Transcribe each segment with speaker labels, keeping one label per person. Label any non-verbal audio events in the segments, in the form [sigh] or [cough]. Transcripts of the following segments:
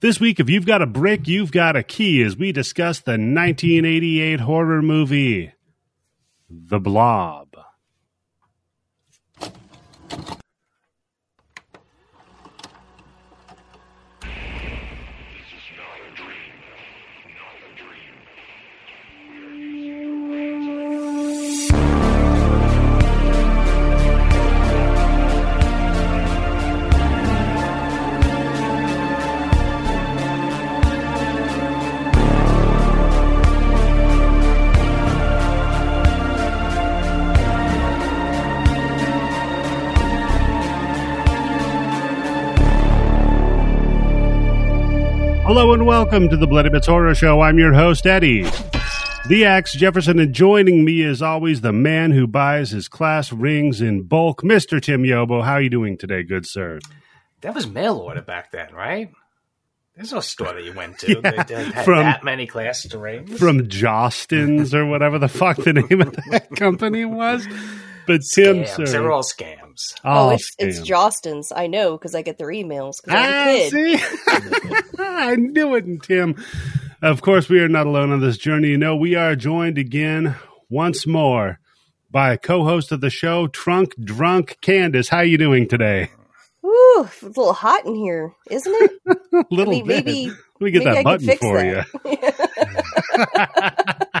Speaker 1: This week, if you've got a brick, you've got a key as we discuss the 1988 horror movie, The Blob. Hello and welcome to the Bloody Bits Horror Show. I'm your host, Eddie. The Axe Jefferson, and joining me as always, the man who buys his class rings in bulk, Mr. Tim Yobo. How are you doing today, good sir?
Speaker 2: That was mail order back then, right? There's no store that you went
Speaker 1: [laughs]
Speaker 2: to
Speaker 1: Yeah,
Speaker 2: that, that had
Speaker 1: from-
Speaker 2: that many class rings.
Speaker 1: From Jostins or whatever the fuck the name of that company
Speaker 3: [laughs]
Speaker 1: was. But Tim,
Speaker 2: scams. They were
Speaker 1: sir.
Speaker 2: all scams.
Speaker 1: all
Speaker 3: oh, it's, it's
Speaker 1: scam.
Speaker 3: Jostins. I know because I get their emails because I'm a
Speaker 1: Ah,
Speaker 3: kid.
Speaker 1: see? [laughs] I knew it, Tim. Of course, we are not alone on this journey. You know, we are joined again once more by a co-host of the show, Trunk Drunk Candace. How you doing today? [laughs]
Speaker 3: Woo, it's a little hot in here, isn't it?
Speaker 1: A [laughs] little
Speaker 3: mean,
Speaker 1: bit.
Speaker 3: maybe-
Speaker 1: Let me get
Speaker 3: maybe
Speaker 1: that
Speaker 3: I could
Speaker 1: button
Speaker 3: fix
Speaker 1: for you.
Speaker 3: that.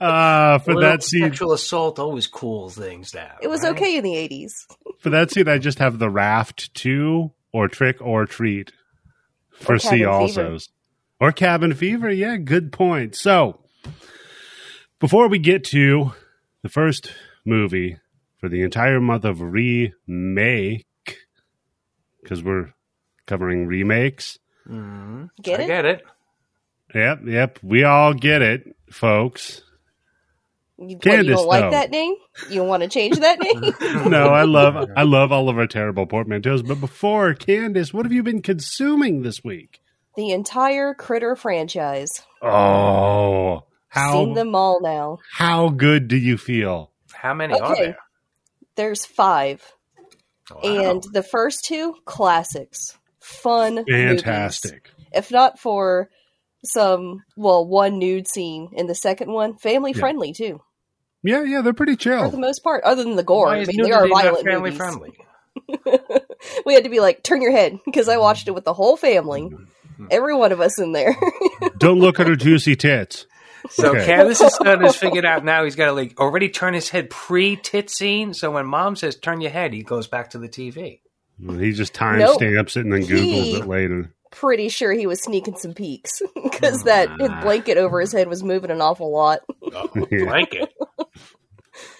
Speaker 1: uh, for
Speaker 2: Well,
Speaker 1: that seat,
Speaker 2: sexual assault always cools things down.
Speaker 3: [laughs] It was
Speaker 2: right?
Speaker 3: okay in the '80s.
Speaker 1: for that seat, I just have the raft too, or trick or treat for
Speaker 3: Or cabin
Speaker 1: sea
Speaker 3: fever.
Speaker 1: alsos or cabin fever. Yeah, good point. So before we get to the first movie for the entire month of remake, because we're covering remakes.
Speaker 2: Mhm.
Speaker 3: Get
Speaker 2: I
Speaker 3: it?
Speaker 2: get it.
Speaker 1: Yep, yep, we all get it, folks.
Speaker 3: You, what,
Speaker 1: Candace,
Speaker 3: you don't like
Speaker 1: though.
Speaker 3: that name? You want to change
Speaker 1: [laughs]
Speaker 3: that name?
Speaker 1: [laughs] No, I
Speaker 2: [laughs]
Speaker 1: love I love all of our terrible portmanteaus. But before Candace, what have you been consuming this week?
Speaker 3: the entire Critter franchise.
Speaker 1: Oh, how
Speaker 3: Seen them all now.
Speaker 1: How good do you feel?
Speaker 2: How many are
Speaker 3: Okay.
Speaker 2: there?
Speaker 3: There's five,
Speaker 2: Wow.
Speaker 3: and the first two classics, fun, movies.
Speaker 1: Fantastic.
Speaker 3: If not for some, well, one nude scene in the second one, family friendly too.
Speaker 1: Yeah, yeah, they're pretty
Speaker 3: for the
Speaker 1: chill.
Speaker 3: most part, other than the gore.
Speaker 2: Why
Speaker 3: I
Speaker 2: is
Speaker 3: mean, they
Speaker 2: nudity
Speaker 3: are
Speaker 2: not
Speaker 3: violent
Speaker 2: family
Speaker 3: movies.
Speaker 1: [laughs]
Speaker 2: friendly?
Speaker 3: [laughs] We had to be like, turn your head, because I watched it with the whole
Speaker 1: Mm-hmm.
Speaker 3: family, every one of us in there. [laughs]
Speaker 1: Don't look at her juicy tits.
Speaker 2: So
Speaker 1: Okay.
Speaker 2: Candace's son has figured out now he's got to like already turn his head pre tit scene. So when mom says turn your head, he goes back to the TV.
Speaker 1: He just time
Speaker 3: Nope.
Speaker 1: stamps it and then Googles
Speaker 3: He-
Speaker 1: it later.
Speaker 3: Pretty sure he was sneaking some peeks, [laughs]
Speaker 1: Mm-hmm.
Speaker 3: because that
Speaker 2: Ah.
Speaker 3: blanket over his head was moving an awful lot.
Speaker 1: [laughs] Yeah.
Speaker 2: Blanket.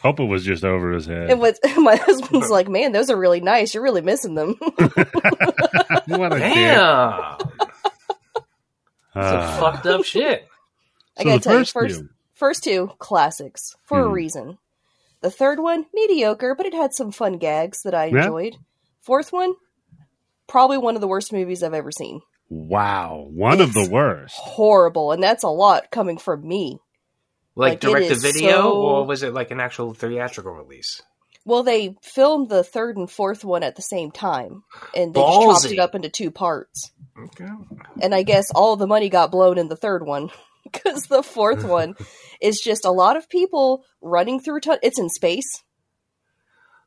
Speaker 1: Hope it was just over his head.
Speaker 3: And what [laughs] my husband's like, man, those are really nice. You're really missing them.
Speaker 1: [laughs]
Speaker 3: [laughs]
Speaker 1: what a dick.
Speaker 2: Damn. Some
Speaker 1: Ah.
Speaker 2: fucked up shit.
Speaker 3: I
Speaker 1: So
Speaker 3: gotta
Speaker 1: the
Speaker 3: tell
Speaker 1: first
Speaker 3: you, first
Speaker 1: two.
Speaker 3: first two classics for a
Speaker 1: Hmm.
Speaker 3: reason. The third one mediocre, but it had some fun gags that I
Speaker 1: Yeah.
Speaker 3: enjoyed. Fourth one, probably one of the worst movies I've ever seen.
Speaker 1: Wow. One of the worst.
Speaker 3: horrible, and that's a lot coming from me.
Speaker 2: Like,
Speaker 3: Like, it
Speaker 2: direct to
Speaker 3: is
Speaker 2: video,
Speaker 3: so-
Speaker 2: or was it like an actual theatrical release?
Speaker 3: Well, they filmed the third and fourth one at the same time, and they just chopped
Speaker 2: Ballsy.
Speaker 3: it up into two parts.
Speaker 2: Okay.
Speaker 3: And I guess all the money got blown in the third one [laughs] because
Speaker 2: [laughs]
Speaker 3: the fourth one is just a lot of people running through. Ton- it's in space,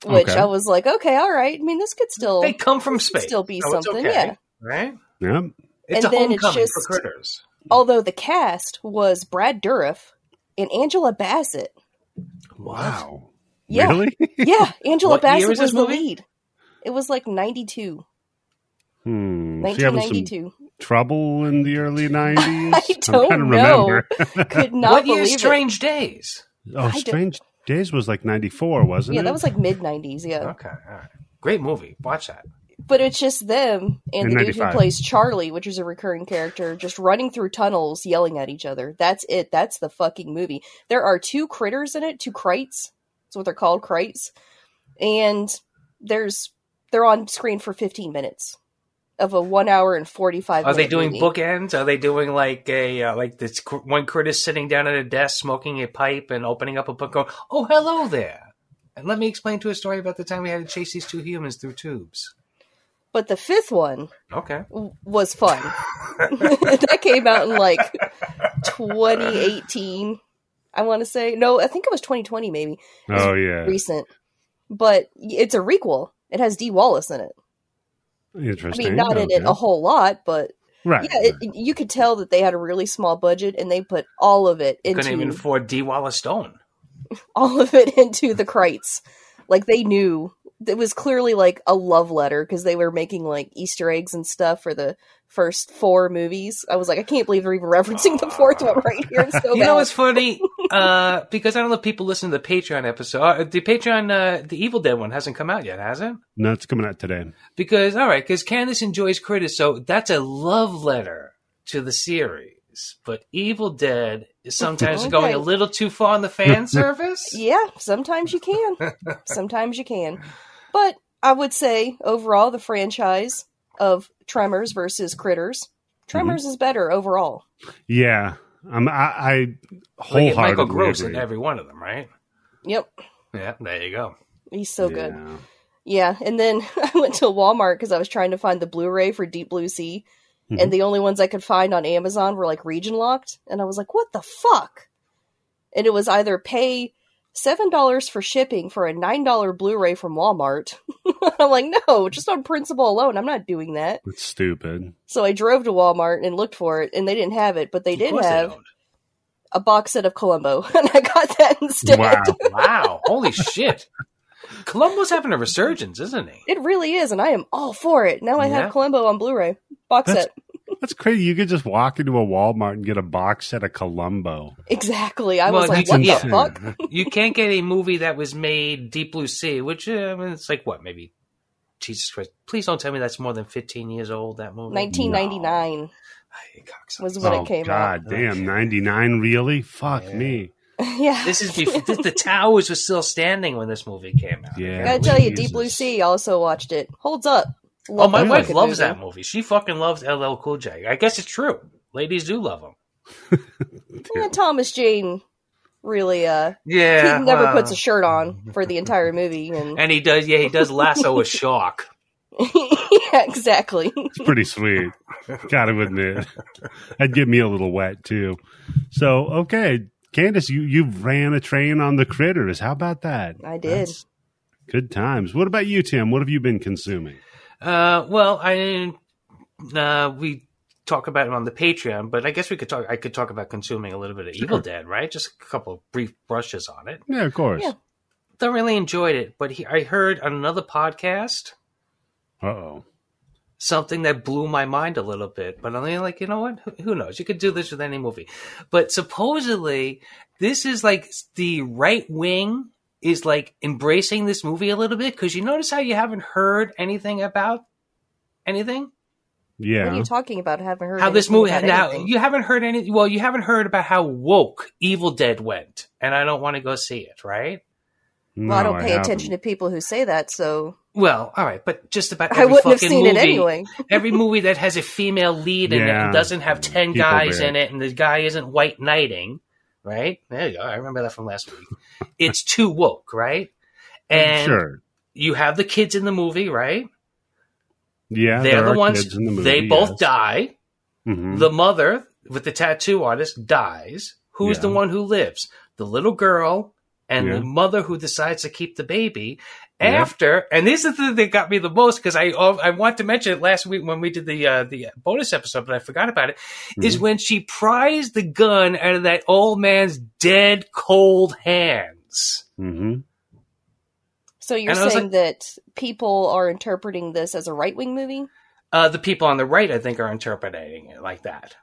Speaker 3: which
Speaker 1: Okay.
Speaker 3: I was like, okay, all right. I mean, this could still
Speaker 2: They come from
Speaker 3: this could
Speaker 2: space.
Speaker 3: still be
Speaker 2: so it's
Speaker 3: something,
Speaker 2: okay,
Speaker 3: yeah.
Speaker 2: Right?
Speaker 1: Yep.
Speaker 2: It's
Speaker 3: And
Speaker 2: a
Speaker 3: then it's
Speaker 2: homecoming
Speaker 3: just-
Speaker 2: for critters.
Speaker 3: Although the cast was Brad Dourif and Angela Bassett.
Speaker 1: Wow.
Speaker 3: Yeah,
Speaker 1: Really? [laughs]
Speaker 3: yeah, Angela
Speaker 2: [laughs] What year is
Speaker 3: Bassett
Speaker 2: this
Speaker 3: was the
Speaker 2: movie?
Speaker 3: lead. It was like ninety two.
Speaker 1: Hmm. Was she having some
Speaker 3: 1992.
Speaker 1: [laughs] trouble in the early 90s?
Speaker 3: [laughs] I
Speaker 1: I'm trying to
Speaker 3: don't know.
Speaker 1: remember.
Speaker 3: Could not
Speaker 2: What year's
Speaker 3: believe it.
Speaker 2: Strange Days?
Speaker 1: Oh,
Speaker 3: I don't-
Speaker 1: Strange Days was like 94, wasn't
Speaker 3: Yeah,
Speaker 1: it?
Speaker 3: that was like mid '90s. Yeah,
Speaker 2: Okay, all right. Great movie. Watch that.
Speaker 3: but it's just them
Speaker 1: In
Speaker 3: and the dude who
Speaker 1: 95.
Speaker 3: plays Charlie, which is a recurring character, just running through tunnels, yelling at each other. That's it. That's the fucking movie. There are two critters in it. Two crites. That's what they're called, crites. And there's they're on screen for 15 minutes of a one hour and 45.
Speaker 2: Are they
Speaker 3: minute
Speaker 2: doing
Speaker 3: movie.
Speaker 2: bookends? Are they doing like a uh, like this cr- one critter sitting down at a desk smoking a pipe and opening up a book, going, "Oh, hello there." And let me explain to a story about the time we had to chase these two humans through tubes.
Speaker 3: But the fifth one
Speaker 2: Okay.
Speaker 3: w- was fun. [laughs] that came out in like 2018, I want to say. No, I think it was 2020, maybe
Speaker 1: Oh yeah,
Speaker 3: recent. But it's a requel. It has D. Wallace in it. I
Speaker 1: interesting.
Speaker 3: mean, not in it
Speaker 1: Okay.
Speaker 3: a whole lot, but
Speaker 1: right?
Speaker 3: yeah, it, you could tell that they had a really small budget and they put all of it into
Speaker 2: Couldn't even afford D. Wallace Stone.
Speaker 3: all of it [laughs] into the Kreitz. Like they knew it was clearly like a love letter because they were making like Easter eggs and stuff for the first four movies. I was like, I can't believe they're even referencing the fourth one right here. It's
Speaker 2: [laughs]
Speaker 3: so
Speaker 2: You know
Speaker 3: bad.
Speaker 2: what's
Speaker 3: [laughs]
Speaker 2: funny? Uh, because I don't know if people listen to the Patreon episode. Uh, the Patreon, uh, the Evil Dead one hasn't come out yet, has it?
Speaker 1: no, it's coming out today.
Speaker 2: Because, all right, because Candace enjoys Critters, so that's a love letter to the series. But Evil Dead is sometimes
Speaker 3: Okay.
Speaker 2: going a little too far in the
Speaker 3: [laughs]
Speaker 2: fan service.
Speaker 3: yeah, sometimes you can.
Speaker 2: [laughs]
Speaker 3: sometimes you can. But I would say overall, the franchise of Tremors versus Critters,
Speaker 2: Mm-hmm.
Speaker 3: Tremors is better overall.
Speaker 1: Yeah, I'm. I, I
Speaker 2: Like
Speaker 1: wholeheartedly
Speaker 2: get Michael Gross
Speaker 1: agree.
Speaker 2: in every one of them, right?
Speaker 3: Yep,
Speaker 2: Yeah, there you go.
Speaker 3: he's so good.
Speaker 1: Yeah.
Speaker 3: Yeah, and then [laughs] I went to Walmart because I was trying to find the Blu-ray for Deep Blue Sea,
Speaker 1: Mhm.
Speaker 2: Mm-hmm.
Speaker 3: and the only ones I could find on Amazon were like region locked, and I was like, "What the fuck?" And it was either pay seven dollars for shipping for a nine dollar Blu-ray from Walmart. [laughs] I'm like, no, just on principle alone, I'm not doing that.
Speaker 1: It's stupid.
Speaker 3: So I drove to Walmart and looked for it, and they didn't have it, but they
Speaker 2: Of
Speaker 3: did
Speaker 2: course
Speaker 3: have
Speaker 2: don't.
Speaker 3: a box set of Columbo, [laughs] and I got that instead.
Speaker 1: Wow.
Speaker 2: Wow, holy shit. Columbo's having a resurgence, isn't he?
Speaker 3: [laughs] It really is, and I am all for it. Now I
Speaker 2: Yeah.
Speaker 3: have Columbo on Blu-ray box
Speaker 1: That's
Speaker 3: set.
Speaker 1: That's crazy. You could just walk into a Walmart and get a box set of Columbo.
Speaker 3: Exactly. I
Speaker 2: Well,
Speaker 3: was like,
Speaker 2: that's
Speaker 3: what the
Speaker 1: insane.
Speaker 3: fuck? [laughs]
Speaker 2: You can't get a movie that was made Deep Blue Sea, which uh, I mean, it's like what, maybe Jesus Christ. Please don't tell me that's more than 15 years old, that movie.
Speaker 3: 1999
Speaker 2: Ay, cocksucker.
Speaker 3: was when
Speaker 1: oh
Speaker 3: it came
Speaker 1: God, damn, ninety nine. Really? Fuck
Speaker 2: Yeah.
Speaker 1: me.
Speaker 3: out. [laughs] yeah.
Speaker 2: This is before the, the towers were still standing when this movie came out.
Speaker 1: Yeah.
Speaker 3: I gotta tell you,
Speaker 1: Jesus.
Speaker 3: Deep Blue Sea also watched it. Holds up.
Speaker 2: Oh,
Speaker 3: Love
Speaker 2: my
Speaker 3: that
Speaker 2: wife
Speaker 3: fucking
Speaker 2: loves
Speaker 3: movie.
Speaker 2: that movie. She fucking loves LL Cool J. I guess it's true. Ladies do love him.
Speaker 3: Yeah, Thomas Jane really, uh,
Speaker 2: Yeah,
Speaker 3: he never
Speaker 2: well.
Speaker 3: puts a shirt on for the entire
Speaker 2: [laughs]
Speaker 3: movie. And [laughs]
Speaker 2: And he does, yeah, he does lasso a shark.
Speaker 3: yeah, exactly.
Speaker 1: It's pretty
Speaker 2: [laughs]
Speaker 1: sweet. Gotta admit, that'd get me a little wet too. So okay, Candace, you you ran a train on the critters. How about that?
Speaker 3: I did.
Speaker 2: That's-
Speaker 1: Good times. What about you, Tim? What have you been consuming?
Speaker 2: Uh, well, I didn't. Uh, we talk about it on the Patreon, but I guess we could talk. I could talk about consuming a little bit of Evil Dead, right? Just a couple of brief brushes on it.
Speaker 1: Yeah, of course.
Speaker 3: Yeah.
Speaker 2: Don't really enjoyed it, but he, I heard on another podcast
Speaker 1: Uh oh.
Speaker 2: something that blew my mind a little bit. But I'm like, you know what? Who, who knows? You could do this with any movie. But supposedly, this is like the right wing is like embracing this movie a little bit because you notice how you haven't heard anything about anything.
Speaker 1: Yeah.
Speaker 3: What are you talking about? I haven't heard
Speaker 2: how this
Speaker 3: anything
Speaker 2: movie
Speaker 3: about
Speaker 2: now
Speaker 3: anything.
Speaker 2: you haven't heard any well you haven't heard about how woke evil dead went and i don't want to go see it right
Speaker 3: Well, I
Speaker 1: No,
Speaker 3: don't pay
Speaker 1: haven't.
Speaker 3: attention to people who say that, so
Speaker 2: well all right but just about every
Speaker 3: I wouldn't have
Speaker 2: fucking
Speaker 3: seen
Speaker 2: movie
Speaker 3: it anyway.
Speaker 2: [laughs] every movie that has a female lead in it
Speaker 1: Yeah.
Speaker 2: and doesn't have 10
Speaker 1: People
Speaker 2: guys
Speaker 1: bitch.
Speaker 2: in it and the guy isn't white knighting right there you go i remember that from
Speaker 1: [laughs]
Speaker 2: last week it's too woke right and
Speaker 1: Mm, sure.
Speaker 2: you have the kids in the movie right
Speaker 1: Yeah,
Speaker 2: they're
Speaker 1: there
Speaker 2: the
Speaker 1: are
Speaker 2: ones
Speaker 1: kids in the movie,
Speaker 2: they both
Speaker 1: yes.
Speaker 2: die
Speaker 1: Mhm.
Speaker 2: The mother with the tattoo artist dies. Who's the
Speaker 1: Yeah.
Speaker 2: one who lives? The little girl and
Speaker 1: Yeah.
Speaker 2: the mother who decides to keep the baby.
Speaker 1: Yeah.
Speaker 2: After, and this is the thing that got me the most because I oh, I want to mention it last week when we did the uh, the bonus episode, but I forgot about it. Is
Speaker 1: Mhm.
Speaker 2: when she pries the gun out of that old man's dead cold hands.
Speaker 1: Mhm.
Speaker 3: So you're
Speaker 2: And I was
Speaker 3: saying that people are interpreting this as a right wing movie?
Speaker 2: Uh, the people on the right, I think, are interpreting it like that.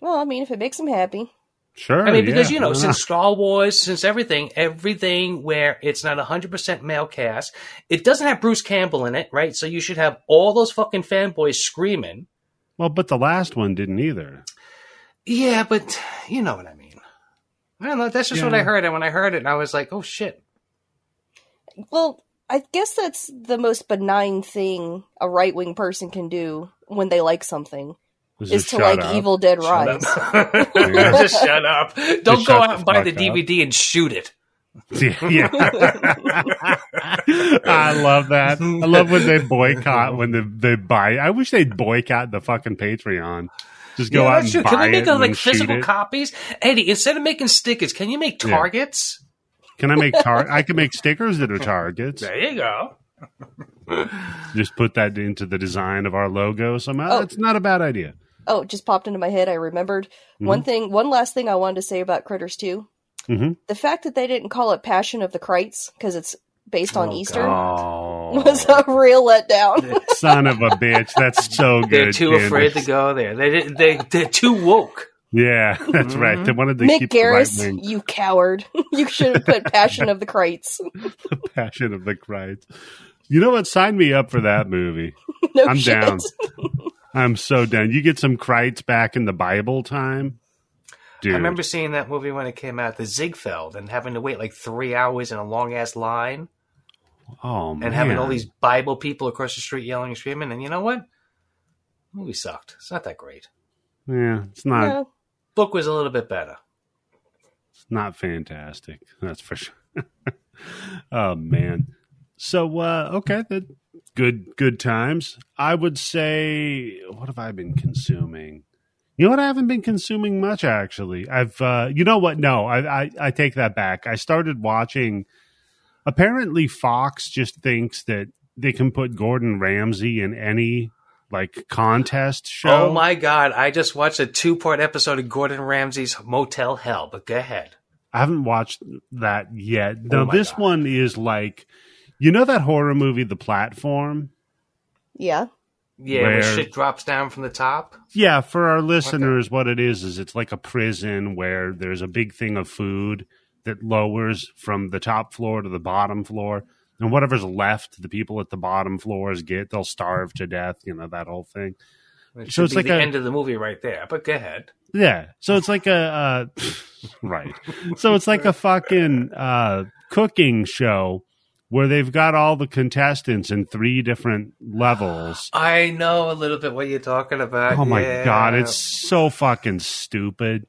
Speaker 3: Well, I mean, if it makes them happy,
Speaker 1: Sure.
Speaker 2: I mean, because
Speaker 1: Oh, yeah.
Speaker 2: you know,
Speaker 1: Why
Speaker 2: since Star Wars, since everything, everything where it's not hundred percent male cast, it doesn't have Bruce Campbell in it, right? So you should have all those fucking fanboys screaming.
Speaker 1: not? well, but the last one didn't either.
Speaker 2: Yeah, but you know what I mean. I don't know. That's just what I
Speaker 1: Yeah.
Speaker 2: heard, and when I heard it, I was like, "Oh shit!"
Speaker 3: Well, I guess that's the most benign thing a right wing person can do when they like something
Speaker 1: This
Speaker 3: is
Speaker 1: is
Speaker 3: to
Speaker 1: shut
Speaker 3: like
Speaker 1: up.
Speaker 3: Evil Dead
Speaker 2: Shut
Speaker 3: Rise.
Speaker 2: up.
Speaker 1: Yeah.
Speaker 2: [laughs] just shut up.
Speaker 1: [laughs] Just
Speaker 2: Don't go
Speaker 1: shut
Speaker 2: out
Speaker 1: the
Speaker 2: and buy the
Speaker 1: fuck up.
Speaker 2: DVD and shoot it.
Speaker 1: [laughs] Yeah. [laughs] yeah. I love that. I love when they boycott when they, they buy. it. I wish they'd boycott the fucking Patreon. Just go
Speaker 2: Yeah,
Speaker 1: out
Speaker 2: that's
Speaker 1: and
Speaker 2: true.
Speaker 1: buy
Speaker 2: Can we
Speaker 1: it
Speaker 2: make
Speaker 1: and
Speaker 2: like
Speaker 1: then shoot
Speaker 2: physical
Speaker 1: it.
Speaker 2: copies? Eddie, instead of making stickers, can you make
Speaker 1: Yeah.
Speaker 2: targets?
Speaker 1: Can I make tar? I can make stickers that are targets.
Speaker 2: There you go.
Speaker 1: Just put that into the design of our logo somehow.
Speaker 3: Oh.
Speaker 1: That's not a bad idea.
Speaker 3: Oh, it just popped into my head. I remembered
Speaker 1: Mm-hmm.
Speaker 3: one thing. One last thing I wanted to say about Critters 2
Speaker 1: Mhm.
Speaker 3: The fact that they didn't call it Passion of the Krites because it's based on
Speaker 2: Oh,
Speaker 3: Easter
Speaker 1: Oh.
Speaker 2: God.
Speaker 3: [laughs] was a real letdown.
Speaker 2: [laughs]
Speaker 1: Son of a bitch. That's so good.
Speaker 2: They're too
Speaker 1: Candace.
Speaker 2: afraid to go there. They didn't- they they're too woke.
Speaker 1: Yeah, [laughs] that's right. They wanted to
Speaker 3: Mm-hmm. Mick
Speaker 1: keep the right
Speaker 3: Garris,
Speaker 1: wing
Speaker 3: you coward! [laughs] you should have put Passion of the Krites.
Speaker 1: passion of the Christ. You know what? Sign me up for that movie.
Speaker 3: [laughs] no
Speaker 1: I'm
Speaker 3: shit.
Speaker 1: down. I'm so down. You get some Kreitz back in the Bible time, dude.
Speaker 2: I remember seeing that movie when it came out, The Ziegfeld, and having to wait like three hours in a long ass line,
Speaker 1: oh man,
Speaker 2: and having all these Bible people across the street yelling and screaming. And you know what? The movie sucked. It's not that great.
Speaker 1: Yeah, it's not
Speaker 3: No.
Speaker 2: Book was a little bit better.
Speaker 1: it's not fantastic. That's for sure. [laughs] oh man. So uh, okay, that good good times. I would say, what have I been consuming? You know what? I haven't been consuming much actually. I've uh, you know what? No, I, I I take that back. I started watching. Apparently, Fox just thinks that they can put Gordon Ramsay in any like contest show.
Speaker 2: Oh my god! I just watched a two part episode of Gordon Ramsay's Motel Hell. But go ahead.
Speaker 1: I haven't watched that yet. Now
Speaker 2: Oh my
Speaker 1: this
Speaker 2: God.
Speaker 1: one is like, you know that horror movie, The Platform.
Speaker 3: [laughs] Yeah.
Speaker 2: Yeah, where
Speaker 1: Where-
Speaker 2: shit drops down from the top.
Speaker 1: Yeah, for our listeners, what it is is it's like a prison where there's a big thing of food that lowers from the top floor to the bottom floor, and whatever's left, the people at the bottom floors get. They'll starve to death. You know that whole thing.
Speaker 2: It
Speaker 1: So
Speaker 2: should
Speaker 1: it's
Speaker 2: be
Speaker 1: like
Speaker 2: the
Speaker 1: a-
Speaker 2: end of the movie right there. But go ahead.
Speaker 1: Yeah. So it's like a uh,
Speaker 2: [laughs]
Speaker 1: right. So it's like a fucking uh, cooking show where they've got all the contestants in three different levels.
Speaker 2: I know a little bit what you're talking about.
Speaker 1: Oh my
Speaker 2: Uh, Yeah.
Speaker 1: god, it's so fucking stupid.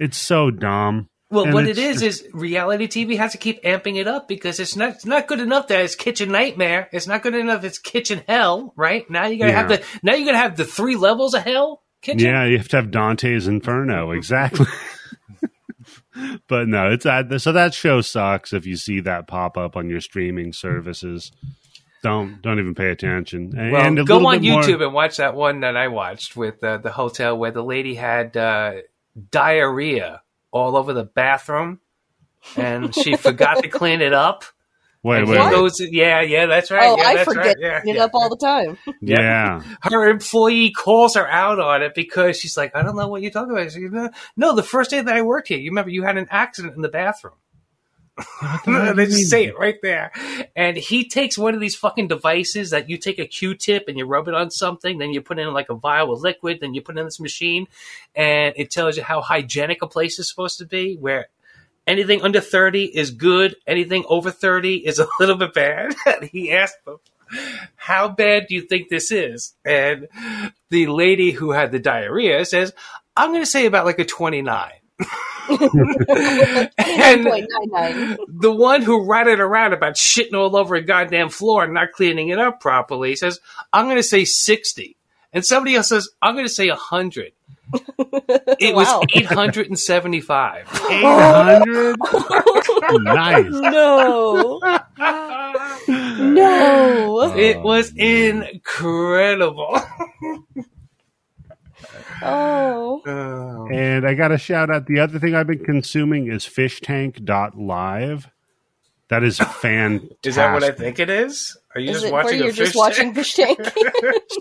Speaker 1: It's so dumb.
Speaker 2: Well,
Speaker 1: And
Speaker 2: what
Speaker 1: it's
Speaker 2: it is is reality TV has to keep amping it up because it's not it's not good enough that it's kitchen nightmare. It's not good enough it's kitchen hell. Right now you're gonna have
Speaker 1: Yeah.
Speaker 2: the now you're gonna have the three levels of hell kitchen.
Speaker 1: Yeah, you have to have Dante's Inferno exactly. [laughs] but no, it's uh, so that show sucks. If you see that pop up on your streaming services, don't don't even pay attention. And,
Speaker 2: Well,
Speaker 1: and a
Speaker 2: go
Speaker 1: little
Speaker 2: on
Speaker 1: bit more-
Speaker 2: YouTube and watch that one that I watched with uh, the hotel where the lady had uh, diarrhea all over the bathroom and she forgot to clean it up.
Speaker 1: Wait,
Speaker 2: And
Speaker 1: wait,
Speaker 2: she
Speaker 1: wait.
Speaker 2: goes, yeah, yeah, that's right.
Speaker 3: oh,
Speaker 2: yeah,
Speaker 3: I
Speaker 2: that's
Speaker 3: forget
Speaker 2: right,
Speaker 3: to
Speaker 2: yeah,
Speaker 3: clean it
Speaker 2: yeah.
Speaker 3: up all the time. [laughs]
Speaker 2: Yeah.
Speaker 1: yeah.
Speaker 2: her employee calls her out on it because she's like, I don't know what you're talking about. She's like, "No, no, the first day that I worked here, you remember you had an accident in the bathroom. [laughs] they just say it right there. And he takes one of these fucking devices that you take a Q-tip and you rub it on something, then you put it in like a vial of liquid, then you put it in this machine, and it tells you how hygienic a place is supposed to be, where anything under 30 is good, anything over 30 is a little bit bad. [laughs] And he asked them, How bad do you think this is? And the lady who had the diarrhea says, I'm going to say about like a 29. [laughs] and
Speaker 3: 99.
Speaker 2: the one who ratted around about shitting all over a goddamn floor and not cleaning it up properly says, I'm going to say 60. And somebody else says, I'm going to say 100. It
Speaker 3: Wow.
Speaker 2: was 875.
Speaker 1: Eight [laughs] hundred.
Speaker 2: [laughs]
Speaker 1: Oh,
Speaker 3: [laughs]
Speaker 1: nice.
Speaker 3: no. No.
Speaker 2: It was incredible.
Speaker 3: Oh.
Speaker 1: And I got to shout out the other thing I've been consuming is fishtank.live. That is fantastic.
Speaker 2: Is that what I think it is? Are you
Speaker 3: Is
Speaker 2: just
Speaker 3: it where
Speaker 2: watching
Speaker 3: you're
Speaker 2: a fish
Speaker 3: just
Speaker 2: tank?
Speaker 3: watching
Speaker 2: [laughs]
Speaker 3: fish tank?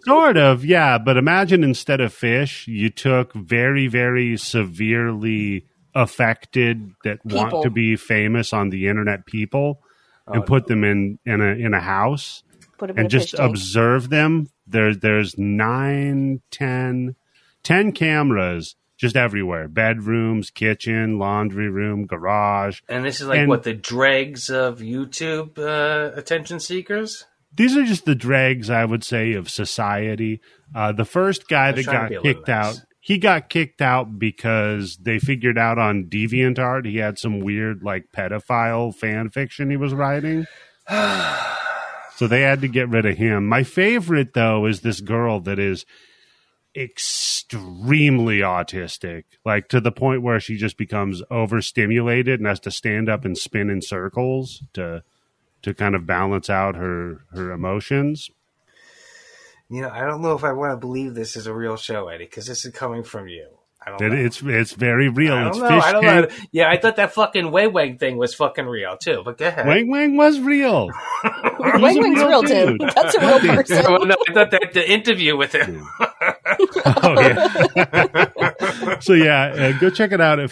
Speaker 1: Sort of, yeah. But imagine instead of fish, you took very, very severely affected that want
Speaker 3: People.
Speaker 1: to be famous on the internet people and put them in in a in a house
Speaker 3: Put him in
Speaker 1: and
Speaker 3: a
Speaker 1: just
Speaker 3: fish tank.
Speaker 1: observe them. There, there's nine, ten, ten cameras just everywhere: bedrooms, kitchen, laundry room, garage.
Speaker 2: And this is like
Speaker 1: And-
Speaker 2: what the dregs of YouTube uh, attention seekers.
Speaker 1: These are just the dregs, I would say, of society. Uh, the first guy
Speaker 2: was
Speaker 1: that
Speaker 2: trying to
Speaker 1: got
Speaker 2: be a little
Speaker 1: kicked
Speaker 2: nice.
Speaker 1: out, he got kicked out because they figured out on DeviantArt he had some weird like pedophile fan fiction he was writing.
Speaker 2: [sighs]
Speaker 1: so they had to get rid of him. My favorite though is this girl that is extremely autistic, like to the point where she just becomes overstimulated and has to stand up and spin in circles to to kind of balance out her her emotions.
Speaker 2: You know, I don't know if I want to believe this is a real show, Eddie, because this is coming from you. I don't
Speaker 1: It-
Speaker 2: know.
Speaker 1: it's it's very real.
Speaker 2: I
Speaker 1: it's
Speaker 2: don't know. I don't know. Yeah, I thought that fucking Wei Wang thing was fucking real too. But go ahead. [laughs]
Speaker 1: Wang Wang was real. He's
Speaker 3: Wang
Speaker 1: a
Speaker 3: Wang's
Speaker 1: real
Speaker 3: real, Tim.
Speaker 1: dude.
Speaker 3: That's a real person.
Speaker 2: [laughs] Well, Oh, no, I thought that the interview with him.
Speaker 1: Oh yeah. [laughs] so yeah, uh, go check it out at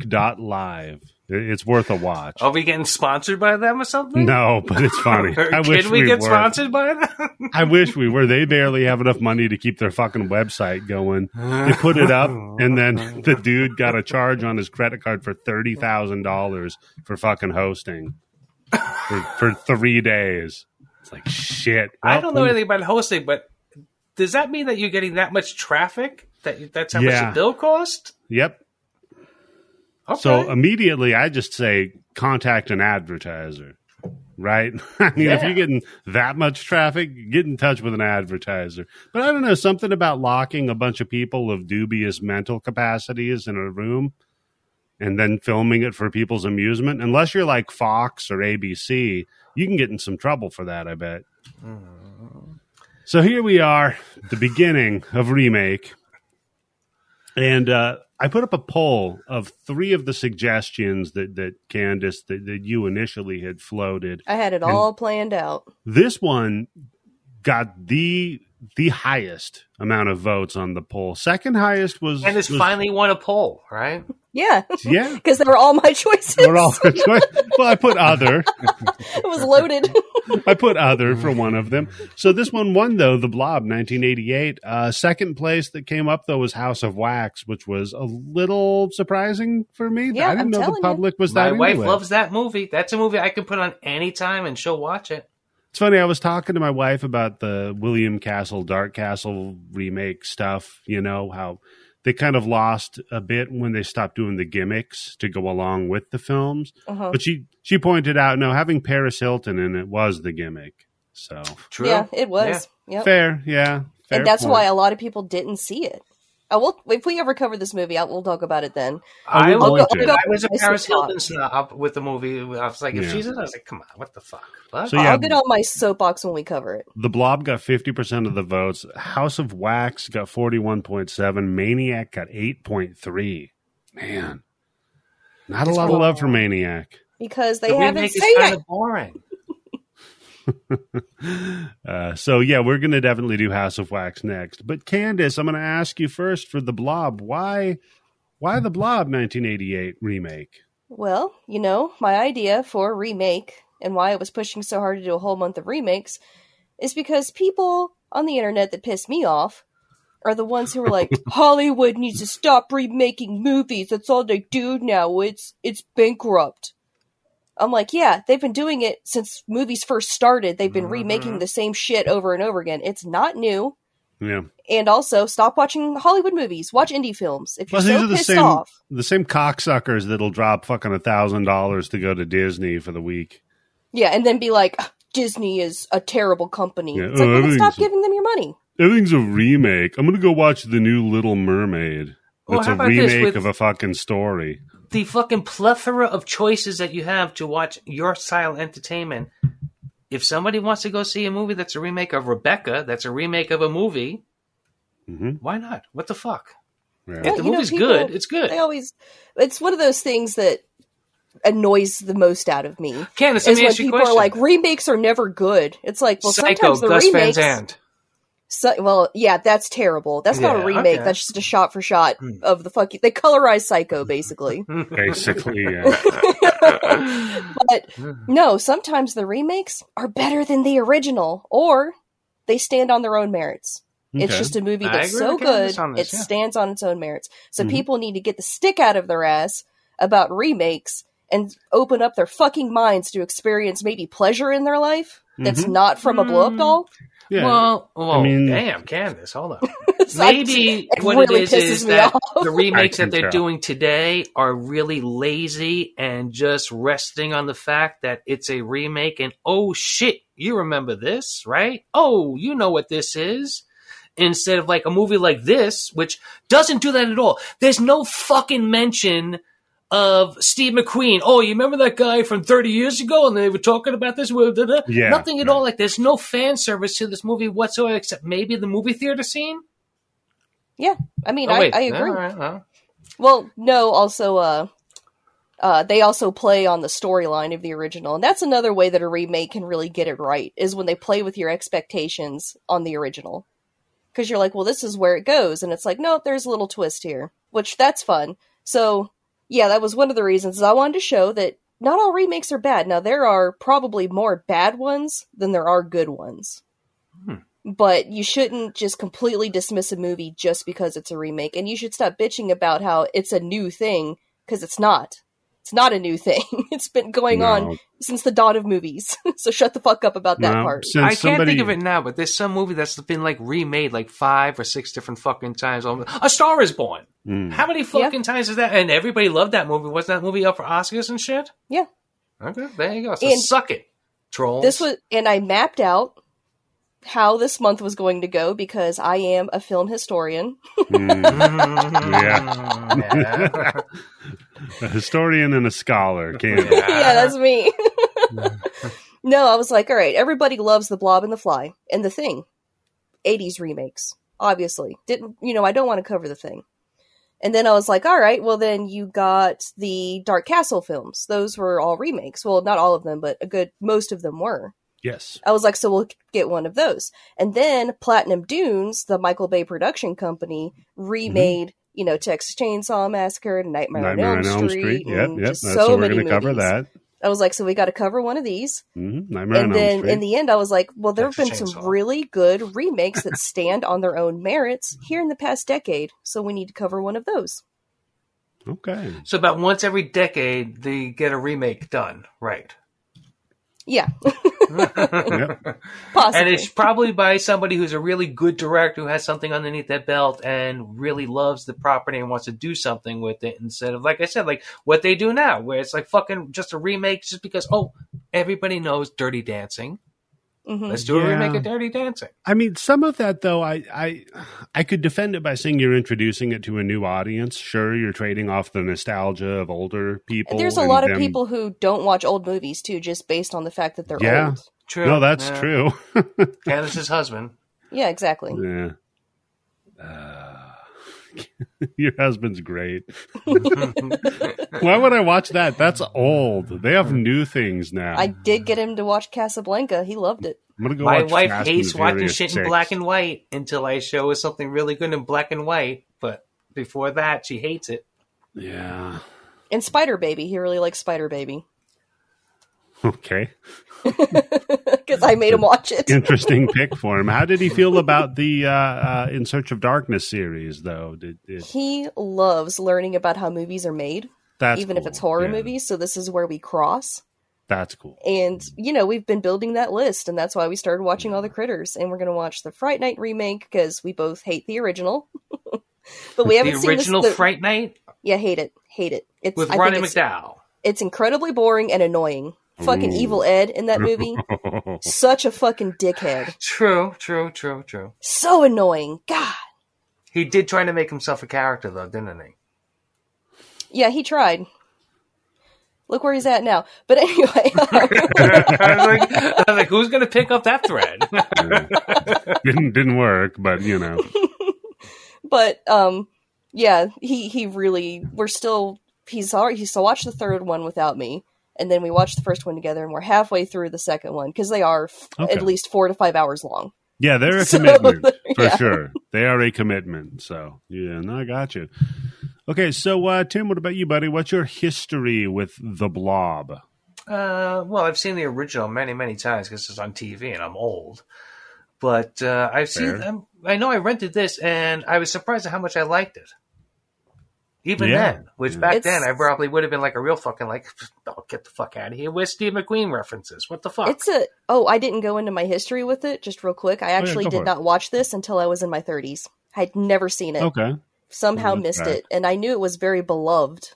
Speaker 1: fishtank.live. It- It's worth a watch.
Speaker 2: Are we getting sponsored by them or something?
Speaker 1: No, but it's funny. I
Speaker 2: [laughs] Can
Speaker 1: wish
Speaker 2: we, get
Speaker 1: were.
Speaker 2: sponsored by them?
Speaker 1: I wish we were. They barely have enough money to keep their fucking website going. They put it up, and then [laughs] the dude got a charge on his credit card for thirty thousand dollars for fucking hosting for, for three days. It's like shit.
Speaker 2: I don't know
Speaker 1: Well,
Speaker 2: anything about hosting, but does that mean that you're getting that much traffic? That that's how much
Speaker 1: Yeah.
Speaker 2: the bill cost?
Speaker 1: Yep.
Speaker 2: Okay.
Speaker 1: So um, immediately, I just say contact an advertiser, right? [laughs] I mean, if
Speaker 2: Yeah.
Speaker 1: you're getting that much traffic, get in touch with an advertiser. But I don't know something about locking a bunch of people of dubious mental capacities in a room and then filming it for people's amusement. Unless you're like Fox or ABC, you can get in some trouble for that. I bet. So here we are, the beginning of remake. And uh, I put up a poll of three of the suggestions that that Candace that, that you initially had floated.
Speaker 3: I had it all planned out.
Speaker 1: This one got the the highest amount of votes on the poll. Second highest was
Speaker 2: and it's
Speaker 1: was-
Speaker 2: finally won a poll, right?
Speaker 3: Yeah, [laughs]
Speaker 2: [laughs]
Speaker 1: Yeah.
Speaker 3: because they were all my choices.
Speaker 1: We're all- well, I put other.
Speaker 3: [laughs] it
Speaker 1: [laughs]
Speaker 3: was loaded.
Speaker 1: I put other for
Speaker 2: Mm.
Speaker 1: one of them. So this one won though, The Blob, 1988. Uh, second place that came up though was House of Wax, which was a little surprising for me.
Speaker 3: Yeah,
Speaker 1: I didn't
Speaker 3: I'm
Speaker 1: know the
Speaker 3: telling you.
Speaker 1: public was
Speaker 2: My
Speaker 1: that.
Speaker 2: wife
Speaker 1: into it.
Speaker 2: loves that movie. That's a movie I can put on any time and she'll watch it.
Speaker 1: It's funny. I was talking to my wife about the William Castle, Dark Castle remake stuff. You know how they kind of lost a bit when they stopped doing the gimmicks to go along with the films.
Speaker 3: Uh-huh.
Speaker 1: But she she pointed out, no, having Paris Hilton in it was the gimmick. So
Speaker 2: True.
Speaker 3: Yeah, it was. Yep.
Speaker 1: fair, yeah. fair
Speaker 3: and that's
Speaker 1: point.
Speaker 3: why a lot of people didn't see it. I will if we ever cover this movie, I will talk about it then.
Speaker 1: I
Speaker 2: I,
Speaker 1: would
Speaker 2: was-
Speaker 1: like
Speaker 2: I
Speaker 1: to.
Speaker 2: was a
Speaker 3: I
Speaker 2: Paris
Speaker 3: saw it.
Speaker 2: Hilton snob with the movie. I was like, if
Speaker 1: Yeah.
Speaker 2: she's in, it, I was like, come on, what the fuck? What?
Speaker 1: So, yeah.
Speaker 3: I'll get on my soapbox when we cover it.
Speaker 1: The Blob got 50% of the votes. House of Wax got 41.7. Maniac got 8.3. Man. Not a lot of love for Maniac.
Speaker 3: Because they
Speaker 2: The
Speaker 3: haven't
Speaker 2: remake is
Speaker 3: seen it.
Speaker 2: kinda boring.
Speaker 1: Uh, so, yeah, we're going to definitely do House of Wax next. But, Candace, I'm going to ask you first for The Blob. Why why The Blob 1988 remake?
Speaker 3: Well, you know, my idea for a remake and why I was pushing so hard to do a whole month of remakes is because people on the internet that piss me off are the ones who
Speaker 1: [laughs]
Speaker 3: are like, Hollywood needs to stop remaking movies. That's all they do now. It's it's bankrupt. I'm like, yeah, they've been doing it since movies first started. They've been
Speaker 1: Mm-hmm.
Speaker 3: remaking the same shit over and over again. It's not new.
Speaker 1: Yeah.
Speaker 3: And also, stop watching Hollywood movies. Watch indie films. If you're
Speaker 1: Plus, these
Speaker 3: so
Speaker 1: are the
Speaker 3: pissed
Speaker 1: same,
Speaker 3: off,
Speaker 1: the same cocksuckers that'll drop fucking a $1,000 to go to Disney for the week.
Speaker 3: Yeah, and then be like, Disney is a terrible company.
Speaker 1: Yeah,
Speaker 3: It's like,
Speaker 1: oh,
Speaker 3: well, then
Speaker 1: everything's-
Speaker 3: stop giving them your money.
Speaker 1: Everything's a remake. I'm gonna go watch the new Little Mermaid.
Speaker 3: Oh,
Speaker 2: Well,
Speaker 1: That's
Speaker 2: how
Speaker 1: a
Speaker 2: about this
Speaker 1: remake
Speaker 2: with-
Speaker 1: of a fucking story.
Speaker 2: The fucking plethora of choices that you have to watch your style entertainment. If somebody wants to go see a movie that's a remake of Rebecca, that's a remake of a movie,
Speaker 1: hmm
Speaker 2: why not? What the fuck?
Speaker 1: Yeah.
Speaker 3: Yeah,
Speaker 2: If the
Speaker 3: you know,
Speaker 2: movie's
Speaker 3: people-
Speaker 2: good, it's good.
Speaker 3: They always, it's one of those things that annoys the most out of me.
Speaker 2: Candace, let
Speaker 3: Is
Speaker 2: me
Speaker 3: when
Speaker 2: ask you a
Speaker 3: people
Speaker 2: question.
Speaker 3: are like, remakes are never good. It's like, well,
Speaker 2: Psycho,
Speaker 3: sometimes the
Speaker 2: Gus Van
Speaker 3: remakes. [laughs]
Speaker 2: Sant.
Speaker 3: So, well, yeah, that's terrible. That's not
Speaker 2: Yeah,
Speaker 3: a remake.
Speaker 2: okay.
Speaker 3: That's just a shot for shot
Speaker 2: Hmm.
Speaker 3: of the fucking. They colorize Psycho, basically.
Speaker 1: Basically,
Speaker 3: [laughs]
Speaker 1: yeah.
Speaker 3: But no, sometimes the remakes are better than the original, or they stand on their own merits. It's
Speaker 1: Okay.
Speaker 3: just a movie
Speaker 2: I
Speaker 3: that's
Speaker 2: agree
Speaker 3: so
Speaker 2: with Candace
Speaker 3: good
Speaker 2: on this,
Speaker 3: it
Speaker 2: yeah. Mm-hmm.
Speaker 3: stands on its own merits. So
Speaker 1: Mhm.
Speaker 3: people need to get the stick out of their ass about remakes and open up their fucking minds to experience maybe pleasure in their
Speaker 2: Mm-hmm.
Speaker 3: life that's not from a blow up
Speaker 2: Mm.
Speaker 3: [laughs] doll.
Speaker 1: Mm-hmm. yeah.
Speaker 2: Well, well
Speaker 1: I mean-
Speaker 2: damn, Candace, hold on.
Speaker 3: [laughs] because I-
Speaker 2: Maybe
Speaker 3: it
Speaker 2: what
Speaker 3: really
Speaker 2: it is
Speaker 3: pisses
Speaker 2: is
Speaker 3: me
Speaker 2: that
Speaker 3: off. [laughs]
Speaker 2: the remakes
Speaker 1: I can
Speaker 2: that they're
Speaker 1: tell.
Speaker 2: doing today are really lazy and just resting on the fact that it's a remake and oh shit, you remember this, right? Oh, you know what this is. Instead of like a movie like this, which doesn't do that at all. There's no fucking mention of Steve McQueen. Oh, you remember that guy from 30 years ago and they were talking about this? Blah, blah, blah.
Speaker 1: Yeah,
Speaker 2: Nothing at
Speaker 1: right.
Speaker 2: all. Like there's no fan service to this movie whatsoever except maybe the movie theater scene.
Speaker 3: I mean,
Speaker 2: Oh,
Speaker 3: I,
Speaker 2: wait.
Speaker 3: I agree.
Speaker 2: All right, well.
Speaker 3: Well, no, also uh uh they also play on the storyline of the original. And that's another way that a remake can really get it right is when they play with your expectations on the original. Cuz you're like, well, this is where it goes and it's like, no, there's a little twist here, which that's fun. So, yeah, that was one of the reasons is I wanted to show that not all remakes are bad. Now, there are probably more bad ones than there are good ones.
Speaker 2: Hmm.
Speaker 3: But you shouldn't just completely dismiss a movie just because it's a remake. And you should stop bitching about how it's a new thing because it's not. It's not a new [laughs] thing. it's been going on
Speaker 1: No,
Speaker 3: since the dawn of movies. [laughs] so shut the fuck up about that
Speaker 1: no,
Speaker 3: part.
Speaker 1: since
Speaker 2: I can't
Speaker 1: somebody-
Speaker 2: think of it now, but there's some movie that's been like remade like five or six different fucking times. A Star is Born.
Speaker 1: Mm.
Speaker 2: How many fucking times is that? And everybody loved that movie. Wasn't that movie up for Oscars and shit?
Speaker 3: Yeah.
Speaker 2: Okay, there you go. So
Speaker 3: And-
Speaker 2: suck it, trolls.
Speaker 3: This
Speaker 2: [laughs]
Speaker 3: was, and I mapped out how this month was going to go because I am a film historian. [laughs]
Speaker 1: Mm.
Speaker 2: yeah.
Speaker 1: a historian and a scholar can
Speaker 3: [laughs]
Speaker 2: Ah.
Speaker 3: yeah, that's me. No, I was like, all right, everybody loves The Blob and The Fly and The Thing. 80s remakes, obviously. Didn't, you know, I don't want to cover The Thing. And then I was like, all right, well, then you got the Dark Castle films. Those were all remakes. Well, not all of them, but a good, most of them were.
Speaker 1: yes
Speaker 3: I was like, so we'll get one of those. And then Platinum Dunes, the Michael Bay production company,
Speaker 1: Mm-hmm.
Speaker 3: remade, you know, Texas Chainsaw Massacre and Nightmare,
Speaker 1: Nightmare
Speaker 3: on Elm Street.
Speaker 1: Yep,
Speaker 3: and
Speaker 1: yep.
Speaker 3: just
Speaker 1: That's
Speaker 3: so
Speaker 1: so we're
Speaker 3: many
Speaker 1: going to cover
Speaker 3: movies.
Speaker 1: that.
Speaker 3: I was like, so we got to cover one of these
Speaker 1: Mhm. Nightmare on Elm
Speaker 3: and then
Speaker 1: Street.
Speaker 3: in the end, I was like, well, there have been
Speaker 2: Texas
Speaker 3: some
Speaker 2: Chainsaw.
Speaker 3: really good remakes that stand on their own merits here in the past decade, so we need to cover one of those.
Speaker 1: okay.
Speaker 2: So about once every decade, they get a remake done, right?
Speaker 3: Yeah,
Speaker 2: And
Speaker 3: possibly. [laughs]
Speaker 2: it's probably by somebody who's a really good director who has something underneath their belt and really loves the property and wants to do something with it instead of, like I said, like what they do now, where it's like fucking just a remake just because, oh, everybody knows Dirty Dancing.
Speaker 3: hmm
Speaker 2: Let's do a
Speaker 1: Yeah.
Speaker 2: remake of Dirty Dancing.
Speaker 1: I mean, some of that though, I, I, I could defend it by saying you're introducing it to a new audience. Sure, you're trading off the nostalgia of older people.
Speaker 3: There's a
Speaker 1: and
Speaker 3: lot of
Speaker 1: them-
Speaker 3: people who don't watch old movies too, just based on the fact that they're
Speaker 1: Yeah.
Speaker 3: old.
Speaker 2: True.
Speaker 1: No, that's
Speaker 2: Yeah.
Speaker 1: true.
Speaker 2: Candace's
Speaker 1: [laughs]
Speaker 2: husband.
Speaker 3: Yeah, exactly.
Speaker 1: yeah. Uh, [laughs] your husband's great. Why would I watch that? That's old. They have new things now.
Speaker 3: I did get him to watch Casablanca. He loved it.
Speaker 1: I'm gonna go.
Speaker 2: My
Speaker 1: watch
Speaker 2: wife
Speaker 1: Fast and
Speaker 2: hates watching
Speaker 1: Furious
Speaker 2: shit in
Speaker 1: six.
Speaker 2: black and white until I show her something really good in black and white. But before that, she hates it.
Speaker 1: Yeah. [laughs]
Speaker 3: And Spider Baby, he really likes Spider Baby [laughs]
Speaker 1: Okay.
Speaker 3: because I made him watch it.
Speaker 1: Interesting pick for him. How did he feel about the uh, uh, In Search of Darkness series, though? Did, did
Speaker 3: He loves learning about how movies are made,
Speaker 1: that's
Speaker 3: even if
Speaker 1: cool.
Speaker 3: it's horror
Speaker 1: Yeah,
Speaker 3: movies. So this is where we cross.
Speaker 1: That's cool. [laughs]
Speaker 3: And you know, we've been building that list, and that's why we started watching all the critters. And we're going to watch the Fright Night remake because we both hate the original. [laughs] but we haven't
Speaker 2: The
Speaker 3: seen this-
Speaker 2: original
Speaker 3: the-
Speaker 2: Fright Night
Speaker 3: Yeah, hate it, hate it. It's
Speaker 2: with
Speaker 3: I think
Speaker 2: Ronnie
Speaker 3: it's,
Speaker 2: McDowell.
Speaker 3: it's incredibly boring and annoying. Fucking
Speaker 1: Ooh.
Speaker 3: evil Ed in that movie,
Speaker 2: [laughs]
Speaker 3: such a fucking dickhead.
Speaker 2: True, true, true, true.
Speaker 3: So annoying. God.
Speaker 2: He did try to make himself a character though, didn't [laughs] he?
Speaker 3: Yeah, he tried. Look where he's at now. But [laughs] anyway, [laughs]
Speaker 2: I was like, I was like who's going to pick up that thread? [laughs]
Speaker 1: Yeah. didn't didn't work, but you know,
Speaker 3: but um yeah he he really we're still he's already he's still watched the third one without me and then we watched the first one together and we're halfway through the second one because they are f-
Speaker 1: Okay.
Speaker 3: at least four to five hours long
Speaker 1: yeah,
Speaker 2: [laughs]
Speaker 1: they're a
Speaker 3: So,
Speaker 1: commitment for
Speaker 3: yeah.
Speaker 1: sure. They are a commitment. So yeah, no, I got you. Okay, so uh, Tim, what about you, buddy? What's your history with the Blob?
Speaker 2: Uh, well, I've seen the original many, many times because it's on TV and I'm old. But uh, I've seen
Speaker 1: Fair.
Speaker 2: them. I know I rented this and I was surprised at how much I liked it. Even
Speaker 1: Yeah.
Speaker 2: then, which
Speaker 1: Yeah.
Speaker 2: back
Speaker 3: It's-
Speaker 2: then I probably would have been like a real fucking like, oh, get the fuck out of here. Where's Steve McQueen references? What the fuck?
Speaker 3: it's a oh i didn't go into my history with it just real quick i
Speaker 1: yeah,
Speaker 3: actually
Speaker 1: go for
Speaker 3: did
Speaker 1: it.
Speaker 3: not watch this until i was in my 30s I'd never
Speaker 2: Eh.
Speaker 3: seen it.
Speaker 1: Okay.
Speaker 3: Somehow
Speaker 1: Mm,
Speaker 3: missed
Speaker 1: okay.
Speaker 3: it, and I knew it was very beloved.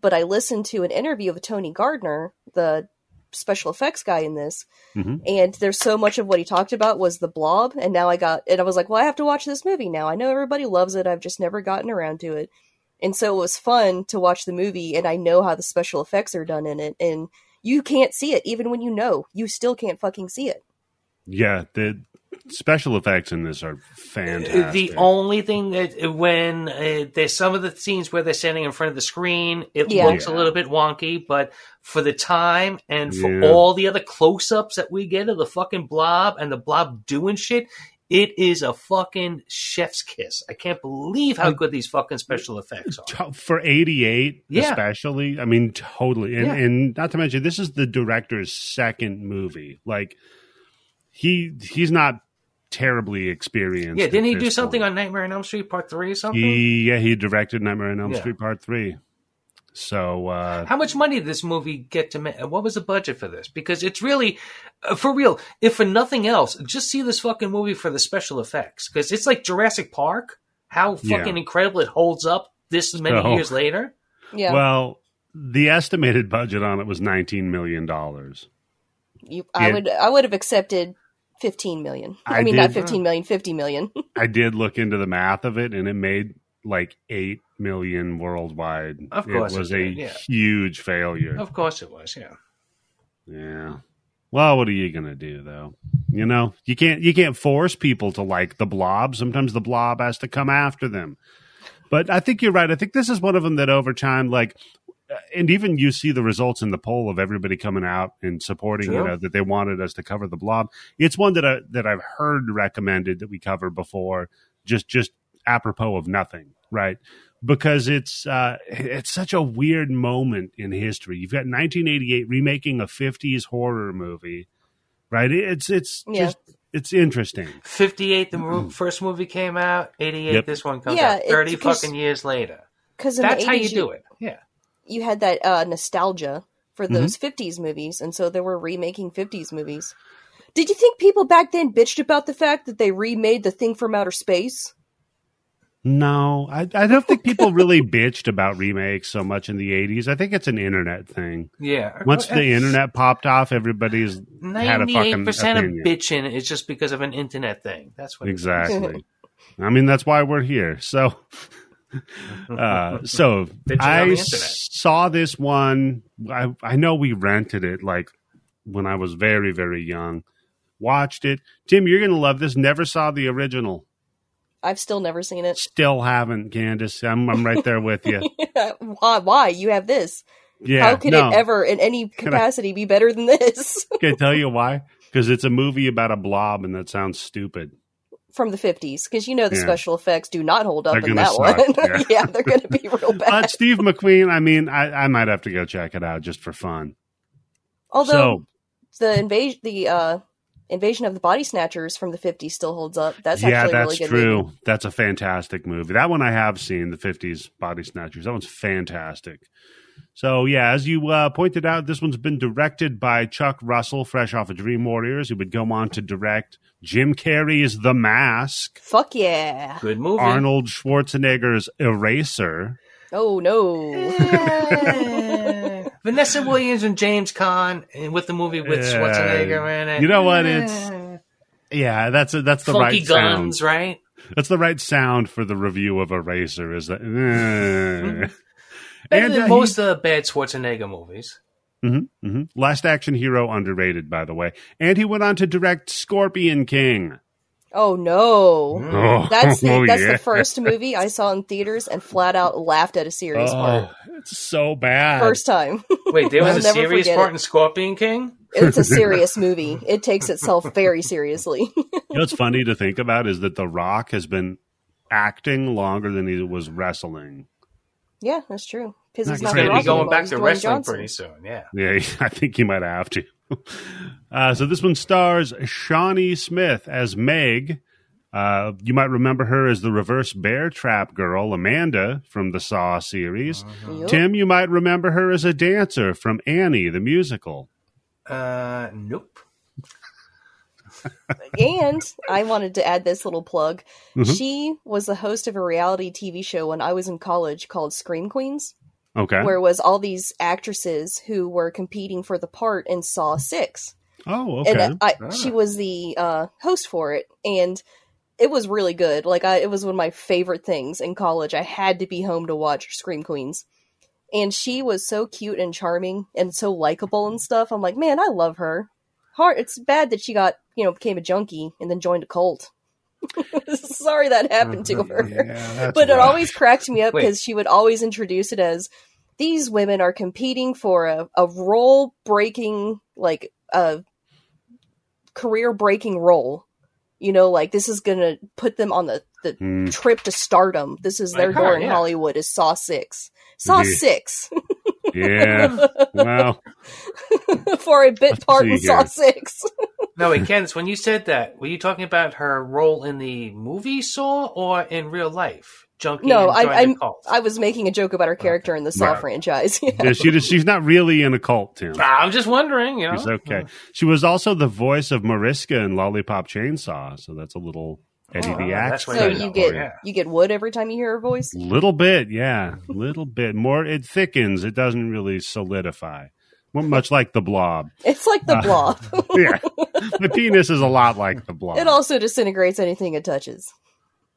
Speaker 3: But I listened to an interview of Tony Gardner, the special effects guy in this,
Speaker 1: Mhm.
Speaker 3: and there's so much of what he talked about was the blob, and now I got and I was like, well, I have to watch this movie now. I know everybody loves it. I've just never gotten around to it. And so it was fun to watch the movie and I know how the special effects are done in it and you can't see it even when you know. You still can't fucking see it.
Speaker 1: Yeah, the special effects in this are fantastic.
Speaker 2: The only thing that when uh, there's some of the scenes where they're standing in front of the screen, it
Speaker 3: Yeah.
Speaker 2: looks a
Speaker 1: Yeah.
Speaker 2: little bit wonky, but for the time and for
Speaker 1: Yeah.
Speaker 2: all the other close ups that we get of the fucking blob and the blob doing shit, it is a fucking chef's kiss. I can't believe how good these fucking special effects are.
Speaker 1: To- for 88
Speaker 2: Yeah.
Speaker 1: especially i mean totally and,
Speaker 2: Yeah.
Speaker 1: and not to mention this is the director's second movie like he he's not terribly experienced
Speaker 2: Yeah,
Speaker 1: at
Speaker 2: didn't he
Speaker 1: this
Speaker 2: do something
Speaker 1: point.
Speaker 2: on Nightmare on Elm Street Part 3 or something?
Speaker 1: he yeah he directed nightmare on elm
Speaker 2: Yeah.
Speaker 1: street part three so uh
Speaker 2: How much money did this movie get to make? What was the budget for this? Because it's really, uh, for real, if for nothing else, just see this fucking movie for the special effects. Because it's like Jurassic Park, how
Speaker 1: Yeah.
Speaker 2: fucking incredible it holds up this many
Speaker 1: So-
Speaker 2: years later.
Speaker 3: Yeah.
Speaker 1: well the estimated budget on it was 19 million dollars
Speaker 3: you, I
Speaker 1: and-
Speaker 3: would I would have accepted 15 million. I,
Speaker 1: I
Speaker 3: mean not
Speaker 1: did-
Speaker 3: 15 million, 50 million.
Speaker 1: i did look into the math of it and it made like 8 million worldwide
Speaker 2: Of course
Speaker 1: it
Speaker 2: it
Speaker 1: was a
Speaker 2: did, yeah.
Speaker 1: huge failure
Speaker 2: Of course it was, yeah.
Speaker 1: Yeah. Well, what are you gonna do though? You know, you can't you can't force people to like the blob. Sometimes the blob has to come after them. But I think you're right. I think this is one of them that over time, like, uh, and even you see the results in the poll of everybody coming out and supporting, you
Speaker 2: Sure.
Speaker 1: know, that they wanted us to cover the blob. It's one that I that I've heard recommended that we cover before, just just apropos of nothing, right? because it's uh, it's such a weird moment in history. You've got 1988 remaking a 50s horror movie, right? It's it's
Speaker 3: Yeah.
Speaker 1: just it's interesting.
Speaker 2: 58, the mo- first movie came out. 88,
Speaker 1: Mm-hmm. Yep.
Speaker 2: this one comes
Speaker 3: Yeah,
Speaker 2: out.
Speaker 3: it's
Speaker 2: 30
Speaker 3: because-
Speaker 2: fucking years later.
Speaker 3: Cuz in
Speaker 2: That's
Speaker 3: the
Speaker 2: how
Speaker 3: 80s
Speaker 2: you do it. Yeah.
Speaker 3: you had that uh, nostalgia for
Speaker 1: Mm-hmm.
Speaker 3: those 50s movies, and so they were remaking 50s movies. Did you think people back then bitched about the fact that they remade The Thing from Outer Space?
Speaker 1: No, I, I don't think people really [laughs] bitched about remakes so much in the 80s. I think it's an internet thing.
Speaker 2: Yeah. [laughs]
Speaker 1: Once the internet popped off, everybody's had a fucking
Speaker 2: 98% of
Speaker 1: opinion.
Speaker 2: bitching is just because of an internet thing. That's what it is.
Speaker 1: exactly. I mean, that's why we're here. So [laughs] uh, so
Speaker 2: Bitching on
Speaker 1: I
Speaker 2: the internet.
Speaker 1: saw this one. I, I know we rented it like when I was very, very young. Watched it. Tim, you're going to love this. Never saw the original.
Speaker 3: I've still never seen it. [laughs]
Speaker 1: Still haven't, Candace. I'm, I'm right there with you.
Speaker 3: why? Why you have this?
Speaker 1: Yeah.
Speaker 3: How could
Speaker 1: no,
Speaker 3: it ever, in
Speaker 1: [laughs]
Speaker 3: any
Speaker 1: I-
Speaker 3: capacity, be better than this [laughs]
Speaker 1: Can I tell you why? Because it's a movie about a blob, and that sounds stupid.
Speaker 3: from the fifties? Because you know the
Speaker 1: Yeah.
Speaker 3: special effects do not hold up
Speaker 1: They're
Speaker 3: in
Speaker 1: gonna
Speaker 3: that
Speaker 1: suck,
Speaker 3: one.
Speaker 1: yeah.
Speaker 3: [laughs] yeah. they're going to be real
Speaker 1: [laughs]
Speaker 3: bad.
Speaker 1: But
Speaker 3: [laughs]
Speaker 1: Steve McQueen, I mean, I, I might have to go check it out just for fun.
Speaker 3: Although
Speaker 1: so,
Speaker 3: the invasion, the uh, invasion of the body snatchers from the fifties still holds up. That's
Speaker 1: yeah,
Speaker 3: actually a
Speaker 1: that's
Speaker 3: really good
Speaker 1: true.
Speaker 3: movie.
Speaker 1: That's a fantastic movie. That one I have seen, the '50s Body Snatchers. That one's fantastic. So yeah, as you uh, pointed out, this one's been directed by Chuck Russell, fresh off of Dream Warriors, who would go on to direct Jim Carrey's The Mask,
Speaker 3: Fuck yeah!
Speaker 2: Good movie.
Speaker 1: Arnold Schwarzenegger's Eraser.
Speaker 3: Oh no.
Speaker 2: [laughs] Vanessa Williams and James Caan and with the movie with
Speaker 1: Yeah.
Speaker 2: Schwarzenegger in it.
Speaker 1: You know what? It's yeah, that's a, that's the
Speaker 2: Funky
Speaker 1: right
Speaker 2: Guns,
Speaker 1: sound.
Speaker 2: right?
Speaker 1: That's the right sound for the review of Eraser. Is
Speaker 3: [laughs]
Speaker 1: that? eh.
Speaker 2: Better
Speaker 1: And,
Speaker 2: than
Speaker 1: uh, he-
Speaker 2: most of the bad Schwarzenegger movies.
Speaker 3: [laughs]
Speaker 1: hmm hmm Last Action Hero underrated, by the way. And he went on to direct Scorpion King.
Speaker 3: Oh
Speaker 2: [laughs]
Speaker 3: no.
Speaker 1: [laughs] Oh,
Speaker 3: That's the,
Speaker 1: oh,
Speaker 3: that's
Speaker 1: yeah.
Speaker 3: the first movie I saw in theaters and flat out laughed at a serious part.
Speaker 1: Oh, it's so bad.
Speaker 3: First time. [laughs]
Speaker 2: Wait, there was
Speaker 3: I'll
Speaker 2: a
Speaker 3: never
Speaker 2: serious
Speaker 3: forget
Speaker 2: part
Speaker 3: it.
Speaker 2: in Scorpion King?
Speaker 3: It's a serious movie. It takes itself very seriously. [laughs]
Speaker 1: You know what's funny to think about is that The Rock has been acting longer than he was wrestling.
Speaker 3: yeah, that's true. Because
Speaker 1: Not
Speaker 3: he's
Speaker 2: He's
Speaker 3: not
Speaker 1: Crazy.
Speaker 2: going to be
Speaker 3: the Rock
Speaker 2: going
Speaker 3: anymore,
Speaker 2: back
Speaker 3: he's
Speaker 2: to
Speaker 3: Dwayne
Speaker 2: wrestling
Speaker 3: Johnson.
Speaker 2: pretty soon,
Speaker 3: [laughs]
Speaker 2: yeah.
Speaker 1: Yeah, [laughs] I think he might have to. [laughs] Uh, so this one stars Shawnee Smith as Meg. Uh, you might remember her as the reverse bear trap girl, Amanda from the Saw series.
Speaker 3: Yup.
Speaker 1: Tim, you might remember her as a dancer from Annie, the musical.
Speaker 2: Uh, nope.
Speaker 3: and I wanted to add this little plug.
Speaker 2: Mm-hmm.
Speaker 1: Mhm.
Speaker 3: She was the host of a reality TV show when I was in college called Scream Queens,
Speaker 1: Okay.
Speaker 3: where it was all these actresses who were competing for the part in Saw 6.
Speaker 1: oh, okay.
Speaker 3: And I,
Speaker 2: Ah.
Speaker 3: she was the uh, host for it, and it was really good. Like I, it was one of my favorite things in college. I had to be home to watch Scream Queens, and she was so cute and charming and so likable and stuff. I'm like, man, I love her. Hard. It's bad that she got you know became a junkie and then joined a cult. [laughs] Sorry that happened to her
Speaker 1: Oh, Uh-huh. Yeah,
Speaker 3: but it
Speaker 1: that's-
Speaker 3: always cracked me up
Speaker 2: Wait.
Speaker 3: because she would always introduce it as these women are competing for a, a role breaking like a career breaking role you know like this is gonna put them on the, the
Speaker 1: Hmm.
Speaker 3: trip to stardom this is their
Speaker 2: Like her,
Speaker 3: door in
Speaker 2: Mm. yeah.
Speaker 3: hollywood is saw six saw
Speaker 1: Yeah.
Speaker 3: six [laughs]
Speaker 1: yeah. Wow.
Speaker 3: for a
Speaker 2: [laughs]
Speaker 3: bit
Speaker 1: Let's
Speaker 3: part
Speaker 1: see
Speaker 3: in
Speaker 1: here.
Speaker 3: saw six
Speaker 2: No, wait, Candace, when you said that, were you talking about her role in the movie Saw or in real life? Junkie
Speaker 3: No,
Speaker 2: and
Speaker 3: I-
Speaker 2: joined
Speaker 3: I'm-
Speaker 2: the cult.
Speaker 3: i was making a joke about her character in the saw
Speaker 1: Right.
Speaker 3: franchise [laughs]
Speaker 2: [laughs]
Speaker 3: yeah.
Speaker 1: Yeah, she, she's not really in a cult, Tim.
Speaker 2: I'm just wondering, you know.
Speaker 1: She's okay. She was also the voice of Mariska in Lollipop Chainsaw, so that's a little Eddie
Speaker 2: Oh,
Speaker 1: the Axe.
Speaker 2: that's why
Speaker 3: so
Speaker 2: Yeah.
Speaker 3: you get
Speaker 2: Yeah.
Speaker 3: you get wood every time you hear her voice
Speaker 1: little bit, yeah, little bit more. It thickens. It doesn't really solidify. Well, Much like the blob. [laughs]
Speaker 3: it's like the
Speaker 2: [laughs]
Speaker 1: Uh,
Speaker 3: blob
Speaker 1: Yeah, the penis is a lot like the blob.
Speaker 3: It also disintegrates anything it touches.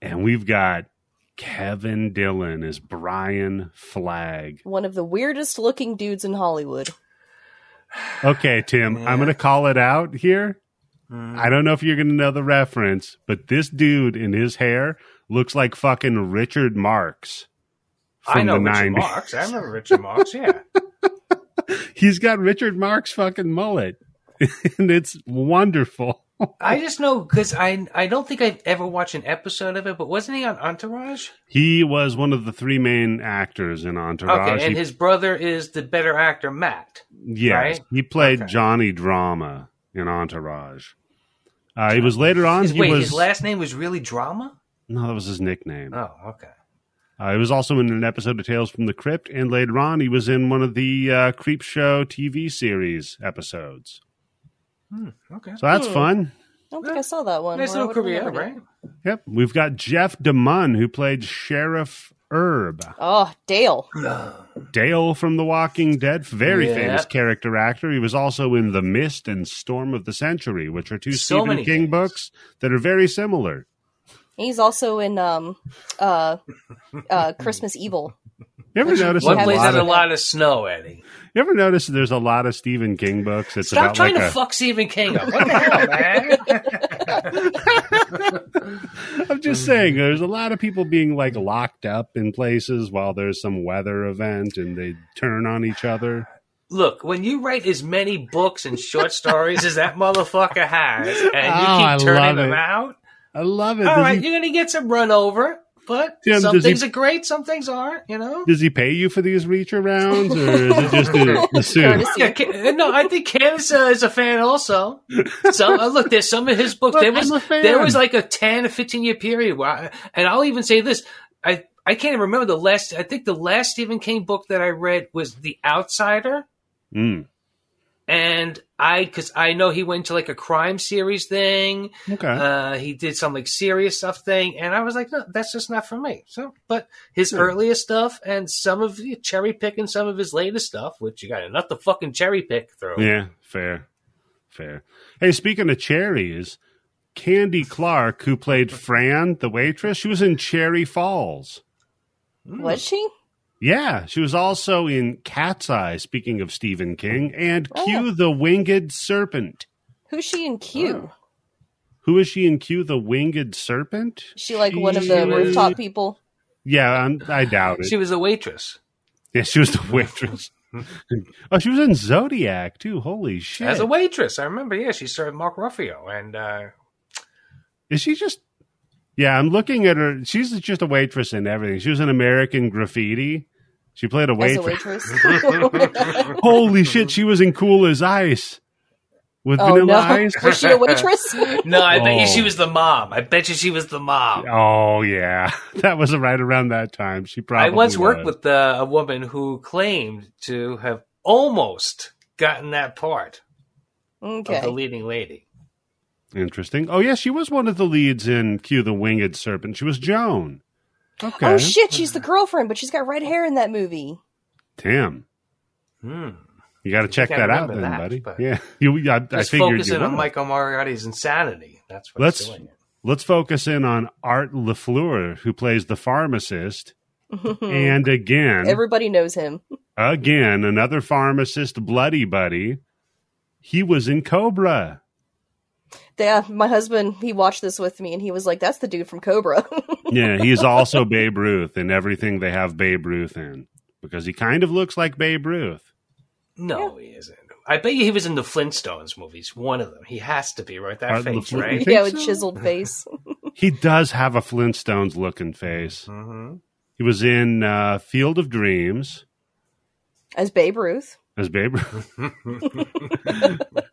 Speaker 1: and we've got Kevin Dillon as Brian Flagg.
Speaker 3: One of the weirdest looking dudes in Hollywood.
Speaker 1: Okay, Tim,
Speaker 2: Yeah.
Speaker 1: I'm going to call it out here.
Speaker 2: Mm.
Speaker 1: I don't know if you're going to know the reference, but this dude in his hair looks like fucking Richard Marx from
Speaker 2: I know
Speaker 1: the
Speaker 2: Richard
Speaker 1: 90s.
Speaker 2: Marx. I remember Richard Marx. Yeah,
Speaker 1: He's got Richard Marx fucking mullet, [laughs] and it's wonderful.
Speaker 2: [laughs] I just know because I I don't think I've ever watched an episode of it. But wasn't he on Entourage?
Speaker 1: He was one of the three main actors in Entourage.
Speaker 2: Okay, and
Speaker 1: He-
Speaker 2: his brother is the better actor, Matt.
Speaker 1: yes,
Speaker 2: right?
Speaker 1: he played
Speaker 2: Okay.
Speaker 1: Johnny Drama in Entourage. Uh, he was later on.
Speaker 2: His-
Speaker 1: he
Speaker 2: wait,
Speaker 1: was
Speaker 2: his last name was really Drama.
Speaker 1: no, that was his nickname.
Speaker 2: Oh, okay.
Speaker 1: Uh, he was also in an episode of Tales from the Crypt, and later on, he was in one of the uh, Creep Show TV series episodes.
Speaker 2: Hmm, okay.
Speaker 1: So that's
Speaker 3: Hmm.
Speaker 1: fun.
Speaker 3: I don't think I saw that one.
Speaker 2: Nice
Speaker 3: or I
Speaker 2: little
Speaker 3: would've
Speaker 2: career,
Speaker 3: remembered it.
Speaker 2: right?
Speaker 1: Yep, we've got Jeff DeMunn who played Sheriff Herb,
Speaker 3: Oh, Dale.
Speaker 1: Dale from The Walking Dead, very
Speaker 2: Yeah.
Speaker 1: famous character actor. He was also in The Mist and Storm of the Century, which are two
Speaker 2: So
Speaker 1: Stephen
Speaker 2: many
Speaker 1: King
Speaker 2: things.
Speaker 1: books that are very similar.
Speaker 3: He's also in um uh
Speaker 2: [laughs]
Speaker 3: uh Christmas Evil.
Speaker 1: You ever
Speaker 3: Which-
Speaker 1: notice a
Speaker 2: One
Speaker 3: have
Speaker 2: place
Speaker 1: lot
Speaker 2: has a
Speaker 1: of,
Speaker 2: lot of snow, Eddie.
Speaker 1: You ever notice there's a lot of Stephen King books? It's
Speaker 2: Stop
Speaker 1: about
Speaker 2: trying
Speaker 1: like
Speaker 2: to
Speaker 1: a
Speaker 2: fuck Stephen King up. What the hell, man? [laughs]
Speaker 1: I'm just saying, there's a lot of people being like locked up in places while there's some weather event and they turn on each other.
Speaker 2: Look, when you write as many books and short stories as that motherfucker has, and
Speaker 1: Oh,
Speaker 2: you
Speaker 1: I
Speaker 2: keep
Speaker 1: love
Speaker 2: turning them
Speaker 1: it.
Speaker 2: out,
Speaker 1: I love it.
Speaker 2: [laughs] all
Speaker 1: does,
Speaker 2: right,
Speaker 1: he,
Speaker 2: you're gonna get some run over. But
Speaker 1: Tim,
Speaker 2: some
Speaker 1: does he-
Speaker 2: things are great, some things aren't. You know.
Speaker 1: does he pay you for these reach arounds or is it just a, [laughs] a suit?
Speaker 3: Courtesy.
Speaker 2: Yeah, Ca- uh, no, I think Candace uh, is a fan also. So uh, look, there's some of his books.
Speaker 1: Look,
Speaker 2: there was
Speaker 1: I'm a fan.
Speaker 2: there was like a 10 or 15 year period where, I, and I'll even say this, I I can't even remember the last. I think the last Stephen King book that I read was The Outsider,
Speaker 1: Mm,
Speaker 2: and I because I know he went to like a crime series thing.
Speaker 1: okay.
Speaker 2: Uh, he did some like serious stuff thing, and I was like, no, that's just not for me. So, but his earlier stuff and some of the cherry picking some of his latest stuff, which you got to not the fucking cherry pick through.
Speaker 1: yeah, fair. Fair. Hey, speaking of cherries, Candy Clark, who played Fran, the waitress, she was in Cherry Falls.
Speaker 2: Mm.
Speaker 3: Was she?
Speaker 1: Yeah, she was also in Cat's Eye, speaking of Stephen King, and
Speaker 3: Oh.
Speaker 1: Q the Winged Serpent.
Speaker 3: Who's she in Q?
Speaker 2: Oh.
Speaker 1: Who is she in Q the Winged Serpent?
Speaker 3: Is she like one of the
Speaker 1: She was-
Speaker 3: rooftop people?
Speaker 1: Yeah, I'm, I doubt it.
Speaker 2: She was a waitress.
Speaker 1: yeah, she was the waitress. oh, she was in Zodiac, too. Holy shit.
Speaker 2: As a waitress, I remember. Yeah, she served Mark Ruffio, and uh, [laughs]
Speaker 1: is she just. Yeah, I'm looking at her. She's just a waitress in everything. She was in American Graffiti. She played a
Speaker 3: As a
Speaker 1: waitress.
Speaker 3: waitress?
Speaker 1: [laughs]
Speaker 3: [laughs]
Speaker 1: Holy shit, she was in Cool as Ice with
Speaker 3: oh
Speaker 1: Vanilla
Speaker 3: no.
Speaker 1: Ice.
Speaker 3: Was she a waitress?
Speaker 2: no, I bet you
Speaker 1: Oh.
Speaker 2: she was the mom. I bet you she was the mom.
Speaker 1: Oh yeah, [laughs] that was right around that time. She probably.
Speaker 2: I once worked
Speaker 1: was.
Speaker 2: with uh, a woman who claimed to have almost gotten that part of the
Speaker 3: okay.
Speaker 2: leading lady.
Speaker 1: Interesting. Oh yeah, she was one of the leads in Cue the Winged Serpent. She was Joan. Okay.
Speaker 3: Oh shit, she's the girlfriend, but she's got red hair in that movie.
Speaker 1: Damn.
Speaker 2: Hmm.
Speaker 1: You got to check
Speaker 2: think I
Speaker 1: that out,
Speaker 2: remember
Speaker 1: then,
Speaker 2: that,
Speaker 1: buddy.
Speaker 2: but-
Speaker 1: Yeah, [laughs] you. I, I
Speaker 2: Just
Speaker 1: figured
Speaker 2: focusing
Speaker 1: you
Speaker 2: on
Speaker 1: would.
Speaker 2: Michael Moriarty's insanity. That's what's
Speaker 1: Let's-
Speaker 2: doing it.
Speaker 1: Let's focus in on Art Lafleur, who plays the pharmacist,
Speaker 2: Hmm.
Speaker 1: and again,
Speaker 3: [laughs] Everybody knows him.
Speaker 1: again, another pharmacist, bloody buddy. He was in Cobra.
Speaker 3: Yeah, uh, my husband, he watched this with me and he was like, that's the dude from Cobra. [laughs]
Speaker 1: Yeah, he is also Babe Ruth in everything they have Babe Ruth in because he kind of looks like Babe Ruth.
Speaker 2: No, he isn't. I bet you he was in the Flintstones movies. One of them. He has to be, right? That
Speaker 1: Art
Speaker 2: face,
Speaker 1: LaFleur. [laughs]
Speaker 2: right?
Speaker 1: think
Speaker 3: yeah, with
Speaker 1: so?
Speaker 3: chiseled face.
Speaker 1: He does have a Flintstones looking face.
Speaker 2: hmm
Speaker 1: He was in uh, Field of Dreams
Speaker 3: As Babe Ruth.
Speaker 1: as Babe.
Speaker 2: Mm-hmm.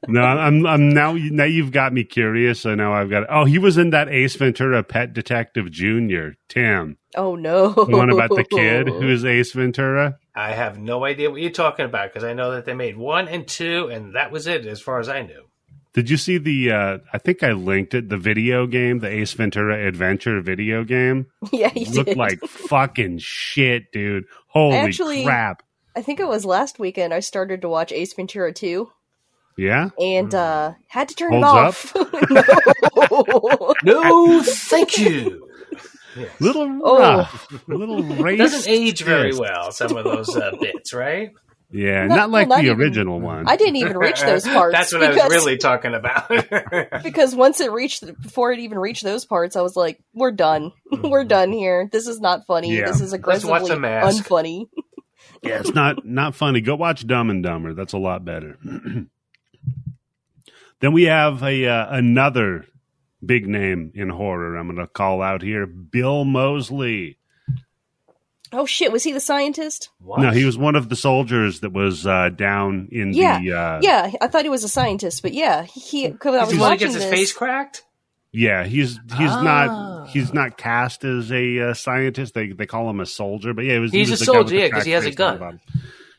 Speaker 1: no, I'm, I'm [laughs] now. Now you've got me curious. I know I've got. Oh, he was in that Ace Ventura Pet Detective Junior. Tim,
Speaker 3: Oh no.
Speaker 1: the one about the
Speaker 3: [laughs]
Speaker 1: kid who is Ace Ventura.
Speaker 2: [laughs] I have no idea what you're talking about because I know that they made one and two, and that was it as far as I knew.
Speaker 1: Did you see the? Uh, I think I linked it. The video game, the Ace Ventura Adventure video game,
Speaker 3: Yeah, he
Speaker 1: looked
Speaker 3: did. [laughs]
Speaker 1: like fucking shit, dude. Holy
Speaker 3: Actually-
Speaker 1: crap!
Speaker 3: I think it was last weekend I started to watch Ace Ventura 2
Speaker 1: Yeah,
Speaker 3: and uh had to turn
Speaker 1: Hmm. Holds
Speaker 3: [laughs] it off.
Speaker 2: No, thank you. Yes.
Speaker 1: little
Speaker 3: Oh.
Speaker 1: rough,
Speaker 3: [laughs]
Speaker 1: little race.
Speaker 2: doesn't age very well. Some of those
Speaker 1: [laughs]
Speaker 2: uh, bits, right?
Speaker 1: Yeah,
Speaker 3: No,
Speaker 1: not like
Speaker 3: well, not
Speaker 1: the
Speaker 3: even-
Speaker 1: original one.
Speaker 3: [laughs] I didn't even reach those
Speaker 2: [laughs]
Speaker 3: parts.
Speaker 2: That's what I was
Speaker 3: because-
Speaker 2: really talking about.
Speaker 3: [laughs]
Speaker 2: [laughs]
Speaker 3: because once it reached before it even reached those parts, I was like, "We're done. [laughs] We're done here. This is not funny.
Speaker 1: Hmm. Yeah.
Speaker 3: This is
Speaker 2: Let's
Speaker 3: aggressively
Speaker 2: watch The Mask.
Speaker 3: unfunny." [laughs]
Speaker 1: yeah, it's not not funny. Go watch Dumb and Dumber. That's a lot better. [clears throat] then we have a uh, another big name in horror. I'm going to call out here, Bill Mosley.
Speaker 3: Oh shit! Was he the scientist?
Speaker 2: What?
Speaker 1: No, he was one of the soldiers that was uh, down in the uh,
Speaker 3: yeah, I thought he was a scientist, but yeah, he. Because I
Speaker 2: He's
Speaker 3: was
Speaker 2: the one who
Speaker 3: watching
Speaker 2: gets his
Speaker 3: this.
Speaker 2: face cracked.
Speaker 1: yeah. He's he's
Speaker 2: Ah.
Speaker 1: not he's not cast as a uh, scientist. They they call him a soldier, but yeah, he was, he
Speaker 2: He's
Speaker 1: was
Speaker 2: a
Speaker 1: the guy with
Speaker 2: soldier,
Speaker 1: the
Speaker 2: yeah, 'cause he
Speaker 1: cracked
Speaker 2: has a
Speaker 1: face on the
Speaker 2: gun.
Speaker 1: bottom.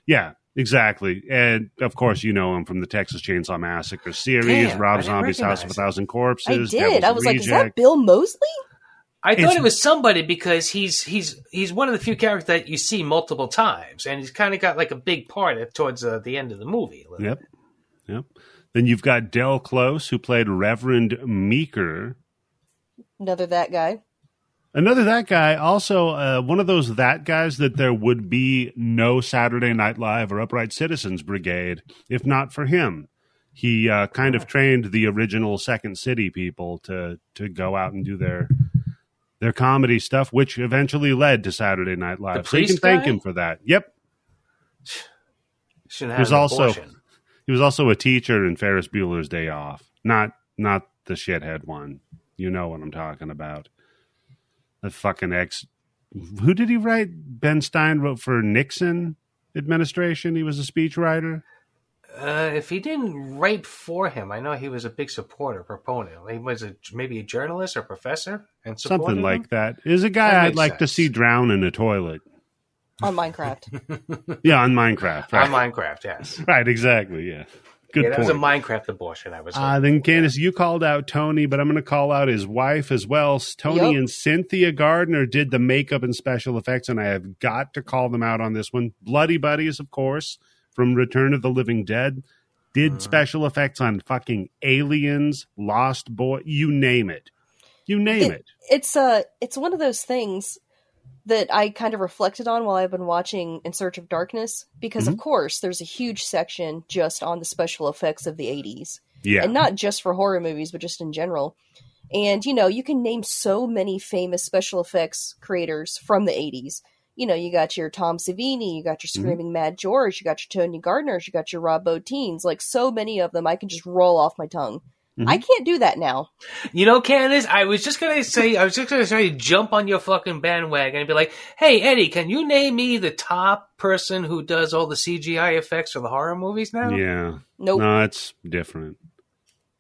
Speaker 1: Yeah, exactly. And of course, you know him from the Texas Chainsaw Massacre series,
Speaker 2: Damn, I
Speaker 1: Rob
Speaker 2: didn't
Speaker 1: Zombie's House of a
Speaker 2: recognize
Speaker 1: Thousand
Speaker 3: I
Speaker 1: Corpses.
Speaker 3: did. I
Speaker 1: Devil's
Speaker 3: was like, "Is that
Speaker 1: Reject.
Speaker 3: Bill Mosley?"
Speaker 2: I thought
Speaker 1: It's-
Speaker 2: it was somebody because he's he's he's one of the few characters that you see multiple times, and he's kind of got like a big part at, towards uh, the end of the movie.
Speaker 1: Yep. Yep. Then you've got Del Close, who played Reverend Meeker.
Speaker 3: Another that guy.
Speaker 1: Another that guy, also uh, one of those that guys that there would be no Saturday Night Live or Upright Citizens Brigade if not for him. He uh, kind of trained the original Second City people to to go out and do their their comedy stuff, which eventually led to Saturday Night Live. So you can
Speaker 2: priest
Speaker 1: thank
Speaker 2: guy?
Speaker 1: him for that. Yep,
Speaker 2: Shouldn't have
Speaker 1: There's
Speaker 2: an
Speaker 1: also-
Speaker 2: abortion.
Speaker 1: he was also a teacher in Ferris Bueller's Day Off. Not not the shithead one. You know what I'm talking about. The fucking ex. Who did he write? Ben Stein wrote for Nixon administration. He was a speechwriter.
Speaker 2: Uh, if he didn't write for him, I know he was a big supporter, proponent. He was a, maybe a journalist or professor, and supported
Speaker 1: Something
Speaker 2: him.
Speaker 1: like that. Is a
Speaker 2: That
Speaker 1: guy I'd
Speaker 2: makes
Speaker 1: like to
Speaker 2: sense.
Speaker 1: see drown in a toilet.
Speaker 3: On Minecraft,
Speaker 1: Yeah, on Minecraft. Right,
Speaker 2: on Uh, Minecraft. Yes,
Speaker 1: [laughs] right exactly. Yeah. Good
Speaker 2: yeah, that
Speaker 1: point.
Speaker 2: was a Minecraft abortion. I was.
Speaker 1: Uh,
Speaker 2: hoping
Speaker 1: then
Speaker 2: for.
Speaker 1: Candace, you called out Tony, but I'm going to call out his wife as well. S- Tony
Speaker 3: Yep.
Speaker 1: and Cynthia Gardner did the makeup and special effects, and I have got to call them out on this one. Bloody Buddies, of course, from Return of the Living Dead, did
Speaker 3: Mm.
Speaker 1: special effects on fucking Aliens, Lost Boy, you name it. You name it.
Speaker 3: it's uh, it's one of those things that I kind of reflected on while I've been watching In Search of Darkness, because of course there's a huge section just on the special effects of the '80s.
Speaker 1: Yeah.
Speaker 3: and not just for horror movies, but just in general. And you know, you can name so many famous special effects creators from the '80s. You know, you got your Tom Savini, you got your Screaming Mad George, you got your Tony Gardner's, you got your Rob Bottin's. Like so many of them, I can just roll off my tongue.
Speaker 1: Mhm.
Speaker 3: I can't do that now.
Speaker 2: You know, Candace, I was just gonna say, I was just gonna try to jump on your fucking bandwagon and be like, "Hey, Eddie, can you name me the top person who does all the CGI effects for the horror movies now?"
Speaker 1: yeah.
Speaker 3: Nope.
Speaker 1: No, it's different.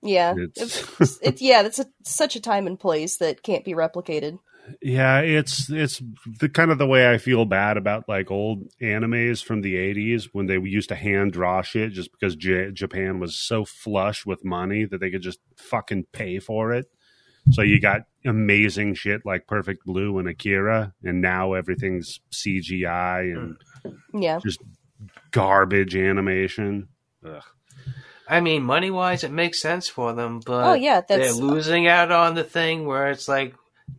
Speaker 3: yeah,
Speaker 1: It's- [laughs]
Speaker 3: it's, it's- yeah. That's a, such a time and place that can't be replicated.
Speaker 1: Yeah, it's it's the kind of the way I feel bad about like old animes from the '80s when they used to hand draw shit just because J- Japan was so flush with money that they could just fucking pay for it. So you got amazing shit like Perfect Blue and Akira, and now everything's CGI and
Speaker 3: Yeah.
Speaker 1: garbage animation. Ugh.
Speaker 2: I mean, money wise, it makes sense for them, but
Speaker 3: oh yeah, that's
Speaker 2: they're losing out on the thing where it's like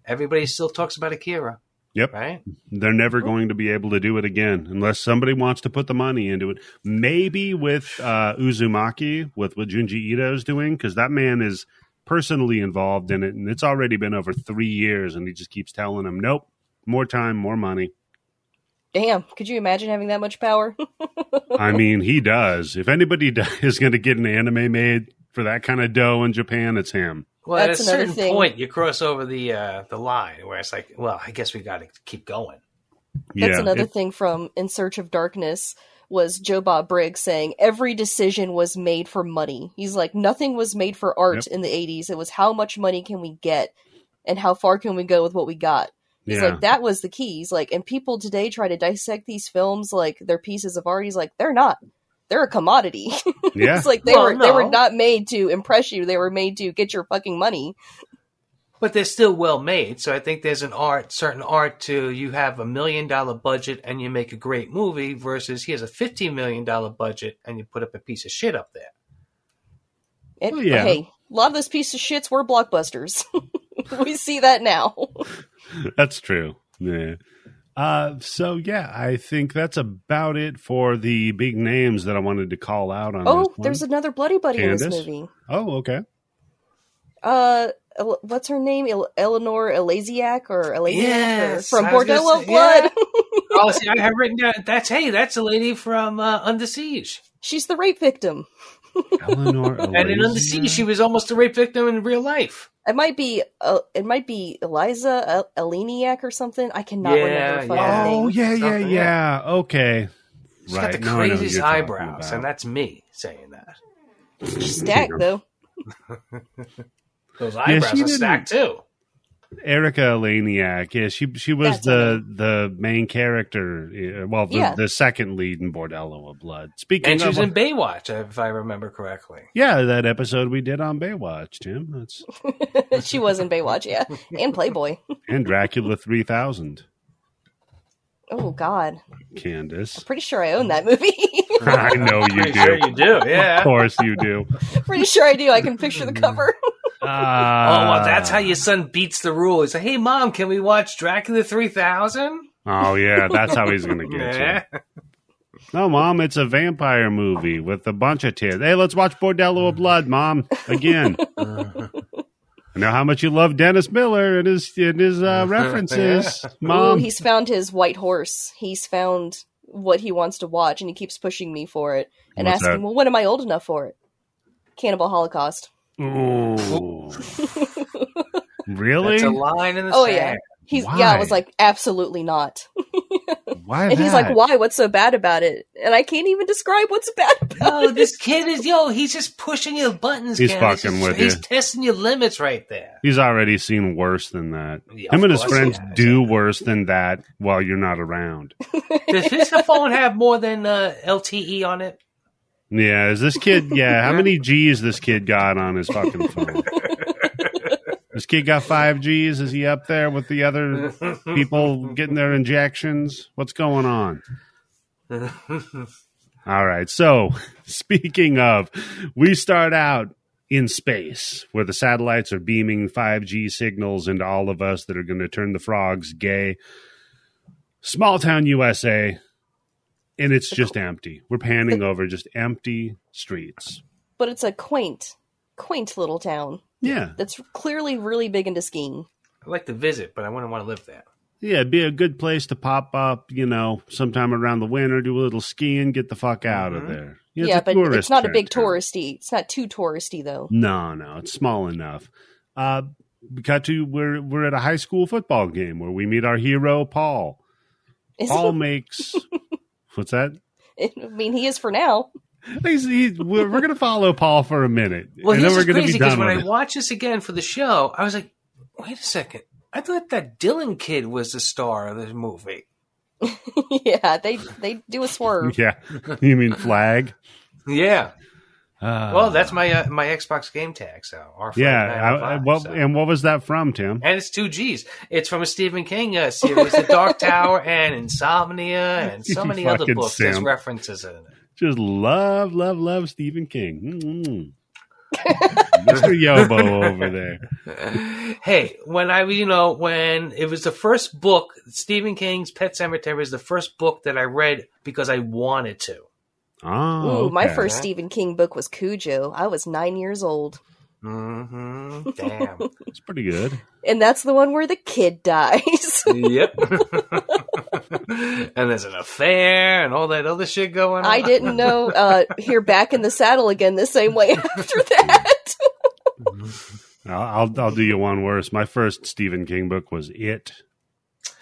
Speaker 2: everybody still talks about Akira.
Speaker 1: Yep.
Speaker 2: Right?
Speaker 1: They're never
Speaker 3: Oh.
Speaker 1: going to be able to do it again unless somebody wants to put the money into it. Maybe with uh, Uzumaki, with what Junji Ito is doing, because that man is personally involved in it, and it's already been over three years, and he just keeps telling him, "Nope, more time, more money."
Speaker 3: damn. Could you imagine having that much power? [laughs]
Speaker 1: I mean, he does. If anybody d- [laughs] is going to get an anime made for that kind of dough in Japan, it's him.
Speaker 2: Well,
Speaker 3: That's
Speaker 2: at a
Speaker 3: another
Speaker 2: certain
Speaker 3: thing.
Speaker 2: point, you cross over the uh, the line where it's like, well, I guess we got to keep going.
Speaker 3: That's
Speaker 1: yeah,
Speaker 3: another
Speaker 1: it-
Speaker 3: thing from In Search of Darkness was Joe Bob Briggs saying every decision was made for money. He's like nothing was made for art in the 80s. It was how much money can we get and how far can we go with what we got. He's
Speaker 1: yeah.
Speaker 3: like that was the key. He's like and people today try to dissect these films like they're pieces of art. He's like they're not. They're a commodity.
Speaker 1: yeah.
Speaker 3: it's like [laughs] they
Speaker 2: Well,
Speaker 3: were they were
Speaker 2: no.
Speaker 3: not made to impress you. They were made to get your fucking money.
Speaker 2: But they're still well made, so I think there's an art, certain art to you have a million dollar budget and you make a great movie versus here's a fifteen million dollar budget and you put up a piece of shit up there. Oh,
Speaker 3: It,
Speaker 1: Well, yeah.
Speaker 3: Hey, a lot of those pieces of shits were blockbusters. [laughs] we see that now.
Speaker 1: That's true. Yeah. Uh, so yeah, I think that's about it for the big names that I wanted to call out on.
Speaker 3: Oh,
Speaker 1: this one.
Speaker 3: there's another bloody buddy in
Speaker 1: Candace?
Speaker 3: this movie.
Speaker 1: oh,
Speaker 3: [laughs]
Speaker 1: okay.
Speaker 3: Uh, El- what's her name? El- Eleanor Elaziak or Elaziak
Speaker 2: Yes,
Speaker 3: from
Speaker 2: I was gonna
Speaker 3: Bordeaux of
Speaker 2: say-
Speaker 3: Blood. [laughs]
Speaker 2: oh, see, I have written down that's hey, that's the lady from uh, Under Siege.
Speaker 3: She's the rape victim.
Speaker 1: Eleanor
Speaker 2: And in Under
Speaker 1: Elysium.
Speaker 2: Siege, she was almost a rape victim in real life.
Speaker 3: It might be uh, it might be Eliza El- Eleniak or something. I cannot
Speaker 2: Yeah,
Speaker 3: remember her fucking
Speaker 2: yeah.
Speaker 1: Oh
Speaker 3: name.
Speaker 1: yeah, yeah,
Speaker 2: Something, yeah.
Speaker 1: yeah. Okay.
Speaker 2: She's got the
Speaker 1: now I know who
Speaker 2: craziest
Speaker 1: you're talking
Speaker 2: eyebrows,
Speaker 1: about.
Speaker 2: and that's me saying that. Oh,
Speaker 3: She's stacked though.
Speaker 2: Those
Speaker 1: Yeah,
Speaker 2: eyebrows
Speaker 1: she
Speaker 2: are stacked too.
Speaker 1: Erica Elaniak. Yeah, she she was
Speaker 3: That's her
Speaker 1: the the main character. uh, Well, the,
Speaker 3: Yeah.
Speaker 1: the second lead in Bordello of Blood. Speaking
Speaker 2: And she
Speaker 1: of,
Speaker 2: was in Baywatch, if I remember correctly.
Speaker 1: yeah, that episode we did on Baywatch, Tim. That's
Speaker 3: [laughs] she was in Baywatch, yeah, and Playboy. [laughs]
Speaker 1: and Dracula three thousand.
Speaker 3: Oh God,
Speaker 1: Candace.
Speaker 3: pretty sure I own that movie.
Speaker 1: [laughs]
Speaker 3: [laughs]
Speaker 1: I
Speaker 2: [laughs]
Speaker 1: know you
Speaker 2: Pretty sure
Speaker 1: do.
Speaker 2: you do, yeah.
Speaker 1: Of course you
Speaker 2: [laughs]
Speaker 1: do.
Speaker 3: pretty sure I do. I can picture the cover.
Speaker 2: oh, well, that's
Speaker 1: Uh,
Speaker 2: how your son beats the rule. He's like, hey, mom, can we watch Dracula 3000?
Speaker 1: [laughs] Oh yeah, that's how he's gonna get
Speaker 2: [laughs] Yeah.
Speaker 1: you. No, mom, it's a vampire movie with a bunch of tears. Hey, let's watch Bordello of Blood, mom,
Speaker 2: [laughs]
Speaker 1: again. Uh, I know how much you love Dennis Miller and his and his
Speaker 2: [laughs]
Speaker 1: uh, references,
Speaker 3: Ooh,
Speaker 1: [laughs] mom.
Speaker 3: he's found his white horse. He's found what he wants to watch, and he keeps pushing me for it and
Speaker 1: What's that?
Speaker 3: asking, "Well, when am I old enough for it?" Cannibal Holocaust.
Speaker 2: [laughs]
Speaker 1: Ooh.
Speaker 2: That's
Speaker 1: really?
Speaker 2: a line in the
Speaker 3: Oh,
Speaker 2: sand.
Speaker 3: He's yeah. I
Speaker 1: Why?
Speaker 3: was like, absolutely not.
Speaker 1: Why?
Speaker 3: And he's
Speaker 1: that?
Speaker 3: like, "Why? What's so bad about it?" And I can't even describe what's [laughs] bad about
Speaker 2: No,
Speaker 3: it.
Speaker 2: Oh, this kid is, yo, he's just pushing your buttons.
Speaker 1: He's
Speaker 2: Ken.
Speaker 1: fucking
Speaker 2: just-
Speaker 1: with
Speaker 2: He's
Speaker 1: you.
Speaker 2: testing your limits right there.
Speaker 1: He's already seen worse than that.
Speaker 2: Yeah,
Speaker 1: Him
Speaker 2: of
Speaker 1: and his
Speaker 2: course
Speaker 1: friends
Speaker 2: he has.
Speaker 1: do worse than that while you're not around.
Speaker 2: Does this phone have more than uh, LTE on
Speaker 1: [laughs]
Speaker 2: it?
Speaker 1: Yeah, is this kid? Yeah, how many G's this kid got on his fucking phone? this kid got five G's. Is he up there with the other people getting their injections? What's going on? All right. So, [laughs] speaking of, we start out in space where the satellites are beaming 5G signals into all of us that are going to turn the frogs gay. Small town USA. And it's just empty. We're panning over just empty streets.
Speaker 3: but it's a quaint, quaint little town
Speaker 1: Yeah.
Speaker 3: that's clearly really big into skiing.
Speaker 2: I'd like to visit, but I wouldn't want to live there.
Speaker 1: Yeah. It'd be a good place to pop up, you know, sometime around the winter, do a little skiing, get the fuck out
Speaker 2: Mhm.
Speaker 1: of there.
Speaker 3: Yeah,
Speaker 1: it's a
Speaker 3: but it's
Speaker 1: tourist
Speaker 3: not a big
Speaker 1: town.
Speaker 3: touristy. It's not too touristy though.
Speaker 1: No, no, it's small enough. Uh, we got to we're we're at a high school football game where we meet our hero Paul.
Speaker 3: [laughs] Is
Speaker 1: Paul
Speaker 3: it? [laughs]
Speaker 1: makes what's that?
Speaker 3: I mean, he is for now. [laughs]
Speaker 1: He's, he's, we're, we're gonna follow Paul for a minute,
Speaker 2: Well,
Speaker 1: and then
Speaker 2: here's
Speaker 1: we're
Speaker 2: what's
Speaker 1: gonna
Speaker 2: crazy
Speaker 1: be
Speaker 2: because
Speaker 1: done
Speaker 2: when
Speaker 1: with
Speaker 2: I
Speaker 1: it.
Speaker 2: watched this again for the show, I was like, wait a second. I thought that Dylan kid was the star of this movie. [laughs]
Speaker 3: yeah, they they do a swerve.
Speaker 1: Yeah. You mean flag?
Speaker 2: Yeah.
Speaker 1: Uh,
Speaker 2: Well, that's my uh, my Xbox game tag. So R5
Speaker 1: yeah. I, I,
Speaker 2: 905,
Speaker 1: what,
Speaker 2: so.
Speaker 1: And what was that from, Tim?
Speaker 2: and it's two G's. It's from a Stephen King uh, series, The
Speaker 1: [laughs]
Speaker 2: Dark Tower, and Insomnia, and so
Speaker 1: You
Speaker 2: many other
Speaker 1: fucking
Speaker 2: books. There's
Speaker 1: simp.
Speaker 2: references in it.
Speaker 1: Just love, love, love Stephen King. Mm-mm. [laughs] Mr. Yobo over there.
Speaker 2: hey, when I, you know, when it was the first book, Stephen King's Pet Cemetery was the first book that I read because I wanted to.
Speaker 1: [laughs] Oh,
Speaker 3: Ooh, my
Speaker 1: okay.
Speaker 3: first Stephen King book was Cujo. I was nine years old,
Speaker 1: [laughs]
Speaker 2: Mm-hmm. Damn.
Speaker 1: It's pretty good.
Speaker 3: and that's the one where the kid [laughs] dies.
Speaker 2: yep. [laughs] and there's an affair and all that other shit going on.
Speaker 3: I
Speaker 1: [laughs]
Speaker 3: didn't know. Uh, here, back in the saddle again, the same way [laughs] after
Speaker 1: [laughs]
Speaker 3: that.
Speaker 2: Mm-hmm.
Speaker 1: I'll, I'll I'll do you one worse. My first Stephen King book was It.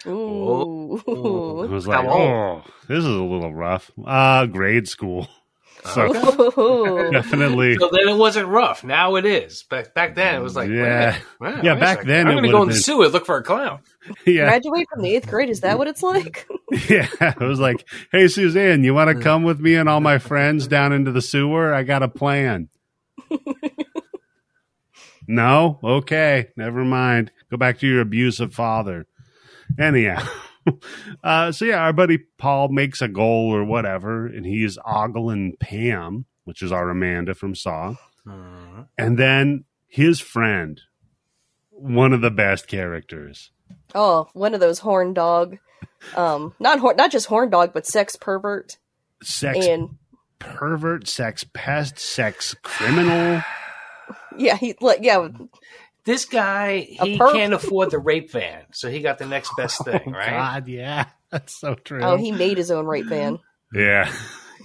Speaker 1: Oh.
Speaker 3: Ooh.
Speaker 1: I was
Speaker 2: How
Speaker 1: like, oh,
Speaker 2: old?
Speaker 1: this is a little rough. Uh grade school. [laughs] So
Speaker 3: Oh.
Speaker 1: Oh.
Speaker 3: [laughs] Ooh.
Speaker 1: definitely,
Speaker 2: So then it wasn't rough. Now it is. Back back then it was like,
Speaker 1: Yeah.
Speaker 2: yeah,
Speaker 1: Yeah, back then
Speaker 2: I'm
Speaker 1: it
Speaker 2: gonna
Speaker 1: would've
Speaker 2: go in the
Speaker 1: been-
Speaker 2: sewer look for a clown.
Speaker 1: [laughs] yeah,
Speaker 3: Graduate from the eighth grade? Is that what it's like? [laughs]
Speaker 1: [laughs] yeah. I was like, hey, Suzanne, you want to come with me and all my friends down into the sewer? I got a plan. no, okay, never mind. Go back to your abusive father. Anyhow, [laughs] uh, so yeah, our buddy Paul makes a goal or whatever, and he's ogling Pam, which is our Amanda from Saw.
Speaker 2: Mhm.
Speaker 1: and then his friend, one of the best characters.
Speaker 3: Oh, one of those horn dog, um, not horn, not just horn dog, but sex pervert
Speaker 1: Sex
Speaker 3: and
Speaker 1: pervert, sex pest, sex criminal.
Speaker 3: yeah, he like yeah,
Speaker 2: This guy,
Speaker 3: A
Speaker 2: he
Speaker 3: perv.
Speaker 2: can't afford the rape van, so he got the next best thing,
Speaker 1: Oh,
Speaker 2: [sighs] right?
Speaker 1: God, yeah. [laughs] That's so true.
Speaker 3: oh, he made his own rape van.
Speaker 1: yeah.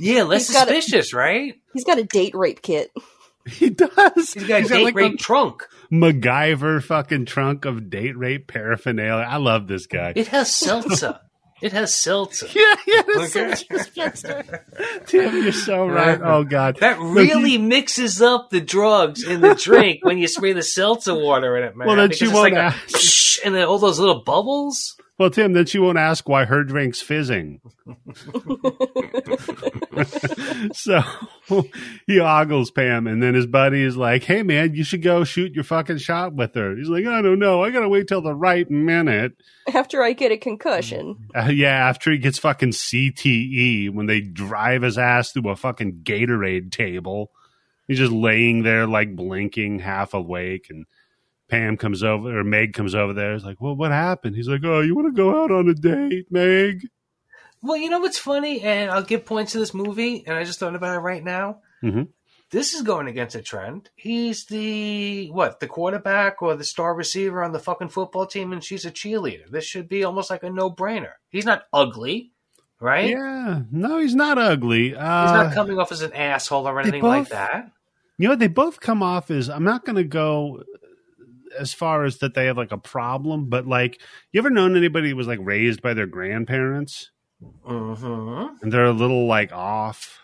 Speaker 2: Yeah, less
Speaker 3: He's got a-
Speaker 2: suspicious, right?
Speaker 3: He's got a date rape kit.
Speaker 1: [laughs] He does.
Speaker 2: He's got a date rape trunk.
Speaker 1: a MacGyver fucking trunk of date rape paraphernalia. I love this guy.
Speaker 2: It has seltzer. it has seltzer.
Speaker 1: [laughs] Yeah, yeah. that's so
Speaker 2: Okay.
Speaker 1: true. Tim, you're so right. Oh, God.
Speaker 2: That
Speaker 1: Look, he-
Speaker 2: really mixes up the drugs in the drink when you spray the seltzer water in it, man.
Speaker 1: Well, then
Speaker 2: because
Speaker 1: she
Speaker 2: it's
Speaker 1: won't
Speaker 2: like a
Speaker 1: ask.
Speaker 2: psh, and then all those little bubbles.
Speaker 1: Well, Tim, then she won't ask why her drink's fizzing. so he ogles Pam, and then his buddy is like, "Hey, man, you should go shoot your fucking shot with her." He's like, "I don't know. I gotta wait till the right minute."
Speaker 3: After I get a concussion,
Speaker 1: Uh, yeah, after he gets fucking CTE when they drive his ass through a fucking Gatorade table, he's just laying there like blinking, half awake, and Pam comes over or Meg comes over there. He's like, "Well, what happened?" He's like, "Oh, you want to go out on a date, Meg?"
Speaker 2: Well, you know what's funny, and I'll give points to this movie, and I just thought about it right now.
Speaker 1: Mhm.
Speaker 2: This is going against a trend. He's the what, the quarterback or the star receiver on the fucking football team, and she's a cheerleader. This should be almost like a no-brainer. He's not ugly, right?
Speaker 1: Yeah, no, he's not ugly. Uh,
Speaker 2: He's not coming off as an asshole or
Speaker 1: they
Speaker 2: anything like
Speaker 1: both-
Speaker 2: that.
Speaker 1: you know, they both come off as I'm not going to go as far as that they have like a problem, but like, you ever known anybody who was like raised by their grandparents
Speaker 2: hmm
Speaker 1: and they're a little like
Speaker 3: [laughs]
Speaker 1: off?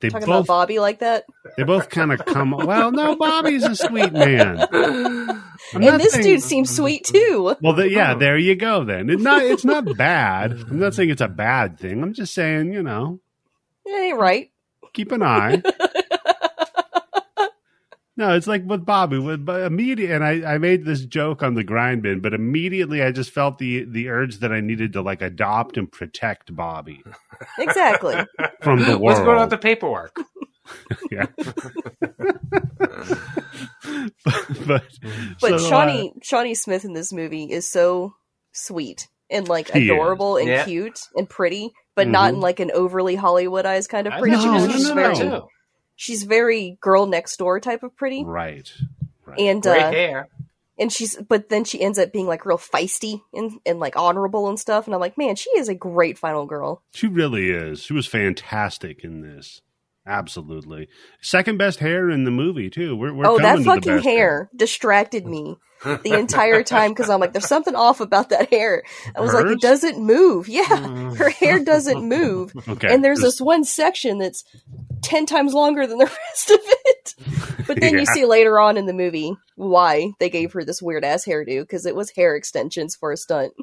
Speaker 1: They
Speaker 3: talking about
Speaker 1: both
Speaker 3: Bobby like that.
Speaker 1: they both kind of come. Well, no, Bobby's a sweet
Speaker 3: [laughs]
Speaker 1: man. I'm not
Speaker 3: and this Oh.
Speaker 1: saying-
Speaker 3: dude seems sweet too.
Speaker 1: Well, the, yeah, there you go. Then it's not it's
Speaker 3: [laughs]
Speaker 1: not bad. I'm not saying it's a bad thing. I'm just saying you know
Speaker 3: Yeah, ain't right.
Speaker 1: keep an
Speaker 3: [laughs]
Speaker 1: eye. no, it's like with Bobby with but immediate, and I, I made this joke on the grind bin, but immediately I just felt the the urge that I needed to like adopt and protect Bobby
Speaker 3: Exactly.
Speaker 1: [laughs] from the world.
Speaker 2: [laughs] What's going on with the paperwork?
Speaker 1: yeah. but [laughs] but,
Speaker 3: But
Speaker 1: so, uh,
Speaker 3: Shawnee Shawnee Smith in this movie is so sweet and like
Speaker 1: He is. Mm-hmm.
Speaker 3: adorable and
Speaker 2: Yeah.
Speaker 3: cute and pretty, but not in like an overly Hollywoodized kind of
Speaker 2: I
Speaker 3: pretty.
Speaker 2: thought
Speaker 1: No,
Speaker 2: she was
Speaker 3: she's,
Speaker 1: no,
Speaker 3: she's
Speaker 1: no,
Speaker 2: there,
Speaker 3: very
Speaker 1: no.
Speaker 2: too.
Speaker 3: she's very girl next door type of pretty.
Speaker 1: right, right.
Speaker 3: And
Speaker 2: Gray
Speaker 3: uh,
Speaker 2: hair.
Speaker 3: and she's but then she ends up being like real feisty and, and like honorable and stuff and i'm like man she is a great final girl
Speaker 1: She really is. She was fantastic in this. Absolutely, second best hair in the movie too. We're, we're
Speaker 3: oh that
Speaker 1: coming to the
Speaker 3: fucking hair,
Speaker 1: best hair.
Speaker 3: distracted me the entire time because i'm like there's something off about that hair i was like
Speaker 1: Hers?
Speaker 3: it
Speaker 2: Mm.
Speaker 3: doesn't move yeah her hair doesn't move
Speaker 1: Okay, [laughs]
Speaker 3: and there's
Speaker 1: this-
Speaker 3: this one section that's ten times longer than the [laughs] rest of it. But then you
Speaker 1: Yeah.
Speaker 3: see later on in the movie why they gave her this weird ass hairdo because it was hair extensions for
Speaker 1: [sighs]
Speaker 3: a stunt.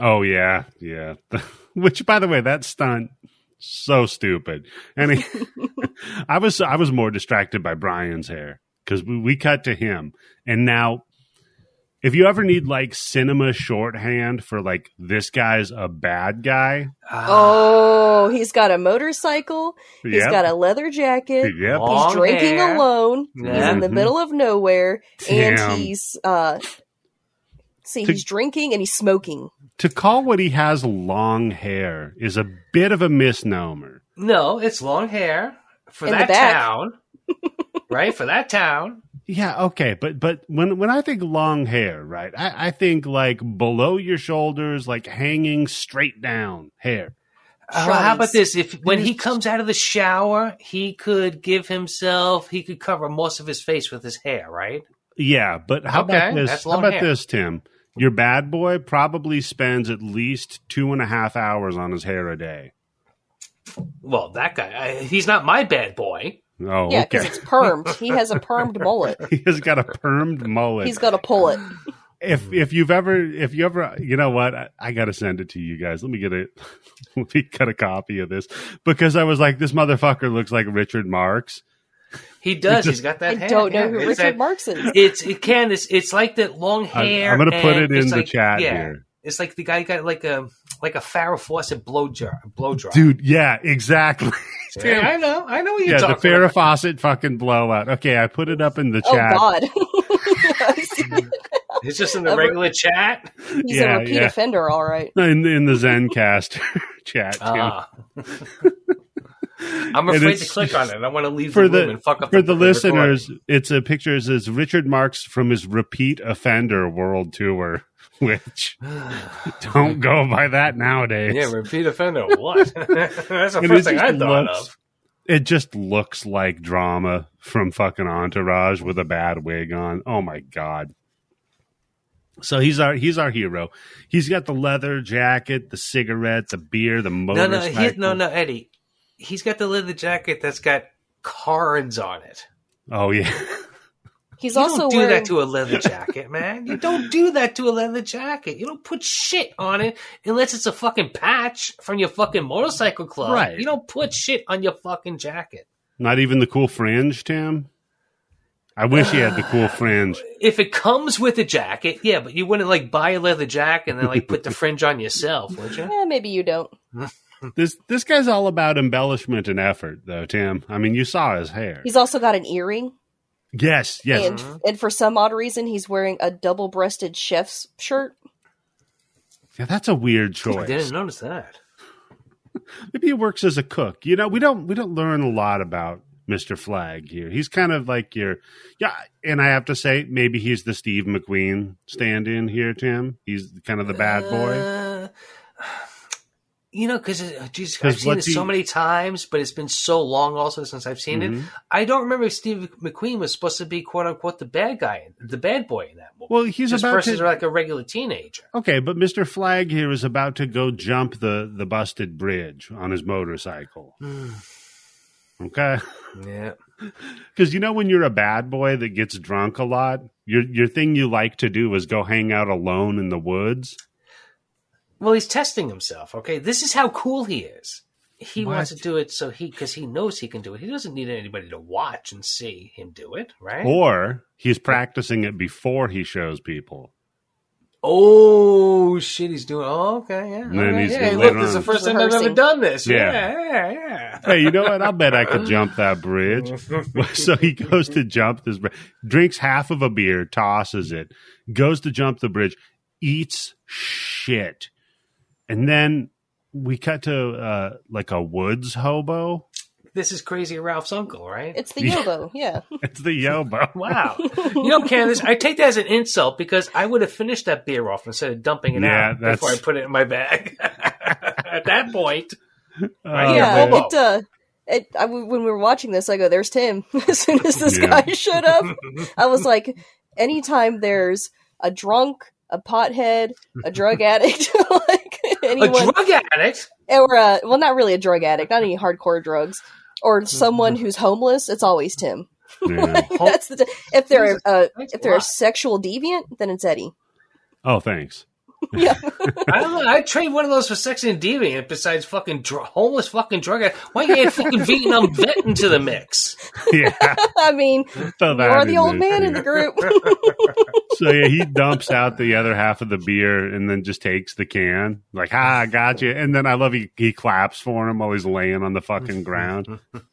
Speaker 1: Oh yeah, yeah. [laughs] Which, by the way, that stunt so stupid. And he- [laughs] I was I was more distracted by Brian's hair because we, we cut to him, and now if you ever need like cinema shorthand for like this guy's a bad guy,
Speaker 2: Ah.
Speaker 3: Oh, he's got a motorcycle. He's
Speaker 1: yep,
Speaker 3: got a leather jacket. [laughs]
Speaker 1: yep,
Speaker 2: Oh, Long
Speaker 3: he's drinking
Speaker 2: hair.
Speaker 3: alone. He's in
Speaker 2: Yeah.
Speaker 3: the middle of nowhere,
Speaker 1: Damn.
Speaker 3: and he's uh, see,
Speaker 1: To-
Speaker 3: he's drinking and he's smoking.
Speaker 1: To call what he has long hair is a bit of a misnomer.
Speaker 2: No, it's long hair for
Speaker 3: In the
Speaker 2: that
Speaker 3: back. [laughs]
Speaker 2: town, right? For that town.
Speaker 1: Yeah, okay, but but when when I think long hair, right, I, I think like below your shoulders, like hanging straight down hair.
Speaker 2: Uh, how about
Speaker 3: Shawnees.
Speaker 2: this? If when he
Speaker 1: Yes.
Speaker 2: comes out of the shower, he could give himself. He could cover most of his face with his hair, right?
Speaker 1: Yeah, but how about
Speaker 2: Okay,
Speaker 1: this?
Speaker 2: that's
Speaker 1: How
Speaker 2: long
Speaker 1: about
Speaker 2: hair.
Speaker 1: this, Tim? Your bad boy probably spends at least two and a half hours on his hair a day.
Speaker 2: Well, that guy, I, he's not my bad boy.
Speaker 1: Oh,
Speaker 3: yeah, because
Speaker 2: [laughs]
Speaker 1: okay.
Speaker 3: it's permed. He has a permed
Speaker 1: [laughs]
Speaker 3: mullet.
Speaker 1: He has got a permed mullet.
Speaker 3: He's got a pullet.
Speaker 1: if if you've ever if you ever you know what I, I gotta send it to you guys let me get it [laughs] let me get a copy of this because i was like this motherfucker looks like richard marx
Speaker 2: He does.
Speaker 1: just-
Speaker 2: he's got
Speaker 3: [laughs] I
Speaker 2: that. hair.
Speaker 3: don't know
Speaker 2: yeah.
Speaker 3: who
Speaker 2: It's
Speaker 3: Richard
Speaker 2: that-
Speaker 3: Marx is.
Speaker 2: It's it can. It's, it's like that long
Speaker 1: I,
Speaker 2: hair.
Speaker 1: am gonna put
Speaker 2: and
Speaker 1: it in
Speaker 2: it's
Speaker 1: the
Speaker 2: like-
Speaker 1: chat
Speaker 2: yeah.
Speaker 1: here
Speaker 2: It's like the guy got like a like a Farrah Fawcett blow jar, blow dry.
Speaker 1: dude yeah
Speaker 2: [laughs]
Speaker 1: exactly
Speaker 2: Yeah, I know, I know what you're
Speaker 1: yeah the
Speaker 2: talking
Speaker 1: farrah
Speaker 2: about.
Speaker 1: fawcett fucking blowout okay i put it up in the
Speaker 3: Oh
Speaker 1: chat
Speaker 3: God, I see it.
Speaker 1: [laughs]
Speaker 2: It's just in the
Speaker 3: Ever-
Speaker 2: regular chat.
Speaker 3: [laughs] he's
Speaker 1: Yeah,
Speaker 3: a repeat
Speaker 1: yeah.
Speaker 3: offender. All right.
Speaker 1: in, in the zencast [laughs] chat too.
Speaker 2: Ah. I'm
Speaker 1: And
Speaker 2: afraid to
Speaker 1: it's-
Speaker 2: click on it. I want to leave
Speaker 1: For
Speaker 2: the
Speaker 1: the-
Speaker 2: room and fuck up
Speaker 1: for the
Speaker 2: recording.
Speaker 1: listeners it's a picture it says richard marx from his repeat offender world tour [laughs] which don't go by that nowadays
Speaker 2: [sighs] yeah, repeat offender. What? [laughs] That's the
Speaker 1: And it
Speaker 2: first thing
Speaker 1: just
Speaker 2: I thought
Speaker 1: looks-
Speaker 2: of.
Speaker 1: it just looks like drama from fucking entourage with a bad wig on oh my god so he's our he's our hero he's got the leather jacket the cigarette the beer the
Speaker 2: No,
Speaker 1: motorcycle
Speaker 2: no, he, no, no, Eddie. He's got the leather jacket that's got cards on it.
Speaker 1: oh yeah [laughs]
Speaker 3: He's
Speaker 2: you
Speaker 3: also
Speaker 2: don't do
Speaker 3: wearing.
Speaker 2: that to a leather jacket, man. You don't do that to a leather jacket. You don't put shit on it unless it's a fucking patch from your fucking motorcycle club.
Speaker 1: Right.
Speaker 2: You don't put shit on your fucking jacket.
Speaker 1: not even the cool fringe tim i wish he had the
Speaker 2: [sighs]
Speaker 1: cool fringe
Speaker 2: If it comes with a jacket, yeah, but you wouldn't like buy a leather jacket and then
Speaker 1: [laughs]
Speaker 2: like put the fringe on yourself, would you?
Speaker 3: Eh, maybe you don't.
Speaker 1: this this guy's all about embellishment and effort though tim i mean you saw his hair
Speaker 3: He's also got an earring,
Speaker 1: yes yes
Speaker 2: Uh-huh.
Speaker 3: and and for some odd reason, he's wearing a double-breasted chef's shirt.
Speaker 1: yeah, that's a weird
Speaker 2: I
Speaker 1: choice
Speaker 2: didn't notice that.
Speaker 1: Maybe he works as a cook. You know, we don't we don't learn a lot about Mr. Flag here. He's kind of like your yeah, and I have to say, maybe he's the Steve McQueen stand in here, Tim. He's kind of the bad boy.
Speaker 2: Uh, you know, because Jesus,
Speaker 1: 'Cause
Speaker 2: I've seen
Speaker 1: what's
Speaker 2: this
Speaker 1: he-
Speaker 2: so many times, but it's been so long also since I've seen it.
Speaker 1: Mhm.
Speaker 2: I don't remember if Steve McQueen was supposed to be "quote unquote" the bad guy, the bad boy in that movie.
Speaker 1: Well, he's
Speaker 2: this
Speaker 1: about
Speaker 2: person's
Speaker 1: to
Speaker 2: like a regular teenager.
Speaker 1: Okay, but Mr. Flag here is about to go jump the the busted bridge on his
Speaker 2: [sighs]
Speaker 1: motorcycle. Okay? [laughs]
Speaker 2: yeah,
Speaker 1: Cuz you know when you're a bad boy that gets drunk a lot, your your thing you like to do is go hang out alone in the woods.
Speaker 2: Well, he's testing himself. Okay, this is how cool he is. He
Speaker 1: What?
Speaker 2: wants to do it so he because he knows he can do it. He doesn't need anybody to watch and see him do it, right?
Speaker 1: Or he's practicing it before he shows people.
Speaker 2: Oh shit, he's doing. Oh, okay, yeah.
Speaker 1: And then
Speaker 2: okay,
Speaker 1: he's
Speaker 2: yeah.
Speaker 1: later
Speaker 2: Look, this is
Speaker 1: on-
Speaker 2: the first time I've ever
Speaker 3: Rehearsing.
Speaker 2: done this.
Speaker 1: Yeah.
Speaker 2: Yeah, yeah,
Speaker 1: [laughs]
Speaker 2: yeah.
Speaker 1: Hey, you know what? I'll bet I could jump that bridge. [laughs]
Speaker 2: [laughs]
Speaker 1: So he goes to jump this bridge, drinks half of a beer, tosses it, goes to jump the bridge, eats shit. And then we cut to uh, like a woods hobo. [laughs]
Speaker 2: This is crazy Ralph's uncle, right?
Speaker 3: It's the
Speaker 1: Yeah.
Speaker 3: yobo, yeah. [laughs]
Speaker 1: It's the [laughs] yobo.
Speaker 2: Wow. You know, Candace, I take that as an insult because I would have finished that beer off instead of dumping it
Speaker 1: Yeah,
Speaker 2: out
Speaker 1: that's-
Speaker 2: before I put it in my bag. [laughs] At that point,
Speaker 1: Oh,
Speaker 3: yeah,
Speaker 1: man.
Speaker 2: Bobo.
Speaker 3: it. Uh, it I, when we were watching this, I go, "There's Tim." [laughs] As soon as this
Speaker 1: Yeah.
Speaker 3: guy [laughs] showed up, I was like, "Anytime there's a drunk, a pothead,
Speaker 2: [laughs]
Speaker 3: a drug addict, [laughs] like
Speaker 2: a
Speaker 3: anyone, uh,
Speaker 2: drug addict.
Speaker 3: or a, well, not really a drug addict, not any hardcore drugs,
Speaker 2: Mm-hmm.
Speaker 3: or someone who's homeless, it's always Tim.
Speaker 1: Yeah.
Speaker 3: [laughs] That's the if they're
Speaker 2: Jesus,
Speaker 3: uh,
Speaker 2: Thanks
Speaker 3: if
Speaker 2: a
Speaker 3: they're a
Speaker 2: lot.
Speaker 3: sexual deviant, then
Speaker 2: [laughs]
Speaker 3: it's Eddie. [laughs]
Speaker 1: Oh, thanks. [laughs]
Speaker 3: Yeah,
Speaker 2: I don't know. I'd trade one of those for Sex and Deviant besides fucking dr- homeless fucking drug addict. Why can't you add fucking
Speaker 3: [laughs]
Speaker 2: Vietnam vet into the mix?
Speaker 1: Yeah.
Speaker 3: I mean,
Speaker 1: Throw
Speaker 3: you
Speaker 1: that
Speaker 3: are
Speaker 1: in
Speaker 3: the old
Speaker 1: there,
Speaker 3: man in
Speaker 1: too.
Speaker 2: [laughs]
Speaker 3: the group.
Speaker 1: So yeah, he dumps out the other half of the beer and then just takes the can. Like, ah, gotcha. And then I love he he claps for him while he's laying on the fucking ground.
Speaker 3: [laughs]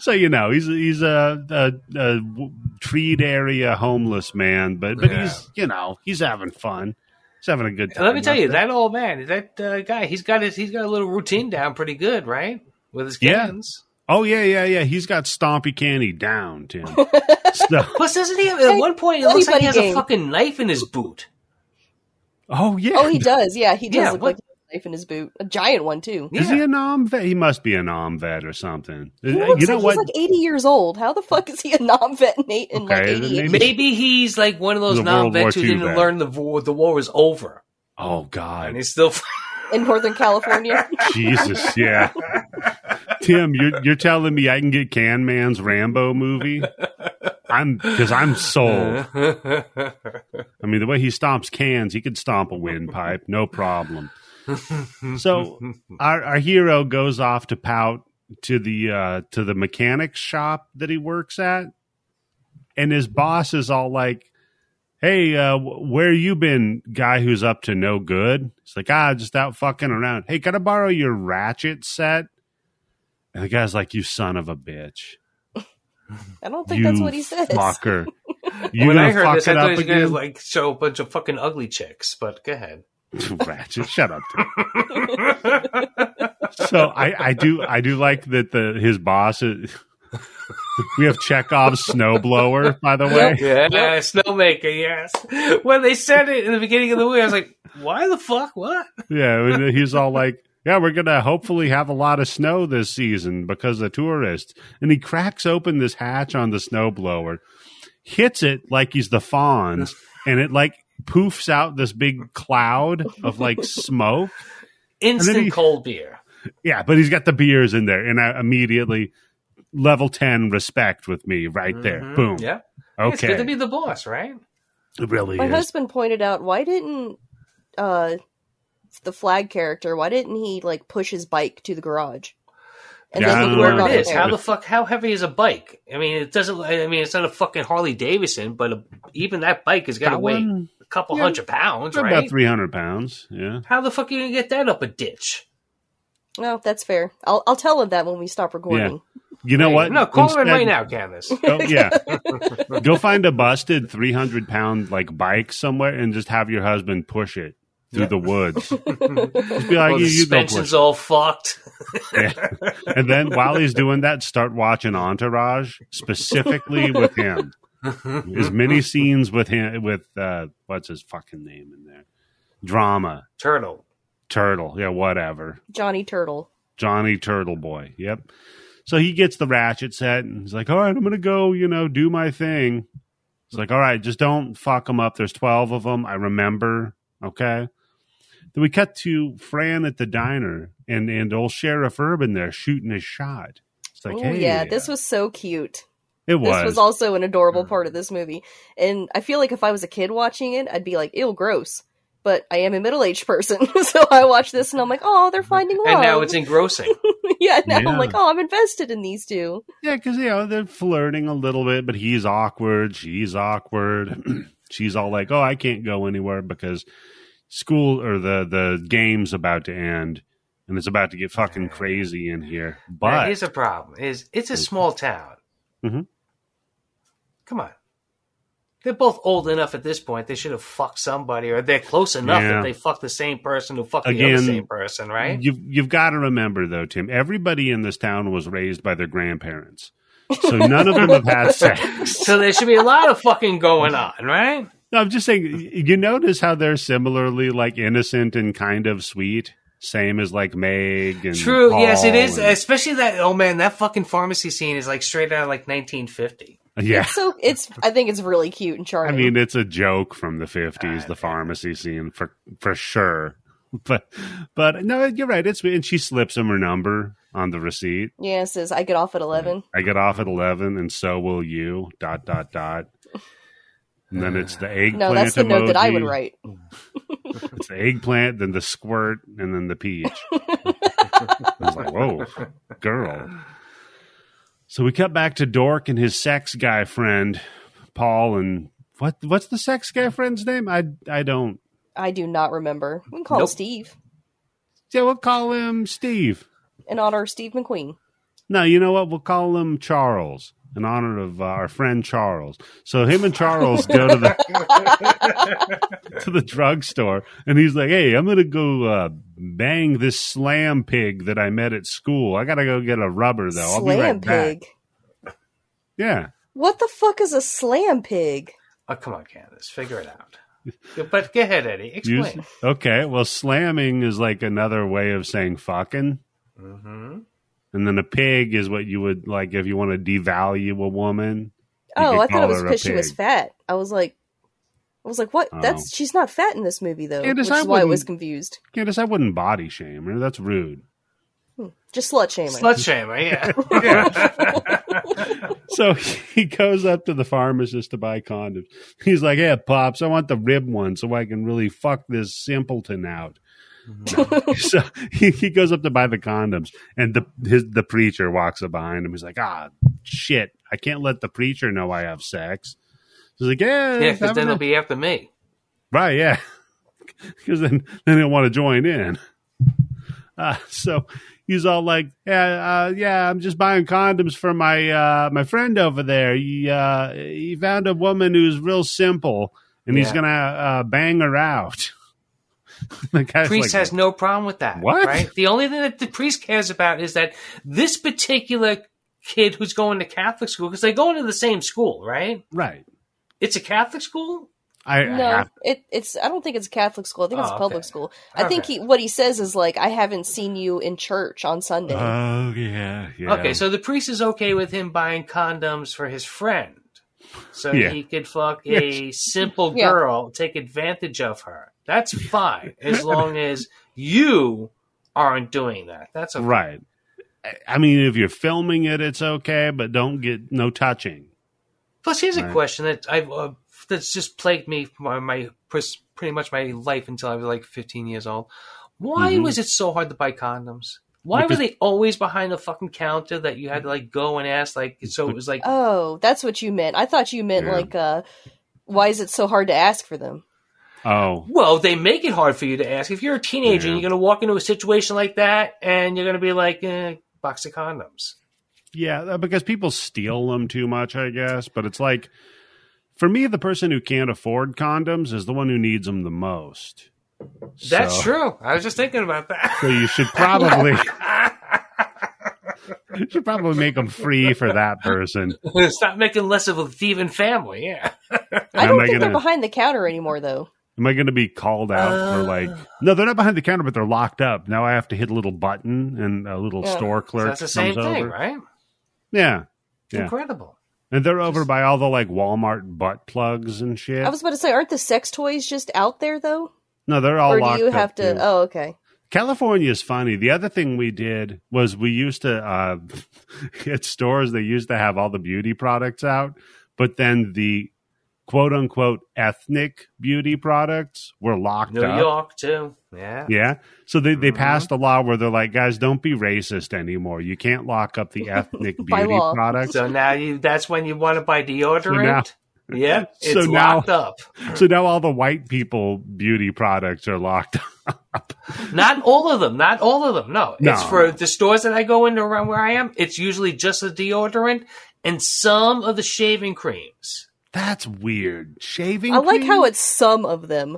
Speaker 1: so you know he's he's a, a, a w- treed area homeless man, but but he's you know he's having fun. He's having a good time.
Speaker 2: Let me tell you,
Speaker 1: That's-
Speaker 2: that old man, that uh, guy, he's got his, he's got a little routine down pretty good, right? With his
Speaker 1: Yeah.
Speaker 2: cans.
Speaker 1: Oh yeah, yeah, yeah. He's got Stompy Candy down,
Speaker 3: [laughs]
Speaker 1: Tim. so,
Speaker 2: Plus, doesn't he? Have, at one point, it looks like he has
Speaker 3: Anybody
Speaker 2: a
Speaker 3: game.
Speaker 2: fucking knife in his boot.
Speaker 1: oh yeah.
Speaker 3: Oh, he does. Yeah, he does
Speaker 2: Yeah,
Speaker 3: look
Speaker 2: what-
Speaker 3: like a knife in his boot, a giant one too.
Speaker 1: Is he
Speaker 2: Yeah.
Speaker 1: a nom vet? He must be a nom vet or something.
Speaker 3: He
Speaker 1: Uh,
Speaker 3: looks
Speaker 1: you know
Speaker 3: like
Speaker 1: what?
Speaker 3: He's like eighty years old. How the fuck is he a non vet and eight and like
Speaker 1: Okay,
Speaker 3: eighty?
Speaker 1: maybe-
Speaker 2: Maybe he's like one of those
Speaker 1: The World War
Speaker 2: non-vets who
Speaker 1: II
Speaker 2: didn't
Speaker 1: vet.
Speaker 2: learn the war, the war was over,
Speaker 1: oh
Speaker 2: and
Speaker 1: God,
Speaker 2: he's still. [laughs]
Speaker 3: in Northern California?
Speaker 1: Jesus, yeah. Tim, you're you're telling me I can get Can Man's Rambo movie? I'm because I'm
Speaker 2: Uh-huh.
Speaker 1: sold. Oh.
Speaker 2: [laughs]
Speaker 1: I mean, the way he stomps cans, he could stomp a windpipe, no problem. So our our hero goes off to pout to the uh to the mechanic shop that he works at, and his boss is all like, "Hey, uh, wh- where you been, guy who's up to no good?" It's like, "Ah, just out fucking around." Hey, can I borrow your ratchet set? And the guy's like, "You son of a bitch!
Speaker 3: I don't think
Speaker 1: you
Speaker 3: that's what
Speaker 1: [laughs]
Speaker 3: he says. [laughs]
Speaker 1: fucker! You
Speaker 2: when
Speaker 1: gonna
Speaker 2: I heard
Speaker 1: fuck
Speaker 2: this,
Speaker 1: it
Speaker 2: I thought
Speaker 1: up
Speaker 2: he was
Speaker 1: again?
Speaker 2: going to like show a bunch of fucking ugly chicks. But go ahead.
Speaker 1: [laughs] ratchet, shut up." Tim. so I, I do I do like that the his boss is, we have Chekhov's snowblower by the way
Speaker 2: [laughs] yeah, snowmaker. Yes. When they said it in the beginning of the movie, I was like, "Why the fuck? What?"
Speaker 1: yeah and he's all like yeah we're gonna hopefully have a lot of snow this season because of tourists and he cracks open this hatch on the snowblower hits it like he's the Fonz and it like poofs out this big cloud of like smoke
Speaker 2: Instant
Speaker 1: he-
Speaker 2: cold beer.
Speaker 1: yeah but he's got the beers in there and I immediately level 10 respect with me right there
Speaker 2: Mhm.
Speaker 1: boom
Speaker 2: Yeah. It's
Speaker 1: okay
Speaker 2: good to be the boss, right?
Speaker 1: it really
Speaker 3: My
Speaker 1: is
Speaker 3: husband pointed out why didn't uh the flag character why didn't he like push his bike to the garage?
Speaker 1: Yeah, I
Speaker 3: he
Speaker 1: don't
Speaker 3: could
Speaker 1: know
Speaker 3: work
Speaker 1: what
Speaker 2: Where
Speaker 3: on
Speaker 2: it is?
Speaker 3: there.
Speaker 2: How the fuck? How heavy is a bike? I mean, it doesn't. I mean, it's not a fucking Harley Davidson, but a, even that bike has got to
Speaker 1: That
Speaker 2: weigh
Speaker 1: one-
Speaker 2: a couple
Speaker 1: yeah,
Speaker 2: hundred pounds,
Speaker 1: about
Speaker 2: right?
Speaker 1: 300 pounds yeah
Speaker 2: How the fuck are you gonna get that up a ditch?
Speaker 3: No, that's fair. I'll I'll tell him that when we stop recording.
Speaker 1: you know what
Speaker 2: No, call her in
Speaker 1: Instead- [laughs]
Speaker 2: right now, Candace.
Speaker 1: Go,
Speaker 2: [laughs]
Speaker 1: yeah. Go find a busted 300 pound like bike somewhere and just have your husband push it through
Speaker 2: Yep.
Speaker 1: the
Speaker 2: [laughs]
Speaker 1: woods. just be like,
Speaker 2: Well,
Speaker 1: you,
Speaker 2: Oh, the
Speaker 1: you go push
Speaker 2: suspension's
Speaker 1: [laughs]
Speaker 2: all fucked.
Speaker 1: it. Yeah. And then while he's doing that, start watching Entourage specifically with him.
Speaker 2: [laughs]
Speaker 1: As many scenes with him, with uh, what's his fucking name in there? Drama.
Speaker 2: Turtle.
Speaker 1: Turtle. Yeah, whatever.
Speaker 3: Johnny Turtle.
Speaker 1: Johnny Turtle Boy. Yep. So he gets the ratchet set and he's like, all right, I'm going to go, you know, do my thing. It's like, all right, just don't fuck them up. There's 12 of them. I remember. Okay. Then we cut to Fran at the diner and, and old Sheriff Urban there shooting his shot. It's like,
Speaker 3: oh
Speaker 1: hey,
Speaker 3: yeah, this was so cute.
Speaker 1: it was.
Speaker 3: This was also an adorable part of this movie. And I feel like if I was a kid watching it, I'd be like, ew, gross. But I am a middle aged person, [laughs] so I watch this and I'm like, oh, they're finding love.
Speaker 2: And now it's engrossing.
Speaker 3: [laughs] yeah, now
Speaker 1: Yeah.
Speaker 3: I'm like, oh, I'm invested in these two.
Speaker 1: Yeah, because you know they're flirting a little bit, but he's awkward. She's awkward. [clears throat] She's all like, "Oh, I can't go anywhere because school or the the game's about to end, and it's about to get fucking crazy in here."
Speaker 2: That
Speaker 1: But
Speaker 2: is a problem. Is it's a small town.
Speaker 1: Mhm.
Speaker 2: Come on. They're both old enough at this point. They should have fucked somebody, or they're close enough
Speaker 1: Yeah.
Speaker 2: that they fucked the same person who fucked the
Speaker 1: Again,
Speaker 2: other same person, right?
Speaker 1: [laughs] you've you've got to remember though, Tim. Everybody in this town was raised by their grandparents,
Speaker 2: [laughs]
Speaker 1: so none of them have had sex.
Speaker 2: so there should be a lot of fucking going on, right?
Speaker 1: No, I'm just saying. y- You notice how they're similarly like innocent and kind of sweet, same as like Meg and
Speaker 2: True. yes, it
Speaker 1: Paul
Speaker 2: is.
Speaker 1: and-
Speaker 2: Especially that. Oh man, that fucking pharmacy scene is like straight out of
Speaker 1: [laughs]
Speaker 2: like 1950.
Speaker 1: yeah.
Speaker 3: It's so it's I think it's really cute and
Speaker 1: I
Speaker 3: charming.
Speaker 1: mean, it's a joke from the fifties,
Speaker 2: Uh,
Speaker 1: the pharmacy scene [laughs] for for sure. But but no, you're right. It's and she slips him her number on the receipt.
Speaker 3: Yeah, it says I get off at eleven.
Speaker 1: I get off
Speaker 3: Uh-huh.
Speaker 1: at 11 and so will you, dot, dot, dot. And then it's the eggplant
Speaker 3: [sighs] No, that's the
Speaker 1: emoji.
Speaker 3: note that I would write.
Speaker 1: It's the eggplant, then the squirt, and then the
Speaker 3: [laughs]
Speaker 1: peach. I was like, whoa, girl. So we cut back to Dork and his sex guy friend, Paul, and what what's the sex guy friend's name? I I don't.
Speaker 3: I do not remember. We can call him
Speaker 2: Nope.
Speaker 3: Steve
Speaker 1: Yeah, we'll call him Steve.
Speaker 3: in honor of Steve McQueen.
Speaker 1: No, you know what? We'll call him Charles in honor of uh, our friend Charles. So him and Charles go to the [laughs]
Speaker 2: Oh,
Speaker 1: to the drugstore, and he's like, "Hey, I'm gonna go uh, bang this slam pig that I met at school. I gotta go get a rubber though. I'll be
Speaker 3: slam
Speaker 1: right
Speaker 3: pig.
Speaker 1: back." Yeah,
Speaker 3: What the fuck is a slam pig?
Speaker 2: Oh, come on, Candace. Figure it
Speaker 1: [laughs]
Speaker 2: out. But go ahead, Eddie.
Speaker 1: Use-
Speaker 2: Explain.
Speaker 1: okay. Well, slamming is like another way of saying fucking,
Speaker 2: hmm
Speaker 1: and then a pig is what you would like if you want to devalue a woman. You
Speaker 3: oh,
Speaker 1: could
Speaker 3: I thought
Speaker 1: call
Speaker 3: it was
Speaker 1: her a
Speaker 3: because she was
Speaker 1: pig.
Speaker 3: fat. I was like, I was like, what?
Speaker 1: Oh.
Speaker 3: That's she's not fat in this movie though,
Speaker 1: Candace,
Speaker 3: which is
Speaker 1: I
Speaker 3: why I was
Speaker 1: wouldn't-
Speaker 3: confused.
Speaker 1: Candace, I wouldn't body shame her. That's rude.
Speaker 3: Just slut shaming.
Speaker 2: Slut shamer, yeah.
Speaker 1: So he goes up to the pharmacist to buy condoms. He's like, "Yeah, pops, I want the rib one so I can really fuck this simpleton out."
Speaker 2: Mm-hmm.
Speaker 1: so he, he goes up to buy the condoms, and the his the preacher walks up behind him. He's like, "Ah, shit, I can't let the preacher know I have sex." He's like, "Yeah,
Speaker 2: [laughs] yeah, because
Speaker 1: have
Speaker 2: then
Speaker 1: it."
Speaker 2: they'll be after me.
Speaker 1: Right, yeah. [laughs] Because then, then he'll want to join in. Uh, so he's all like, "Yeah, uh, yeah, I'm just buying condoms for my uh, my friend over there. He uh, he found a woman who's real simple, and he's
Speaker 2: Yeah.
Speaker 1: gonna uh, bang her out." [laughs] the guy's
Speaker 2: priest
Speaker 1: like,
Speaker 2: has no problem with that.
Speaker 1: What?
Speaker 2: Right? The only thing that the priest cares about is that this particular kid who's going to Catholic school, because they go into the same school, right?
Speaker 1: right.
Speaker 2: It's a Catholic school?
Speaker 1: I, I
Speaker 3: No,
Speaker 1: have-
Speaker 3: it, it's. I don't think it's a Catholic school. I think it's
Speaker 2: Oh,
Speaker 3: a public
Speaker 2: okay.
Speaker 3: school. I think
Speaker 2: Okay.
Speaker 3: he, what he says is like, I haven't seen you in church on Sunday.
Speaker 1: Oh yeah, yeah.
Speaker 2: Okay, so the priest is okay with him buying condoms for his friend. So
Speaker 1: Yeah.
Speaker 2: he could fuck a simple
Speaker 3: Yeah.
Speaker 2: girl, take advantage of her. That's fine,
Speaker 1: [laughs]
Speaker 2: as long as you aren't doing that. That's okay.
Speaker 1: right. I- I mean, if you're filming it, it's okay, but don't get no touching.
Speaker 2: Plus, here's
Speaker 1: Right.
Speaker 2: a question that I've uh, that's just plagued me my, my pres- pretty much my life until I was like 15 years old. Why
Speaker 1: Mhm.
Speaker 2: was it so hard to buy condoms? Why
Speaker 1: Because-
Speaker 2: were they always behind the fucking counter that you had to like go and ask like so it was like
Speaker 3: Oh, that's what you meant. I thought you meant
Speaker 1: Yeah.
Speaker 3: like, uh, why is it so hard to ask for them?
Speaker 1: Oh,
Speaker 2: well they make it hard for you to ask if you're a teenager
Speaker 1: Yeah.
Speaker 2: and you're going to walk into a situation like that and you're going to be like eh, box of condoms
Speaker 1: Yeah, uh, because people steal them too much, I guess. But it's like, for me, the person who can't afford condoms is the one who needs them the most.
Speaker 2: that's
Speaker 1: So-
Speaker 2: true i was just thinking about
Speaker 1: So
Speaker 2: that
Speaker 1: you
Speaker 2: [laughs]
Speaker 1: should probably you should probably make them free for that person.
Speaker 2: [laughs] stop making less of a thieving family yeah
Speaker 3: I
Speaker 1: Am
Speaker 3: don't
Speaker 1: I
Speaker 3: think they're
Speaker 1: gonna-
Speaker 3: behind the counter anymore, though.
Speaker 1: Am I going to be called out for
Speaker 2: Uh.
Speaker 1: like? No, they're not behind the counter, but they're locked up. Now I have to hit a little button, and a little
Speaker 3: Yeah.
Speaker 1: store
Speaker 2: So
Speaker 1: clerk
Speaker 2: that's the same
Speaker 1: comes
Speaker 2: thing
Speaker 1: over.
Speaker 2: right
Speaker 1: Yeah, Yeah.
Speaker 2: incredible
Speaker 1: and they're over by all the like Walmart butt plugs and shit.
Speaker 3: I was about to say, aren't the sex toys just out there though?
Speaker 1: no, they're all
Speaker 3: or
Speaker 1: locked
Speaker 3: do you
Speaker 1: up.
Speaker 3: have to?
Speaker 1: too.
Speaker 3: Oh, okay.
Speaker 1: California is funny. The other thing we did was we used to uh, [laughs] at stores they used to have all the beauty products out, but then the quote unquote ethnic beauty products were locked
Speaker 2: New
Speaker 1: up.
Speaker 2: York too. Yeah.
Speaker 1: Yeah. So they, they
Speaker 2: Mhm.
Speaker 3: Mm-hmm.
Speaker 1: passed a law where they're like, guys, don't be racist anymore. You can't lock up
Speaker 3: [laughs]
Speaker 1: the ethnic
Speaker 3: By
Speaker 1: beauty
Speaker 3: law.
Speaker 1: products.
Speaker 2: So now you that's when you want to buy deodorant. yeah.
Speaker 1: [laughs]
Speaker 2: It's
Speaker 1: So now-
Speaker 2: locked up.
Speaker 1: So now all the white people beauty products are locked [laughs] up.
Speaker 2: Not all of them. Not all of them. No.
Speaker 1: No.
Speaker 2: It's for the stores that I go into around where I am, it's usually just a deodorant and some of the shaving creams.
Speaker 1: That's weird. Shaving.
Speaker 3: I like
Speaker 1: cream?
Speaker 3: how it's some of them.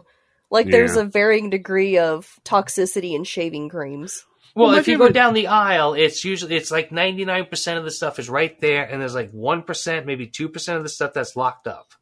Speaker 3: Like there's
Speaker 1: Yeah.
Speaker 3: a varying degree of toxicity in shaving creams.
Speaker 2: Well,
Speaker 1: Well, my
Speaker 2: if you go
Speaker 1: favorite-
Speaker 2: down the aisle, it's usually it's like ninety nine percent of the stuff is right there, and there's like one percent, maybe two percent of the stuff that's locked up.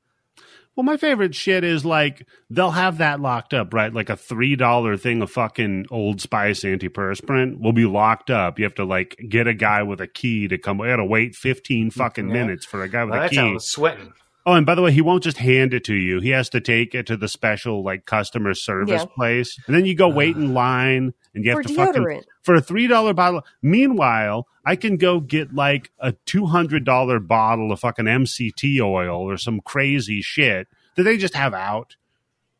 Speaker 1: Well, my favorite shit is like they'll have that locked up, right? Like a three dollar thing of fucking Old Spice antiperspirant will be locked up. You have to like get a guy with a key to come. I gotta wait fifteen fucking
Speaker 2: Yeah.
Speaker 1: minutes for a guy with
Speaker 2: By
Speaker 1: a
Speaker 2: that
Speaker 1: key.
Speaker 2: time, I was sweating.
Speaker 1: Oh, and by the way, he won't just hand it to you. He has to take it to the special like customer service
Speaker 3: Yeah. Uh.
Speaker 1: place, and then you go wait in line, and you have
Speaker 3: for
Speaker 1: to fucking
Speaker 3: deodorant.
Speaker 1: for a three dollar bottle. Meanwhile, I can go get like a two hundred dollar bottle of fucking MCT oil or some crazy shit that they just have out.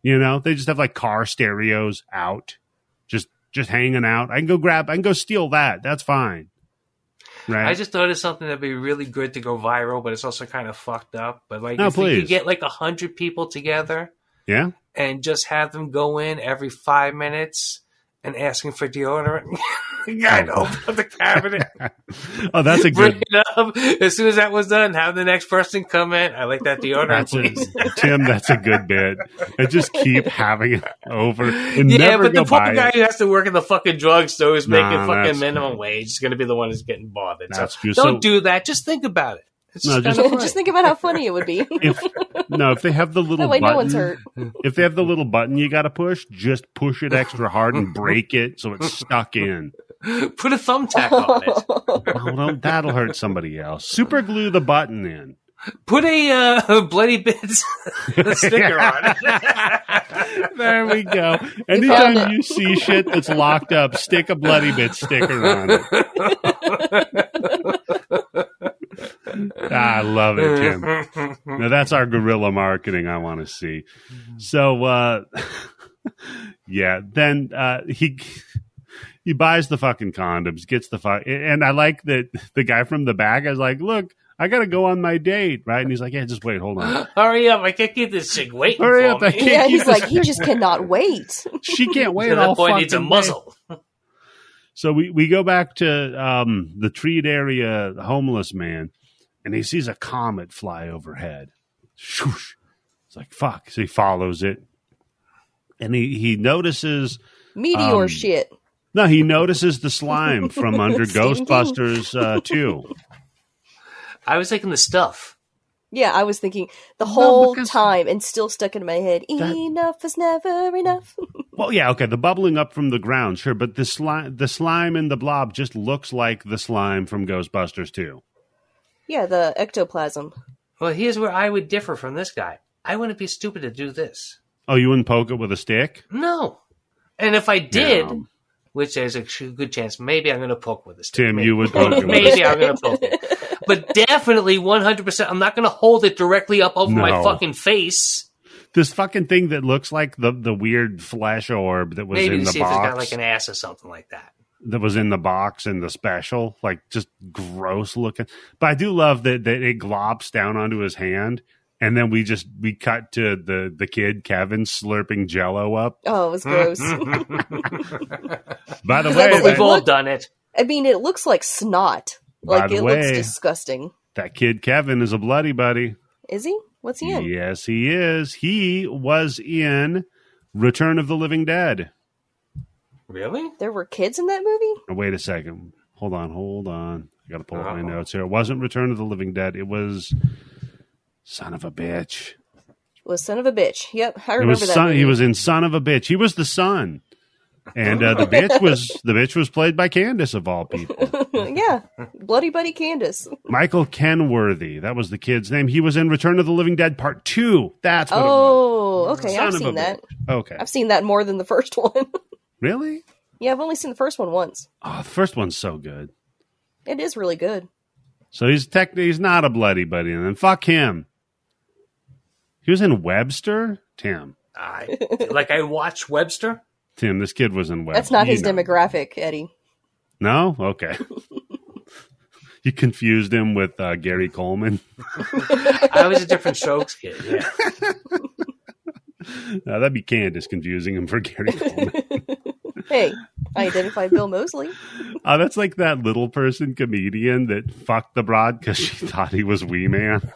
Speaker 1: You know, they just have like car stereos out, just just hanging out. I can go grab. I can go steal that. That's fine. Right.
Speaker 2: I just thought it's something that'd be really good to go viral, but it's also kind of fucked up. But like,
Speaker 1: No,
Speaker 2: if you
Speaker 1: please.
Speaker 2: could get like a hundred people together
Speaker 1: yeah. [laughs]
Speaker 2: and just have them go in every five minutes and asking for deodorant, [laughs] yeah, and open up
Speaker 1: [laughs]
Speaker 2: the cabinet,
Speaker 1: oh, that's a
Speaker 2: bring
Speaker 1: good.
Speaker 2: it up. As soon as that was done, have the next person come in. I like that deodorant,
Speaker 1: That's a,
Speaker 2: please.
Speaker 1: Tim, that's a good bit. And just
Speaker 2: [laughs]
Speaker 1: keep having [laughs] it over and
Speaker 2: Yeah,
Speaker 1: never
Speaker 2: but
Speaker 1: go
Speaker 2: the poor
Speaker 1: buy
Speaker 2: guy
Speaker 1: it.
Speaker 2: who has to work in the fucking drugstore who's making
Speaker 1: Nah, that's-
Speaker 2: fucking minimum wage is going to be the one who's getting bothered. So
Speaker 1: That's true.
Speaker 2: don't
Speaker 1: So-
Speaker 2: do that. Just think about it. It's
Speaker 1: No, [laughs]
Speaker 2: just
Speaker 1: just-
Speaker 2: kind of
Speaker 3: [laughs] just think about how funny it would be.
Speaker 1: If, no, if they have the little
Speaker 3: [laughs] that way,
Speaker 1: button,
Speaker 3: no
Speaker 1: [laughs]
Speaker 3: one's hurt.
Speaker 1: if they have the little button you got to push, just push it extra hard and break it so it's stuck in.
Speaker 2: [laughs] Put a thumbtack on it.
Speaker 1: Oh, no, that'll hurt somebody else. Super glue the button in.
Speaker 2: Put a uh, [laughs] bloody
Speaker 1: [laughs]
Speaker 2: bits sticker on it.
Speaker 1: There we go.
Speaker 3: found
Speaker 1: Anytime
Speaker 3: it.
Speaker 1: you see shit that's locked up, stick a bloody bit sticker on it. I love it, Tim. Now that's our guerrilla marketing I want to see.
Speaker 2: Mm-hmm.
Speaker 1: So uh [laughs] yeah, then uh he he buys the fucking condoms, gets the fuck and I like that the guy from the back is like, "Look, I got to go on my date," right? And he's like, "Yeah, just wait, hold
Speaker 2: [laughs]
Speaker 1: on."
Speaker 2: Hurry up! I can't keep this chick waiting
Speaker 1: Hurry
Speaker 2: for
Speaker 1: up,
Speaker 2: me.
Speaker 1: I can't-
Speaker 3: yeah,
Speaker 1: you
Speaker 3: he's
Speaker 1: just-
Speaker 3: like, you just cannot
Speaker 1: [laughs]
Speaker 3: wait.
Speaker 1: She can't wait
Speaker 2: [laughs] to
Speaker 1: all
Speaker 2: that boy needs a
Speaker 1: fucking day.
Speaker 2: muzzle.
Speaker 1: So we, we go back to um, the treed area homeless man, and he sees a comet fly overhead. Shoosh. It's like, fuck. So he follows it. And he, he notices,
Speaker 3: Meteor
Speaker 1: Um,
Speaker 3: shit.
Speaker 1: no, he notices the slime from under
Speaker 3: Stephen King.
Speaker 1: Ghostbusters uh, 2.
Speaker 2: I was taking the stuff.
Speaker 3: Yeah, I was thinking the whole
Speaker 1: because-
Speaker 3: time and still stuck in my head.
Speaker 1: That-
Speaker 3: Enough is never enough. [laughs]
Speaker 1: Well, yeah, okay, the bubbling up from the ground, sure, but the, slime the slime in the blob just looks like the slime from Ghostbusters 2.
Speaker 3: Yeah, the ectoplasm.
Speaker 2: Well, here's where I would differ from this guy. I wouldn't be stupid to do this.
Speaker 1: Oh, you wouldn't poke it with a stick?
Speaker 2: No. And if I did,
Speaker 1: Yeah. um,
Speaker 2: which there's a good chance, maybe I'm going to poke with this.
Speaker 1: Tim, you
Speaker 2: [laughs]
Speaker 1: would poke it with a
Speaker 2: Maybe I'm going to poke it. But definitely 100%. I'm not going to hold it directly up over my
Speaker 1: No.
Speaker 2: fucking face.
Speaker 1: this fucking thing that looks like the the weird flesh orb that was
Speaker 2: Maybe
Speaker 1: in
Speaker 2: to
Speaker 1: the
Speaker 2: see if it's
Speaker 1: box
Speaker 2: got like an ass or something like
Speaker 1: [laughs]
Speaker 2: that.
Speaker 1: that was in the box in the special like just gross looking but i do love that that it glops down onto his hand and then we just we cut to the the kid kevin slurping jello up
Speaker 3: Oh, it was
Speaker 2: [laughs]
Speaker 3: gross.
Speaker 1: by the way
Speaker 2: But we've
Speaker 3: Is that what
Speaker 1: that,
Speaker 3: we-
Speaker 2: all
Speaker 3: look-
Speaker 2: done it.
Speaker 3: I mean, it looks like snot.
Speaker 1: By
Speaker 3: Like
Speaker 1: the
Speaker 3: it looks
Speaker 1: way-
Speaker 3: disgusting.
Speaker 1: that kid kevin is a bloody buddy
Speaker 3: Is he? What's he in?
Speaker 1: yes he is he was in return of the living dead
Speaker 2: Really?
Speaker 3: There were kids in that movie.
Speaker 1: Oh, wait a second. Hold on, hold on. I gotta pull up my
Speaker 2: Uh-oh.
Speaker 1: notes here. It wasn't Return of the Living Dead. It was Son of a Bitch.
Speaker 3: Was son of a bitch. Yep, I
Speaker 1: It
Speaker 3: remember
Speaker 1: was
Speaker 3: that.
Speaker 1: son, he
Speaker 3: movie.
Speaker 1: was in Son of a Bitch. He was the son. And uh, the bitch
Speaker 3: [laughs]
Speaker 1: was the bitch was played by Candace of all people.
Speaker 3: [laughs] yeah, bloody buddy Candace.
Speaker 1: Michael Kenworthy. That was the kid's name. He was in Return of the Living Dead Part Two. That's what
Speaker 3: Oh,
Speaker 1: it was.
Speaker 3: okay,
Speaker 1: Son
Speaker 3: I've
Speaker 1: of a
Speaker 3: seen that.
Speaker 1: bitch. Okay.
Speaker 3: I've seen that more than the [laughs] first one.
Speaker 1: Really?
Speaker 3: yeah, I've only seen the first one once.
Speaker 1: Oh, the first one's so good.
Speaker 3: It is really good.
Speaker 1: So he's technically he's not a bloody buddy, and then fuck him. He was in Webster, Tim.
Speaker 2: I, like I
Speaker 1: [laughs]
Speaker 2: watch Webster.
Speaker 1: Tim, this kid was in Webster.
Speaker 3: That's not
Speaker 1: You
Speaker 3: his
Speaker 1: know.
Speaker 3: demographic, Eddie.
Speaker 1: No, okay. [laughs] you confused him with uh, Gary Coleman. [laughs]
Speaker 2: I was a different strokes kid. Yeah.
Speaker 1: No, that'd be Candace confusing him for Gary
Speaker 3: [laughs]
Speaker 1: Coleman.
Speaker 3: Hey, I identified Bill Mosley.
Speaker 1: uh, that's like that little person comedian that fucked the broad because she thought he was Wee Man.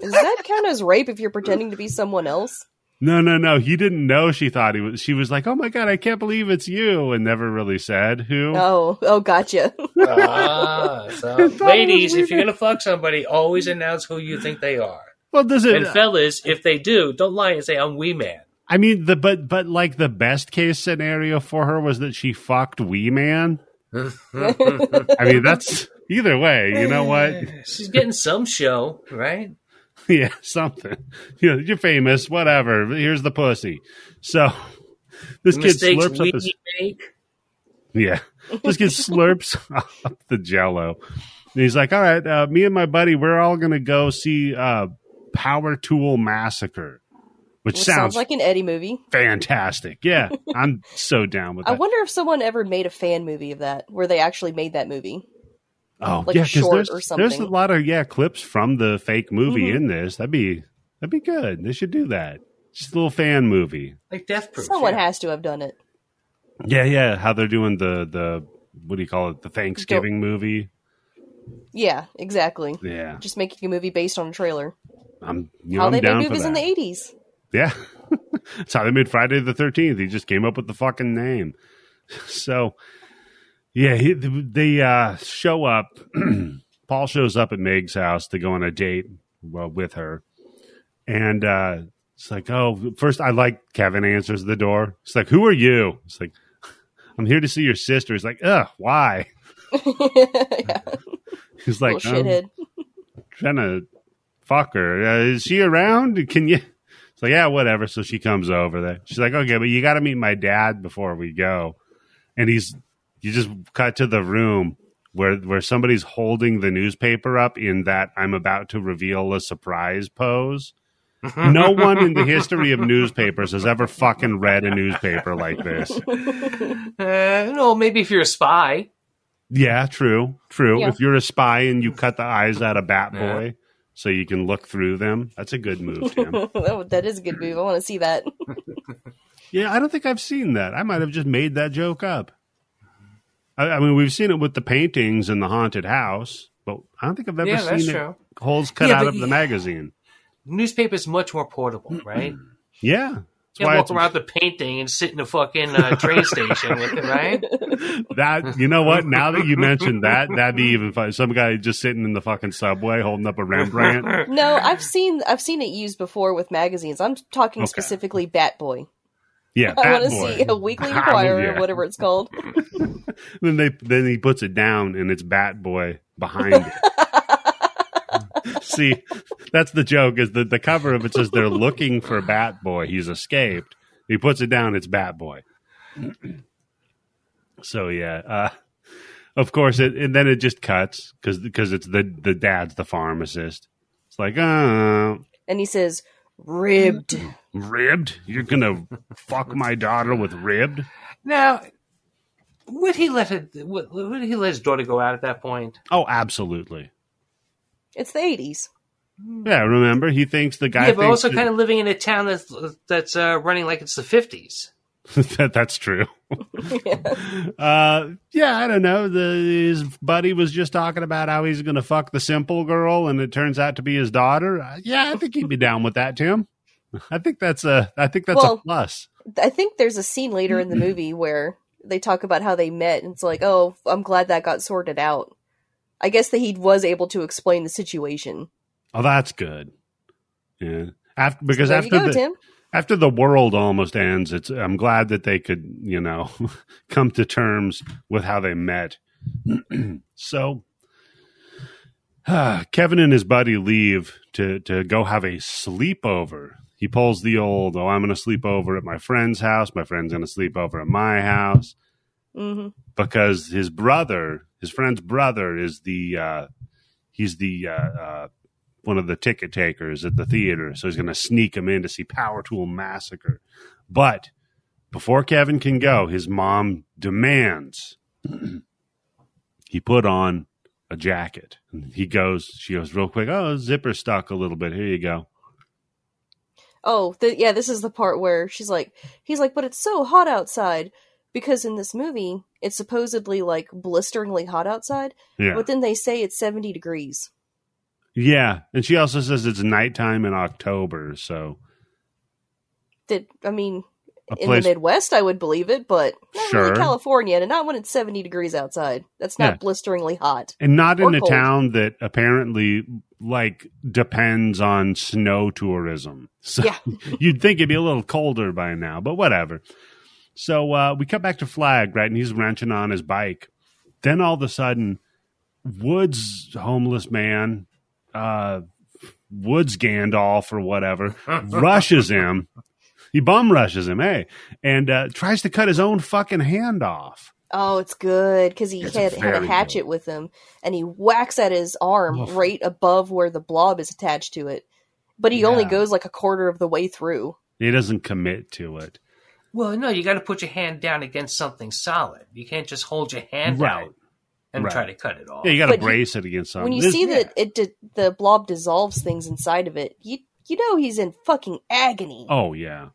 Speaker 3: Does that count as rape if you're pretending to be someone else?
Speaker 1: No, no, no. He didn't know she thought he was. She was like, "Oh my god, I can't believe it's you," and never really said who.
Speaker 3: Oh,
Speaker 1: [laughs]
Speaker 3: oh, gotcha.
Speaker 2: Ah, so ladies, if you're going to fuck somebody, always announce who you think
Speaker 1: [laughs]
Speaker 2: they are.
Speaker 1: Well, does it?
Speaker 2: And fellas, if they do, don't lie and say, I'm wee
Speaker 1: [laughs]
Speaker 2: man.
Speaker 1: I mean, the but but like the best case scenario for her was that she fucked Wee Man. I mean, that's [laughs] Either way, you know
Speaker 3: [laughs]
Speaker 1: what?
Speaker 2: She's getting some show, right?
Speaker 1: [laughs] yeah, something. You know, you're famous, whatever. Here's the pussy. So this
Speaker 2: The
Speaker 1: kid
Speaker 2: mistakes
Speaker 1: slurps
Speaker 2: we
Speaker 1: up his
Speaker 2: make.
Speaker 1: yeah. This kid slurps [laughs] up the jello, and he's like, "All right, uh, me and my buddy, we're all gonna go see uh, Power Tool Massacre." Which
Speaker 3: Which sounds
Speaker 1: sounds,
Speaker 3: like an Eddie movie.
Speaker 1: fantastic. Yeah, I'm so down with
Speaker 3: I
Speaker 1: that.
Speaker 3: wonder if someone ever made a fan movie of that, where they actually made that movie.
Speaker 1: oh,
Speaker 3: like a
Speaker 1: yeah, 'cause
Speaker 3: short
Speaker 1: there's,
Speaker 3: or
Speaker 1: there's a
Speaker 3: something.
Speaker 1: lot of yeah clips from the fake movie
Speaker 3: Mhm.
Speaker 1: in this. That'd be that'd be good. They should do that. Just a little fan movie.
Speaker 2: Like death proof.
Speaker 3: Someone
Speaker 2: yeah.
Speaker 3: has to have done it.
Speaker 1: Yeah, yeah. How they're doing the the what do you call it? The Thanksgiving movie.
Speaker 3: Yeah, exactly.
Speaker 1: Yeah,
Speaker 3: Just making a movie based on a trailer.
Speaker 1: I'm you know
Speaker 3: How
Speaker 1: I'm
Speaker 3: they made
Speaker 1: down for
Speaker 3: movies
Speaker 1: that.
Speaker 3: in the eighties. [laughs]
Speaker 1: yeah, [laughs] that's how they made Friday the Thirteenth. He just came up with the fucking name. [laughs] So yeah, he, they uh, show up. [clears throat] Paul shows up at Meg's house to go on a date well, with her, and uh, it's like, oh, first I like Kevin answers the door. It's like, who are you? It's like, [laughs] I'm here to see your sister. He's like, ugh, why? [laughs]
Speaker 3: yeah,
Speaker 1: He's like,
Speaker 3: little
Speaker 1: "Um,
Speaker 3: shithead.
Speaker 1: trying to fuck her. Uh, is she around? Can you? It's like, yeah, whatever. So she comes over there. She's like, okay, but you got to meet my dad before we go. And he's, you just cut to the room where where somebody's holding the newspaper up in that I'm about to reveal a surprise [laughs] pose. No one in the history of newspapers has ever fucking read a newspaper like this.
Speaker 2: Uh, no, maybe if you're a spy.
Speaker 1: Yeah, true, true.
Speaker 3: Yeah.
Speaker 1: If you're a spy and you cut the eyes out of Bat Boy
Speaker 2: Yeah.
Speaker 1: so you can look through them, that's a good move, Tim.
Speaker 3: [laughs] oh, that is a good move. I want to see that.
Speaker 1: Yeah, I don't think I've seen that. I might have just made that joke up. I, I mean, we've seen it with the paintings in the haunted house, but I don't think I've ever
Speaker 2: Yeah, that's
Speaker 1: seen it
Speaker 2: true.
Speaker 1: holes cut
Speaker 2: Yeah,
Speaker 1: out
Speaker 2: but
Speaker 1: of the
Speaker 2: you-
Speaker 1: magazine.
Speaker 2: Newspaper's much more portable, right?
Speaker 1: Yeah, that's
Speaker 2: You
Speaker 1: why
Speaker 2: can't walk
Speaker 1: it's,
Speaker 2: around the painting and sit in a fucking
Speaker 1: [laughs]
Speaker 2: uh, train station with it, right?
Speaker 1: that. You know what? Now that you mentioned that, that'd be even fun. Some guy just sitting in the fucking subway holding up a Rembrandt.
Speaker 3: [laughs] No, I've seen I've seen it used before with magazines. I'm talking
Speaker 1: Okay.
Speaker 3: specifically Bat Boy.
Speaker 1: Yeah,
Speaker 3: I
Speaker 1: Bat
Speaker 3: want to
Speaker 1: Boy.
Speaker 3: see
Speaker 1: [laughs]
Speaker 3: a Weekly
Speaker 1: Ah,
Speaker 3: Inquirer,
Speaker 1: yeah.
Speaker 3: whatever it's called.
Speaker 1: Then they then he puts it down and it's Bat Boy behind
Speaker 2: [laughs]
Speaker 1: it. See, that's the joke. Is that the cover of it says they're looking for Bat Boy? He's escaped. He puts it down. It's Bat Boy. [clears throat] so yeah, uh, of course. It, and then it just cuts because it's the the dad's the pharmacist. It's like, uh,
Speaker 3: And he says, "Ribbed."
Speaker 1: ribbed. You're gonna fuck my daughter with ribbed.
Speaker 2: Now, would he let it? Would, would he let his daughter go out at that point?
Speaker 1: Oh, absolutely.
Speaker 3: It's the eighties. [laughs]
Speaker 1: Yeah, remember he thinks the guy.
Speaker 2: yeah, but
Speaker 1: thinks
Speaker 2: also
Speaker 1: that-
Speaker 2: kind of living in a town that's that's uh, running like it's the fifties.
Speaker 1: [laughs] that, that's true. Uh, yeah, I don't know. The, his buddy was just talking about how he's going to fuck the simple girl, and it turns out to be his daughter. Uh, yeah, I think he'd be down with that, Tim. I think that's a. I think that's
Speaker 3: Well-
Speaker 1: a plus.
Speaker 3: I think there's a scene
Speaker 1: [clears throat]
Speaker 3: later in the movie where they talk about how they met, and it's like, "Oh, I'm glad that got sorted out." I guess that he was able to explain the situation.
Speaker 1: Oh, that's good. Yeah. After because
Speaker 3: there
Speaker 1: after
Speaker 3: you go,
Speaker 1: the
Speaker 3: Tim.
Speaker 1: after the world almost ends, it's. I'm glad that they could you know [laughs] come to terms with how they met. [clears throat] so. [sighs] Kevin and his buddy leave to to go have a sleepover. He pulls the old, "Oh, I'm going to sleep over at my friend's house. My friend's going to sleep over at my house."
Speaker 3: hmm
Speaker 1: Because his brother, his friend's brother, is the uh, he's the uh, uh, one of the ticket takers at the theater, so he's going to sneak him in to see Power Tool Massacre. But before Kevin can go, his mom demands [clears throat] he put on a jacket. And he goes, she goes real quick. Oh, zipper stuck a little bit. Here you go.
Speaker 3: Oh, the, yeah, this is the part where she's like, he's like, but it's so hot outside. Because in this movie, it's supposedly like blisteringly hot outside,
Speaker 1: Yeah,
Speaker 3: but then they say it's 70 degrees.
Speaker 1: yeah. And she also says it's nighttime in October, so
Speaker 3: That, I mean,
Speaker 1: a
Speaker 3: in
Speaker 1: place.
Speaker 3: the Midwest, I would believe it, but not
Speaker 1: Sure.
Speaker 3: really California, and not when it's 70 degrees outside. That's not
Speaker 1: Yeah.
Speaker 3: blisteringly hot.
Speaker 1: and not in
Speaker 3: or
Speaker 1: a
Speaker 3: cold.
Speaker 1: town that apparently like depends on snow tourism. [laughs] So
Speaker 3: Yeah.
Speaker 1: you'd think it'd be a little colder by now, but whatever. So uh, we cut back to Flag, right, and he's wrenching on his bike. Then all of a sudden, Woods homeless man, uh, Woods Gandalf or whatever, rushes him. He bum rushes him, hey, and uh, tries to cut his own fucking hand off.
Speaker 3: Oh, it's good because he
Speaker 1: It's
Speaker 3: had, had
Speaker 1: very
Speaker 3: a hatchet
Speaker 1: good.
Speaker 3: with him, and he whacks at his arm
Speaker 1: Oof.
Speaker 3: right above where the blob is attached to it. But he only
Speaker 1: Yeah.
Speaker 3: goes like a quarter of the way through.
Speaker 1: He doesn't commit to it.
Speaker 2: Well, no, you got to put your hand down against something solid. You can't just hold your hand
Speaker 1: Right.
Speaker 2: out and
Speaker 1: Right.
Speaker 2: try to cut it off.
Speaker 1: Yeah, you got to
Speaker 3: But you-
Speaker 1: brace it against something.
Speaker 3: when you
Speaker 1: This-
Speaker 3: see
Speaker 2: yeah.
Speaker 3: that it di- the blob dissolves things inside of it, you you know he's in fucking agony.
Speaker 1: Oh yeah,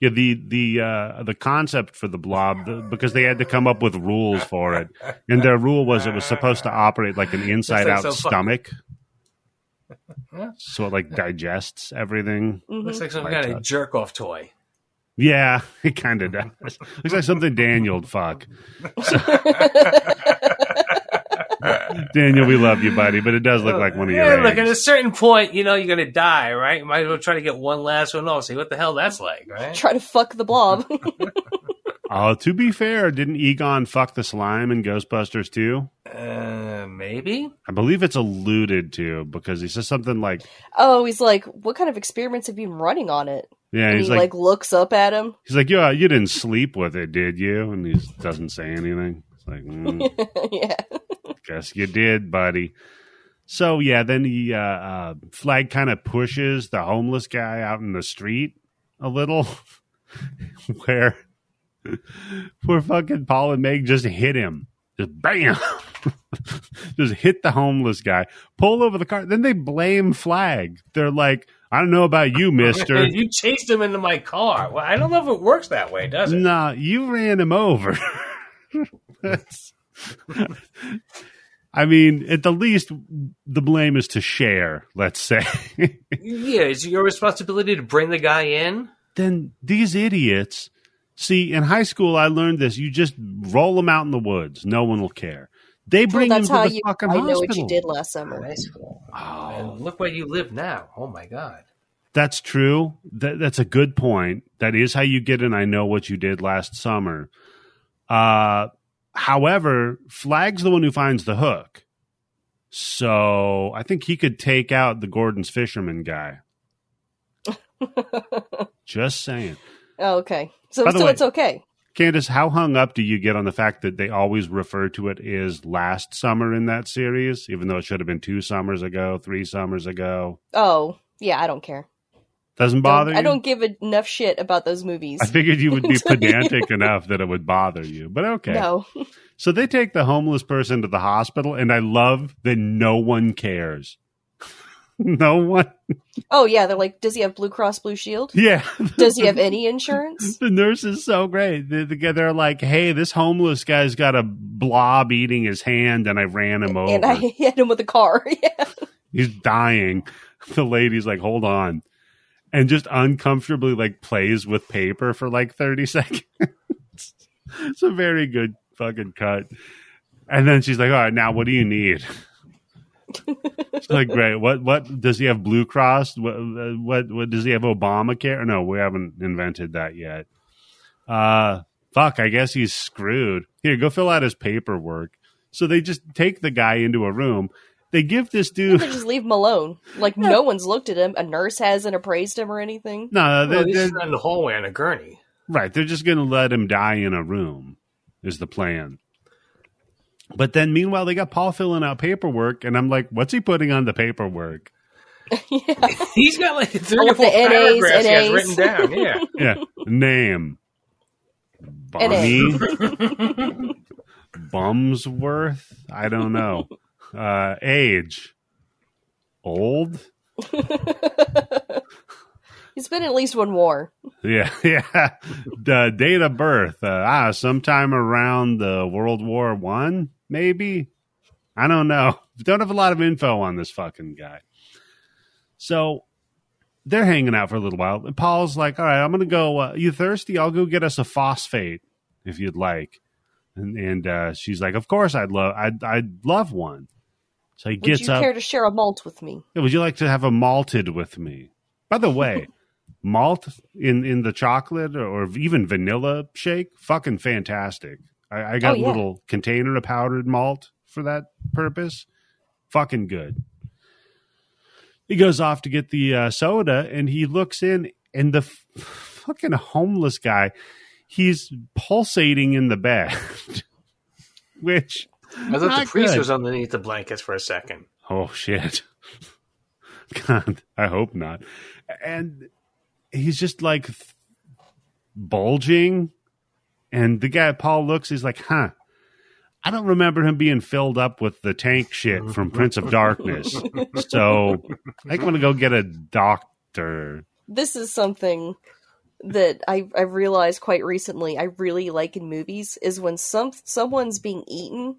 Speaker 1: yeah. The the uh, the concept for the blob the, because they had to come up with rules for it, and their rule was it was supposed to operate like
Speaker 3: [laughs]
Speaker 1: an inside out
Speaker 2: so fucking-
Speaker 1: stomach,
Speaker 2: Yeah.
Speaker 1: so it like digests everything. [laughs]
Speaker 3: Mhm.
Speaker 2: Looks like some
Speaker 1: My
Speaker 2: kind of
Speaker 1: God.
Speaker 2: jerk off toy.
Speaker 1: Yeah, [laughs] it kind of does. Looks like something Daniel'd fuck. Daniel, we love you, buddy, but it does look like one of
Speaker 2: Yeah,
Speaker 1: your.
Speaker 2: look, at a
Speaker 1: eggs.
Speaker 2: certain point, you know, you're going to die, right? You might as well try to get one last one off. See what the hell that's like, right?
Speaker 3: [laughs] Try to fuck the blob. [laughs]
Speaker 1: Oh, to be fair, didn't Egon fuck the slime in Ghostbusters too?
Speaker 2: Uh, maybe.
Speaker 1: I believe it's alluded to because he says something like,
Speaker 3: oh, he's like, what kind of experiments have you been running on it?
Speaker 1: "Yeah,
Speaker 3: And
Speaker 1: he's
Speaker 3: he like,
Speaker 1: like,
Speaker 3: looks up at him. [laughs]
Speaker 1: he's like, yeah, you didn't sleep with it, did you?" And he just doesn't say
Speaker 3: [laughs]
Speaker 1: anything. It's like, mm,
Speaker 3: yeah,
Speaker 1: guess you did, buddy. So yeah, then the uh, uh, flag kind of pushes the homeless guy out in the street a little, [laughs] where [laughs] where fucking Paul and Meg just hit him, just bam, [laughs] just hit the homeless guy, pull over the car. Then they blame Flag. They're like, I don't know about you, Mister.
Speaker 2: you chased him into my car. Well, I don't know if it works that way,
Speaker 3: [laughs]
Speaker 2: does it?
Speaker 1: No, you ran him over. [laughs] That's- I mean, at the least, the blame is to share, let's say.
Speaker 2: [laughs]
Speaker 1: [laughs]
Speaker 2: Yeah, it's your responsibility to bring the guy in.
Speaker 1: then these idiots see, in high school, I learned this you just roll them out in the woods, no one will care. They
Speaker 3: well,
Speaker 1: bring
Speaker 3: that's
Speaker 1: them
Speaker 3: how
Speaker 1: to the
Speaker 3: you. I
Speaker 1: fucking
Speaker 3: know what
Speaker 1: hospital.
Speaker 3: you did last summer.
Speaker 2: school.
Speaker 1: Oh,
Speaker 2: And look where you live now. Oh my God.
Speaker 1: that's true. That, that's a good point. That is how you get an I know what you did last summer. Uh, however, Flag's the one who finds the hook. So I think he could take out the Gordon's fisherman
Speaker 3: [laughs]
Speaker 1: guy. Just saying.
Speaker 3: Oh, okay, so
Speaker 1: By the
Speaker 3: so
Speaker 1: way-
Speaker 3: it's okay.
Speaker 1: Candace, how hung up do you get on the fact that they always refer to it as last summer in that series, even though it should have been two summers ago, three summers ago?
Speaker 3: Oh yeah, I don't care.
Speaker 1: Doesn't
Speaker 3: Don't-
Speaker 1: bother you?
Speaker 3: I don't give enough shit about those movies.
Speaker 1: I figured you
Speaker 3: [laughs]
Speaker 1: would be
Speaker 3: Don't you?
Speaker 1: pedantic enough that it would bother you, but okay.
Speaker 3: No,
Speaker 1: So they take the homeless person to the hospital, and I love that no one cares. [laughs] no one.
Speaker 3: Oh yeah, they're like, does he have Blue Cross Blue Shield?
Speaker 1: Yeah. [laughs]
Speaker 3: Does he have any insurance?
Speaker 1: The nurse is so great. They- they- They're like, hey, this homeless guy's got a blob eating his hand, and I ran him over.
Speaker 3: And I [laughs] hit him with a car. yeah.
Speaker 1: He's dying. [laughs] The lady's like, hold on. And just uncomfortably like plays with paper for like 30 [laughs] seconds. it's a very good fucking cut. And then she's like, all right, now what do you need? She's like, great. What what does he have Blue Cross? What what, what does he have Obamacare? No, we haven't invented that yet. Uh fuck, I guess he's screwed. Here, go fill out his paperwork. So they just take the guy into a room. They give this
Speaker 3: They
Speaker 1: dude
Speaker 3: just leave him alone. Like no one's looked at him. A nurse hasn't appraised him
Speaker 1: [laughs]
Speaker 3: or anything. [laughs]
Speaker 1: No, they're,
Speaker 2: Well, Oh, this
Speaker 1: they're-
Speaker 2: is not in Uh, the hallway on a gurney.
Speaker 1: right. They're just going to let him die in a room, is the plan. But then, meanwhile, they got Paul filling out paperwork, and I'm like, "What's he putting on the paperwork?"
Speaker 3: yeah.
Speaker 2: [laughs] He's got like three
Speaker 3: Oh,
Speaker 2: or
Speaker 3: with the
Speaker 2: four
Speaker 3: NAs,
Speaker 2: paragraphs he has
Speaker 3: NAs.
Speaker 2: written down. Yeah.
Speaker 3: [laughs]
Speaker 2: [laughs]
Speaker 1: Yeah, name Bonnie
Speaker 2: [laughs]
Speaker 1: Bumsworth. I don't know. Uh, age, old.
Speaker 3: He's been at least one war.
Speaker 1: Yeah, [laughs] yeah. The date of birth, uh, ah, sometime around the World War One, maybe. I don't know. [laughs] Don't have a lot of info on this fucking guy. So they're hanging out for a little while, and Paul's like, "All right, I'm gonna go. Uh, you thirsty? I'll go get us a phosphate if you'd like." And, and uh, she's like, "Of course, I'd love. I'd, I'd love one." So he
Speaker 3: Would
Speaker 1: gets
Speaker 3: you
Speaker 1: up.
Speaker 3: care to share a malt with me?
Speaker 1: Yeah, would you like to have a malted with me? By the
Speaker 3: [laughs]
Speaker 1: way, malt in in the chocolate or, or even vanilla shake, fucking fantastic. I, I got
Speaker 3: Oh, yeah.
Speaker 1: a little container of powdered malt for that purpose, fucking good. He goes off to get the uh, soda and he looks in, and the f- fucking homeless guy, he's pulsating in the bed, [laughs] which.
Speaker 2: I thought the priest was underneath the blankets for a second.
Speaker 1: Oh shit. [laughs] God, I hope not. And he's just like th- bulging and the guy Paul looks he's like, "Huh. I don't remember him being filled up with the tank shit from Prince of Darkness. so, I think I'm going to go get a doctor."
Speaker 3: This is something that I I realized quite recently I really like in movies is when some someone's being eaten,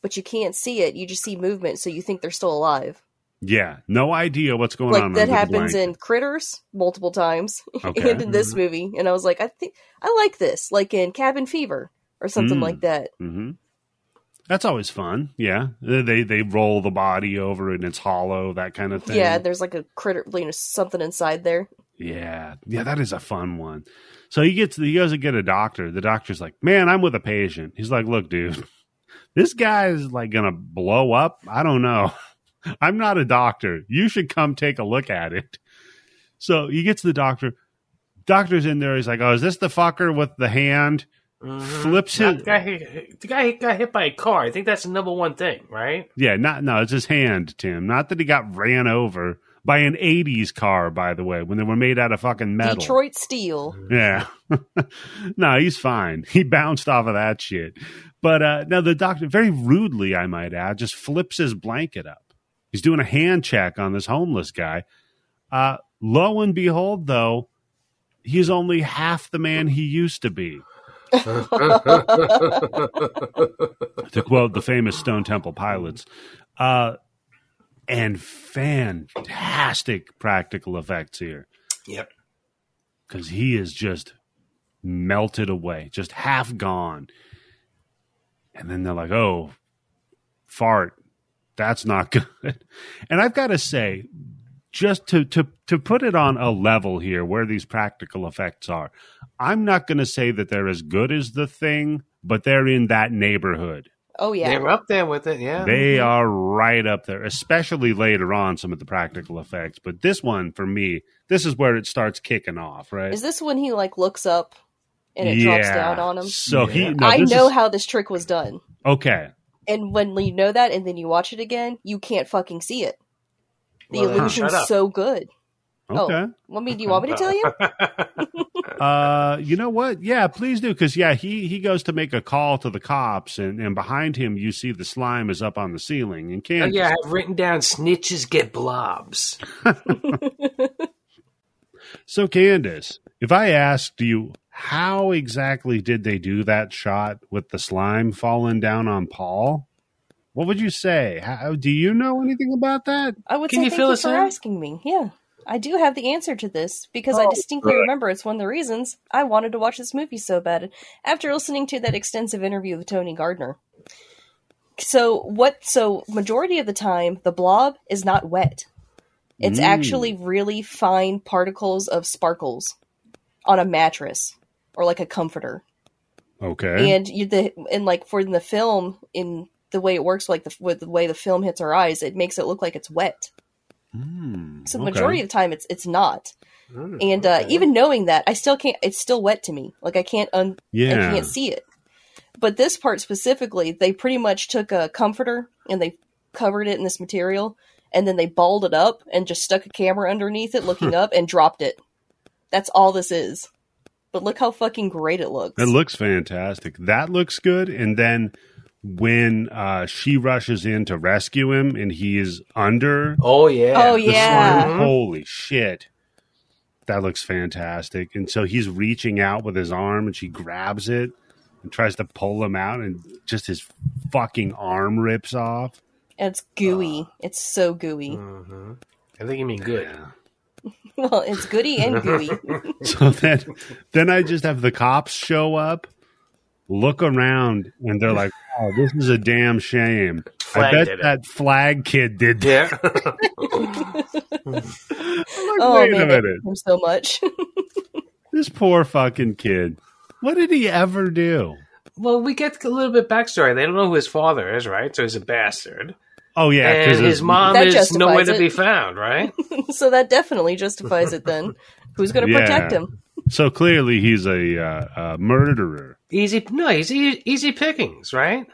Speaker 3: but you can't see it. You just see movement, so you think they're still alive.
Speaker 1: Yeah, Oh, no idea what's going on.
Speaker 3: like that
Speaker 1: under the
Speaker 3: happens
Speaker 1: blanket.
Speaker 3: in Critters multiple times, [laughs]
Speaker 1: Okay. mm-hmm.
Speaker 3: and in this movie. And I was like, I think I like this, like in Cabin Fever or something
Speaker 1: Mm.
Speaker 3: like that.
Speaker 1: Mm-hmm. That's always fun. Yeah, they they roll the body over and it's hollow, that kind of thing.
Speaker 3: Yeah, there's like a critter, you know, something inside there.
Speaker 1: Yeah, yeah, that is a fun one. So he gets he goes to get a doctor. The doctor's like, "Man, I'm with a patient." He's like, "Look, dude, [laughs] this guy is like gonna blow up. I don't know. [laughs] I'm not a doctor. You should come take a look at it." So he gets the doctor. Doctor's in there. He's like, "Oh, is this the fucker with the hand?"
Speaker 2: Mhm.
Speaker 1: Flips
Speaker 2: Now,
Speaker 1: his
Speaker 2: The guy, the guy got hit by a car. I think that's the number one thing, right?
Speaker 1: Yeah, not no, it's his hand, Tim. Not that he got ran over by an '80s car, by the way, when they were made out of fucking metal.
Speaker 3: Detroit Steel. [laughs]
Speaker 1: Yeah. [laughs] no, he's fine. He bounced off of that shit. But uh now the doctor very rudely, I might add, just flips his blanket up. He's doing a hand check on this homeless guy. Uh lo and behold though, he's only half the man he used to be.
Speaker 3: Oh,
Speaker 1: to quote the famous Stone Temple Pilots. Uh and fantastic practical effects here
Speaker 2: Yep.
Speaker 1: because he is just melted away, just half gone. And then they're like, oh, fart. That's not [laughs] good. And I've got to say, just to, to, to put it on a level here where these practical effects are, I'm not going to say that they're as good as the thing, but they're in that neighborhood.
Speaker 3: Oh yeah,
Speaker 2: They were up there with it, yeah. [laughs]
Speaker 1: They are right up there, especially later on, some of the practical effects. But this one, for me, this is where it starts kicking off, right?
Speaker 3: is this when he like looks up and it drops down on him?
Speaker 1: So
Speaker 2: Yeah.
Speaker 1: he, no,
Speaker 3: I
Speaker 1: this
Speaker 3: know
Speaker 1: is-
Speaker 3: how this trick was done,
Speaker 1: okay,
Speaker 3: and when you know that, and then you watch it again, you can't fucking see it. The
Speaker 2: Well, then
Speaker 3: illusion's
Speaker 2: shut up.
Speaker 3: so good.
Speaker 1: okay.
Speaker 3: Well, I mean, do you
Speaker 2: [laughs]
Speaker 3: want me to tell you? Oh.
Speaker 1: Uh, you know what? Yeah, please do, because yeah, he he goes to make a call to the cops, and and behind him you see the slime is up on the ceiling and
Speaker 2: Oh,
Speaker 1: can't.
Speaker 2: yeah, I've written down snitches get blobs.
Speaker 1: So Candace, if I asked you how exactly did they do that shot with the slime falling down on Paul, what would you say? How do you know anything about that?
Speaker 3: I would
Speaker 2: Can
Speaker 3: say
Speaker 2: you
Speaker 3: thank
Speaker 2: fill
Speaker 3: you
Speaker 2: us
Speaker 3: for
Speaker 2: in?
Speaker 3: asking me. Yeah, I do have the answer to this because I distinctly remember it's one of the reasons I wanted to watch this movie so bad after listening to that extensive interview with Tony Gardner. So what? So majority of the time, the blob is not wet. It's
Speaker 1: Mm.
Speaker 3: actually really fine particles of sparkles on a mattress or like a comforter
Speaker 1: Okay,
Speaker 3: and you the and like for the film in the way it works like the with the way the film hits our eyes it makes it look like it's wet
Speaker 1: Hmm,
Speaker 3: so
Speaker 1: okay.
Speaker 3: majority of the time it's it's not
Speaker 2: Mm,
Speaker 3: and uh,
Speaker 2: okay.
Speaker 3: even knowing that i still can't it's still wet to me like i can't un i
Speaker 1: yeah,
Speaker 3: can't see it but this part specifically they pretty much took a comforter and they covered it in this material and then they balled it up and just stuck a camera underneath
Speaker 1: [laughs]
Speaker 3: it looking up and dropped it that's all this is but look how fucking great it looks
Speaker 1: It looks fantastic. That looks good. And then when uh, she rushes in to rescue him and he is under
Speaker 2: Oh, yeah.
Speaker 3: oh
Speaker 1: the
Speaker 3: yeah
Speaker 1: slime, holy shit. That looks fantastic. And so he's reaching out with his arm and she grabs it and tries to pull him out and just his fucking arm rips off.
Speaker 3: And it's gooey.
Speaker 1: Ah.
Speaker 3: it's so gooey.
Speaker 2: hmm I think you mean good.
Speaker 1: Yeah.
Speaker 3: [laughs] Well, it's goody
Speaker 1: [laughs]
Speaker 3: and gooey.
Speaker 1: So then then I just have the cops show up, look around, and they're like, Oh, this is a damn shame.
Speaker 2: Flag
Speaker 1: I
Speaker 2: did
Speaker 1: bet
Speaker 2: it.
Speaker 1: that flag kid did
Speaker 2: [laughs]
Speaker 1: that.
Speaker 2: Yeah.
Speaker 1: Like,
Speaker 3: oh
Speaker 1: wait
Speaker 3: man,
Speaker 1: a
Speaker 3: I
Speaker 1: minute.
Speaker 3: hate him so much. [laughs]
Speaker 1: This poor fucking kid. What did he ever do?
Speaker 2: Well, we get a little bit backstory. They don't know who his father is, right? So he's a bastard.
Speaker 1: Oh yeah,
Speaker 2: and
Speaker 1: because
Speaker 2: his mom
Speaker 3: That
Speaker 2: is
Speaker 3: justifies
Speaker 2: nowhere
Speaker 3: it.
Speaker 2: to be found,
Speaker 3: [laughs]
Speaker 2: right?
Speaker 3: so that definitely justifies
Speaker 1: [laughs]
Speaker 3: it then. Who's going to
Speaker 1: Yeah.
Speaker 3: protect him?
Speaker 1: So clearly he's a, uh, a murderer.
Speaker 2: easy, no, easy, easy pickings, right?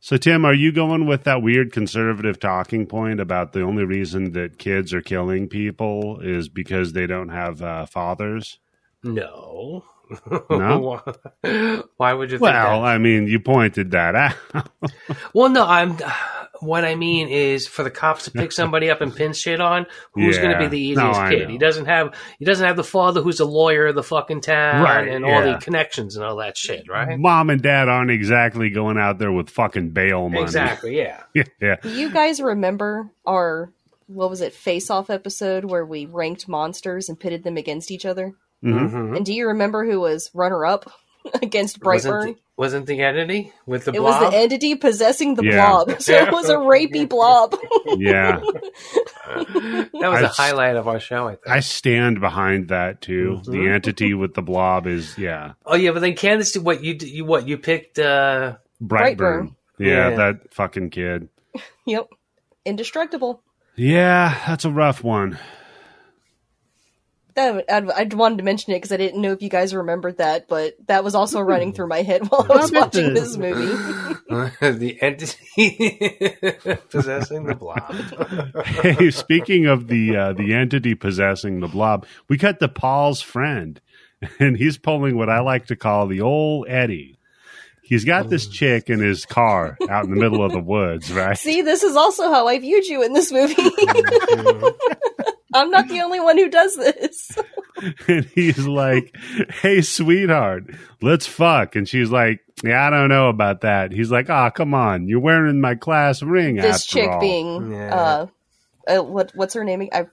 Speaker 1: So Tim, are you going with that weird conservative talking point about the only reason that kids are killing people is because they don't have uh, fathers?
Speaker 2: No.
Speaker 1: No?
Speaker 2: [laughs] Why would you think that?
Speaker 1: Well, I mean, you pointed that [laughs] out.
Speaker 2: Well, no, I'm. What I mean is, for the cops
Speaker 1: [laughs]
Speaker 2: to pick somebody up and pin shit on, who's going to be
Speaker 1: Yeah.
Speaker 2: the
Speaker 1: No,
Speaker 2: easiest
Speaker 1: I
Speaker 2: kid?
Speaker 1: know.
Speaker 2: He doesn't have. He doesn't have the father who's a lawyer of the fucking town,
Speaker 1: Right,
Speaker 2: And all
Speaker 1: yeah.
Speaker 2: the connections and all that shit, right?
Speaker 1: Mom and dad aren't exactly going out there with fucking bail money.
Speaker 2: Exactly. Yeah.
Speaker 1: [laughs] yeah.
Speaker 3: Do you guys remember our what was it face off episode where we ranked monsters and pitted them against each other?
Speaker 1: Mhm.
Speaker 2: Mhm.
Speaker 3: And do you remember who was runner up [laughs] against Brightburn?
Speaker 2: Wasn't the, wasn't the entity with the
Speaker 3: it
Speaker 2: blob?
Speaker 3: was the entity possessing the
Speaker 1: Yeah.
Speaker 3: blob. [laughs] So
Speaker 2: [laughs]
Speaker 3: it was a rapey blob. [laughs]
Speaker 1: Yeah.
Speaker 2: that was
Speaker 1: I
Speaker 2: the
Speaker 1: s-
Speaker 2: highlight of our show, I think.
Speaker 1: I stand behind that too. The
Speaker 2: Mhm.
Speaker 1: entity with the blob is, yeah,
Speaker 2: oh yeah, but then Candace, did what you d- you what you picked? uh [laughs]
Speaker 1: Brightburn.
Speaker 3: Brightburn.
Speaker 1: Yeah,
Speaker 2: Yeah.
Speaker 1: that fucking kid.
Speaker 3: yep. Indestructible.
Speaker 1: Yeah, that's a rough one. [laughs]
Speaker 3: That, I'd, I'd wanted to mention it because I didn't know if you guys remembered that, but that was also
Speaker 2: Hmm.
Speaker 3: running through my head [laughs] while I was
Speaker 1: Look at
Speaker 3: watching
Speaker 1: this.
Speaker 3: this movie.
Speaker 2: the entity [laughs] possessing the
Speaker 3: [laughs]
Speaker 2: blob.
Speaker 1: Hey, speaking of the uh, the entity possessing the blob, we cut to Paul's friend, [laughs] and he's pulling what I like to call the old Eddie. He's got this chick in his car out in the middle of the woods, right?
Speaker 3: [laughs] See, this is also how I viewed you in this movie. [laughs] I'm not the only one who does this.
Speaker 1: and he's like, "Hey, sweetheart, let's fuck." And she's like, "Yeah, I don't know about that." He's like, "Ah, come on, you're wearing my class ring."
Speaker 3: this
Speaker 1: after
Speaker 3: chick
Speaker 1: all."
Speaker 3: being
Speaker 2: Yeah.
Speaker 3: uh, uh what what's her name? I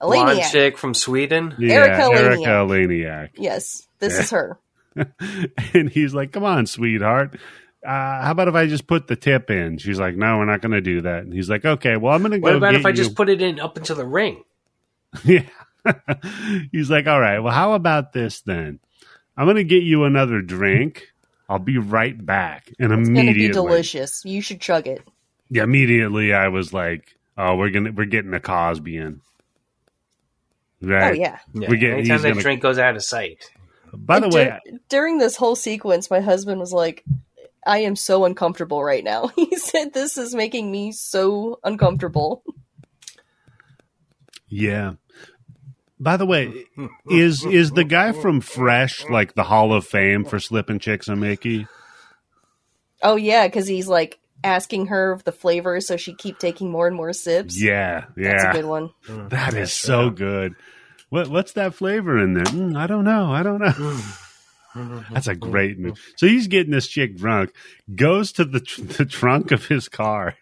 Speaker 2: Blonde
Speaker 3: Eleniac.
Speaker 2: chick from Sweden.
Speaker 1: yeah,
Speaker 3: Erica
Speaker 1: Erica Laniak.
Speaker 3: Yes, this is her.
Speaker 1: [laughs] and he's like, "Come on, sweetheart." Uh, how about if I just put the tip in? She's like, "No, we're not going to do that." And he's like, "Okay, well, I'm going to go."
Speaker 2: What about
Speaker 1: get
Speaker 2: if I
Speaker 1: you-
Speaker 2: just put it in up into the ring?
Speaker 1: [laughs] Yeah. He's like, all right, well, how about this then? I'm going to get you another drink. I'll be right back. And
Speaker 3: It's gonna
Speaker 1: immediately,
Speaker 3: be delicious. You should chug it.
Speaker 1: yeah, immediately I was like, oh, we're going to, we're getting a Cosby in. Right.
Speaker 3: Oh yeah.
Speaker 2: Yeah.
Speaker 1: We get-
Speaker 2: Anytime
Speaker 1: he's
Speaker 2: that
Speaker 1: gonna-
Speaker 2: drink goes out of sight.
Speaker 1: By the
Speaker 3: And
Speaker 1: way,
Speaker 3: dur- during this whole sequence, my husband was like, "I am so uncomfortable right now." [laughs] He said, "This is making me so uncomfortable."
Speaker 1: yeah. By the way, is is the guy from Fresh like the Hall of Fame for slipping chicks and Mickey?
Speaker 3: Oh yeah, because he's like asking her of the flavor, so she keep taking more and more sips.
Speaker 1: Yeah, yeah.
Speaker 3: That's a good one.
Speaker 1: That is
Speaker 2: Mm, That's
Speaker 1: so
Speaker 2: right.
Speaker 1: good. What what's that flavor in there? Mm, I don't know. I don't know. That's a great move. So he's getting this chick drunk, goes to the tr- the trunk of his car,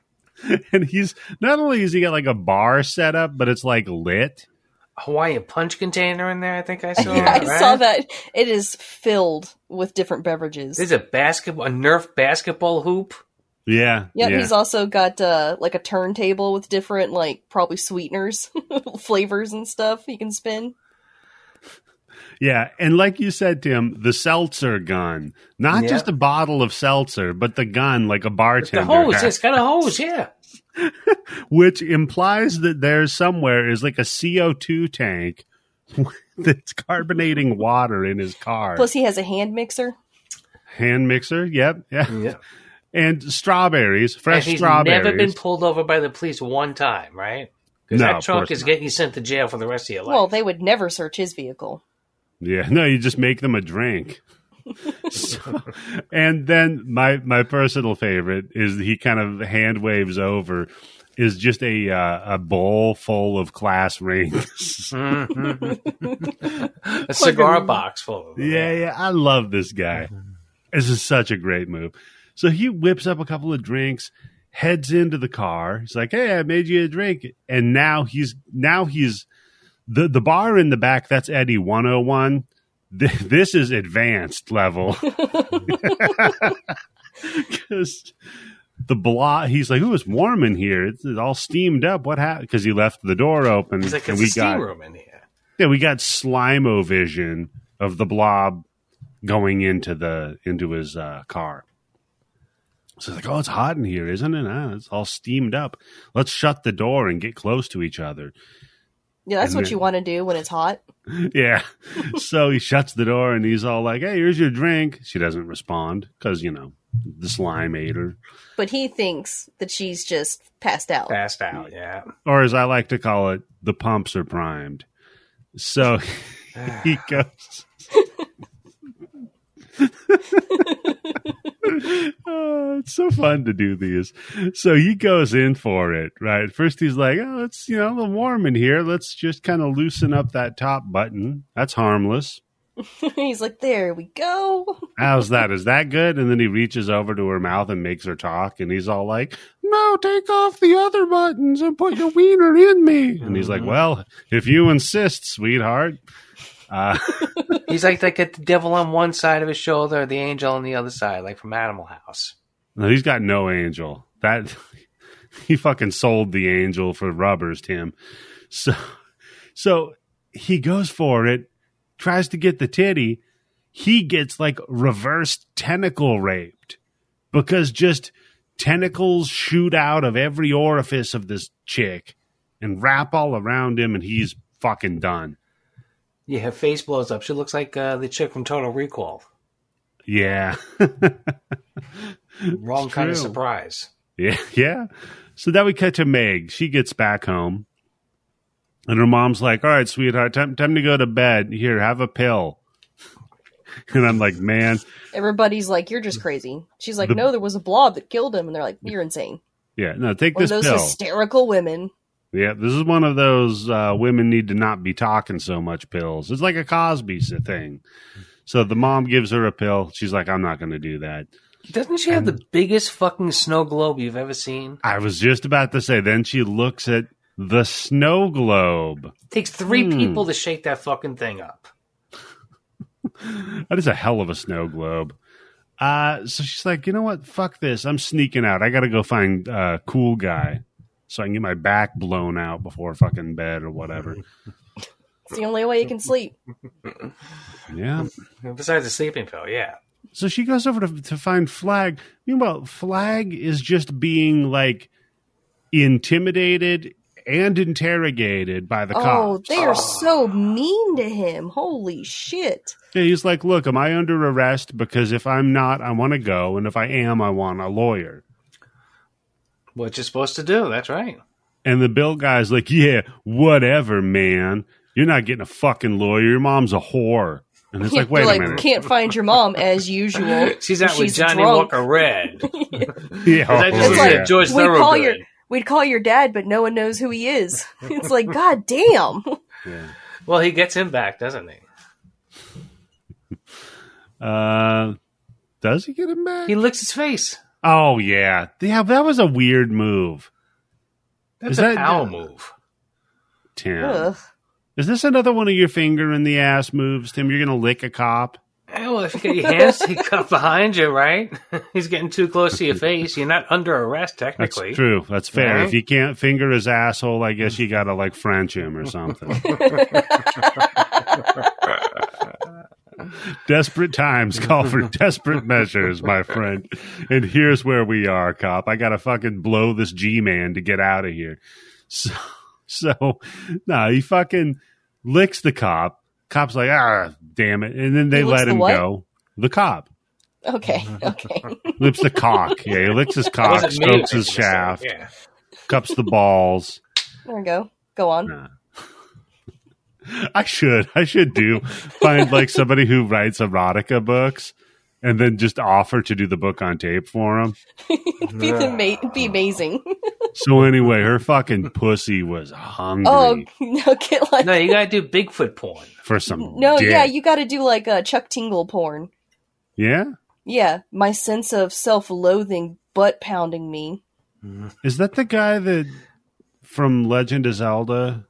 Speaker 1: [laughs] and he's not only is he got like a bar set up, but it's like lit.
Speaker 2: Hawaiian punch container in there. I
Speaker 3: [laughs]
Speaker 2: think I saw.
Speaker 3: Yeah, I
Speaker 2: right?
Speaker 3: saw that. It is filled with different beverages.
Speaker 2: There's a basketball, a Nerf basketball hoop.
Speaker 1: Yeah,
Speaker 3: Yep,
Speaker 1: yeah.
Speaker 3: he's also got uh, like a turntable with different, like probably sweeteners, [laughs] flavors and stuff he can spin.
Speaker 1: Yeah, and like you said, Tim, the seltzer gun. Not
Speaker 2: Yeah.
Speaker 1: just a bottle of seltzer, but the gun like a bartender.
Speaker 2: The hose.
Speaker 1: has.
Speaker 2: It's got a hose. Yeah.
Speaker 1: which implies that there somewhere is like a CO2 tank [laughs] that's carbonating water in his car.
Speaker 3: Plus, he has a hand mixer.
Speaker 1: Hand mixer, yep, yeah.
Speaker 2: Yeah.
Speaker 1: And strawberries,
Speaker 2: And
Speaker 1: fresh
Speaker 2: he's
Speaker 1: strawberries.
Speaker 2: never been pulled over by the police one time, right?
Speaker 1: No,
Speaker 2: Because
Speaker 1: of
Speaker 2: that
Speaker 1: course
Speaker 2: trunk is
Speaker 1: not.
Speaker 2: getting you sent to jail for the rest of your life.
Speaker 3: Well,
Speaker 1: [laughs]
Speaker 3: they would never search his vehicle.
Speaker 1: yeah, no, you just make them a drink. [laughs] So- and then my my personal favorite is he kind of hand waves over is just a uh, a bowl full of class rings.
Speaker 2: a cigar
Speaker 3: Fucking-
Speaker 2: box full of them.
Speaker 1: Yeah, yeah. I love this guy. This is such a great move. So he whips up a couple of drinks, heads into the car. He's like, Hey, I made you a drink. And now he's now he's the the bar in the back, that's Eddie 101. Th- This is advanced level. [laughs] Because the blob, he's like, "Ooh, it's warm in here. It's, it's all steamed up. What happened?" Because he left the door open,
Speaker 2: He's like,
Speaker 1: and
Speaker 2: it's
Speaker 1: we
Speaker 2: a steam
Speaker 1: got
Speaker 2: room in here.
Speaker 1: yeah, we got Slimo vision of the blob going into the into his uh, car. So he's like, "Oh, it's hot in here, isn't it? Ah, it's all steamed up. Let's shut the door and get close to each other." [laughs]
Speaker 3: Yeah, that's
Speaker 1: And
Speaker 3: what
Speaker 1: then-
Speaker 3: you want to do when it's hot.
Speaker 1: Yeah. so he shuts the door and he's all like, "Hey, here's your drink." She doesn't respond because you know the slime ate her,
Speaker 3: But he thinks that she's just passed out.
Speaker 2: Passed out, yeah.
Speaker 1: or as I like to call it, the pumps are primed. So he goes. [laughs] Oh, it's so fun to do these. So he goes in for it, right? First, he's like, "Oh, it's you know a little warm in here. Let's just kind of loosen up that top button. That's harmless."
Speaker 3: [laughs] He's like, there we go.
Speaker 1: How's that? Is that good? And then he reaches over to her mouth and makes her talk, and he's all like, "No, take off the other buttons and put your wiener in me." And he's like, "Well, if you insist, sweetheart." Uh,
Speaker 2: He's like like got the devil on one side of his shoulder, the angel on the other side, like from Animal House.
Speaker 1: no, he's got no angel. That [laughs] he fucking sold the angel for rubbers, Tim. So, so he goes for it, tries to get the titty. He gets like reverse tentacle raped because just tentacles shoot out of every orifice of this chick and wrap all around him, and he's fucking done.
Speaker 2: Yeah, her face blows up. She looks like uh, the chick from Total Recall.
Speaker 1: Yeah. [laughs]
Speaker 2: Wrong
Speaker 1: It's
Speaker 2: kind of
Speaker 1: true.
Speaker 2: surprise.
Speaker 1: Yeah, [laughs] yeah. So then we cut to Meg. She gets back home, and her mom's like, "All right, sweetheart, time time to go to bed. Here, have a pill." [laughs] And I'm like, "Man,
Speaker 3: Everybody's like, you're just crazy. She's like,
Speaker 1: The-
Speaker 3: no, there was a blob that killed him. And they're like, you're insane.
Speaker 1: yeah, no, take
Speaker 3: One of
Speaker 1: this
Speaker 3: those
Speaker 1: pill.
Speaker 3: hysterical women.
Speaker 1: yeah, this is one of those uh, women need to not be talking so much pills. It's like a Cosby s- thing." So the mom gives her a pill. She's like, "I'm not going to do that."
Speaker 2: Doesn't she have the biggest fucking snow globe you've ever seen?
Speaker 1: I was just about to say. Then she looks at the snow globe.
Speaker 2: takes three
Speaker 1: Hmm.
Speaker 2: people to shake that fucking thing up.
Speaker 1: That is a hell of a snow globe. Uh, so she's like, you know what? Fuck this. I'm sneaking out. I got to go find uh, cool guy so I can get my back blown out before fucking bed or whatever.
Speaker 3: It's the only way you can sleep.
Speaker 1: Yeah.
Speaker 2: Besides the sleeping pill, yeah.
Speaker 1: So she goes over to, to find Flag. Meanwhile, Flag is just being like intimidated and interrogated by the
Speaker 3: Oh,
Speaker 1: cops.
Speaker 3: they are so mean to him. Holy shit.
Speaker 1: Yeah, he's like, look, am I under arrest? Because if I'm not, I want to go. And if I am, I want a lawyer.
Speaker 2: What you're supposed to do,
Speaker 1: [laughs]
Speaker 2: that's right.
Speaker 1: And the bill guy's like, yeah, whatever, man. You're not getting a fucking lawyer. Your mom's a whore. And it's
Speaker 3: [laughs]
Speaker 1: like,
Speaker 3: They're
Speaker 1: wait a
Speaker 3: like,
Speaker 1: minute.
Speaker 3: can't find your mom
Speaker 2: [laughs]
Speaker 3: as usual.
Speaker 2: She's out with
Speaker 3: She's
Speaker 2: Johnny
Speaker 3: drunk.
Speaker 2: Walker Red.
Speaker 1: Yeah, oh,
Speaker 2: I just
Speaker 3: It's
Speaker 2: said
Speaker 1: yeah.
Speaker 2: George
Speaker 3: We call
Speaker 2: Thorogood.
Speaker 3: your- We'd call your dad, but no one knows who he is.
Speaker 1: [laughs]
Speaker 3: It's like, God damn.
Speaker 1: Yeah.
Speaker 2: Well, he gets him back, doesn't he?
Speaker 1: Uh, does he get him back?
Speaker 2: He licks his face.
Speaker 1: oh, yeah. Yeah, that was a weird move,
Speaker 2: That's
Speaker 1: Is
Speaker 2: a
Speaker 1: that-
Speaker 2: power move.
Speaker 1: Tim. [laughs]
Speaker 3: [laughs] Ugh.
Speaker 1: Is this another one of your finger in the ass moves, Tim? You're going to lick a cop?
Speaker 2: Eh, well, if you get your hands [laughs] up behind you, right? [laughs] He's getting too close to your face. You're not under arrest,
Speaker 1: That's
Speaker 2: technically.
Speaker 1: true. That's fair.
Speaker 2: Yeah.
Speaker 1: If you can't finger his asshole, I guess you got to like French him or something. desperate times call for desperate measures, my friend. And here's where we are, cop. I got to fucking blow this G man to get out of here. So, so no, he fucking licks the cop. Cop's like, ah, damn it. And then they
Speaker 3: He licks
Speaker 1: let
Speaker 3: the
Speaker 1: him
Speaker 3: what?
Speaker 1: go. The cop
Speaker 3: Okay, okay.
Speaker 1: lips the cock. Yeah, he licks his cock,
Speaker 2: Wasn't me
Speaker 1: strokes
Speaker 2: making
Speaker 1: his
Speaker 2: the mistake,
Speaker 1: shaft,
Speaker 2: Yeah.
Speaker 1: cups the balls.
Speaker 3: There we go. Go on. [laughs]
Speaker 1: Nah. I should. I should do find like somebody who writes erotica books and then just offer to do the book on tape for him.
Speaker 3: Be, the ma- be amazing.
Speaker 1: So anyway, her fucking pussy was hungry
Speaker 3: [laughs] Oh, no, get like.
Speaker 2: No, you gotta do Bigfoot porn.
Speaker 1: for some
Speaker 3: [laughs] No,
Speaker 1: dick.
Speaker 3: yeah, you got to do like uh, Chuck Tingle porn.
Speaker 1: yeah?
Speaker 3: Yeah, my sense of self loathing butt pounding me.
Speaker 1: Is that the guy that from Legend of
Speaker 3: [laughs]
Speaker 1: Zelda?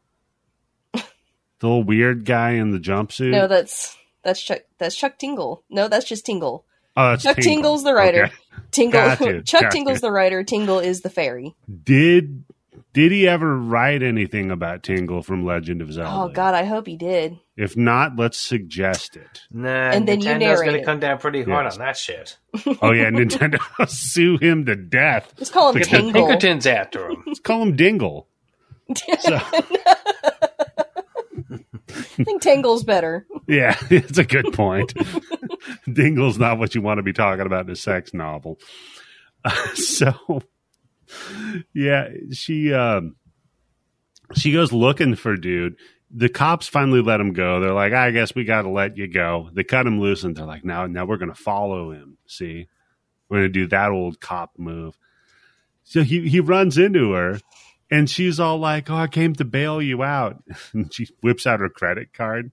Speaker 1: The little weird guy in the jumpsuit?
Speaker 3: No, that's that's Chuck that's Chuck Tingle. No, that's just Tingle.
Speaker 1: oh, that's
Speaker 3: Chuck
Speaker 1: Tingle.
Speaker 3: Tingle's the writer.
Speaker 1: Okay.
Speaker 3: Tingle
Speaker 1: Got you,
Speaker 3: [laughs] Chuck
Speaker 1: got
Speaker 3: Tingle's
Speaker 1: you.
Speaker 3: the writer, Tingle is the fairy.
Speaker 1: Did Did he ever write anything about Tingle from Legend of Zelda?
Speaker 3: Oh God, I hope he did.
Speaker 1: If not, let's suggest it.
Speaker 2: Nah,
Speaker 3: And then you
Speaker 2: Nintendo's
Speaker 3: narrate
Speaker 2: going
Speaker 3: it.
Speaker 2: to come down pretty hard
Speaker 1: Yes.
Speaker 2: on that shit.
Speaker 1: Oh
Speaker 3: [laughs]
Speaker 1: yeah, Nintendo [laughs] sue him to death.
Speaker 3: Let's call him
Speaker 1: Like the
Speaker 3: Tingle.
Speaker 2: Pinkerton's
Speaker 1: [laughs]
Speaker 2: after him.
Speaker 1: Let's call him Dingle.
Speaker 3: [laughs]
Speaker 1: So
Speaker 3: I think Tingle's better.
Speaker 1: yeah, [laughs] it's a good point. Dingle's not what you want to be talking about in a sex novel. [laughs] Uh, so yeah, she um she goes looking for dude. The cops finally let him go. They're like, I guess we got to let you go. They cut him loose, and they're like, now, now we're gonna follow him. See, we're gonna do that old cop move. So he he runs into her, and she's all like, "Oh, I came to bail you out." [laughs] And she whips out her credit card.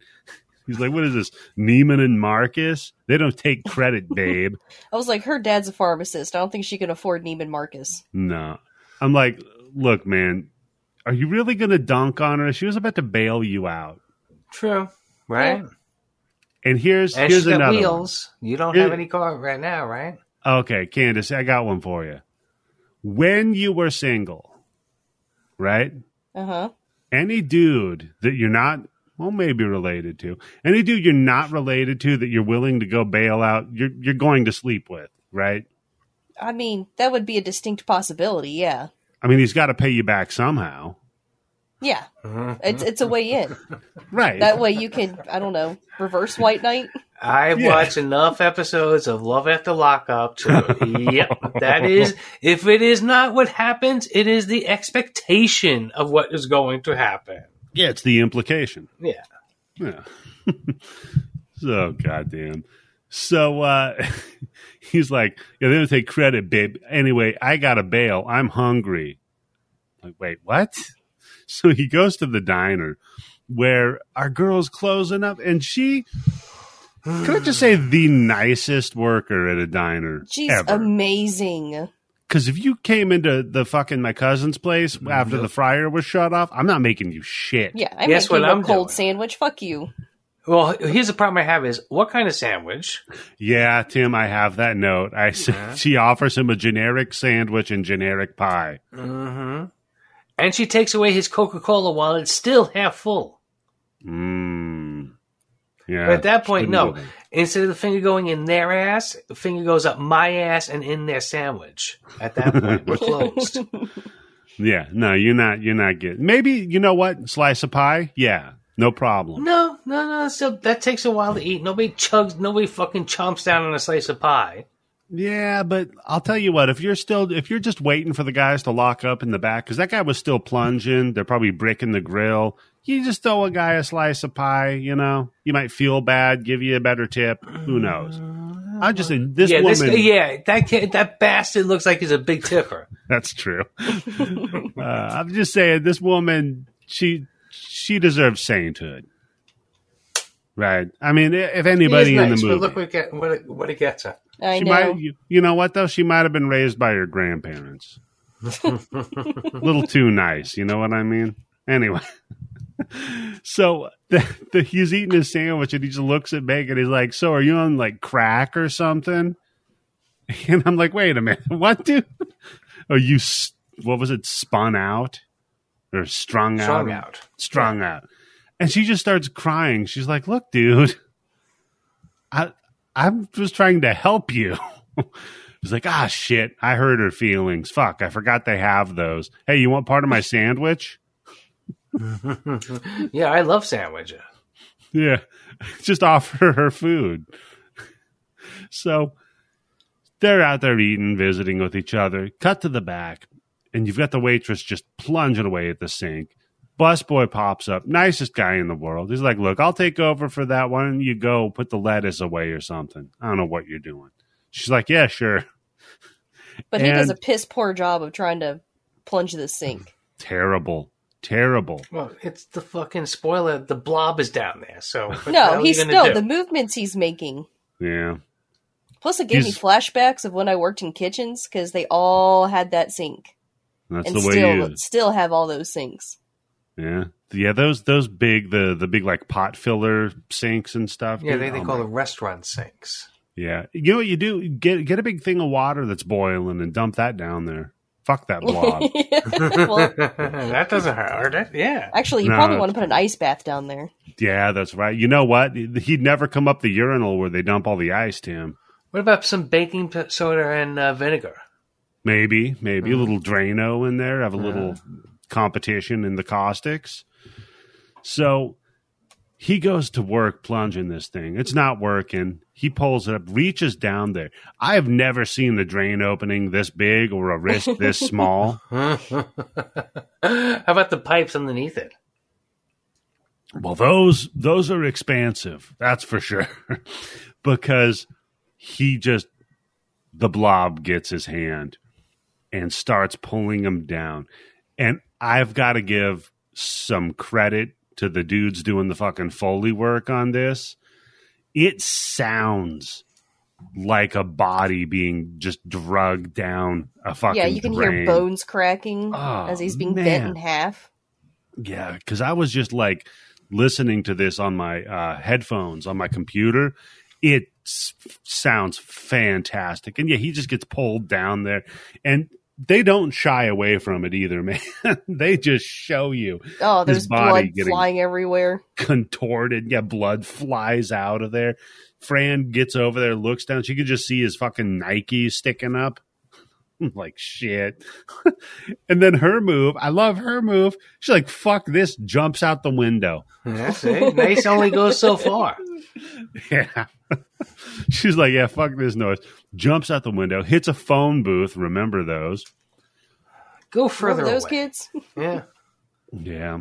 Speaker 1: He's like, "What is this, Neiman and Marcus? They don't take credit, babe."
Speaker 3: I was like, her dad's a pharmacist. I don't think she can afford Neiman Marcus.
Speaker 1: No. I'm like, look, man, are you really going to dunk on her? She was about to bail you out.
Speaker 2: True. Right?
Speaker 1: And here's
Speaker 2: And
Speaker 1: here's
Speaker 2: she's got
Speaker 1: another one.
Speaker 2: wheels. You don't
Speaker 1: Here-
Speaker 2: have any car right now, right?
Speaker 1: Okay, Candace, I got one for you. When you were single, right?
Speaker 3: Uh huh.
Speaker 1: Any dude that you're not well, maybe related to any dude you're not related to that you're willing to go bail out, you're you're going to sleep with, right?
Speaker 3: I mean, that would be a distinct possibility. Yeah.
Speaker 1: I mean, he's got to pay you back somehow,
Speaker 3: Yeah.
Speaker 1: Mm-hmm.
Speaker 2: Mhm.
Speaker 3: It's it's a
Speaker 1: [laughs]
Speaker 3: way in.
Speaker 1: right?
Speaker 3: That way you can I don't know reverse White Knight.
Speaker 2: I
Speaker 1: Yeah.
Speaker 2: watch enough episodes of Love After
Speaker 1: [laughs]
Speaker 2: Lockup to yep, that is if it is not what happens, it is the expectation of what is going to happen.
Speaker 1: yeah, it's the implication.
Speaker 2: Yeah.
Speaker 1: Yeah. [laughs] so goddamn. So uh [laughs] he's like, Yeah, they don't take credit, babe. Anyway, I gotta bail. I'm hungry. Like, wait, what? [laughs] So he goes to the diner where our girl's closing up and she can I just say the nicest worker at a diner
Speaker 3: She's
Speaker 1: ever?
Speaker 3: amazing.
Speaker 1: Because if you came into the fucking my cousin's place after
Speaker 2: Yep.
Speaker 1: the fryer was shut off, I'm not making you shit.
Speaker 3: Yeah, I'm
Speaker 2: Guess
Speaker 3: making
Speaker 2: what
Speaker 3: you a
Speaker 2: I'm
Speaker 3: cold
Speaker 2: doing.
Speaker 3: sandwich. Fuck you.
Speaker 2: Well, here's the problem I have is what kind of sandwich?
Speaker 1: Yeah, Tim, I have that note. I s- [laughs]
Speaker 2: Yeah.
Speaker 1: she offers him a generic sandwich and generic pie.
Speaker 2: Mm-hmm. And she takes away his Coca Cola while it's still half full.
Speaker 1: Mm. Yeah.
Speaker 2: But at that point,
Speaker 1: shouldn't
Speaker 2: no.
Speaker 1: do that.
Speaker 2: Instead of the finger going in their ass, the finger goes up my ass and in their sandwich. At that
Speaker 1: [laughs]
Speaker 2: point, we're closed.
Speaker 1: Yeah, no, you're not. You're not getting. Maybe you know what? Slice of pie. Yeah, no problem.
Speaker 2: No, no, no. So that takes a while to eat. Nobody chugs. Nobody fucking chomps down on a slice of pie.
Speaker 1: Yeah, but I'll tell you what. If you're still, if you're just waiting for the guys to lock up in the back, because that guy was still plunging. They're probably bricking the grill. You just throw a guy a slice of pie. You know, you might feel bad. Give you a better tip. Who knows? I just this
Speaker 2: yeah,
Speaker 1: woman.
Speaker 2: this. Yeah, that kid, that bastard looks like he's a big tipper.
Speaker 1: [laughs] That's
Speaker 2: [laughs]
Speaker 1: true. uh, I'm just saying, this woman, she she deserves sainthood, right? I mean, i- if anybody
Speaker 2: He is
Speaker 1: in
Speaker 2: nice,
Speaker 1: the
Speaker 2: but
Speaker 1: movie,
Speaker 2: look what, get, what, it, what it gets her.
Speaker 3: I
Speaker 1: she
Speaker 3: know.
Speaker 1: might, you, you know what though, she might have been raised by her
Speaker 2: [laughs]
Speaker 1: grandparents, a little too nice. You know what I mean? Anyway, [laughs] so the, the, he's eating his sandwich and he just looks at Megan. He's like, "So are you on like crack or something?" [laughs] And I'm like, "Wait a minute, [laughs] what, dude? Are you s- what was it? Spun out or strung,
Speaker 2: Strung out.
Speaker 1: strung out. And she just starts crying. She's like, "Look, dude, I I was trying to help you." [laughs] He's like, "Ah, shit, I hurt her feelings. Fuck, I forgot they have those. Hey, you want part of my sandwich?"
Speaker 2: [laughs] yeah, I love sandwiches.
Speaker 1: Yeah, [laughs] just offer her food. So they're out there eating, visiting with each other. Cut to the back, and you've got the waitress just plunging away at the sink. Busboy pops up, nicest guy in the world. He's like, "Look, I'll take over for that. Why don't you go put the lettuce away or something? I don't know what you're doing." She's like, "Yeah, sure." [laughs]
Speaker 3: but he does a
Speaker 1: and-
Speaker 3: piss poor job of trying to plunge the sink.
Speaker 1: Terrible, terrible.
Speaker 2: Well, it's the fucking spoiler. The blob is down there. So what the hell
Speaker 3: No,
Speaker 2: are you
Speaker 3: he's
Speaker 2: gonna
Speaker 3: no
Speaker 2: do?
Speaker 3: the movements he's making.
Speaker 1: Yeah,
Speaker 3: Plus, it gave
Speaker 1: He's-
Speaker 3: me flashbacks of when I worked in kitchens because they all had that sink,
Speaker 1: that's
Speaker 3: and
Speaker 1: the way.
Speaker 3: still
Speaker 1: he is.
Speaker 3: still have all those
Speaker 1: [laughs]
Speaker 3: sinks.
Speaker 1: Yeah, yeah. Those those big the the big like pot filler sinks and stuff.
Speaker 2: yeah,
Speaker 1: dude.
Speaker 2: they, they
Speaker 1: Oh
Speaker 2: call
Speaker 1: my
Speaker 2: it restaurant sinks. [laughs]
Speaker 1: Yeah, you know what you do? Get get a big thing of water that's boiling and dump that down there. Fuck that blob.
Speaker 3: well,
Speaker 2: [laughs] that doesn't hurt it. Yeah.
Speaker 3: [laughs]
Speaker 1: [laughs]
Speaker 3: actually, you
Speaker 1: No.
Speaker 3: probably want to put an ice bath down there.
Speaker 1: yeah, that's right. You know what? He'd never come up the urinal where they dump all the ice to him.
Speaker 2: What about some baking p- soda and uh, vinegar? [laughs]
Speaker 1: Maybe, maybe a
Speaker 2: Mm.
Speaker 1: little Drano in there, have a little competition in the caustics. So he goes to work plunging this thing. It's not working. He pulls it up, reaches down there. I have never seen the drain opening this big or a wrist this small.
Speaker 2: How about the pipes underneath it?
Speaker 1: Well, those those are expansive, that's for sure. [laughs] because he just the blob gets his hand and starts pulling him down. And I've got to give some credit to the dudes doing the fucking foley work on this. It sounds like a body being just drugged down a fucking
Speaker 3: yeah, you can
Speaker 1: drain.
Speaker 3: hear bones cracking
Speaker 1: Oh,
Speaker 3: as he's being
Speaker 1: man.
Speaker 3: bent in half.
Speaker 1: Yeah, because I was just like listening to this on my uh, headphones on my computer. It s- sounds fantastic, and yeah, he just gets pulled down there, and they don't shy away from it either, [laughs] man. they just show you
Speaker 3: Oh,
Speaker 1: His
Speaker 3: there's
Speaker 1: body
Speaker 3: blood
Speaker 1: getting-
Speaker 3: flying everywhere.
Speaker 1: contorted. Yeah, blood flies out of there. Fran gets over there, looks down. She could just see his fucking Nike sticking up. [laughs] I'm like shit. [laughs] and then her move, I love her move. She's like, "Fuck this!" Jumps out the window.
Speaker 2: That's it. Nice only goes so far.
Speaker 1: Yeah. [laughs] She's like, yeah, fuck this noise. Jumps out the window, hits a phone booth. Remember those?
Speaker 2: Go
Speaker 3: Remember
Speaker 2: further
Speaker 3: those
Speaker 2: away.
Speaker 3: kids? [laughs]
Speaker 2: Yeah.
Speaker 1: Yeah.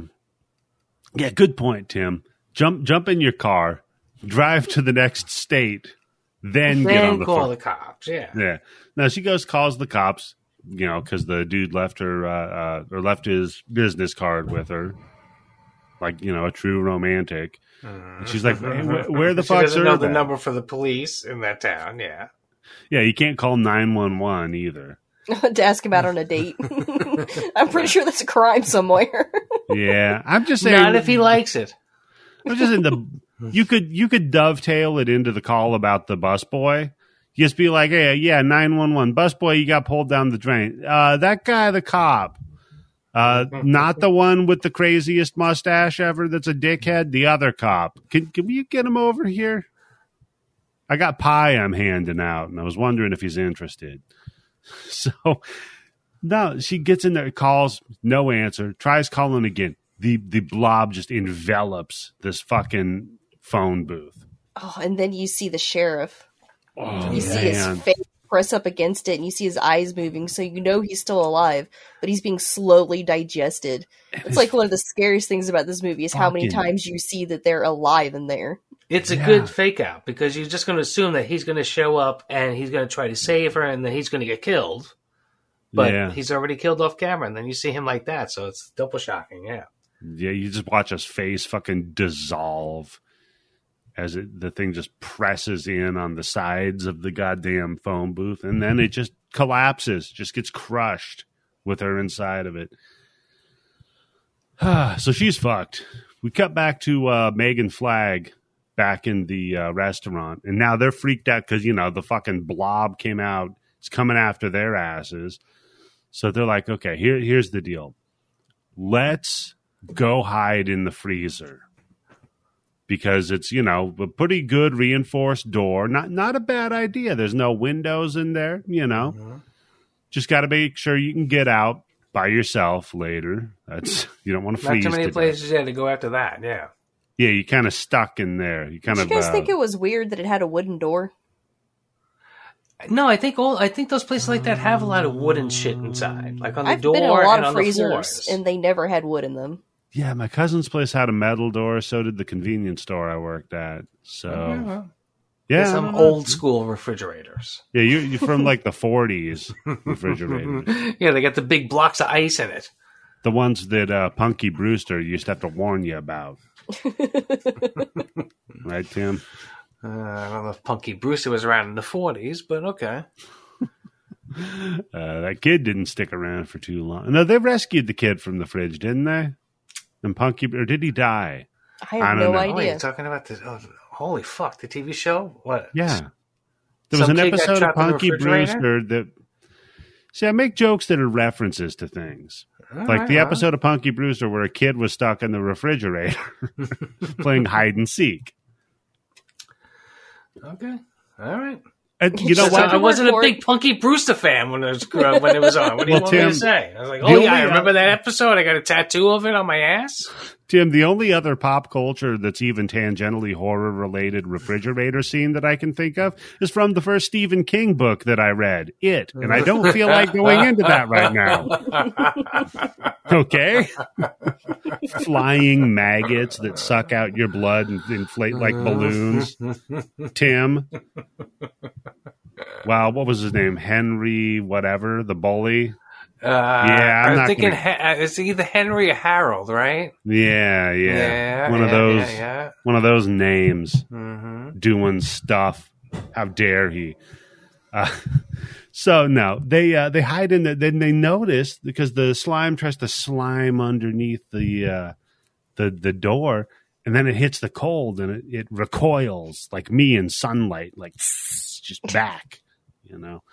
Speaker 1: Yeah, good point, Tim. Jump jump in your car, drive to the next state, then, get on
Speaker 2: Then
Speaker 1: the
Speaker 2: call
Speaker 1: phone.
Speaker 2: the cops. Yeah.
Speaker 1: Yeah. Now she goes, calls the cops, you know, because the dude left her uh, uh, or left his business card with her, like you know, a true romantic. And she's like, "Hey, wh- where the
Speaker 2: she
Speaker 1: fuck's
Speaker 2: doesn't know
Speaker 1: her
Speaker 2: the
Speaker 1: at?"
Speaker 2: number for the police in that town. Yeah.
Speaker 1: Yeah, you can't call nine one one either.
Speaker 3: to ask him out on a date. [laughs]
Speaker 1: [laughs]
Speaker 3: I'm pretty sure that's a crime somewhere. [laughs]
Speaker 1: Yeah, I'm just saying.
Speaker 2: Not if he likes it.
Speaker 1: I'm just in the. You could you could dovetail it into the call about the bus boy. Just be like, hey, yeah, nine one one bus boy, you got pulled down the drain. Uh, that guy, the cop, uh, not the one with the craziest mustache ever. That's a dickhead. The other cop. Can can you get him over here? I got pie I'm handing out, and I was wondering if he's interested. [laughs] So no, she gets in there, calls, no answer, tries calling again. The the blob just envelops this fucking phone booth.
Speaker 3: Oh, and then you see the sheriff.
Speaker 1: Oh
Speaker 3: You see his face press up against it, and you see his eyes moving, so you know he's still alive, but he's being slowly digested. It's like one of the scariest things about this movie is how many
Speaker 1: fucking-
Speaker 3: times you see that they're alive in there.
Speaker 2: It's a
Speaker 1: Yeah.
Speaker 2: good fake out because you're just going to assume that he's going to show up and he's going to try to save her and then he's going to get killed. But
Speaker 1: yeah,
Speaker 2: he's already killed off camera, and then you see him like that, so it's double shocking. Yeah.
Speaker 1: yeah. You just watch his face fucking dissolve as it, the thing just presses in on the sides of the goddamn phone booth, and then it just collapses, just gets crushed with her inside of it. [sighs] so she's fucked. We cut back to uh, Megan Flagg back in the uh, restaurant, and now they're freaked out because you know the fucking blob came out. It's coming after their asses, so they're like, "Okay, here, here's the deal. Let's go hide in the freezer because it's you know a pretty good reinforced door. Not not a bad idea. There's no windows in there. You know,
Speaker 2: Mm-hmm.
Speaker 1: just got to make sure you can get out." By yourself later. That's you don't want to
Speaker 2: Not
Speaker 1: freeze.
Speaker 2: too many
Speaker 1: to death.
Speaker 2: places you had to go after that. Yeah.
Speaker 1: Yeah, you kind of stuck in there. You kind
Speaker 3: Did
Speaker 1: of.
Speaker 3: you guys
Speaker 1: uh,
Speaker 3: think it was weird that it had a wooden door?
Speaker 2: No, I think all I think those places like that have a lot of wooden shit inside, like on the
Speaker 3: I've
Speaker 2: door
Speaker 3: been in a lot
Speaker 2: and
Speaker 3: of
Speaker 2: on the
Speaker 3: freezers,
Speaker 2: floors.
Speaker 3: and they never had wood in them.
Speaker 1: yeah, my cousin's place had a metal door. So did the convenience store I worked at. So
Speaker 2: Yeah,
Speaker 3: Mm-hmm.
Speaker 2: well,
Speaker 1: Oh. yeah, I don't
Speaker 2: some
Speaker 1: know.
Speaker 2: old school refrigerators.
Speaker 1: [laughs] Yeah, you're, you're from like the '40s refrigerator,
Speaker 2: [laughs] yeah, they got the big blocks of ice in it.
Speaker 1: the ones that uh, Punky Brewster used to have to warn you
Speaker 3: [laughs]
Speaker 1: about, right, Tim?
Speaker 2: Uh, I don't know if Punky Brewster was around in the forties, but okay.
Speaker 1: Uh, that kid didn't stick around for too long. No, they rescued the kid from the fridge, didn't they? And Punky, or did he die?
Speaker 3: I have
Speaker 1: I
Speaker 3: no
Speaker 1: don't know.
Speaker 2: Oh,
Speaker 3: idea.
Speaker 2: you're talking about this? Oh, holy fuck! The TV show? What?
Speaker 1: Yeah. There was
Speaker 2: Some
Speaker 1: an
Speaker 2: kid got
Speaker 1: episode of
Speaker 2: trapped in the
Speaker 1: Punky
Speaker 2: refrigerator?
Speaker 1: Brewster that See, I make jokes that are references to things.
Speaker 2: All
Speaker 1: like
Speaker 2: right,
Speaker 1: the
Speaker 2: well,
Speaker 1: episode of Punky Brewster where a kid was stuck in the refrigerator [laughs] playing hide and seek.
Speaker 2: uh, Okay. All right. [laughs]
Speaker 1: And you know
Speaker 3: Just
Speaker 2: So
Speaker 1: what?
Speaker 2: I
Speaker 3: Word
Speaker 2: wasn't a
Speaker 3: for
Speaker 2: big Punky Brewster fan when it was uh, when it was on. What do you
Speaker 1: Well,
Speaker 2: want
Speaker 1: Tim,
Speaker 2: me to say? I was like,
Speaker 1: the
Speaker 2: oh
Speaker 1: only,
Speaker 2: yeah, I
Speaker 1: uh,
Speaker 2: remember that episode. I got a tattoo of it on my ass.
Speaker 1: Tim, the only other pop culture that's even tangentially horror related refrigerator scene that I can think of is from the first Stephen King book that I read, It. And I don't feel like going into that right now. Okay? Flying maggots that suck out your blood and inflate like balloons. Tim. Wow, what was his name? Henry, whatever, the bully.
Speaker 2: Uh,
Speaker 1: I'm
Speaker 2: I'm
Speaker 1: not
Speaker 2: thinking
Speaker 1: gonna-
Speaker 2: Ha- uh, it's either Henry or Harold, right?
Speaker 1: Yeah, yeah. one of
Speaker 2: yeah,
Speaker 1: those
Speaker 2: Yeah, yeah.
Speaker 1: one of those names.
Speaker 2: Mm-hmm.
Speaker 1: doing stuff. How dare he? Uh, [laughs] so no, they uh, they hide in the Then they notice because the slime tries to slime underneath the uh, the the door, and then it hits the cold and it, it recoils like me in sunlight, like [laughs] just back, you know.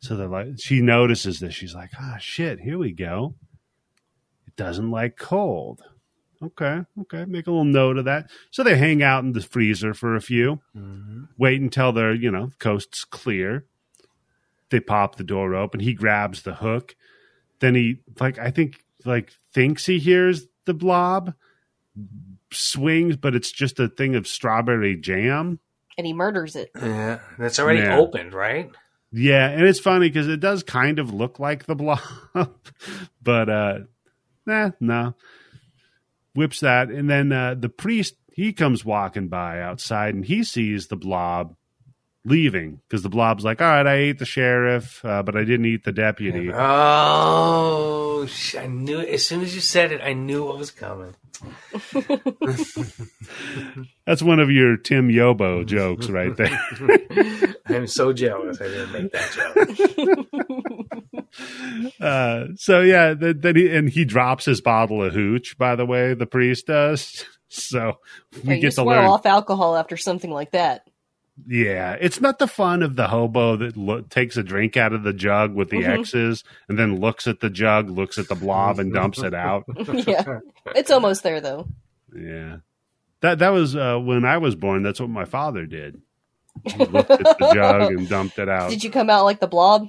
Speaker 1: So they're like, she notices this. She's like, ah, shit, here we go. It doesn't like cold. Okay, okay, make a little note of that. So they hang out in the freezer for a few
Speaker 2: Mm-hmm.
Speaker 1: wait until their you know coast's clear they pop the door open he grabs the hook then he like i think like thinks he hears the blob swings but it's just a thing of strawberry jam
Speaker 3: and he
Speaker 1: [laughs]
Speaker 3: murders it.
Speaker 2: Yeah, that's already
Speaker 1: Yeah.
Speaker 2: opened, right?
Speaker 1: yeah and it's funny because it does kind of look like the blob [laughs] but uh nah nah whips that and then uh the priest he comes walking by outside and he sees the blob leaving because the blob's like, all right, I ate the sheriff, uh, but I didn't eat the deputy.
Speaker 2: Oh, sh- I knew it. as soon as you said it, I knew what was coming. [laughs]
Speaker 1: That's one of your Tim Yobo jokes right there.
Speaker 2: I'm so jealous. I didn't make that joke.
Speaker 1: uh, so yeah, th- then he and he drops his bottle of hooch. By the way, the priest does. [laughs] So we
Speaker 3: Hey, you
Speaker 1: get to
Speaker 3: swear
Speaker 1: learn.
Speaker 3: off alcohol after something like that. [laughs]
Speaker 1: Yeah, it's not the fun of the hobo that lo- takes a drink out of the jug with the
Speaker 3: Mhm.
Speaker 1: X's and then looks at the jug, looks at the blob, and dumps it out.
Speaker 3: [laughs] yeah, it's almost
Speaker 1: [laughs]
Speaker 3: there though.
Speaker 1: Yeah. That that was uh, when I was born. That's what my father did. He looked at the jug and dumped it out.
Speaker 3: Did you come out like the blob?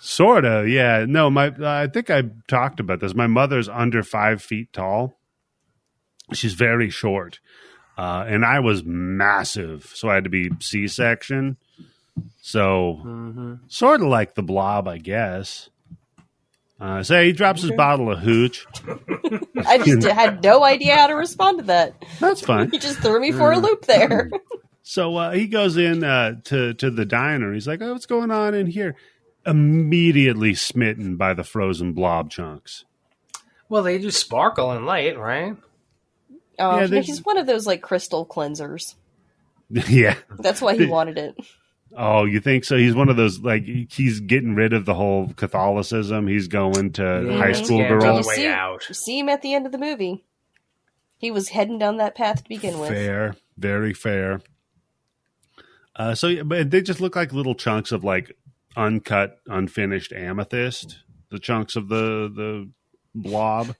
Speaker 1: Sort of, yeah. No, my I think I talked about this. My mother's under five feet tall. She's very short, uh, and I was massive, so I had to be C section. So
Speaker 2: Mm-hmm.
Speaker 1: sort of like the blob, I guess. Uh, so he drops his bottle of hooch. [laughs]
Speaker 3: I just had no idea how to respond to that.
Speaker 1: That's
Speaker 3: [laughs]
Speaker 1: fine.
Speaker 3: You just threw me for
Speaker 1: Mm.
Speaker 3: a loop there. [laughs]
Speaker 1: So uh, he goes in uh, to to the diner. He's like, "Oh, what's going on in here?" Immediately smitten by the frozen blob chunks. [laughs]
Speaker 2: Well, they do sparkle and light, right?
Speaker 3: Um,
Speaker 1: Yeah,
Speaker 3: you know,
Speaker 1: there's-
Speaker 3: he's one of those like crystal cleansers.
Speaker 1: yeah.
Speaker 3: That's
Speaker 1: [laughs]
Speaker 3: why he
Speaker 1: The-
Speaker 3: wanted it.
Speaker 1: Oh, you think so? He's one of those like he's getting rid of the whole Catholicism. He's going to high
Speaker 3: Mhm.
Speaker 1: school
Speaker 2: Yeah, it's on
Speaker 1: girls.
Speaker 2: the way out.
Speaker 3: You see him at the end of the movie. He was heading down that path to begin with.
Speaker 1: Fair, very fair. Uh, so, yeah, but they just look like little chunks of like uncut, unfinished amethyst. The chunks of the the blob.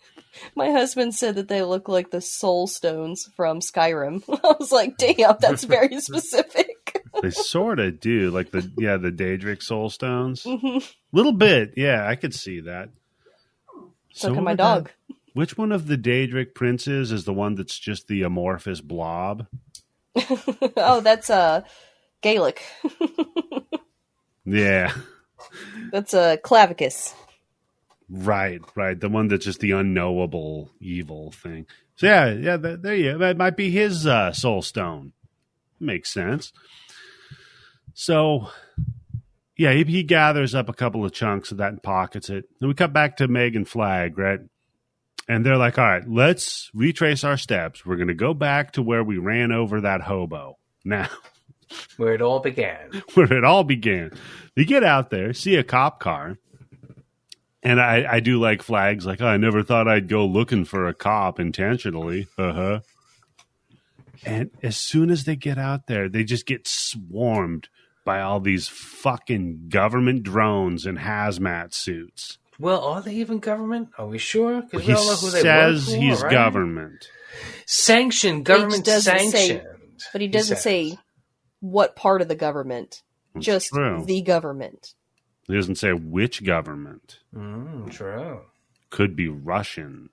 Speaker 3: My husband said that they look like the soul stones from Skyrim. [laughs] I was like, damn,
Speaker 1: [laughs]
Speaker 3: that's very specific. [laughs]
Speaker 1: they sort of do, like the yeah, the Daedric soul stones.
Speaker 3: Mhm.
Speaker 1: Little bit, yeah, I could see that.
Speaker 3: so can my
Speaker 1: what the-
Speaker 3: dog. [laughs]
Speaker 1: Which one of the Daedric princes is the one that's just the amorphous blob?
Speaker 3: oh, that's uh, Gaelic.
Speaker 1: Yeah. [laughs]
Speaker 3: That's uh, Clavicus.
Speaker 1: Right, right. The one that's just the unknowable evil thing. So yeah, yeah. That, there you. That might be his uh, soul stone. Makes sense. So, yeah, he, he gathers up a couple of chunks of that and pockets it. And we cut back to Megan Flag, right? And they're like, "All right, let's retrace our steps. We're going to go back to where we ran over that hobo." Now,
Speaker 2: Where it all began.
Speaker 1: [laughs] where it all began. They get out there, see a cop car, and I, I do like flags. Like, oh, I never thought I'd go looking for a cop intentionally. Uh huh. And as soon as they get out there, they just get swarmed by all these fucking government drones in hazmat suits.
Speaker 2: Well, are they even government? Are we sure? Because
Speaker 1: He says he's government.
Speaker 2: Sanctioned, government
Speaker 3: doesn't say-
Speaker 2: sanctioned.
Speaker 3: But he doesn't
Speaker 2: says.
Speaker 3: say what part of the government,
Speaker 1: It's
Speaker 3: just
Speaker 1: true.
Speaker 3: the government.
Speaker 1: He doesn't say which government.
Speaker 2: Mm, true.
Speaker 1: Could be Russian.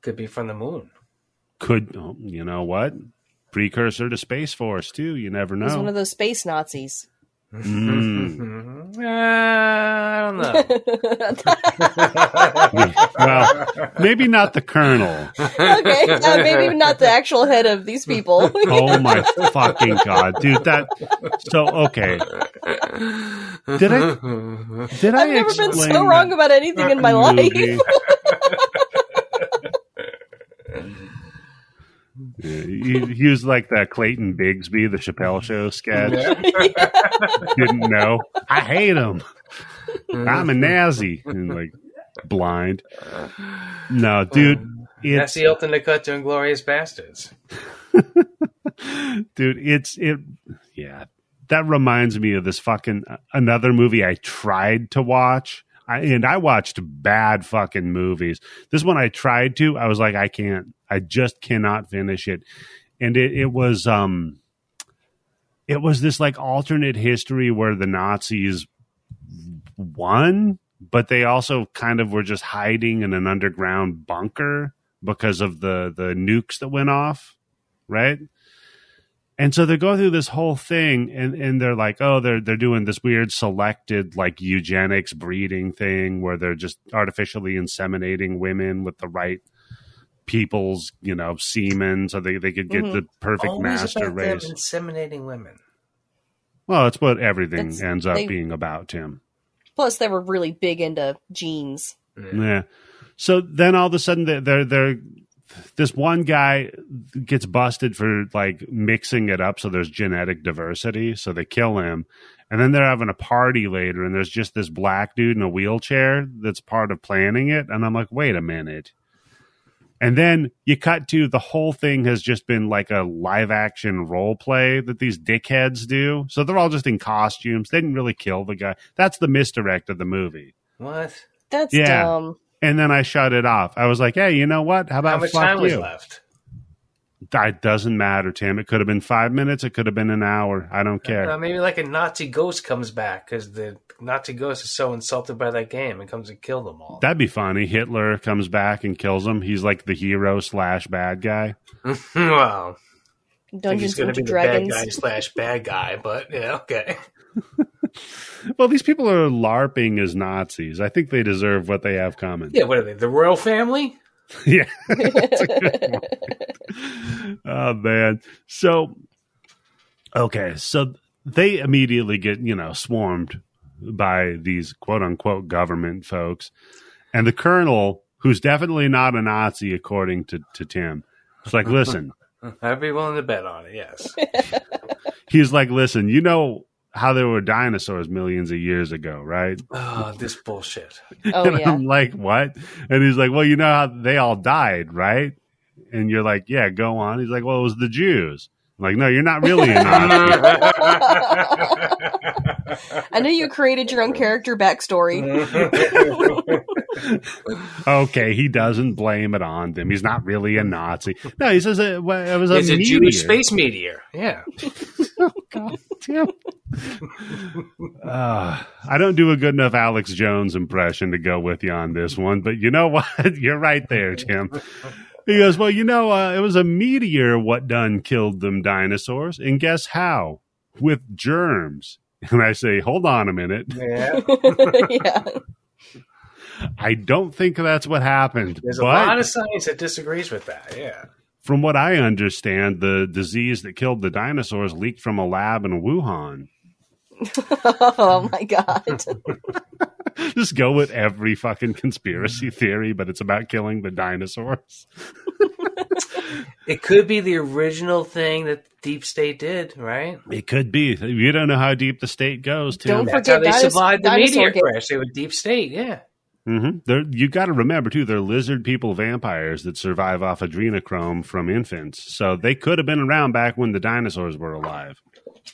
Speaker 2: Could be from the moon.
Speaker 1: Could oh, you know what? Precursor to Space Force too. You never
Speaker 3: He's one of
Speaker 1: know.
Speaker 3: those space Nazis.
Speaker 1: Mm.
Speaker 2: [laughs] Uh, I don't
Speaker 3: [laughs]
Speaker 2: know.
Speaker 1: well, maybe not the colonel.
Speaker 3: okay, uh, maybe not the actual head of
Speaker 1: [laughs]
Speaker 3: these people.
Speaker 1: Oh my fucking god, dude! That so okay. Did
Speaker 2: I?
Speaker 1: Did
Speaker 3: [laughs] I've
Speaker 1: I
Speaker 3: never
Speaker 1: explain
Speaker 3: been so wrong about anything in my
Speaker 1: that
Speaker 3: life. [laughs]
Speaker 1: movie? Yeah, he, he was like that Clayton Bigsby, the Chappelle Show
Speaker 3: [laughs]
Speaker 1: sketch. Didn't know. I hate him. I'm a Nazi. And like blind. No, dude. It's
Speaker 2: That's the ultimate cut to Inglorious Bastards.
Speaker 1: dude it's it yeah that reminds me of this fucking another movie i tried to watch I, and i watched bad fucking movies this one i tried to i was like i can't i just cannot finish it and it, it was um it was this like alternate history where the nazis won but they also kind of were just hiding in an underground bunker because of the the nukes that went off right and so they go through this whole thing and, and they're like, oh, they're they're doing this weird selected like eugenics breeding thing where they're just artificially inseminating women with the right people's, you know, semen so they, they could get
Speaker 3: Mhm.
Speaker 1: the perfect master
Speaker 2: about them
Speaker 1: race.
Speaker 2: inseminating women.
Speaker 1: Well, it's what everything
Speaker 3: That's-
Speaker 1: ends up
Speaker 3: they-
Speaker 1: being about, Tim.
Speaker 3: Plus, they were really big into genes.
Speaker 1: Yeah. So then all of a sudden they're, they're they're this one guy gets busted for like mixing it up so there's genetic diversity so they kill him and then they're having a party later and there's just this black dude in a wheelchair that's part of planning it and I'm like wait a minute and then you cut to the whole thing has just been like a live action role play that these dickheads do so they're all just in costumes they didn't really kill the guy that's the misdirect of the movie
Speaker 2: What?
Speaker 3: That's
Speaker 1: Yeah.
Speaker 3: dumb.
Speaker 1: and then I shut it off. I was like, "Hey, you know what? How about
Speaker 2: How much
Speaker 1: fuck
Speaker 2: time
Speaker 1: you?"
Speaker 2: was left?
Speaker 1: That doesn't matter, Tim. It could have been five minutes. It could have been an hour. I don't care.
Speaker 2: Uh, maybe like a Nazi ghost comes back because the Nazi ghost is so insulted by that game and comes to kill them all. [laughs]
Speaker 1: That'd be funny. Hitler comes back and kills him. He's like the hero slash bad guy.
Speaker 2: wow. I think he's
Speaker 3: Dungeons
Speaker 2: going
Speaker 3: and
Speaker 2: to be
Speaker 3: Dragons. [laughs]
Speaker 2: the bad guy slash bad guy, but yeah, okay. [laughs]
Speaker 1: Well, these people are larping as Nazis. I think they deserve what they have coming.
Speaker 2: Yeah, what are they? The royal family?
Speaker 1: [laughs]
Speaker 2: [laughs]
Speaker 1: Yeah. That's a good point. oh man. So okay, so they immediately get, you know, swarmed by these quote unquote government folks. And the colonel, who's definitely not a Nazi according to, to Tim, is like,
Speaker 3: [laughs]
Speaker 1: listen,
Speaker 2: I'd be willing to bet on it, [laughs] yes.
Speaker 1: he's like, listen, you know how there were dinosaurs millions of years ago, right?
Speaker 2: oh, this bullshit.
Speaker 3: oh
Speaker 1: [laughs] and
Speaker 3: yeah,
Speaker 1: I'm like, what? And he's like, well, you know how they all died, right? And you're like, yeah, go on. He's like, well, it was the Jews. I'm like, no, you're not really
Speaker 3: [laughs]
Speaker 1: a Nazi.
Speaker 3: [laughs] I know you created your own character backstory.
Speaker 2: Mm-hmm.
Speaker 1: okay, he doesn't blame it on them. He's not really a Nazi. No, he says it, wa- it was a,
Speaker 2: It's a
Speaker 1: meteor. [laughs]
Speaker 2: Jewish space meteor. Yeah.
Speaker 1: God damn. Uh, I don't do a good enough Alex Jones impression to go with you on this one, but you know [laughs] what? You're right there, Tim. He goes, Well, you know, uh, it was a meteor what done killed them dinosaurs. And guess how? With germs. And I say, Hold on a minute.
Speaker 2: Yeah.
Speaker 1: Mm-hmm.
Speaker 3: [laughs] yeah,
Speaker 1: I don't think that's what happened.
Speaker 2: There's a
Speaker 1: but
Speaker 2: lot of science that disagrees with that. Yeah.
Speaker 1: from what I understand, the disease that killed the dinosaurs leaked from a lab in Wuhan. [gasps]
Speaker 3: oh my god, [laughs]
Speaker 1: Just go with every fucking conspiracy theory, but it's about killing the dinosaurs.
Speaker 2: It could be the original thing that Deep State did, right?
Speaker 1: It could be. You don't know how deep the state goes, Tim.
Speaker 3: Don't
Speaker 2: That's
Speaker 3: forget
Speaker 2: how they
Speaker 3: dinos-
Speaker 2: survived the
Speaker 3: dinosaur
Speaker 2: meteor
Speaker 3: game.
Speaker 2: crash. They were Deep State, yeah.
Speaker 1: hmm They're, you got to remember too, they're lizard people vampires that survive off adrenochrome from infants, so they could have been around back when the dinosaurs were alive.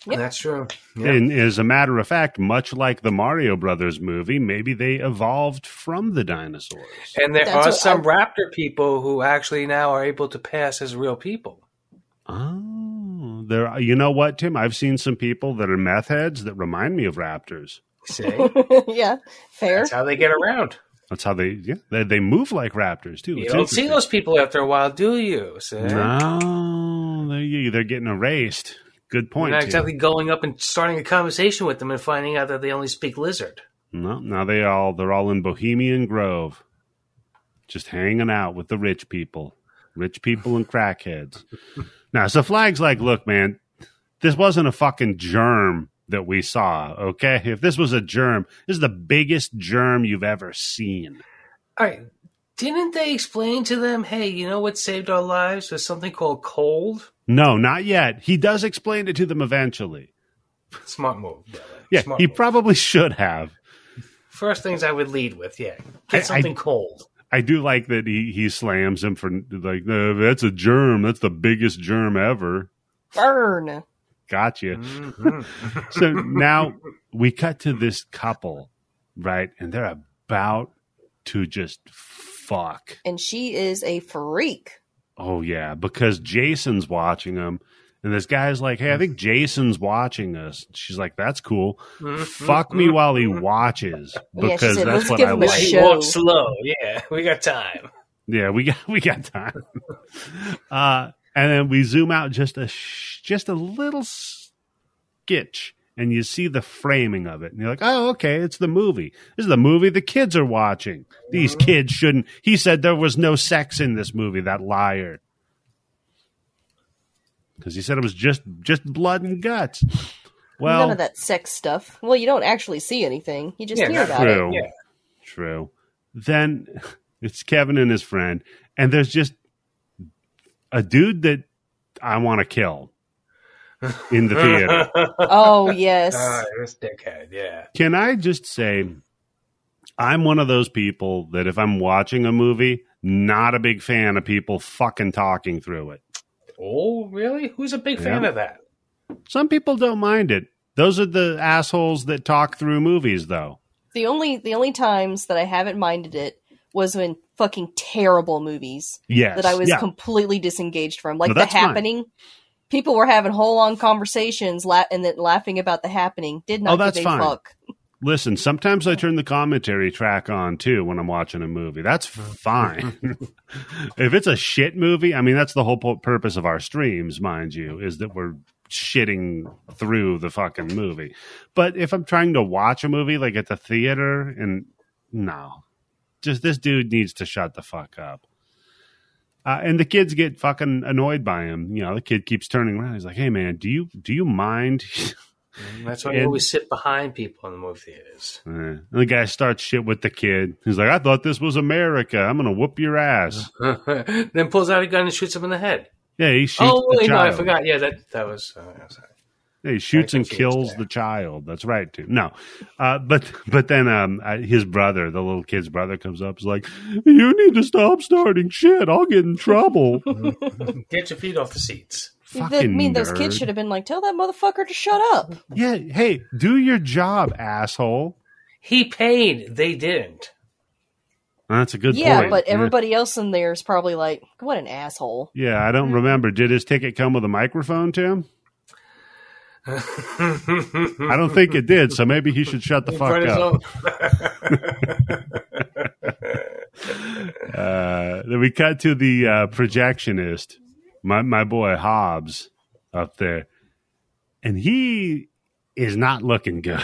Speaker 3: Yep.
Speaker 2: That's true. Yeah.
Speaker 1: And as a matter of fact, much like the Mario Brothers movie, maybe they evolved from the dinosaurs.
Speaker 2: And there
Speaker 3: That's
Speaker 2: are
Speaker 3: what
Speaker 2: some
Speaker 3: I-
Speaker 2: raptor people who actually now are able to pass as real people.
Speaker 1: Oh, there. are- You know what, Tim? I've seen some people that are meth heads that remind me of raptors.
Speaker 2: [laughs] See,
Speaker 3: yeah, fair.
Speaker 2: that's how they get around.
Speaker 1: That's how they. Yeah, they, they move like raptors too.
Speaker 2: You
Speaker 1: It's
Speaker 2: don't see
Speaker 1: interesting.
Speaker 2: those people after a while, do you? See?
Speaker 1: No, they're, you- they're getting erased. Good
Speaker 2: You're
Speaker 1: point.
Speaker 2: not
Speaker 1: Tim.
Speaker 2: exactly going up and starting a conversation with them and finding out that they only speak lizard.
Speaker 1: No, now they all they're all in Bohemian Grove, just hanging out with the rich people, rich people and
Speaker 2: [laughs]
Speaker 1: crackheads. now, so Flag's like, look, man, this wasn't a fucking germ that we saw. Okay, if this was a germ, this is the biggest germ you've ever seen.
Speaker 2: All right. Didn't they explain to them, hey, you know what saved our lives was something called cold?
Speaker 1: No, not yet. He does explain it to them eventually.
Speaker 2: Smart move. by the way.
Speaker 1: Yeah,
Speaker 2: Smart
Speaker 1: he
Speaker 2: move.
Speaker 1: probably should have.
Speaker 2: First things I would lead with, yeah.
Speaker 1: I- I-
Speaker 2: Get something cold.
Speaker 1: I do like that he he slams him for like "Uh, that's a germ. That's the biggest germ ever.
Speaker 3: Burn.
Speaker 1: Gotcha.
Speaker 2: Mhm.
Speaker 1: so now we cut to this couple, right? And they're about to just fuck.
Speaker 3: And she is a freak.
Speaker 1: Oh, yeah. Because Jason's watching them. And this guy's like, hey, I think Jason's watching us. She's like, that's cool. [laughs]
Speaker 2: Mhm.
Speaker 1: Fuck
Speaker 2: [laughs]
Speaker 1: me while he watches
Speaker 3: Yeah, she
Speaker 1: because
Speaker 3: said,
Speaker 1: that's
Speaker 3: "Let's
Speaker 1: what
Speaker 3: give
Speaker 1: I
Speaker 3: him a
Speaker 2: While
Speaker 1: like.
Speaker 2: he
Speaker 3: Show.
Speaker 2: walks slow. Yeah, we got time.
Speaker 1: Yeah, we got [laughs] we got time. uh, and then we zoom out just a sh- just a little sketch, and you see the framing of it, and you're like, "Oh, okay, it's the movie. This is the movie the kids are watching. These kids shouldn't." He said there was no sex in this movie. That liar, because he said it was just just blood and guts. Well,
Speaker 3: None of that sex stuff. Well, you don't actually see anything. You just
Speaker 2: Yeah,
Speaker 3: hear
Speaker 2: that's
Speaker 3: about it.
Speaker 1: True.
Speaker 2: Yeah.
Speaker 1: True. Then [laughs] it's Kevin and his friend, and there's just a dude that I want to
Speaker 3: [laughs]
Speaker 1: kill in the theater.
Speaker 2: [laughs]
Speaker 1: [laughs]
Speaker 3: Oh yes.
Speaker 1: Uh,
Speaker 2: Ah, this dickhead, yeah.
Speaker 1: Can I just say, I'm one of those people that if I'm watching a movie, not a big fan of people fucking talking through it.
Speaker 2: Oh, really? Who's a big fan
Speaker 1: Yeah.
Speaker 2: of that?
Speaker 1: Some people don't mind it. Those are the assholes that talk through movies, though.
Speaker 3: the only the only times that I haven't minded it was when fucking terrible movies
Speaker 1: Yes.
Speaker 3: that I was
Speaker 1: yeah.
Speaker 3: completely disengaged from, like
Speaker 1: No,
Speaker 3: the
Speaker 1: that's fine.
Speaker 3: happening. People were having whole on conversations la- and then laughing about the happening. Did not
Speaker 1: Oh, that's
Speaker 3: give a
Speaker 1: fine.
Speaker 3: fuck.
Speaker 1: Listen, sometimes I turn the commentary track on too when I'm watching a movie. That's fine. if it's a shit movie, I mean, that's the whole pu- purpose of our streams, mind you, is that we're shitting through the fucking movie. But if I'm trying to watch a movie like at the theater and no, just this dude needs to shut the fuck up. Uh, and the kids get fucking annoyed by him. You know, the kid keeps turning around. He's like, "Hey, man, do you do you mind?"
Speaker 2: That's why
Speaker 1: And-
Speaker 2: you always sit behind people in the movie theaters. [laughs]
Speaker 1: Uh, and the guy starts shit with the kid. He's like, I thought this was America. I'm going to whoop your ass.
Speaker 2: then pulls out a gun and shoots him in the head.
Speaker 1: Yeah, he shoots
Speaker 2: oh,
Speaker 1: the
Speaker 2: wait, no,
Speaker 1: child.
Speaker 2: I forgot. Yeah, that that was. Uh, I'm sorry.
Speaker 1: Yeah, he shoots
Speaker 2: I
Speaker 1: and
Speaker 2: confused
Speaker 1: kills
Speaker 2: there.
Speaker 1: the child. That's right, too. No. Uh, but but then um, uh, his brother, the little kid's brother, comes up. He's like, You need to stop starting shit. I'll get in trouble.
Speaker 2: Get your feet off the seats.
Speaker 1: Fucking
Speaker 3: I mean, those
Speaker 1: nerd.
Speaker 3: kids should have been like, "Tell that motherfucker to shut up."
Speaker 1: Yeah, hey, do your job, asshole.
Speaker 2: He paid. They didn't. [laughs]
Speaker 1: That's a good
Speaker 3: yeah,
Speaker 1: point.
Speaker 3: but
Speaker 1: Yeah.
Speaker 3: everybody else in there is probably like, "What an asshole."
Speaker 1: Yeah, I don't remember. Did his ticket come with a microphone, Tim? I don't think it did, so maybe he should shut the fuck up. uh, then we cut to the uh, projectionist, my my boy Hobbs up there, and he is not looking good.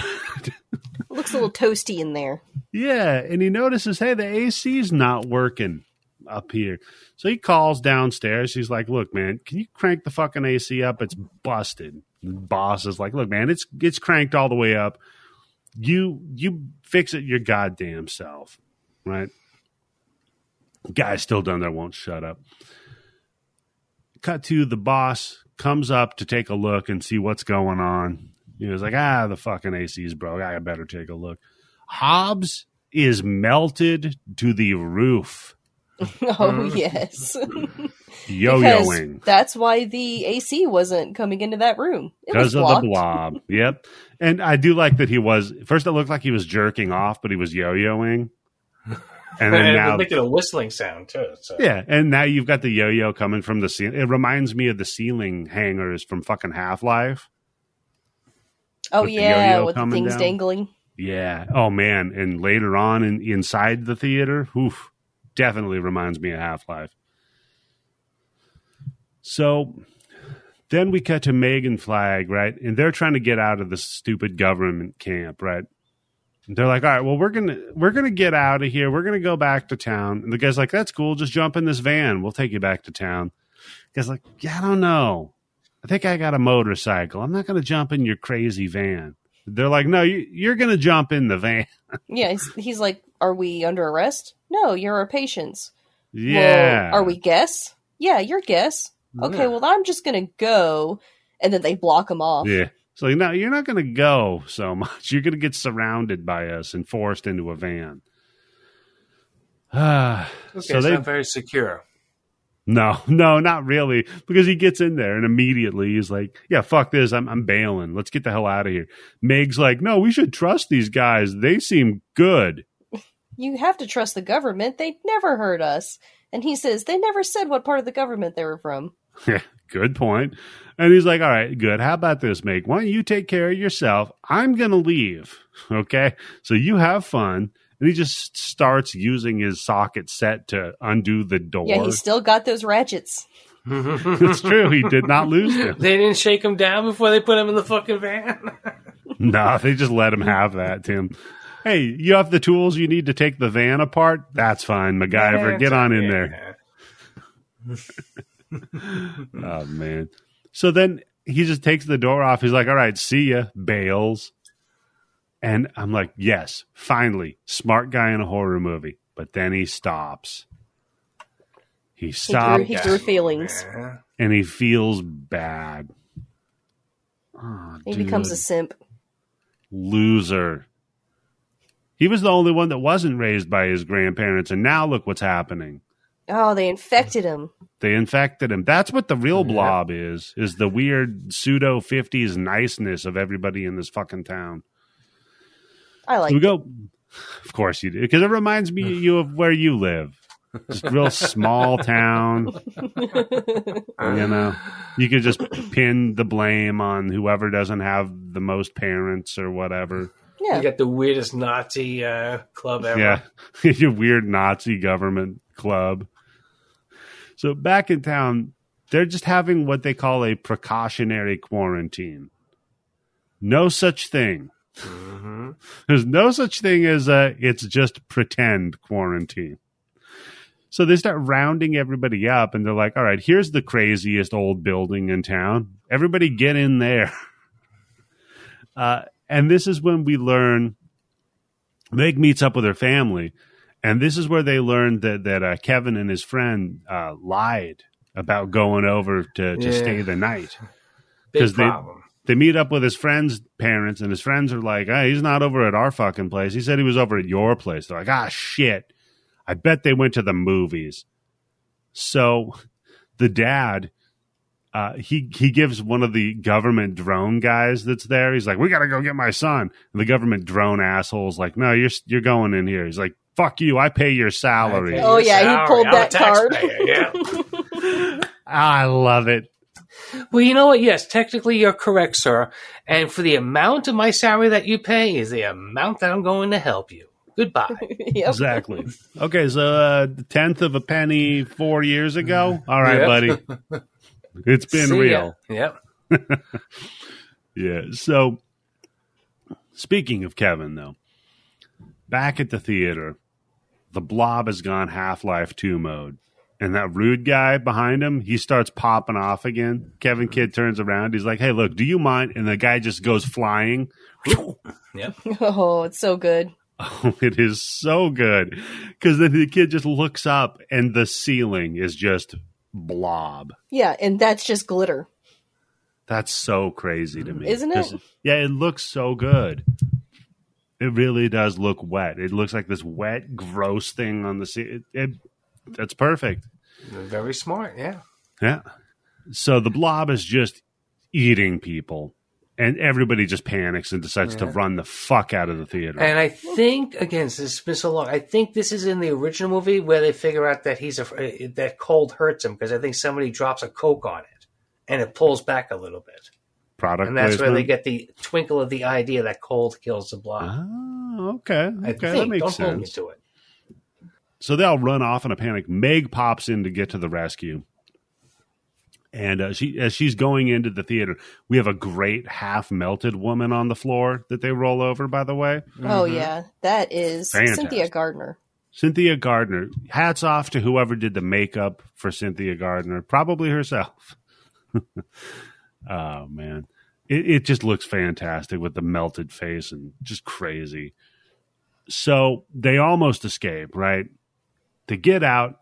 Speaker 3: Looks a little toasty in there. [laughs]
Speaker 1: yeah, and he notices, hey, the AC's not working up here. So he calls downstairs. He's like, "Look, man, can you crank the fucking AC up? It's busted." The boss is like, "Look, man, it's it's cranked all the way up. You you fix it your goddamn self, right?" Guy still down there won't shut up. Cut to the boss comes up to take a look and see what's going on. He was like, "Ah, the fucking AC's broke. I better take a look." Hobbs is melted to the roof.
Speaker 3: Oh yes, [laughs] because
Speaker 1: Yo-yoing.
Speaker 3: That's why the AC wasn't coming into that room. It
Speaker 1: Because
Speaker 3: was
Speaker 1: of
Speaker 3: blocked.
Speaker 1: the blob. [laughs] Yep. And I do like that he was first it looked like he was jerking off, but he was yo yoing. And
Speaker 2: [laughs]
Speaker 1: then
Speaker 2: and
Speaker 1: now
Speaker 2: it making a whistling sound too. So.
Speaker 1: Yeah, and now you've got the yo yo coming from the ceiling. It reminds me of the ceiling hangers from fucking Half Life.
Speaker 3: Oh
Speaker 1: with the
Speaker 3: yeah,
Speaker 1: yo-yo
Speaker 3: with the
Speaker 1: coming
Speaker 3: things
Speaker 1: down.
Speaker 3: dangling.
Speaker 1: Yeah. Oh man. And later on in inside the theater, oof, definitely reminds me of Half Life. So then we cut to Meg and Flag, right? And they're trying to get out of this stupid government camp, right? And they're like, all right, well, we're gonna we're gonna get out of here. We're gonna go back to town. And the guy's like, that's cool. Just jump in this van. We'll take you back to town. guy's like, yeah, I don't know. I think I got a motorcycle. I'm not gonna jump in your crazy van. They're like, no, you, you're going to jump in the van. [laughs]
Speaker 3: Yeah, he's, he's like, "Are we under arrest? No, you're our patients. Well,
Speaker 1: Yeah.
Speaker 3: are we guests? Yeah, you're guests. Okay, well, I'm just gonna go, and then they block him off.
Speaker 1: Yeah. So, no, you're not going to go so much. [laughs] You're going to get surrounded by us and forced into a van. [sighs] Ah.
Speaker 2: Okay,
Speaker 1: so
Speaker 2: it's
Speaker 1: they,
Speaker 2: not very secure. [laughs]
Speaker 1: no, [laughs] no, not really. Because he gets in there and immediately he's like, yeah, fuck this. I'm, I'm bailing. Let's get the hell out of here. Meg's like, no, we should trust these guys. They seem good.
Speaker 3: You have to trust the government. They never hurt us." And he says, "They never said what part of the government they were from."
Speaker 1: Good point. And he's like, All right, good. How about this, Meg? Why don't you take care of yourself? I'm going to leave. [laughs] Okay. So you have fun. And he just starts using his socket set to undo the door.
Speaker 3: Yeah, he's still got those ratchets.
Speaker 1: [laughs] it's true. He did not lose [laughs] them.
Speaker 2: They didn't shake him down before they put him in the fucking van.
Speaker 1: No, they just let him have that, Tim. Hey, you have the tools you need to take the van apart? That's fine, MacGyver. Get on in there. Oh, man. So then he just takes the door off. He's like, all right, see ya, Bales. And I'm like, yes, finally, smart guy in a horror movie. But then he stops. He
Speaker 3: He grew,
Speaker 1: stopped
Speaker 3: he grew feelings.
Speaker 2: Yeah.
Speaker 1: and he feels bad. Oh,
Speaker 3: He becomes a simp.
Speaker 1: loser. He was the only one that wasn't raised by his grandparents. And now look what's happening.
Speaker 3: Oh, they infected him.
Speaker 1: They infected him. That's what the real
Speaker 2: Yeah.
Speaker 1: blob is, is the weird pseudo 50s niceness of everybody in this fucking town.
Speaker 3: I like.
Speaker 1: we go, of course you do, because it reminds me you of where you live. Just real small town. You know, you could just pin the blame on whoever doesn't have the most parents or whatever.
Speaker 3: yeah,
Speaker 2: You got the weirdest Nazi uh, club ever.
Speaker 1: Yeah. [laughs] Your weird Nazi government club. So back in town, they're just having what they call a precautionary quarantine. No such thing.
Speaker 2: Mhm.
Speaker 1: There's no such thing as a it's just pretend quarantine. So they start rounding everybody up and they're like, all right, here's the craziest old building in town. Everybody get in there. [laughs] Uh, and this is when we learn Meg meets up with her family. And this is where they learned that, that uh, Kevin and his friend uh, lied about going over to, to
Speaker 2: Yeah.
Speaker 1: stay the night
Speaker 2: Big
Speaker 1: 'Cause they-
Speaker 2: problem.
Speaker 1: they meet up with his friend's parents, and his friends are like, hey, he's not over at our fucking place. He said he was over at your place. They're like, ah, shit. I bet they went to the movies. So [laughs] the dad, uh, he, he gives one of the government drone guys that's there. He's like, we got to go get my son. And the government drone asshole's like, no, you're, you're going in here. He's like, fuck you. I pay your salary.
Speaker 2: I pay
Speaker 3: Oh,
Speaker 2: your
Speaker 3: yeah, he
Speaker 2: salary.
Speaker 3: pulled
Speaker 2: I'm a
Speaker 3: that card.
Speaker 2: taxpayer, Yeah.
Speaker 1: I love it.
Speaker 2: [laughs] Well, you know what? Yes, technically you're correct, sir. And for the amount of my salary that you pay is the amount that I'm going to help you. Goodbye. [laughs]
Speaker 3: [laughs] yep.
Speaker 1: Exactly. Okay, so uh, the tenth of a penny four years ago. All right,
Speaker 2: Yeah.
Speaker 1: buddy.
Speaker 2: [laughs]
Speaker 1: It's been
Speaker 2: Mm-hmm. See ya.
Speaker 1: real.
Speaker 2: Yep.
Speaker 1: Yeah. So, speaking of Kevin, though, back at the theater, the blob has gone Half Life 2 mode. And that rude guy behind him, he starts popping off again. Kevin Kidd turns around. He's like, hey, look, do you mind? And the guy just goes flying.
Speaker 3: Oh, it's so good.
Speaker 1: Oh, [laughs] it is so good. Because then the kid just looks up and the ceiling is just blob.
Speaker 3: Yeah, and that's just glitter.
Speaker 1: That's so crazy to me.
Speaker 3: Isn't it?
Speaker 1: 'Cause- Yeah, it looks so good. It really does look wet. It looks like this wet, gross thing on the sea. It, it, that's perfect.
Speaker 2: Very smart, yeah.
Speaker 1: Yeah. So the blob is just eating people, and everybody just panics and decides to
Speaker 2: Yeah.
Speaker 1: run the fuck out of the theater.
Speaker 2: And I think again, since it's been so long, I think this is in the original movie where they figure out that he's a uh, that cold hurts him because I think somebody drops a coke on it and it pulls back a little bit,
Speaker 1: Product
Speaker 2: and that's where they
Speaker 1: placement?
Speaker 2: get the twinkle of the idea that cold kills the blob.
Speaker 1: Oh, okay.
Speaker 2: I
Speaker 1: Okay,
Speaker 2: think
Speaker 1: that makes
Speaker 2: don't hold me
Speaker 1: sense.
Speaker 2: to it.
Speaker 1: So they all run off in a panic. Meg pops in to get to the rescue. And uh, she, as she's going into the theater, we have a great half melted woman on the floor that they roll over, by the way.
Speaker 3: Oh
Speaker 2: Mhm.
Speaker 3: yeah, that is
Speaker 1: Mm-hmm. Fantastic.
Speaker 3: Cynthia Gardner.
Speaker 1: Cynthia Gardner. Hats off to whoever did the makeup for Cynthia Gardner, probably herself. [laughs] oh man, it, it just looks fantastic with the melted face and just crazy. So they almost escape, right? They get out,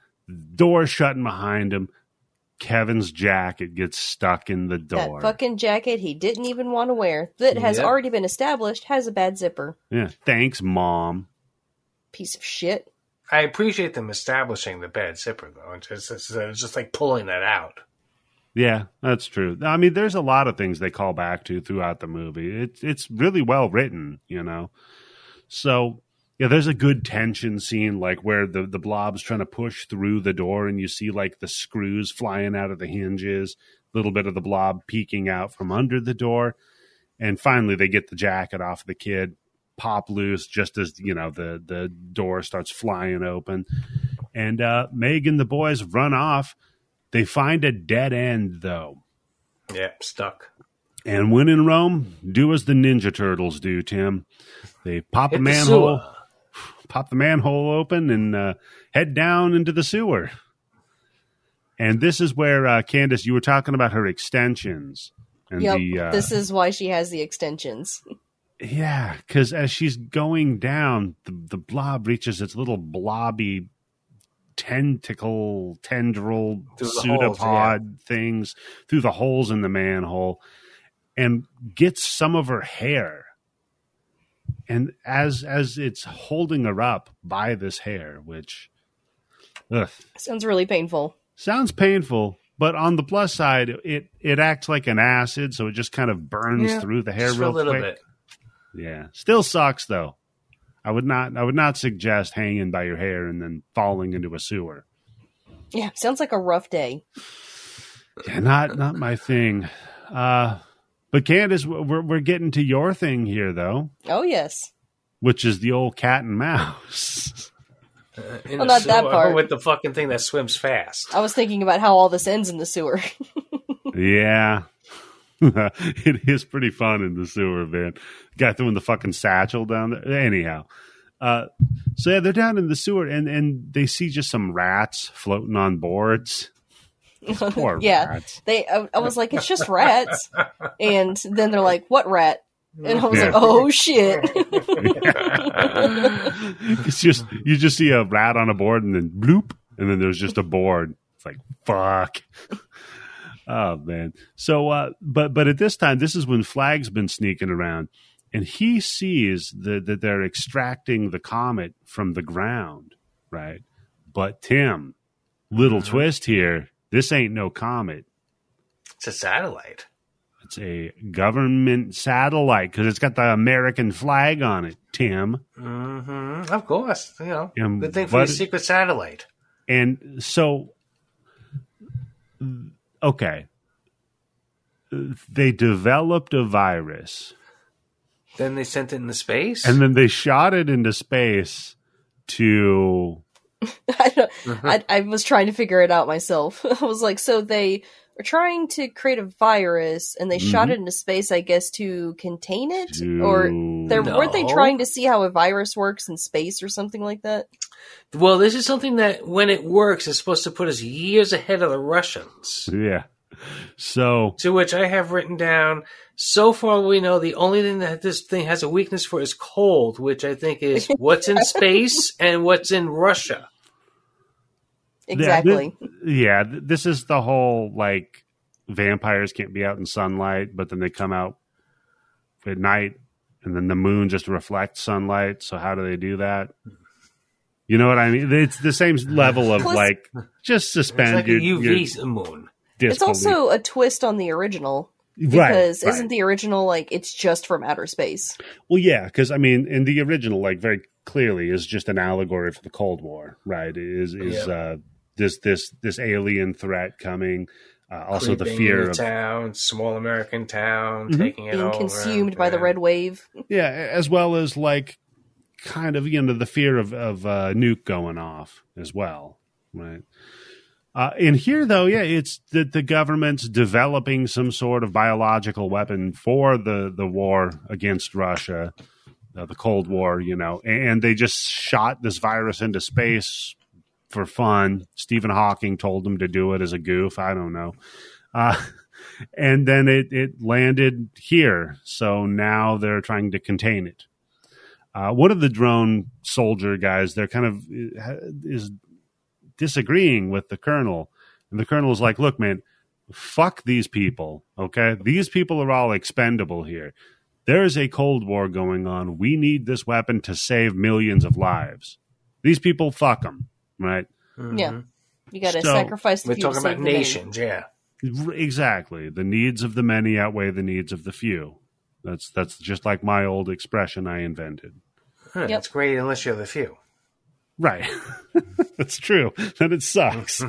Speaker 1: door shutting behind them. Kevin's jacket gets stuck in the door.
Speaker 3: That fucking jacket he didn't even want to wear that has
Speaker 2: Yep.
Speaker 3: already been established has a bad zipper.
Speaker 1: yeah, thanks, mom.
Speaker 3: Piece of shit.
Speaker 2: I appreciate them establishing the bad zipper though, and just, it's just like pulling that out.
Speaker 1: Yeah, that's true. I mean, there's a lot of things they call back to throughout the movie. It's it's really well written, you know. So yeah, there's a good tension scene like where the the blob's trying to push through the door, and you see like the screws flying out of the hinges, a little bit of the blob peeking out from under the door, and finally they get the jacket off the kid, pop loose just as you know the the door starts flying open, and uh, Meg and the boys run off. They find a dead end though.
Speaker 2: Yeah, stuck.
Speaker 1: And when in Rome, do as the Ninja Turtles do, Tim. They pop
Speaker 2: Hit
Speaker 1: the
Speaker 2: the
Speaker 1: manhole,
Speaker 2: sewer.
Speaker 1: pop the manhole open, and uh, head down into the sewer. And this is where uh, Candace, you were talking about her extensions, and
Speaker 3: yep.
Speaker 1: the uh,
Speaker 3: this is why she has the extensions. [laughs]
Speaker 1: yeah, because as she's going down, the, the blob reaches its little blobby tentacle, tendril,
Speaker 2: Through the
Speaker 1: pseudopod
Speaker 2: holes, yeah.
Speaker 1: things through the holes in the manhole and gets some of her hair. And as as it's holding her up by this hair, which ugh,
Speaker 3: Sounds really painful.
Speaker 1: sounds painful, but on the plus side, it it acts like an acid, so it just kind of burns
Speaker 2: Yeah,
Speaker 1: through the hair
Speaker 2: Just for a
Speaker 1: real
Speaker 2: little
Speaker 1: quick.
Speaker 2: bit.
Speaker 1: Yeah. Still sucks though. I would not I would not suggest hanging by your hair and then falling into a sewer.
Speaker 3: Yeah, sounds like a rough day.
Speaker 1: Yeah, not not my thing. Uh but Candace, we're we're getting to your thing here though,
Speaker 3: Oh yes.
Speaker 1: which is the old cat and mouse. [laughs]
Speaker 2: Uh, in
Speaker 3: Well,
Speaker 2: the
Speaker 3: not that
Speaker 2: sewer
Speaker 3: part.
Speaker 2: With the fucking thing that swims fast.
Speaker 3: I was thinking about how all this ends in the sewer. [laughs]
Speaker 1: yeah. [laughs] it is pretty fun in the sewer, man. Guy throwing the fucking satchel down there. Anyhow. Uh so yeah, they're down in the sewer and and they see just some rats floating on boards. Poor
Speaker 3: yeah.
Speaker 1: rats.
Speaker 3: They I, I was like, it's
Speaker 1: [laughs]
Speaker 3: just rats. and then they're like, What rat? And I was
Speaker 1: Yeah.
Speaker 3: like, Oh shit. [laughs]
Speaker 1: [laughs] it's just you just see a rat on a board and then bloop and then there's just a board it's like fuck oh man so uh but but at this time this is when flag's been sneaking around and he sees that that they're extracting the comet from the ground right but tim little
Speaker 2: Mhm.
Speaker 1: twist here this ain't no comet
Speaker 2: It's a satellite.
Speaker 1: it's a government satellite because it's got the american flag on it tim
Speaker 2: Mm-hmm. Of course, you know.
Speaker 1: And
Speaker 2: good thing for
Speaker 1: what-
Speaker 2: your secret satellite.
Speaker 1: And so, okay, they developed a virus
Speaker 2: Then they sent it into space.
Speaker 1: and then they shot it into space to.
Speaker 3: [laughs] I, don't,
Speaker 1: Mm-hmm.
Speaker 3: I, I was trying to figure it out myself. [laughs] I was like, so they are trying to create a virus and they shot it into space, I guess, to contain it?
Speaker 1: Mm-hmm. to
Speaker 3: Or they
Speaker 2: No.
Speaker 3: weren't they trying to see how a virus works in space or something like that?
Speaker 2: well, this is something that when it works, is supposed to put us years ahead of the Russians.
Speaker 1: Yeah. So,
Speaker 2: To which I have written down. So far, we know the only thing that this thing has a weakness for is cold, which I think
Speaker 3: [laughs]
Speaker 2: is what's in space and what's in
Speaker 1: th-
Speaker 2: Russia.
Speaker 3: Exactly.
Speaker 1: th- yeah. th- This is the whole like vampires can't be out in sunlight, but then they come out at night and then the moon just reflects sunlight. So, how do they do that? You know what I mean? It's the same level of
Speaker 3: Plus-
Speaker 1: like just
Speaker 2: It's
Speaker 1: suspend
Speaker 2: like a
Speaker 1: your, your
Speaker 2: UV moon.
Speaker 3: It's also a twist on the original
Speaker 1: disbelief. Right,
Speaker 3: because
Speaker 1: right.
Speaker 3: isn't the original like it's just from outer space?
Speaker 1: Well, yeah, because I mean, in the original, like very clearly, is just an allegory for the Cold War, right? Is is
Speaker 2: Yeah.
Speaker 1: uh, this this this alien threat coming? Uh, also, the
Speaker 2: Creeping
Speaker 1: fear
Speaker 2: into
Speaker 1: of
Speaker 2: town, small American town,
Speaker 1: Mhm.
Speaker 2: taking it
Speaker 3: Mm-hmm. Being
Speaker 2: over,
Speaker 3: consumed by the
Speaker 2: yeah.
Speaker 3: red wave.
Speaker 1: yeah, as well as like kind of you know the fear of of uh, nuke going off as well, right? Uh, in here, though, yeah, it's that the government's developing some sort of biological weapon for the the war against Russia, uh, the Cold War, you know, and they just shot this virus into space for fun. Stephen Hawking told them to do it as a goof. I don't know. Uh, and then it, it landed here. So now they're trying to contain it. Uh, one of the drone soldier guys, they're kind of uh, is disagreeing with the colonel, and the colonel is like, "Look, man, fuck these people. Okay, these people are all expendable here. There is a cold war going on. We need this weapon to save millions of lives. These people, fuck them, right?
Speaker 2: Mhm.
Speaker 3: Yeah. You got to
Speaker 1: So,
Speaker 3: sacrifice the
Speaker 2: We're
Speaker 3: few to
Speaker 2: talking
Speaker 3: save
Speaker 2: about
Speaker 3: the many.
Speaker 2: nations, yeah.
Speaker 1: Exactly. The needs of the many outweigh the needs of the few. That's that's just like my old expression I invented.
Speaker 2: Huh,
Speaker 3: Yep.
Speaker 2: Hmm, It's great unless you're the few.
Speaker 1: Right. [laughs] that's true. Then it
Speaker 2: [laughs]
Speaker 1: sucks.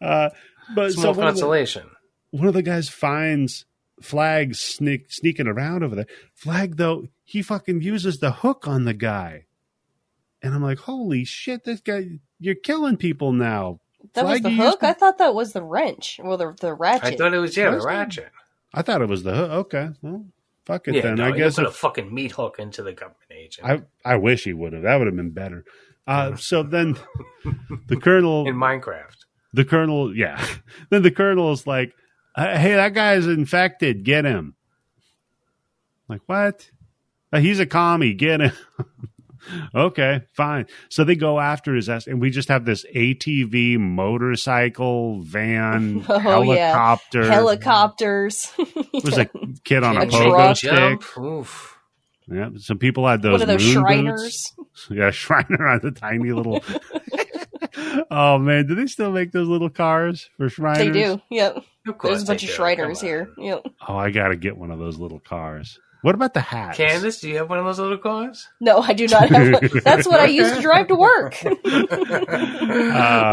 Speaker 1: Uh, but so
Speaker 2: Small
Speaker 1: one, of the,
Speaker 2: consolation.
Speaker 1: one of the guys finds Flag sneak, sneaking around over there. Flag though, he fucking uses the hook on the guy. And I'm like, holy shit, this guy, you're killing people now.
Speaker 3: That was
Speaker 1: Flag
Speaker 3: the
Speaker 1: you
Speaker 3: hook.
Speaker 1: used to-
Speaker 3: I thought that was the wrench. Well, the the ratchet.
Speaker 2: I thought it was yeah, the
Speaker 1: Where's the-
Speaker 2: ratchet.
Speaker 1: I thought it was the hook. Okay. Well, fuck it
Speaker 2: yeah,
Speaker 1: then.
Speaker 2: no,
Speaker 1: I
Speaker 2: you
Speaker 1: guess
Speaker 2: put
Speaker 1: if-
Speaker 2: a fucking meat hook into the government agent.
Speaker 1: I I wish he would have. That would have been better. Uh, so then the colonel,
Speaker 3: [laughs]
Speaker 2: in Minecraft.
Speaker 1: the colonel, yeah. [laughs] Then the colonel is like, uh, "Hey, that guy's infected. Get him." Like what? Uh, he's a commie. Get him. [laughs] okay, fine. So they go after his ass, and we just have this ATV, motorcycle, van,
Speaker 3: [laughs] Oh, yeah.
Speaker 1: helicopter.
Speaker 3: Helicopters. [laughs]
Speaker 1: There's a kid on a,
Speaker 3: A
Speaker 1: pogo
Speaker 3: truck.
Speaker 1: stick.
Speaker 2: jump. Oof.
Speaker 1: Yeah, some people had those.
Speaker 3: One of those
Speaker 1: moon boots.
Speaker 3: Shriners.
Speaker 1: [laughs] Yeah, Shriner on the tiny little. oh man, do they still make those little cars for Shriners?
Speaker 3: [laughs] They do. Yep.
Speaker 2: Of course
Speaker 3: There's a bunch
Speaker 2: they
Speaker 3: of
Speaker 2: do.
Speaker 3: Shriners
Speaker 2: Come
Speaker 3: here.
Speaker 2: on.
Speaker 3: Yep.
Speaker 1: Oh, I gotta get one of those little cars. What about the hats?
Speaker 2: Candace, do you have one of those little cars? [laughs]
Speaker 3: No, I do not have [laughs] one. That's what I used to drive to work.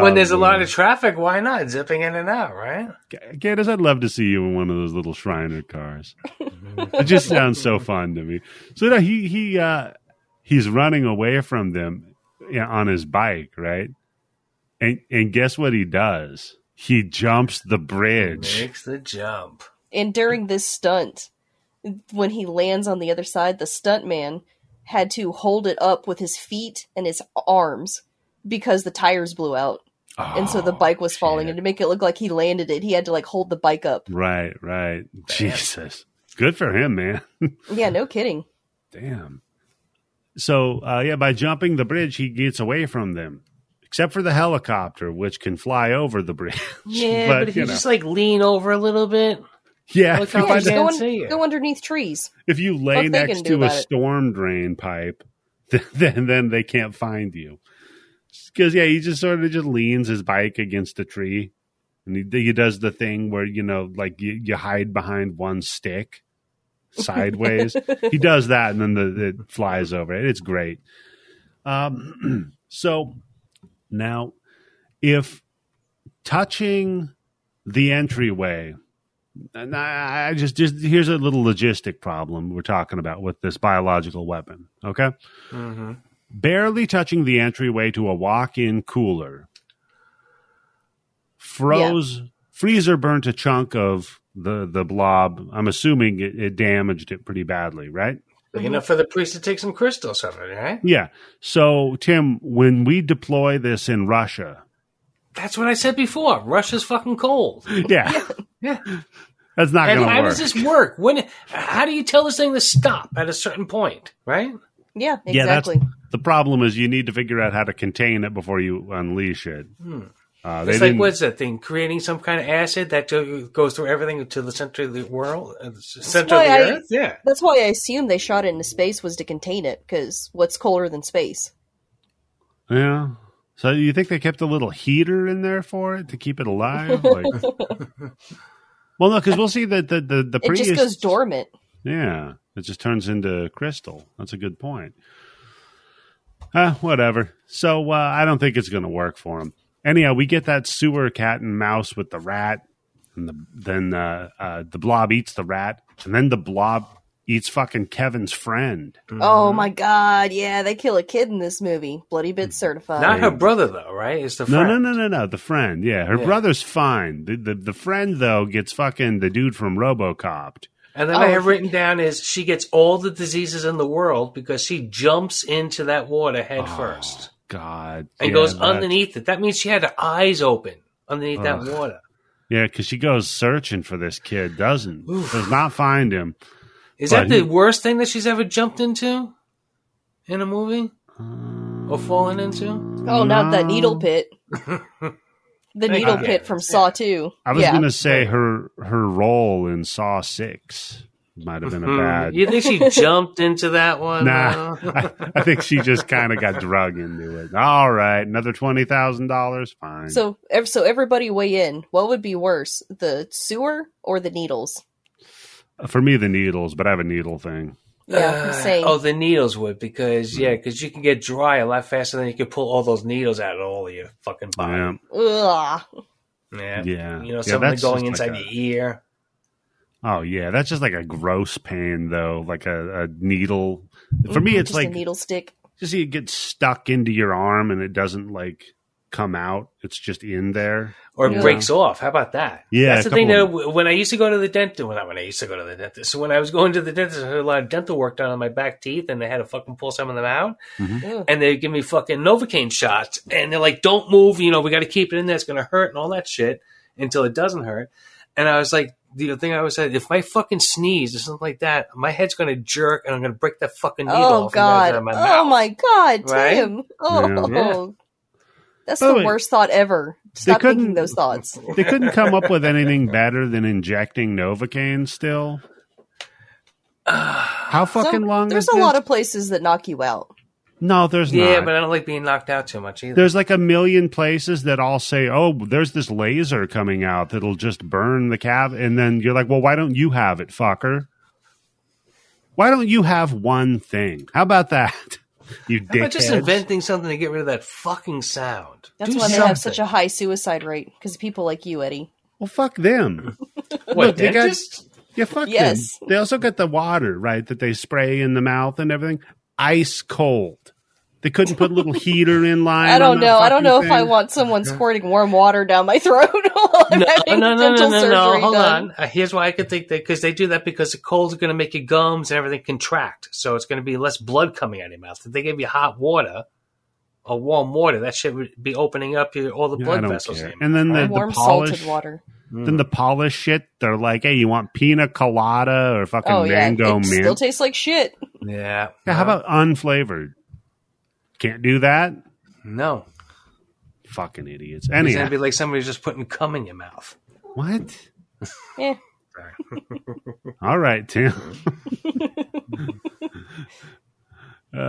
Speaker 3: [laughs]
Speaker 2: when there's a lot
Speaker 1: Oh, man.
Speaker 2: of traffic, why not? Zipping in and out, right?
Speaker 3: [laughs]
Speaker 1: Ca- Candace, I'd love to see you in one of those little Shriner cars. It
Speaker 3: [laughs]
Speaker 1: just sounds so fun to me. So no, he he uh, he's running away from them yeah, on his bike, right? And and guess what he does? He jumps the bridge.
Speaker 2: Makes the jump.
Speaker 3: and during this stunt, when he lands on the other side, the stuntman had to hold it up with his feet and his arms because the tires blew out. And so the
Speaker 1: Oh,
Speaker 3: bike was falling.
Speaker 1: shit.
Speaker 3: And to make it look like he landed it, he had to like hold the bike up.
Speaker 1: Right, right. Jesus. Good for him, man.
Speaker 3: Yeah, no kidding.
Speaker 1: Damn. So, uh, yeah, by jumping the bridge, he gets away from them, except for the helicopter, which can fly over the bridge. [laughs]
Speaker 2: Yeah, but, if you,
Speaker 1: know.
Speaker 2: just like lean over a little bit,
Speaker 1: yeah, [laughs]
Speaker 2: look
Speaker 1: if you,
Speaker 2: how-
Speaker 3: Yeah,
Speaker 1: find
Speaker 3: just
Speaker 1: a-
Speaker 3: go,
Speaker 2: can't
Speaker 3: un-
Speaker 2: see it.
Speaker 3: go underneath trees.
Speaker 1: if you lay
Speaker 3: What they can
Speaker 1: next
Speaker 3: do
Speaker 1: to a
Speaker 3: about it.
Speaker 1: storm drain pipe, [laughs] then then they can't find you. Because yeah, he just sort of just leans his bike against a tree, and he, he does the thing where you know, like you, you hide behind one stick
Speaker 3: [laughs]
Speaker 1: sideways. he does that, and then the, it flies over it. It's great. Um, [clears throat] so now, if touching the entryway, and I, I just just here's a little logistic problem we're talking about with this biological weapon. Okay,
Speaker 3: Mm-hmm.
Speaker 2: Mhm.
Speaker 1: barely touching the entryway to a walk-in cooler, froze freezer burnt a chunk of the the blob. I'm assuming it, it damaged it pretty badly, right?
Speaker 2: big enough for the priest to take some crystals from it, right?
Speaker 1: Yeah. So, Tim, when we deploy this in Russia, [laughs]
Speaker 2: That's what I said before. Russia's fucking cold.
Speaker 1: yeah,
Speaker 2: Yeah.
Speaker 1: that's not
Speaker 2: And
Speaker 1: going
Speaker 2: how
Speaker 1: to work.
Speaker 2: does this work? When? How do you tell this thing to stop at a certain point, right?
Speaker 3: Yeah,
Speaker 1: Yeah, that's-
Speaker 3: exactly.
Speaker 1: the problem is you need to figure out how to contain it before you unleash it. Uh, they
Speaker 2: Hmm. It's like
Speaker 1: didn't-
Speaker 2: what's that thing? Creating some kind of acid that go- goes through everything to the center of the world, uh, the center of the
Speaker 3: why I-
Speaker 2: earth. Yeah,
Speaker 3: That's why I assume they shot it into space was to contain it, because what's colder than space?
Speaker 1: Yeah. So you think they kept a little heater in there for it to keep it
Speaker 2: [laughs]
Speaker 1: alive? Like, well, no, because we'll see that the the, the
Speaker 3: It
Speaker 1: previous
Speaker 3: just goes dormant.
Speaker 1: Yeah, it just turns into crystal. That's a good point. Uh, whatever. So uh, I don't think it's going to work for him. Anyhow, we get that sewer cat and mouse with the rat, and the, then uh, uh, the blob eats the rat, and then the blob eats fucking Kevin's friend. Mm-hmm.
Speaker 3: Oh my god, yeah, they kill a kid in this movie. Bloody
Speaker 1: Mm.
Speaker 3: bit certified.
Speaker 2: Not her brother though, right? It's the
Speaker 1: No,
Speaker 2: friend.
Speaker 1: no, no, no, no. The friend, yeah, her
Speaker 2: Yeah.
Speaker 1: brother's fine. The, the the friend though gets fucking the dude from RoboCop.
Speaker 2: And then
Speaker 3: Oh,
Speaker 2: I have
Speaker 3: he-
Speaker 2: written down is she gets all the diseases in the world because she jumps into that water head first
Speaker 1: God,
Speaker 2: and
Speaker 1: Oh, yeah,
Speaker 2: goes
Speaker 1: that-
Speaker 2: underneath it. That means she had her eyes open underneath
Speaker 1: Ugh.
Speaker 2: that water.
Speaker 1: Yeah, because she goes searching for this kid, doesn't
Speaker 2: Oof.
Speaker 1: does not find him.
Speaker 2: Is
Speaker 1: But
Speaker 2: that the
Speaker 1: he-
Speaker 2: worst thing that she's ever jumped into in a movie or fallen into?
Speaker 3: oh, not that
Speaker 1: Mm. [laughs]
Speaker 3: needle pit. The
Speaker 2: Thank
Speaker 3: needle
Speaker 2: you.
Speaker 3: pit from Saw 2.
Speaker 1: I was
Speaker 3: yeah.
Speaker 1: gonna say her her role in Saw Six might have been
Speaker 2: Mm-hmm.
Speaker 1: a bad.
Speaker 2: You
Speaker 1: [laughs]
Speaker 2: think she jumped into that one?
Speaker 1: Nah,
Speaker 2: though?
Speaker 1: [laughs] I, I think she just kind of got drug into it. All right, another twenty thousand dollars, fine.
Speaker 3: So, ev- so everybody weigh in. What would be worse, the sewer or the needles?
Speaker 1: for me, the needles, but I have a needle thing.
Speaker 3: Yeah,
Speaker 2: Ah,
Speaker 3: same.
Speaker 2: Oh, the needles would because yeah,
Speaker 1: Hmm.
Speaker 2: because you can get dry a lot faster than you can pull all those needles out of all of your fucking
Speaker 1: Yeah,
Speaker 2: body.
Speaker 3: Ugh.
Speaker 2: Yeah,
Speaker 1: yeah.
Speaker 2: you know
Speaker 1: Yeah,
Speaker 2: something
Speaker 1: that's
Speaker 2: going
Speaker 1: just like
Speaker 2: inside
Speaker 1: a-
Speaker 2: the e- ear.
Speaker 1: Oh yeah, that's just like a gross pain though, like a, a needle. For me, it's
Speaker 3: Mm-hmm. Just
Speaker 1: like
Speaker 3: a needle stick.
Speaker 1: just it gets stuck into your arm and it doesn't like come out. It's just in there.
Speaker 2: or it
Speaker 1: Yeah.
Speaker 2: breaks off. How about that?
Speaker 1: Yeah,
Speaker 2: that's
Speaker 1: a
Speaker 2: the thing. That [laughs]
Speaker 1: couple
Speaker 2: when I used to go to the dentist, when I, when I used to go to the dentist, so when I was going to the dentist, I had a lot of dental work done on my back teeth, and they had to fucking pull some of them out,
Speaker 3: Ugh.
Speaker 2: and they give me fucking novocaine shots, and they're like, "Don't move," you know, we got to keep it in there. It's gonna hurt and all that shit until it doesn't hurt. And I was like, the thing I always said, if I fucking sneeze or something like that, my head's gonna jerk, and I'm gonna break that fucking needle.
Speaker 3: Oh
Speaker 2: off and out
Speaker 3: god.
Speaker 2: of my
Speaker 3: oh
Speaker 2: mouth.
Speaker 3: my god,
Speaker 2: Right?
Speaker 3: Tim. Oh.
Speaker 2: Yeah.
Speaker 3: That's
Speaker 1: By the
Speaker 3: the
Speaker 1: way,
Speaker 3: worst thought ever. Stop
Speaker 1: couldn't-
Speaker 3: thinking those thoughts.
Speaker 1: They couldn't come up with anything better than injecting Novocaine. Still,
Speaker 2: [sighs]
Speaker 3: Oh.
Speaker 1: how fucking
Speaker 3: Some-
Speaker 1: long?
Speaker 3: There's
Speaker 1: is
Speaker 3: a lot
Speaker 1: this?
Speaker 3: of places that knock you out.
Speaker 1: no. There's
Speaker 2: yeah,
Speaker 1: not.
Speaker 2: but I don't like being knocked out too much either.
Speaker 1: there's like a million places that all say, "Oh, there's this laser coming out that'll just burn the cab," and then you're like, "Well, why don't you have it, fucker? Why don't you have one thing? How about that, [laughs] you
Speaker 2: How about
Speaker 1: dickhead?"
Speaker 2: just inventing something to get rid of that fucking sound?
Speaker 3: That's
Speaker 2: Do
Speaker 3: why they
Speaker 2: something.
Speaker 3: have such a high suicide rate because people like you, Eddie.
Speaker 1: well, fuck them.
Speaker 2: What,
Speaker 1: Look, they got-
Speaker 2: dentists?
Speaker 1: Yeah, fuck
Speaker 3: Yes.
Speaker 1: them. They also got the water, right, that they spray in the mouth and everything. Ice cold. They couldn't put a
Speaker 3: [laughs]
Speaker 1: little heater in line.
Speaker 3: I
Speaker 1: on
Speaker 3: don't
Speaker 1: that
Speaker 3: know. I don't
Speaker 1: fucking
Speaker 3: know if I
Speaker 1: thing.
Speaker 3: want someone squirting warm water down my [laughs] throat while I'm
Speaker 2: no,
Speaker 3: having
Speaker 2: no, no, no,
Speaker 3: dental
Speaker 2: no,
Speaker 3: surgery
Speaker 2: no. Hold
Speaker 3: done.
Speaker 2: on. Uh, here's why I could think that because they do that because the cold's going to make your gums and everything contract, so it's going to be less blood coming out of your mouth. If they gave you hot water or warm water, that shit would be opening up your all the
Speaker 1: Yeah, I
Speaker 2: blood
Speaker 1: don't
Speaker 2: vessels.
Speaker 1: care.
Speaker 2: in your
Speaker 1: And then
Speaker 2: mouth,
Speaker 1: the,
Speaker 2: right?
Speaker 1: the
Speaker 3: Warm
Speaker 1: polish,
Speaker 3: salted water.
Speaker 1: then the polish shit. They're like, hey, you want pina colada or fucking
Speaker 3: Oh yeah,
Speaker 1: mango
Speaker 3: it still
Speaker 1: mint?
Speaker 3: tastes like shit.
Speaker 2: yeah.
Speaker 1: yeah, how about unflavored? Can't do that.
Speaker 2: no?
Speaker 1: Fucking idiots.
Speaker 2: It's going
Speaker 1: Anyhow,
Speaker 2: to be like somebody's just putting cum in your mouth.
Speaker 1: what?
Speaker 3: Yeah.
Speaker 1: [laughs] All right,
Speaker 3: [laughs]
Speaker 1: Tim.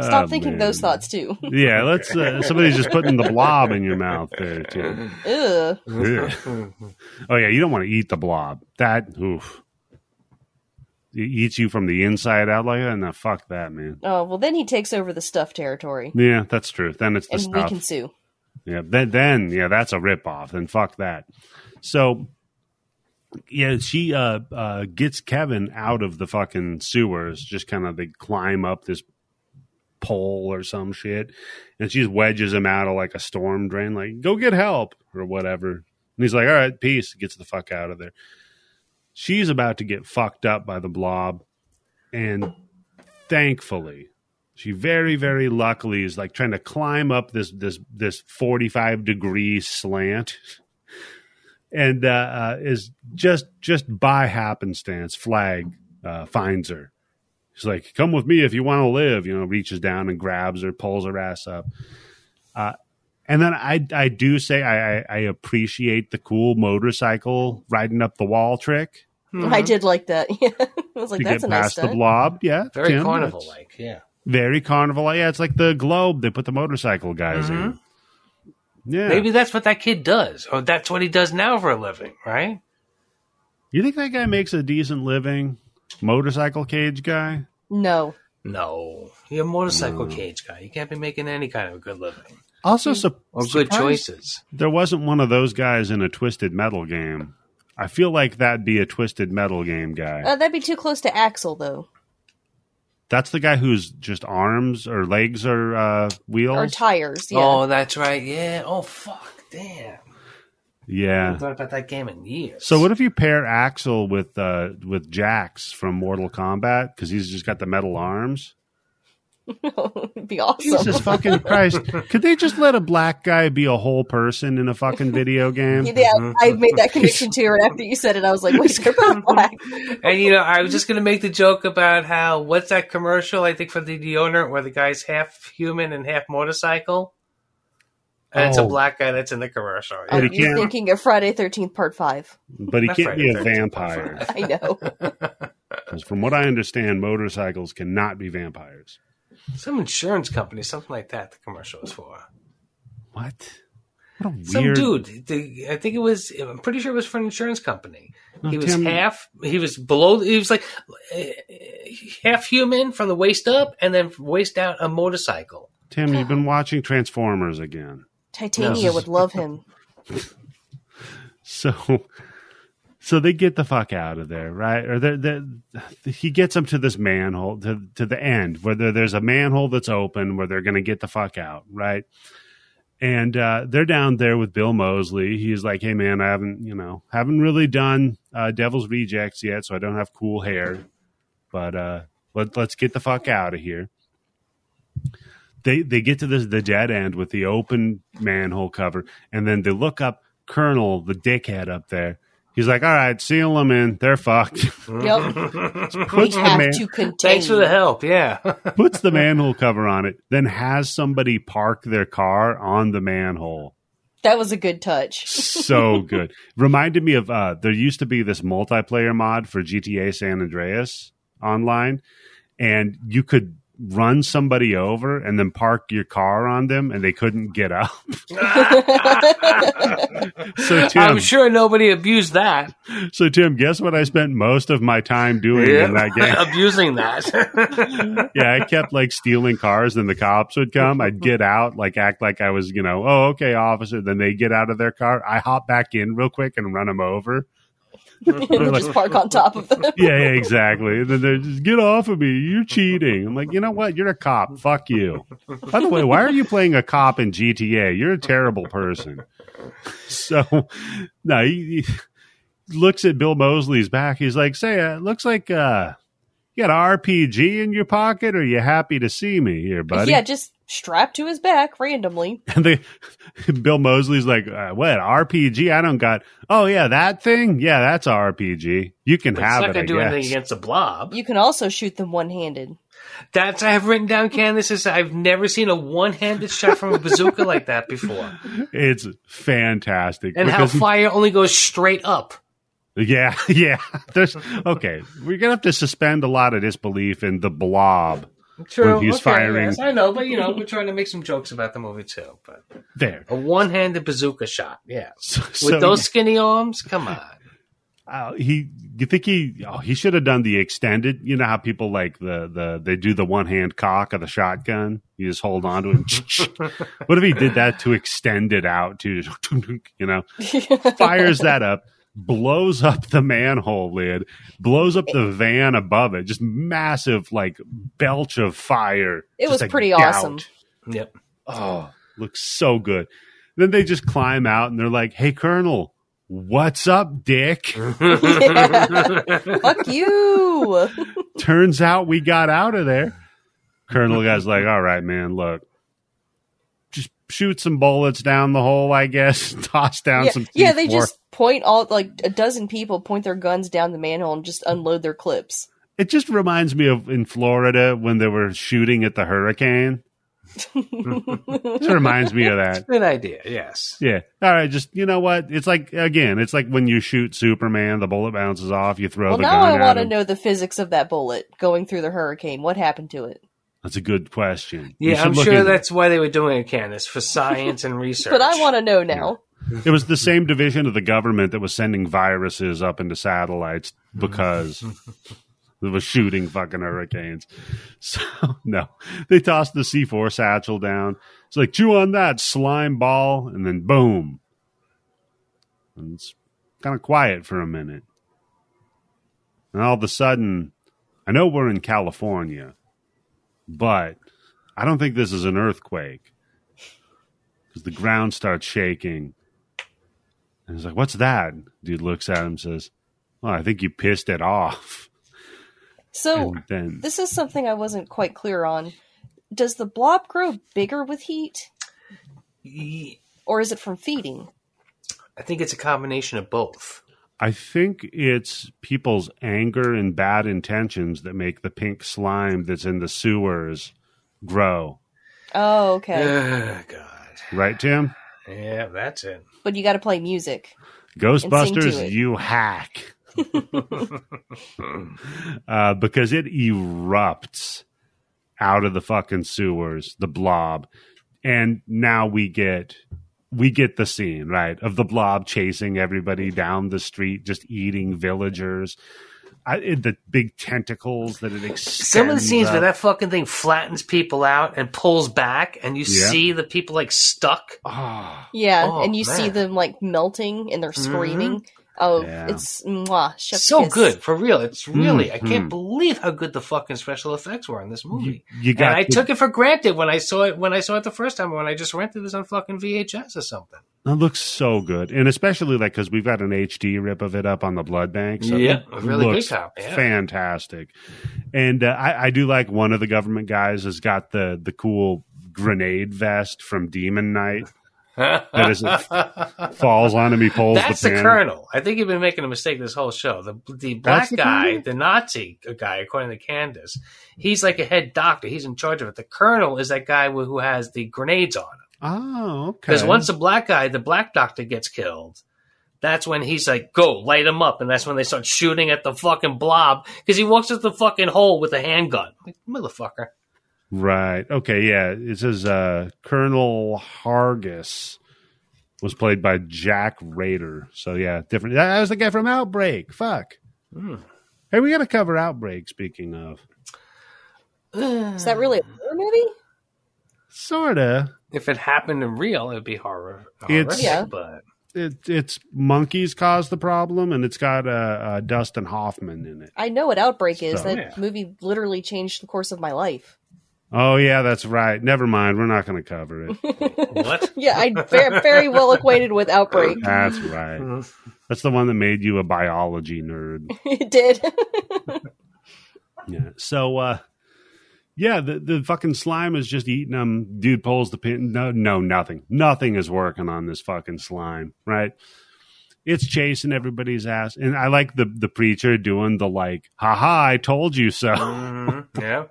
Speaker 3: Stop
Speaker 1: Oh,
Speaker 3: thinking
Speaker 1: man.
Speaker 3: those thoughts too. [laughs]
Speaker 1: Yeah, let's. Uh, somebody's just putting the blob in your mouth there too.
Speaker 3: Ugh.
Speaker 2: [laughs]
Speaker 1: Ugh.
Speaker 2: Hmm.
Speaker 3: [laughs]
Speaker 1: oh yeah, you don't want to eat the blob. That oof. It eats you from the inside out like that. No, fuck that, man.
Speaker 3: Oh well, then he takes over the stuff territory,
Speaker 1: Yeah, that's true. Then it's the
Speaker 3: and we
Speaker 1: stuff.
Speaker 3: can sue.
Speaker 1: Yeah, then then yeah, that's a ripoff. Then fuck that. So yeah, she uh, uh, gets Kevin out of the fucking sewers. Just kind of they climb up this pole or some shit, and she just wedges him out of like a storm drain. Like, go get help or whatever. And he's like, all right, peace. Gets the fuck out of there. She's about to get fucked up by the blob, and thankfully she very very luckily is like trying to climb up this this this 45 degree slant and uh, uh is just just by happenstance flag uh finds her she's like come with me if you want to live you know reaches down and grabs her pulls her ass up uh and then I I do say I, I I appreciate the cool motorcycle riding up the wall trick
Speaker 2: Mhm.
Speaker 3: I did like that. [laughs] Yeah, I was like,
Speaker 1: to Mm-hmm. get
Speaker 3: that's a nice
Speaker 1: past the
Speaker 3: stunt.
Speaker 1: blob. Yeah,
Speaker 2: Very
Speaker 1: Tim,
Speaker 2: carnival
Speaker 1: that's-
Speaker 2: like, yeah.
Speaker 1: Very carnival. Yeah, it's like the globe they put the motorcycle guys in. Yeah.
Speaker 2: Mm-hmm. Maybe that's what that kid does, or that's what he does now for a living, right?
Speaker 1: You think that guy makes a decent living? Motorcycle cage guy?
Speaker 3: No.
Speaker 2: No, you're a motorcycle cage guy. You can't be making any kind of a good living
Speaker 1: Also, su-
Speaker 2: or good
Speaker 1: surprised
Speaker 2: choices.
Speaker 1: There wasn't one of those guys in a twisted metal game. I feel like that'd be a twisted metal game guy.
Speaker 3: Uh, that'd be too close to Axel, though.
Speaker 1: That's the guy whose just arms or legs are uh, wheels.
Speaker 3: Or tires, yeah. [laughs]
Speaker 2: Oh, that's right. Yeah. Oh, fuck. Damn. I
Speaker 1: yeah.
Speaker 2: haven't thought about that game in years.
Speaker 1: So what if you pair Axel with uh, with Jax from Mortal Kombat because he's just got the metal arms?
Speaker 3: It'd be awesome.
Speaker 1: [laughs] Jesus fucking Christ! Could they just let a black guy be a whole person in a
Speaker 2: [laughs]
Speaker 1: fucking video game?
Speaker 3: Yeah, I made that connection too, and after you said it, I was like, [laughs] "Wait, they're both
Speaker 1: [laughs]
Speaker 3: black."
Speaker 2: And you know, I was just gonna make the joke about how what's that commercial? I think for the deodorant where the guy's half human and half motorcycle, and it's a
Speaker 1: Oh.
Speaker 2: black guy that's in the commercial.
Speaker 1: Oh,
Speaker 3: Are
Speaker 1: he
Speaker 2: Yeah.
Speaker 1: you
Speaker 3: you
Speaker 1: can't-
Speaker 3: thinking of Friday Thirteenth Part Five?
Speaker 1: But he
Speaker 2: That's
Speaker 1: can't
Speaker 2: right,
Speaker 1: be a
Speaker 2: that's right.
Speaker 1: vampire. [laughs]
Speaker 3: I know.
Speaker 1: 'Cause from what I understand, motorcycles cannot be vampires.
Speaker 2: Some insurance company, something like that. The commercial was for
Speaker 1: What? What a
Speaker 2: some
Speaker 1: weird
Speaker 2: dude. The, I think it was. I'm pretty sure it was for an insurance company.
Speaker 1: No,
Speaker 2: he was
Speaker 1: Tim-
Speaker 2: half. He was below. He was like eh, eh, half human from the waist up, and then from waist down a motorcycle.
Speaker 1: Tim, you've been watching Transformers again.
Speaker 3: Titania would love
Speaker 1: [laughs]
Speaker 3: him.
Speaker 1: So so they get the fuck out of there, right? Or they're, they're, he gets them to this manhole to to the end where there, there's a manhole that's open where they're going to get the fuck out, right? And uh, they're down there with Bill Mosley. He's like, "Hey man, I haven't, you know, haven't really done uh, Devil's Rejects yet, so I don't have cool hair, but uh, let let's get the fuck out of here." They they get to this the dead end with the open manhole cover, and then they look up Colonel, the dickhead up there. He's like, "All right, seal them in. They're fucked." [laughs]
Speaker 2: [laughs]
Speaker 3: Yep, we
Speaker 1: puts the
Speaker 3: have
Speaker 1: man- [laughs]
Speaker 3: to contain.
Speaker 2: Thanks for the help. Yeah.
Speaker 1: puts the manhole cover on it, then has somebody park their car on the manhole.
Speaker 3: That was a good touch. [laughs]
Speaker 1: So good. Reminded me of uh, there used to be this multiplayer mod for GTA San Andreas online, and you could run somebody over and then park your car on them, and they couldn't get up. [laughs]
Speaker 2: [laughs]
Speaker 1: so Tim,
Speaker 2: I'm sure nobody abused that.
Speaker 1: so Tim, guess what I spent most of my time doing in that game?
Speaker 2: [laughs]
Speaker 1: [laughs]
Speaker 2: abusing that.
Speaker 1: yeah, I kept like stealing cars. Then the cops would come. I'd get out, like act like I was, you know, oh, okay, officer. Then they get out of their car. I hop back in real quick and run them over.
Speaker 3: We'll just park on top of them.
Speaker 1: Yeah, yeah exactly. And then they're just get off of me. You're cheating. I'm like, you know what? You're a cop. Fuck you. By the way, why are you playing a cop in GTA? You're a terrible person. So, no, he, he looks at Bill Mosley's back. He's like, say, uh, it looks like uh, you got an RPG in your pocket. Are you happy to see me here, buddy?
Speaker 3: [laughs] Yeah, just strapped to his back randomly.
Speaker 1: [laughs] And they, Bill Mosley's like, uh, what RPG? I don't got. Oh yeah, that thing. Yeah, that's a RPG. You can
Speaker 2: But it's
Speaker 1: have it.
Speaker 2: not
Speaker 1: I
Speaker 2: going to do anything
Speaker 1: guess.
Speaker 2: against the blob.
Speaker 3: You can also shoot them one [laughs] handed.
Speaker 2: That's I have written down, Candace. Is I've never seen a one-handed shot from a bazooka like that before,
Speaker 1: [laughs] It's fantastic.
Speaker 2: and how
Speaker 1: because-
Speaker 2: fire only goes straight up.
Speaker 1: [laughs] yeah, yeah. There's okay. We're gonna have to suspend a lot of disbelief in the Blob.
Speaker 2: True.
Speaker 1: When he's firing-
Speaker 2: Yes, I know, but you know,
Speaker 1: [laughs]
Speaker 2: we're trying to make some jokes about the movie too. But
Speaker 1: There. [laughs]
Speaker 2: a one-handed bazooka shot, yeah,
Speaker 1: So,
Speaker 2: with
Speaker 1: so,
Speaker 2: those skinny arms. Come on.
Speaker 1: uh, he, you think he? Oh, he should have done the extended. You know how people like the the they do the one hand cock of the shotgun. You just hold on to
Speaker 2: [laughs]
Speaker 1: it. [laughs] what if he did that to extend it out to? [laughs] You know. fires that up, blows up the manhole lid, blows up the van above it. Just massive, like belch of fire.
Speaker 3: It was
Speaker 1: Just a
Speaker 3: pretty
Speaker 1: gout.
Speaker 3: awesome.
Speaker 1: [laughs]
Speaker 2: Yep.
Speaker 1: Oh, looks so good. Then they just climb out and they're like, "Hey, Colonel, what's up, Dick?" [laughs]
Speaker 3: Fuck you.
Speaker 1: Turns out we got out of there. Colonel guy's like, "All right, man, look." Just shoot some bullets down the hole, I guess. [laughs] Toss down
Speaker 3: yeah,
Speaker 1: some.
Speaker 3: yeah, they
Speaker 1: C4."
Speaker 3: just point all like a dozen people point their guns down the manhole and just unload
Speaker 1: [laughs]
Speaker 3: their clips. [laughs]
Speaker 1: It just reminds me of in Florida when they were shooting at the hurricane. it reminds me of that.
Speaker 2: Good idea. Yes.
Speaker 1: Yeah. All right. Just you know what? It's like again. It's like when you shoot Superman, the bullet bounces off. You throw
Speaker 3: well,
Speaker 1: the
Speaker 3: now
Speaker 1: gun
Speaker 3: I
Speaker 1: at
Speaker 3: want to
Speaker 1: him.
Speaker 3: know the physics of that bullet going through the hurricane. What happened to it?
Speaker 1: That's a good question. We
Speaker 2: Yeah,
Speaker 1: should
Speaker 2: I'm
Speaker 1: look
Speaker 2: sure
Speaker 1: into
Speaker 2: that's why they were doing it, Candace, for science and research.
Speaker 3: [laughs] But I want to know now.
Speaker 1: it. It was the same division of the government that was sending viruses up into satellites because it was shooting fucking hurricanes. [laughs] So no, they tossed the C four satchel down. It's like chew on that slime ball, and then boom. And it's kind of quiet for a minute, and all of a sudden, I know we're in California, but I don't think this is an earthquake because the ground starts shaking. And he's like, "What's that?" Dude looks at him, and says, "Well, I think you pissed it off."
Speaker 3: So
Speaker 1: And then
Speaker 3: this is something I wasn't quite clear on. Does the blob grow bigger with heat,
Speaker 2: Y-
Speaker 3: or is it from feeding?
Speaker 2: I think it's a combination of both.
Speaker 1: I think it's people's anger and bad intentions that make the pink slime that's in the sewers grow.
Speaker 3: Oh, okay.
Speaker 2: Ugh, God.
Speaker 1: Right, Tim?
Speaker 2: Yeah, that's it.
Speaker 3: But you got to play music.
Speaker 1: Ghostbusters,
Speaker 3: it.
Speaker 1: you hack. uh, because it erupts out of the fucking sewers, the blob. And now we get we get the scene, right? Of the blob chasing everybody down the street, just eating villagers. I, it- the big tentacles that it extends.
Speaker 2: Some of the scenes
Speaker 1: up.
Speaker 2: where that fucking thing flattens people out and pulls back, and you
Speaker 1: Yeah.
Speaker 2: see the people like stuck.
Speaker 1: Ah,
Speaker 3: Yeah,
Speaker 2: Oh,
Speaker 3: and you see
Speaker 2: man.
Speaker 3: them like melting and they're screaming. Oh,
Speaker 1: Mm-hmm. Yeah.
Speaker 3: it's mwah, chef's
Speaker 2: so
Speaker 3: kiss.
Speaker 2: good, for real. It's really, I
Speaker 1: Mhm.
Speaker 2: can't believe how good the fucking special effects were in this
Speaker 1: you,
Speaker 2: movie.
Speaker 1: you got
Speaker 2: and I
Speaker 1: the-
Speaker 2: took it for granted when I saw it when I saw it the first time when I just rented this on fucking VHS or something. [laughs]
Speaker 1: That looks so good, and especially like because we've got an HD rip of it up on the blood bank. So
Speaker 2: Yeah,
Speaker 1: it
Speaker 2: a really good
Speaker 1: looks
Speaker 2: copy, yeah.
Speaker 1: fantastic. And uh, I, I do like one of the government guys has got the the cool grenade vest from Demon Knight
Speaker 2: that
Speaker 1: is
Speaker 2: [laughs]
Speaker 1: falls on him. He pulls
Speaker 2: That's
Speaker 1: the,
Speaker 2: the,
Speaker 1: pin.
Speaker 2: colonel. I think you've been making a mistake this whole show. The the black
Speaker 1: That's the
Speaker 2: guy,
Speaker 1: colonel?
Speaker 2: the Nazi guy, according to Candace, he's like a head doctor. He's in charge of it. The colonel is that guy who who has the grenades on him.
Speaker 1: Oh, okay.
Speaker 2: Because once the black guy, the black doctor gets killed, that's when he's like, "Go light him up," and that's when they start shooting at the fucking blob because he walks at the fucking hole with a handgun. Like, motherfucker.
Speaker 1: right? Okay, yeah. It says uh, Colonel Hargis was played by Jack Raider. So yeah, different. That was the guy from Outbreak. Fuck.
Speaker 2: Hmm.
Speaker 1: Hey, we got to cover Outbreak. Speaking of,
Speaker 3: Is that really a
Speaker 1: Hmm.
Speaker 3: horror movie?
Speaker 1: sorta.
Speaker 2: If it happened in real, it'd be horror.
Speaker 1: It's-
Speaker 2: horrific,
Speaker 3: Yeah. [laughs]
Speaker 2: but
Speaker 1: it, it's monkeys caused the problem, and it's got uh, uh, Dustin Hoffman in it.
Speaker 3: I know what Outbreak is.
Speaker 1: So-
Speaker 3: that
Speaker 2: Yeah.
Speaker 3: movie literally changed the course of my life.
Speaker 1: Oh yeah, that's right. Never mind, we're not going to cover it.
Speaker 2: what?
Speaker 3: Yeah, I'm very, very well acquainted with Outbreak. [laughs]
Speaker 1: That's right.
Speaker 2: Hmm.
Speaker 1: That's the one that made you a biology nerd.
Speaker 3: it did.
Speaker 1: Yeah. So, uh, yeah, the the fucking slime is just eating them. Dude pulls the pin. No, no, nothing. Nothing is working on this fucking slime, right? It's chasing everybody's ass, and I like the the preacher doing the like, haha, I told you so.
Speaker 2: Mhm. [laughs] yeah.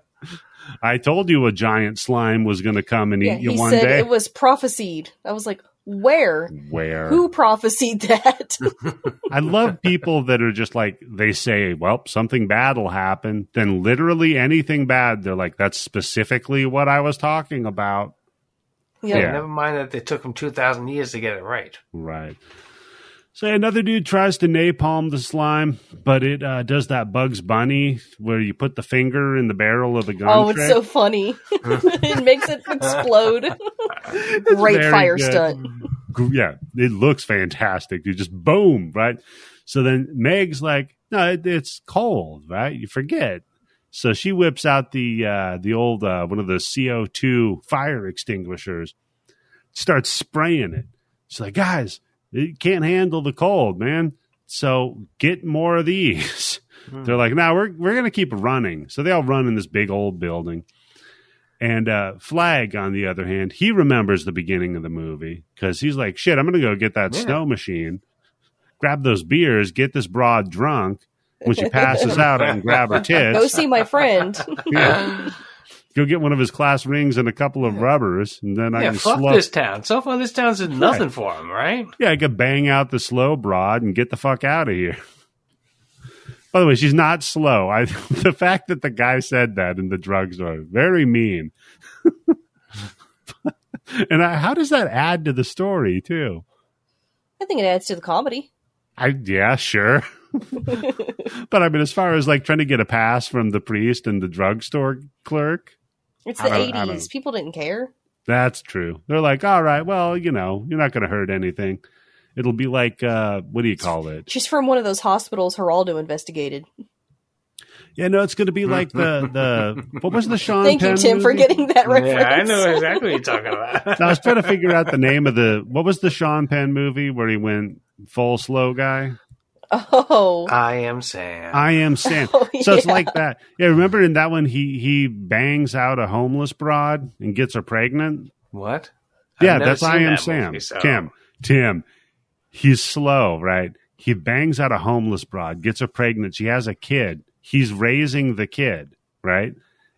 Speaker 1: I told you a giant slime was going to come and
Speaker 3: [laughs] yeah,
Speaker 1: eat you
Speaker 3: he
Speaker 1: one
Speaker 3: said
Speaker 1: day.
Speaker 3: it was prophesied. I was like, where?
Speaker 1: Where?
Speaker 3: Who prophesied
Speaker 1: [laughs]
Speaker 3: that? [laughs]
Speaker 1: I love people that are just like they say, "Well, something bad will happen." Then literally anything bad, they're like, "That's specifically what I was talking about."
Speaker 2: yeah.
Speaker 3: yeah.
Speaker 1: Yeah.
Speaker 2: Never mind that they took him 2,000 years to get it right.
Speaker 1: Right. So another dude tries to napalm the slime, but it uh, does that Bugs Bunny where you put the finger in the barrel of the gun.
Speaker 3: Oh, it's
Speaker 1: trick.
Speaker 3: so funny. [laughs] it makes it explode.
Speaker 1: [laughs] It's
Speaker 3: Great
Speaker 1: very
Speaker 3: fire
Speaker 1: good.
Speaker 3: stunt.
Speaker 1: Gr- yeah, it looks fantastic. You just boom, right? So then Meg's like, no, it, it's cold, right? You forget. So she whips out the uh, the old uh, one of the CO two fire extinguishers, starts spraying it. She's like, guys, it can't handle the cold, man. So get more of these.
Speaker 2: Hmm.
Speaker 1: They're like, no, we're we're gonna keep running. So they all run in this big old building. And uh, Flag, on the other hand, he remembers the beginning of the movie because he's like, shit, I'm gonna go get that
Speaker 2: Yeah.
Speaker 1: snow machine, grab those beers, get this broad drunk. When she passes out, I can grab her
Speaker 3: [laughs] Go
Speaker 1: tits.
Speaker 3: see
Speaker 1: [laughs]
Speaker 3: my friend.
Speaker 1: Yeah. Go get one of his class rings and a couple of rubbers, and then I
Speaker 2: yeah,
Speaker 1: can
Speaker 2: fuck
Speaker 1: slow.
Speaker 2: this town. So far, this town's did nothing for him, right?
Speaker 1: Yeah, I could bang out the slow broad and get the fuck out of here. [laughs] By the way, she's not slow. I [laughs] the fact that the guy said that in the drugstore very mean. [laughs] and I, how does that add to the story too?
Speaker 3: I think it adds to the comedy.
Speaker 1: I yeah,
Speaker 3: [laughs]
Speaker 1: sure. but I mean, as far as like trying to get a pass from the priest and the drugstore clerk,
Speaker 3: It's
Speaker 1: I
Speaker 3: the
Speaker 1: don't- I don't
Speaker 3: eighties. People didn't care.
Speaker 1: that's true. They're like, all right, well, you know, you're not going to hurt anything. It'll be like, uh, what do you call it?
Speaker 3: She's from one of those hospitals Geraldo investigated.
Speaker 1: Yeah, no, it's going to be like the the what
Speaker 3: [laughs]
Speaker 1: was the Sean?
Speaker 3: Thank you,
Speaker 1: Penn
Speaker 3: Tim, for
Speaker 1: movie? [laughs]
Speaker 3: getting that reference.
Speaker 2: Yeah, I know exactly what you're talking [laughs]
Speaker 1: I was
Speaker 2: about.
Speaker 1: trying to figure out the name of the what was the Sean Penn movie where he went full slow guy.
Speaker 3: Oh, [laughs]
Speaker 2: I am Sam.
Speaker 1: I am Sam.
Speaker 3: Oh,
Speaker 1: So it's
Speaker 3: yeah.
Speaker 1: like that. Yeah, remember in that one he he bangs out a homeless broad and gets her pregnant.
Speaker 2: what?
Speaker 1: yeah,
Speaker 2: I've never
Speaker 1: that's
Speaker 2: seen
Speaker 1: I am
Speaker 2: that
Speaker 1: Sam.
Speaker 2: movie, so-
Speaker 1: Tim, Tim, he's slow, right? He bangs out a homeless broad, gets her pregnant. She has a kid. He's raising the kid, right?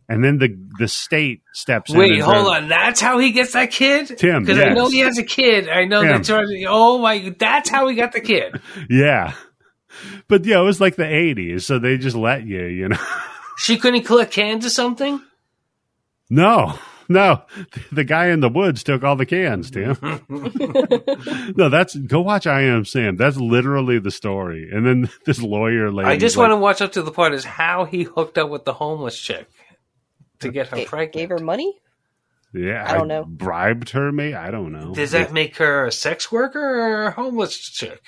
Speaker 1: And then the the state steps in.
Speaker 2: Wait,
Speaker 1: and
Speaker 2: hold
Speaker 1: says,
Speaker 2: on. That's how he gets that kid?
Speaker 1: Tim,
Speaker 2: Because I
Speaker 1: yes.
Speaker 2: know he has a kid. I know
Speaker 1: Tim.
Speaker 2: that's oh my that's how he got the kid.
Speaker 1: Yeah. [laughs] But yeah, it was like the 80s, so they just let you, you know. [laughs]
Speaker 2: She couldn't collect cans or something?
Speaker 1: No. No. The guy in the woods took all the cans,
Speaker 2: [laughs]
Speaker 1: Tim. no, that's go watch I Am Sam. That's literally the story. And then [laughs] this lawyer lady
Speaker 2: I just want to watch up to the part is how he hooked up with the homeless chick to get her
Speaker 3: Ga-
Speaker 2: pregnant.
Speaker 3: gave her money.
Speaker 1: Yeah,
Speaker 3: I don't know.
Speaker 1: Bribed her, mate. I don't know.
Speaker 2: Does that make her a sex worker or a homeless chick?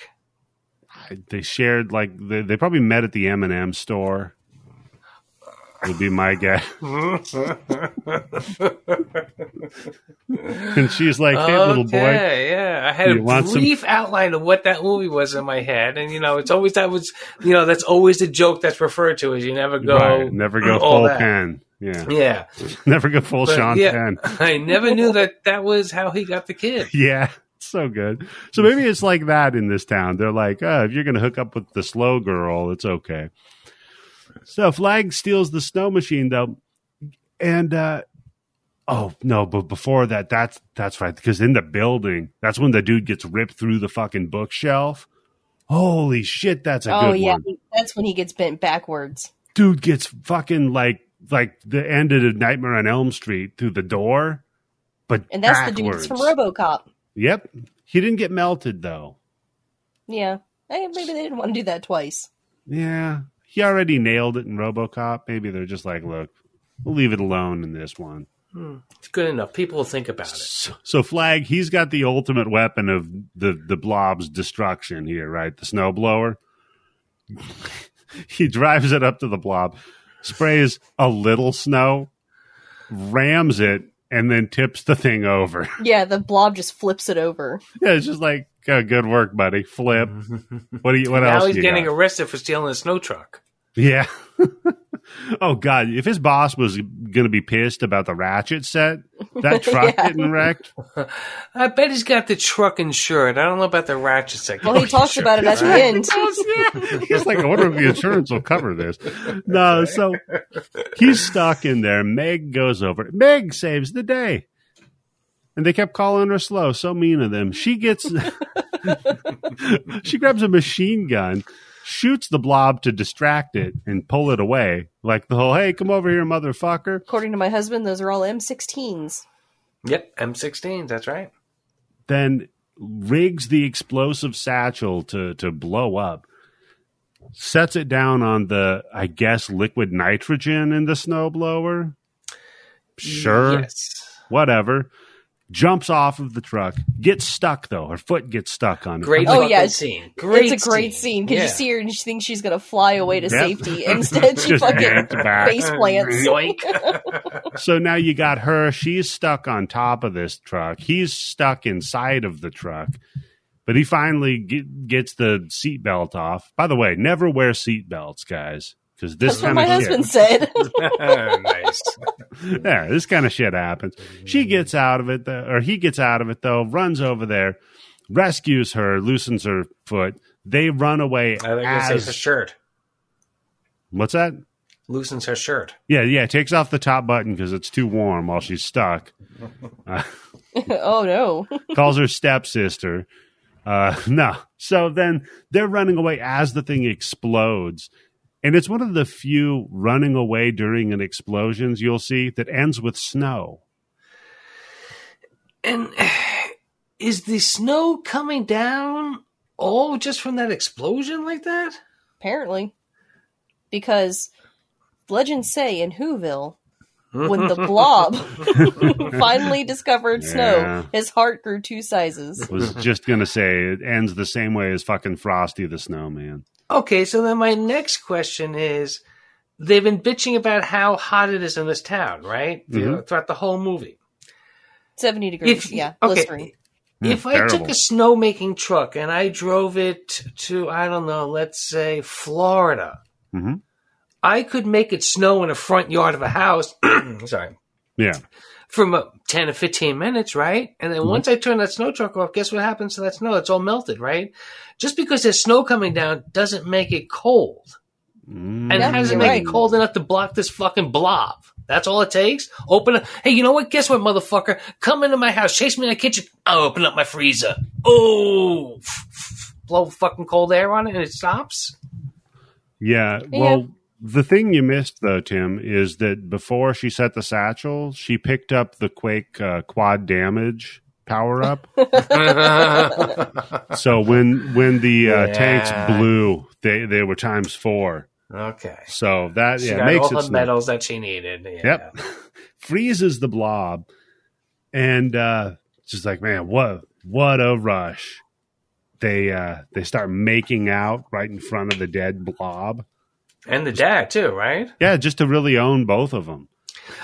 Speaker 2: [laughs]
Speaker 1: I- they shared like they, they probably met at the M and M store. Would be my [laughs] guess. and she's like, "Hey, little boy,
Speaker 2: Okay, yeah. I had
Speaker 1: You
Speaker 2: a
Speaker 1: want some-
Speaker 2: brief outline of what that movie was in my head, and you know, it's always that was, you know, that's always the joke that's referred to is you never go,
Speaker 1: Right, never go
Speaker 2: all
Speaker 1: full
Speaker 2: that.
Speaker 1: pen. Yeah, [laughs]
Speaker 2: yeah. [laughs]
Speaker 1: never go full
Speaker 2: Oh. But,
Speaker 1: Sean
Speaker 2: yeah,
Speaker 1: Penn.
Speaker 2: I never knew that that was how he got the kid.
Speaker 1: Yeah, [laughs] it's so good. So maybe it's like that in this town. They're like, oh, if you're going to hook up with the slow girl, it's okay. So Flag steals the snow machine though, and uh, oh no! But before that, that's that's right because in the building, that's when the dude gets ripped through the fucking bookshelf. Holy shit, that's a
Speaker 3: oh
Speaker 1: good
Speaker 3: yeah,
Speaker 1: one.
Speaker 3: that's when he gets bent backwards.
Speaker 1: Dude gets fucking like like the end of Nightmare on Elm Street through the door, but
Speaker 3: And that's
Speaker 1: backwards.
Speaker 3: the dude that's from RoboCop.
Speaker 1: Yep, he didn't get melted though.
Speaker 3: Yeah, hey, maybe they didn't want to do that twice.
Speaker 1: Yeah. He already nailed it in Robocop. Maybe they're just like, look, we'll leave it alone in this one.
Speaker 2: It's good enough. People will think about it.
Speaker 1: So, so Flag, he's got the ultimate weapon of the, the blob's destruction here, right? The snowblower. [laughs] he drives it up to the blob, sprays a little snow, rams it, and then tips the thing over. [laughs]
Speaker 3: Yeah, the blob just flips it over.
Speaker 1: yeah, it's just like, oh, good work, buddy.
Speaker 2: [laughs]
Speaker 1: Flip. What do you? What else?
Speaker 2: now he's
Speaker 1: you
Speaker 2: getting
Speaker 1: got?
Speaker 2: arrested for stealing a snow truck.
Speaker 1: Yeah. [laughs] oh God! If his boss was going to be pissed about the ratchet set, that truck
Speaker 3: Yeah.
Speaker 1: getting wrecked.
Speaker 2: I bet he's got the truck insured. I don't know about the ratchet second. [laughs]
Speaker 3: Well, he talks about it at the
Speaker 1: [laughs]
Speaker 3: end.
Speaker 1: He's like, I wonder if the insurance will cover this. No, so he's stuck in there. Meg goes over. Meg saves the day. And they kept calling her slow. So mean of them. She gets, [laughs] she grabs a machine gun, shoots the blob to distract it and pull it away. Like the whole, hey, come over here, motherfucker.
Speaker 3: According to my husband, those are all M16s.
Speaker 2: Yep, M16. That's right.
Speaker 1: then rigs the explosive satchel to to blow up sets it down on the i guess liquid nitrogen in the snowblower sure
Speaker 2: Yes.
Speaker 1: whatever jumps off of the truck gets stuck though her foot gets stuck on it
Speaker 2: Great
Speaker 3: Oh,
Speaker 2: oh,
Speaker 3: yeah,
Speaker 2: yeah, scene. Great
Speaker 3: it's a great scene because
Speaker 2: Yeah.
Speaker 3: you see her and she thinks she's gonna fly away to
Speaker 1: Yep. [laughs]
Speaker 3: safety. Instead, she
Speaker 1: Just yanked
Speaker 3: fucking
Speaker 1: back.
Speaker 3: face plants.
Speaker 2: Uh, Yoink. [laughs]
Speaker 1: so now you got her she's stuck on top of this truck he's stuck inside of the truck but he finally get, gets the seatbelt off by the way never wear seatbelts guys because this kind
Speaker 3: That's what my
Speaker 1: of shit
Speaker 3: husband said. [laughs]
Speaker 2: nice.
Speaker 1: [laughs] yeah, this kind of shit happens. She gets out of it, though, or he gets out of it, though, runs over there, rescues her, loosens her foot. They run away.
Speaker 2: I like to say it's
Speaker 1: As,
Speaker 2: her shirt.
Speaker 1: what's that?
Speaker 2: Loosens her shirt.
Speaker 1: Yeah, yeah. Takes off the top button because it's too warm while she's stuck.
Speaker 3: oh no!
Speaker 1: Calls her stepsister. [laughs] Uh, no. So then they're running away as the thing explodes. And it's one of the few running away during an explosions you'll see that ends with snow.
Speaker 2: And [sighs] is the snow coming down all just from that explosion like that?
Speaker 3: apparently. Because legends say in Whoville, when
Speaker 2: [laughs]
Speaker 3: the blob [laughs] finally discovered
Speaker 1: Yeah.
Speaker 3: snow, his heart grew two sizes.
Speaker 1: Was just going to say it ends the same way as fucking Frosty the Snowman.
Speaker 2: Okay, so then my next question is they've been bitching about how hot it is in this town, right? You know, throughout the whole movie.
Speaker 3: 70 degrees, yeah, blistering.
Speaker 2: If
Speaker 1: Mm,
Speaker 2: I took
Speaker 1: terrible.
Speaker 2: a snowmaking truck and I drove it to, I don't know, let's say Florida,
Speaker 1: Mhm.
Speaker 2: I could make it snow in a front yard of a house. [clears throat] sorry.
Speaker 1: Yeah.
Speaker 2: From uh, 10 to 15 minutes, right? And then
Speaker 1: Mhm.
Speaker 2: once I turn that snow truck off, guess what happens to that snow? It's all melted, right? Just because there's snow coming down doesn't make it cold.
Speaker 1: Mm.
Speaker 2: And
Speaker 3: Yeah,
Speaker 2: how does it
Speaker 3: you're
Speaker 2: make
Speaker 3: right.
Speaker 2: it cold enough to block this fucking blob? That's all it takes? Open up. Hey, you know what? Guess what, motherfucker? Come into my house. Chase me in the kitchen. I'll open up my freezer. Oh, blow fucking cold air on it and it stops?
Speaker 1: Yeah.
Speaker 3: Yeah.
Speaker 1: Well, the thing you missed though, Tim, is that before she set the satchel, she picked up the Quake uh, quad damage power up.
Speaker 2: [laughs]
Speaker 1: Mm-hmm. [laughs]
Speaker 2: okay.
Speaker 1: so when when the uh,
Speaker 2: Yeah.
Speaker 1: tanks blew, they they were times four. So that
Speaker 2: She
Speaker 1: yeah
Speaker 2: got
Speaker 1: makes
Speaker 2: all
Speaker 1: it
Speaker 2: the
Speaker 1: snow.
Speaker 2: medals that she needed. Yeah.
Speaker 1: Yep. Freezes the blob, and uh, just like man, what what a rush! They uh, they start making out right in front of the dead blob.
Speaker 2: And the dad, too, right?
Speaker 1: Yeah, just to really own both of
Speaker 2: [laughs]
Speaker 1: them.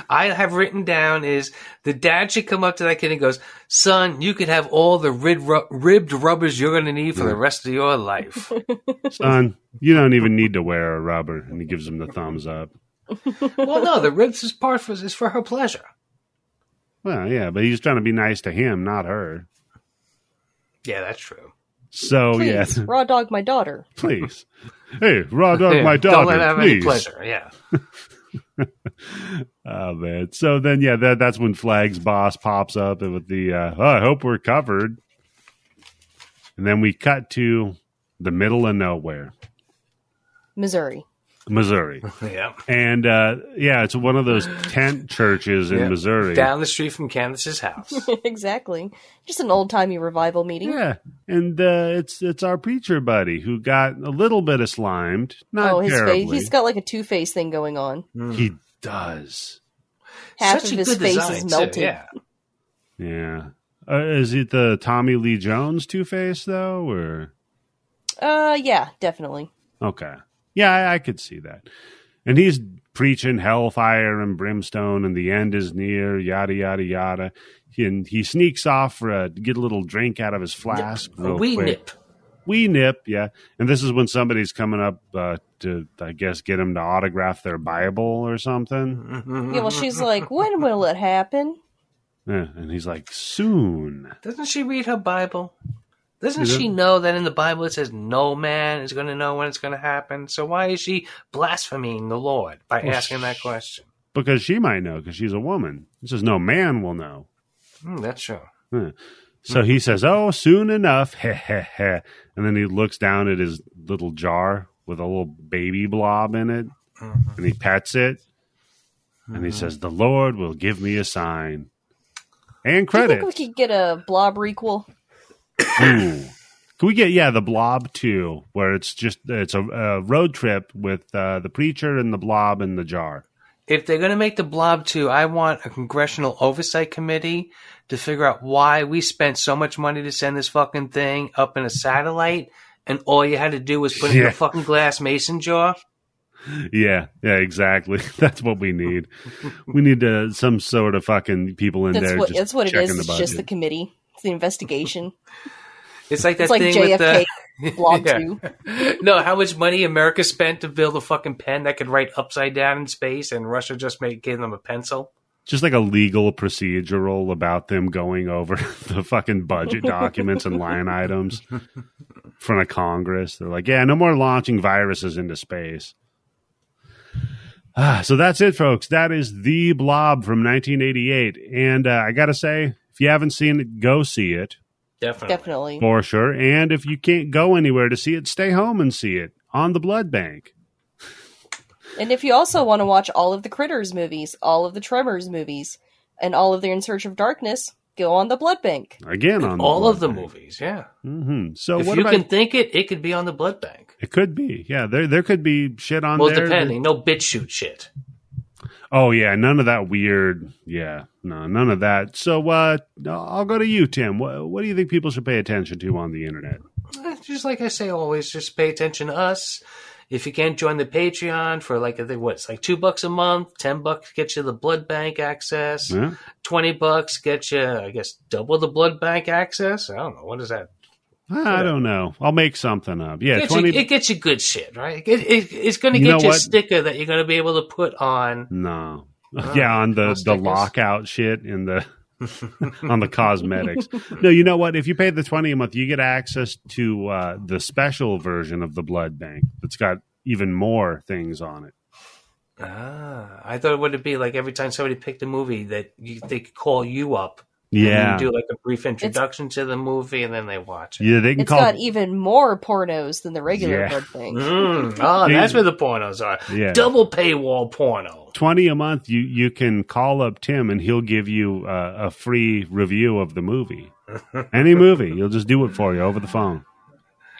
Speaker 2: I have written down is the dad should come up to that kid and goes, Son, you can have all the rib ru- ribbed rubbers you're going to need for the rest of your
Speaker 3: [laughs]
Speaker 2: life.
Speaker 1: Son, you don't even need to wear a rubber. And he gives him the thumbs up.
Speaker 2: well, no, the ribs is part for, is for her pleasure.
Speaker 1: Well, yeah, but he's trying to be nice to him, not her.
Speaker 2: Yeah, that's true.
Speaker 1: So,
Speaker 3: Please,
Speaker 1: Oh, yeah, [laughs]
Speaker 3: raw dog, my daughter.
Speaker 1: please. Hey, raw dog,
Speaker 2: [laughs] Yeah,
Speaker 1: my
Speaker 2: Don't let her
Speaker 1: daughter,
Speaker 2: have any
Speaker 1: please.
Speaker 2: pleasure. Yeah.
Speaker 1: Oh man. So then, yeah, that, that's when Flag's boss pops up with the, uh, oh, I hope we're covered. And then we cut to the middle of nowhere,
Speaker 3: Missouri. [laughs]
Speaker 1: Missouri,
Speaker 2: Yeah.
Speaker 1: [laughs] and uh, yeah, it's one of those tent churches in
Speaker 2: Yeah.
Speaker 1: Missouri.
Speaker 2: Down the street from Candace's house.
Speaker 3: [laughs] exactly. Just an old timey revival meeting.
Speaker 1: Yeah, and uh, it's it's our preacher buddy who got a little bit of slimed. Not
Speaker 3: oh, his
Speaker 1: terribly.
Speaker 3: face. He's got like a two face thing going on.
Speaker 2: Mm.
Speaker 1: he does.
Speaker 3: Half
Speaker 2: Such a
Speaker 3: of his
Speaker 2: good
Speaker 3: face
Speaker 2: design,
Speaker 3: is
Speaker 2: too,
Speaker 3: melted.
Speaker 2: yeah.
Speaker 1: Yeah, uh, is it the Tommy Lee Jones Two Face though, or
Speaker 3: Uh, yeah, definitely.
Speaker 1: okay? Yeah, I, I could see that. And he's preaching hellfire and brimstone, and the end is near. Yada yada yada. He, and he sneaks off for a, to get a little drink out of his flask.
Speaker 2: A
Speaker 1: real
Speaker 2: wee
Speaker 1: quick.
Speaker 2: nip.
Speaker 1: we nip yeah and this is when somebody's coming up uh, to i guess get him to autograph their bible or something
Speaker 3: Yeah,
Speaker 2: [laughs]
Speaker 3: well, she's like, when will it happen?
Speaker 1: yeah. and he's like soon
Speaker 2: Doesn't she read her Bible? Doesn't
Speaker 1: Yeah.
Speaker 2: she know that in the Bible it says no man is going to know when it's going to happen? So why is she blaspheming the Lord by
Speaker 1: Well,
Speaker 2: asking that
Speaker 1: sh-
Speaker 2: question?
Speaker 1: because she might know because she's a woman he says no man will know
Speaker 2: Mm, that's true.
Speaker 1: so he says oh soon enough [laughs] heh heh heh and then he looks down at his little jar with a little baby blob in it
Speaker 2: Mhm.
Speaker 1: and he pets it and he says the lord will give me a sign and
Speaker 3: Do you think
Speaker 1: credit
Speaker 3: we could get a blob requel?
Speaker 1: Ooh. Can we get yeah the Blob too, where it's just it's a, a road trip with uh, the preacher and the Blob in the jar.
Speaker 2: If they're going to make the blob too, I want a congressional oversight committee to figure out why we spent so much money to send this fucking thing up in a satellite, and all you had to do was put it in
Speaker 1: Yeah.
Speaker 2: a fucking glass mason jar.
Speaker 1: Yeah, yeah, exactly. [laughs] That's what we need. We need uh, some sort of fucking people in
Speaker 3: That's
Speaker 1: there.
Speaker 3: what
Speaker 1: just
Speaker 3: that's what it
Speaker 1: checking
Speaker 3: is.
Speaker 1: The
Speaker 3: It's
Speaker 1: budget.
Speaker 3: just the committee. It's the investigation.
Speaker 2: It's like [laughs] that
Speaker 3: it's like
Speaker 2: thing with the
Speaker 3: JFK [laughs]
Speaker 2: [laughs]
Speaker 3: blob
Speaker 2: Yeah.
Speaker 3: two.
Speaker 2: no, how much money America spent to build a fucking pen that could write upside down in space, and Russia just made gave them a pencil.
Speaker 1: just like a legal procedural about them going over [laughs] the fucking budget documents and line items in front of Congress. They're like, yeah, no more launching viruses into space. Ah, so that's it, folks. That is The Blob from 1988. And uh, I got to say, if you haven't seen it, go see it
Speaker 2: Definitely.
Speaker 3: Definitely.
Speaker 1: for sure. And if you can't go anywhere to see it, stay home and see it on the blood bank.
Speaker 3: And if you also want to watch all of the Critters movies, all of the Tremors movies, and all of the In Search of Darkness, go on the Blood Bank.
Speaker 1: Again, on
Speaker 2: all of the movies. Yeah.
Speaker 1: hmm So
Speaker 2: if
Speaker 1: what
Speaker 2: you
Speaker 1: about?
Speaker 2: can think it, it could be on the blood bank.
Speaker 1: it could be. Yeah, there there could be shit on
Speaker 2: Well,
Speaker 1: there. that-
Speaker 2: depending. No bitch shoot shit.
Speaker 1: Oh yeah, none of that weird. Yeah, no, none of that. So uh, I'll go to you, Tim. What, what do you think people should pay attention to on the internet?
Speaker 2: Eh, Just like I say, always just pay attention to us. If you can't join the Patreon for like I think what it's like two bucks a month, ten bucks gets you the blood bank access,
Speaker 1: Yeah.
Speaker 2: twenty bucks gets you I guess double the blood bank access. I don't know what is that.
Speaker 1: I don't know. I'll make something up. Yeah,
Speaker 2: Gets you-
Speaker 1: twenty.
Speaker 2: it gets you good shit, right? It, it, it's going to
Speaker 1: You know
Speaker 2: get you a
Speaker 1: what?
Speaker 2: sticker that you're going to be able to put on.
Speaker 1: no. [laughs]
Speaker 2: Wow.
Speaker 1: yeah, on
Speaker 2: I'll
Speaker 1: the the
Speaker 2: stick this.
Speaker 1: lockout shit in the on the
Speaker 2: [laughs]
Speaker 1: cosmetics. no, you know what? If you pay the twenty a month, you get access to uh, the special version of the blood bank that's got even more things on it.
Speaker 2: [laughs] Ah, I thought it would be like every time somebody picked a movie that you, they could call you up.
Speaker 1: Yeah,
Speaker 2: And you do like a brief introduction to the movie and then they watch it.
Speaker 1: yeah. They can
Speaker 3: It's
Speaker 1: call.
Speaker 3: got even more pornos than the regular
Speaker 1: Yeah.
Speaker 3: Blood Bank.
Speaker 2: Mm. Oh, that's where the pornos are.
Speaker 1: yeah.
Speaker 2: Double paywall porno.
Speaker 1: 20 a month you you can call up tim and he'll give you uh, a free review of the movie any movie he'll just do it for you over the phone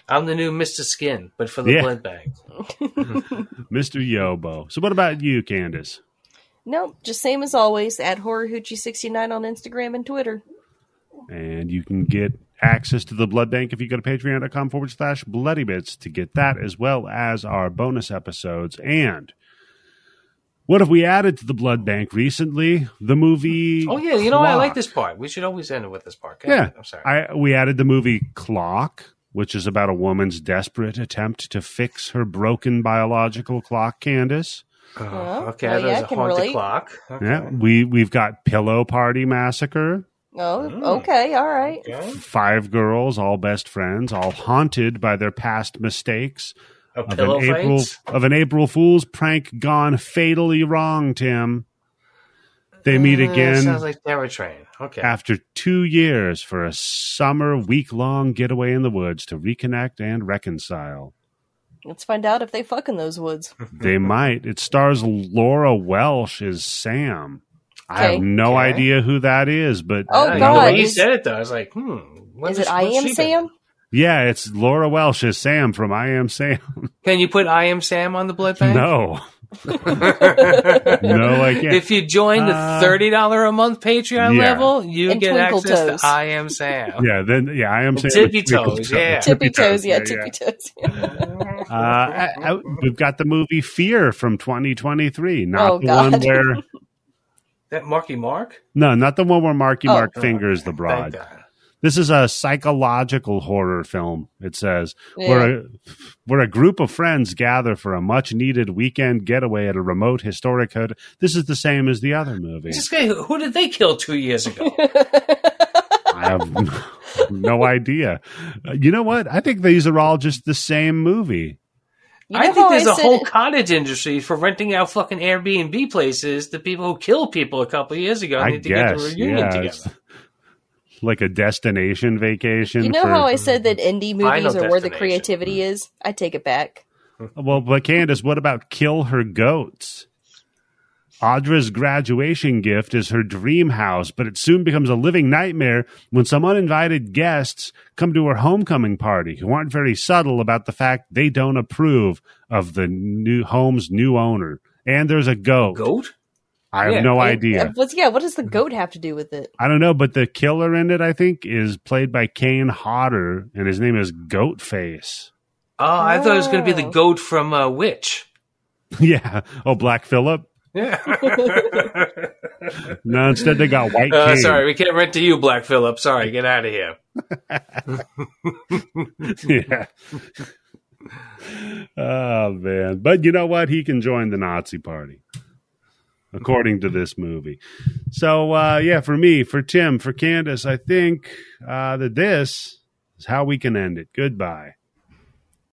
Speaker 2: I'm the new Mr. Skin, but for the
Speaker 1: Yeah.
Speaker 2: blood bank.
Speaker 1: mr yobo so what about you candace
Speaker 3: Nope, just same as always at HorrorHoochie69 on Instagram and Twitter.
Speaker 1: and you can get access to the blood bank if you go to patreon.com forward slash bloody bits to get that as well as our bonus episodes and what have we added to the blood bank recently the movie
Speaker 2: Oh yeah, you know what? I like
Speaker 1: Clock.
Speaker 2: this part. We should always end it with this part. Go
Speaker 1: Yeah.
Speaker 2: ahead. I'm sorry.
Speaker 1: I we added the movie Clock, which is about a woman's desperate attempt to fix her broken biological clock, Candace.
Speaker 2: Oh,
Speaker 3: Well,
Speaker 2: okay,
Speaker 3: well,
Speaker 2: there's
Speaker 3: yeah, I
Speaker 2: a
Speaker 3: can
Speaker 2: haunted
Speaker 3: relate.
Speaker 2: clock. Okay.
Speaker 1: Yeah. We we've got Pillow Party Massacre,
Speaker 3: Oh,
Speaker 2: Mm.
Speaker 3: okay, all right.
Speaker 2: Okay.
Speaker 1: five girls, all best friends, all haunted by their past mistakes
Speaker 2: A
Speaker 1: of
Speaker 2: pillow
Speaker 1: an April
Speaker 2: fight.
Speaker 1: of an April Fool's prank gone fatally wrong, Tim. They meet
Speaker 2: Uh,
Speaker 1: again
Speaker 2: sounds like Terror Train. Okay.
Speaker 1: after two years for a summer week long getaway in the woods to reconnect and reconcile.
Speaker 3: Let's find out if they fuck in those woods.
Speaker 2: [laughs]
Speaker 1: They might. It stars Laura Welsh as Sam. I have
Speaker 3: Okay.
Speaker 1: no
Speaker 2: Okay.
Speaker 1: idea who that is, but
Speaker 3: Oh,
Speaker 2: I don't
Speaker 1: nonetheless-
Speaker 2: know. The
Speaker 3: God.
Speaker 2: way you
Speaker 3: is-
Speaker 2: said it though, I was like, hmm. what
Speaker 3: Is it I
Speaker 2: what's
Speaker 3: Am
Speaker 2: she doing? [laughs]
Speaker 3: Sam?
Speaker 1: yeah, it's Laura Welsh as Sam from I Am
Speaker 3: [laughs]
Speaker 1: Sam.
Speaker 2: Can you put I am Sam on the blood bank?
Speaker 1: No, [laughs]
Speaker 2: no,
Speaker 1: no, I can't.
Speaker 2: If you join the
Speaker 1: Uh,
Speaker 2: thirty dollar a month Patreon
Speaker 1: yeah.
Speaker 2: level, you
Speaker 3: And
Speaker 2: get
Speaker 3: Twinkle
Speaker 2: access
Speaker 3: Toes.
Speaker 2: to I am Sam.
Speaker 1: yeah, then yeah, I Am Sam. [laughs]
Speaker 2: Tippy
Speaker 1: with Twinkle
Speaker 2: toes, yeah.
Speaker 3: Tippy toes, yeah, tippy toes.
Speaker 2: [laughs]
Speaker 1: Uh, I, I, we've got the movie Fear from 2023, not
Speaker 3: Oh,
Speaker 1: the
Speaker 3: God.
Speaker 1: one where
Speaker 2: that Marky Mark.
Speaker 1: no, not the one where Marky
Speaker 3: Oh.
Speaker 1: Mark fingers the
Speaker 2: Thank
Speaker 1: broad.
Speaker 2: God.
Speaker 1: This is a psychological horror film. It says
Speaker 3: Yeah.
Speaker 1: where a, where a group of friends gather for a much needed weekend getaway at a remote historic hood. This is the same as the other
Speaker 2: [laughs]
Speaker 1: movie.
Speaker 2: This guy, who who did they kill two years ago?
Speaker 1: I have [laughs] no idea. Uh, You know what? I think these are all just the same movie.
Speaker 3: [laughs] [laughs] You
Speaker 2: I
Speaker 3: know
Speaker 2: think
Speaker 3: how
Speaker 2: there's a
Speaker 3: said
Speaker 2: whole
Speaker 3: it-
Speaker 2: cottage industry for renting out fucking Airbnb places to people who killed people a couple of years ago. and
Speaker 1: I
Speaker 2: need to get the
Speaker 1: guess.
Speaker 2: reunion
Speaker 1: Yeah, it's
Speaker 2: together.
Speaker 1: [laughs] like a destination vacation.
Speaker 3: You know
Speaker 1: for,
Speaker 3: how I
Speaker 2: [laughs]
Speaker 3: said that indie movies are where the
Speaker 2: destination.
Speaker 3: creativity is? I take it back.
Speaker 1: well, but Candace, what about kill her goats? Audra's graduation gift is her dream house, but it soon becomes a living nightmare when some uninvited guests come to her homecoming party who aren't very subtle about the fact they don't approve of the new home's new owner. And there's a goat.
Speaker 2: Goat.
Speaker 1: I have
Speaker 2: Yeah.
Speaker 1: no
Speaker 3: It-
Speaker 1: idea. Mm.
Speaker 3: uh, what's- yeah, what does the goat have to do with it?
Speaker 1: I don't know, but the killer in it, I think, is played by Kane Hodder, and his name is Goatface. [laughs]
Speaker 2: Oh, I thought it was going to be the
Speaker 3: Oh.
Speaker 2: goat from uh, Witch.
Speaker 1: yeah. Oh, Black Phillip.
Speaker 2: [laughs] Yeah.
Speaker 1: No, instead they got White
Speaker 2: Uh,
Speaker 1: Kane.
Speaker 2: sorry, we can't rent to you, Black Phillip. Sorry, get out of here.
Speaker 1: [laughs] yeah. oh man. But you know what? He can join the Nazi party. According to this movie. So uh yeah, for me, for Tim, for Candace, I think uh that this is how we can end it. Goodbye.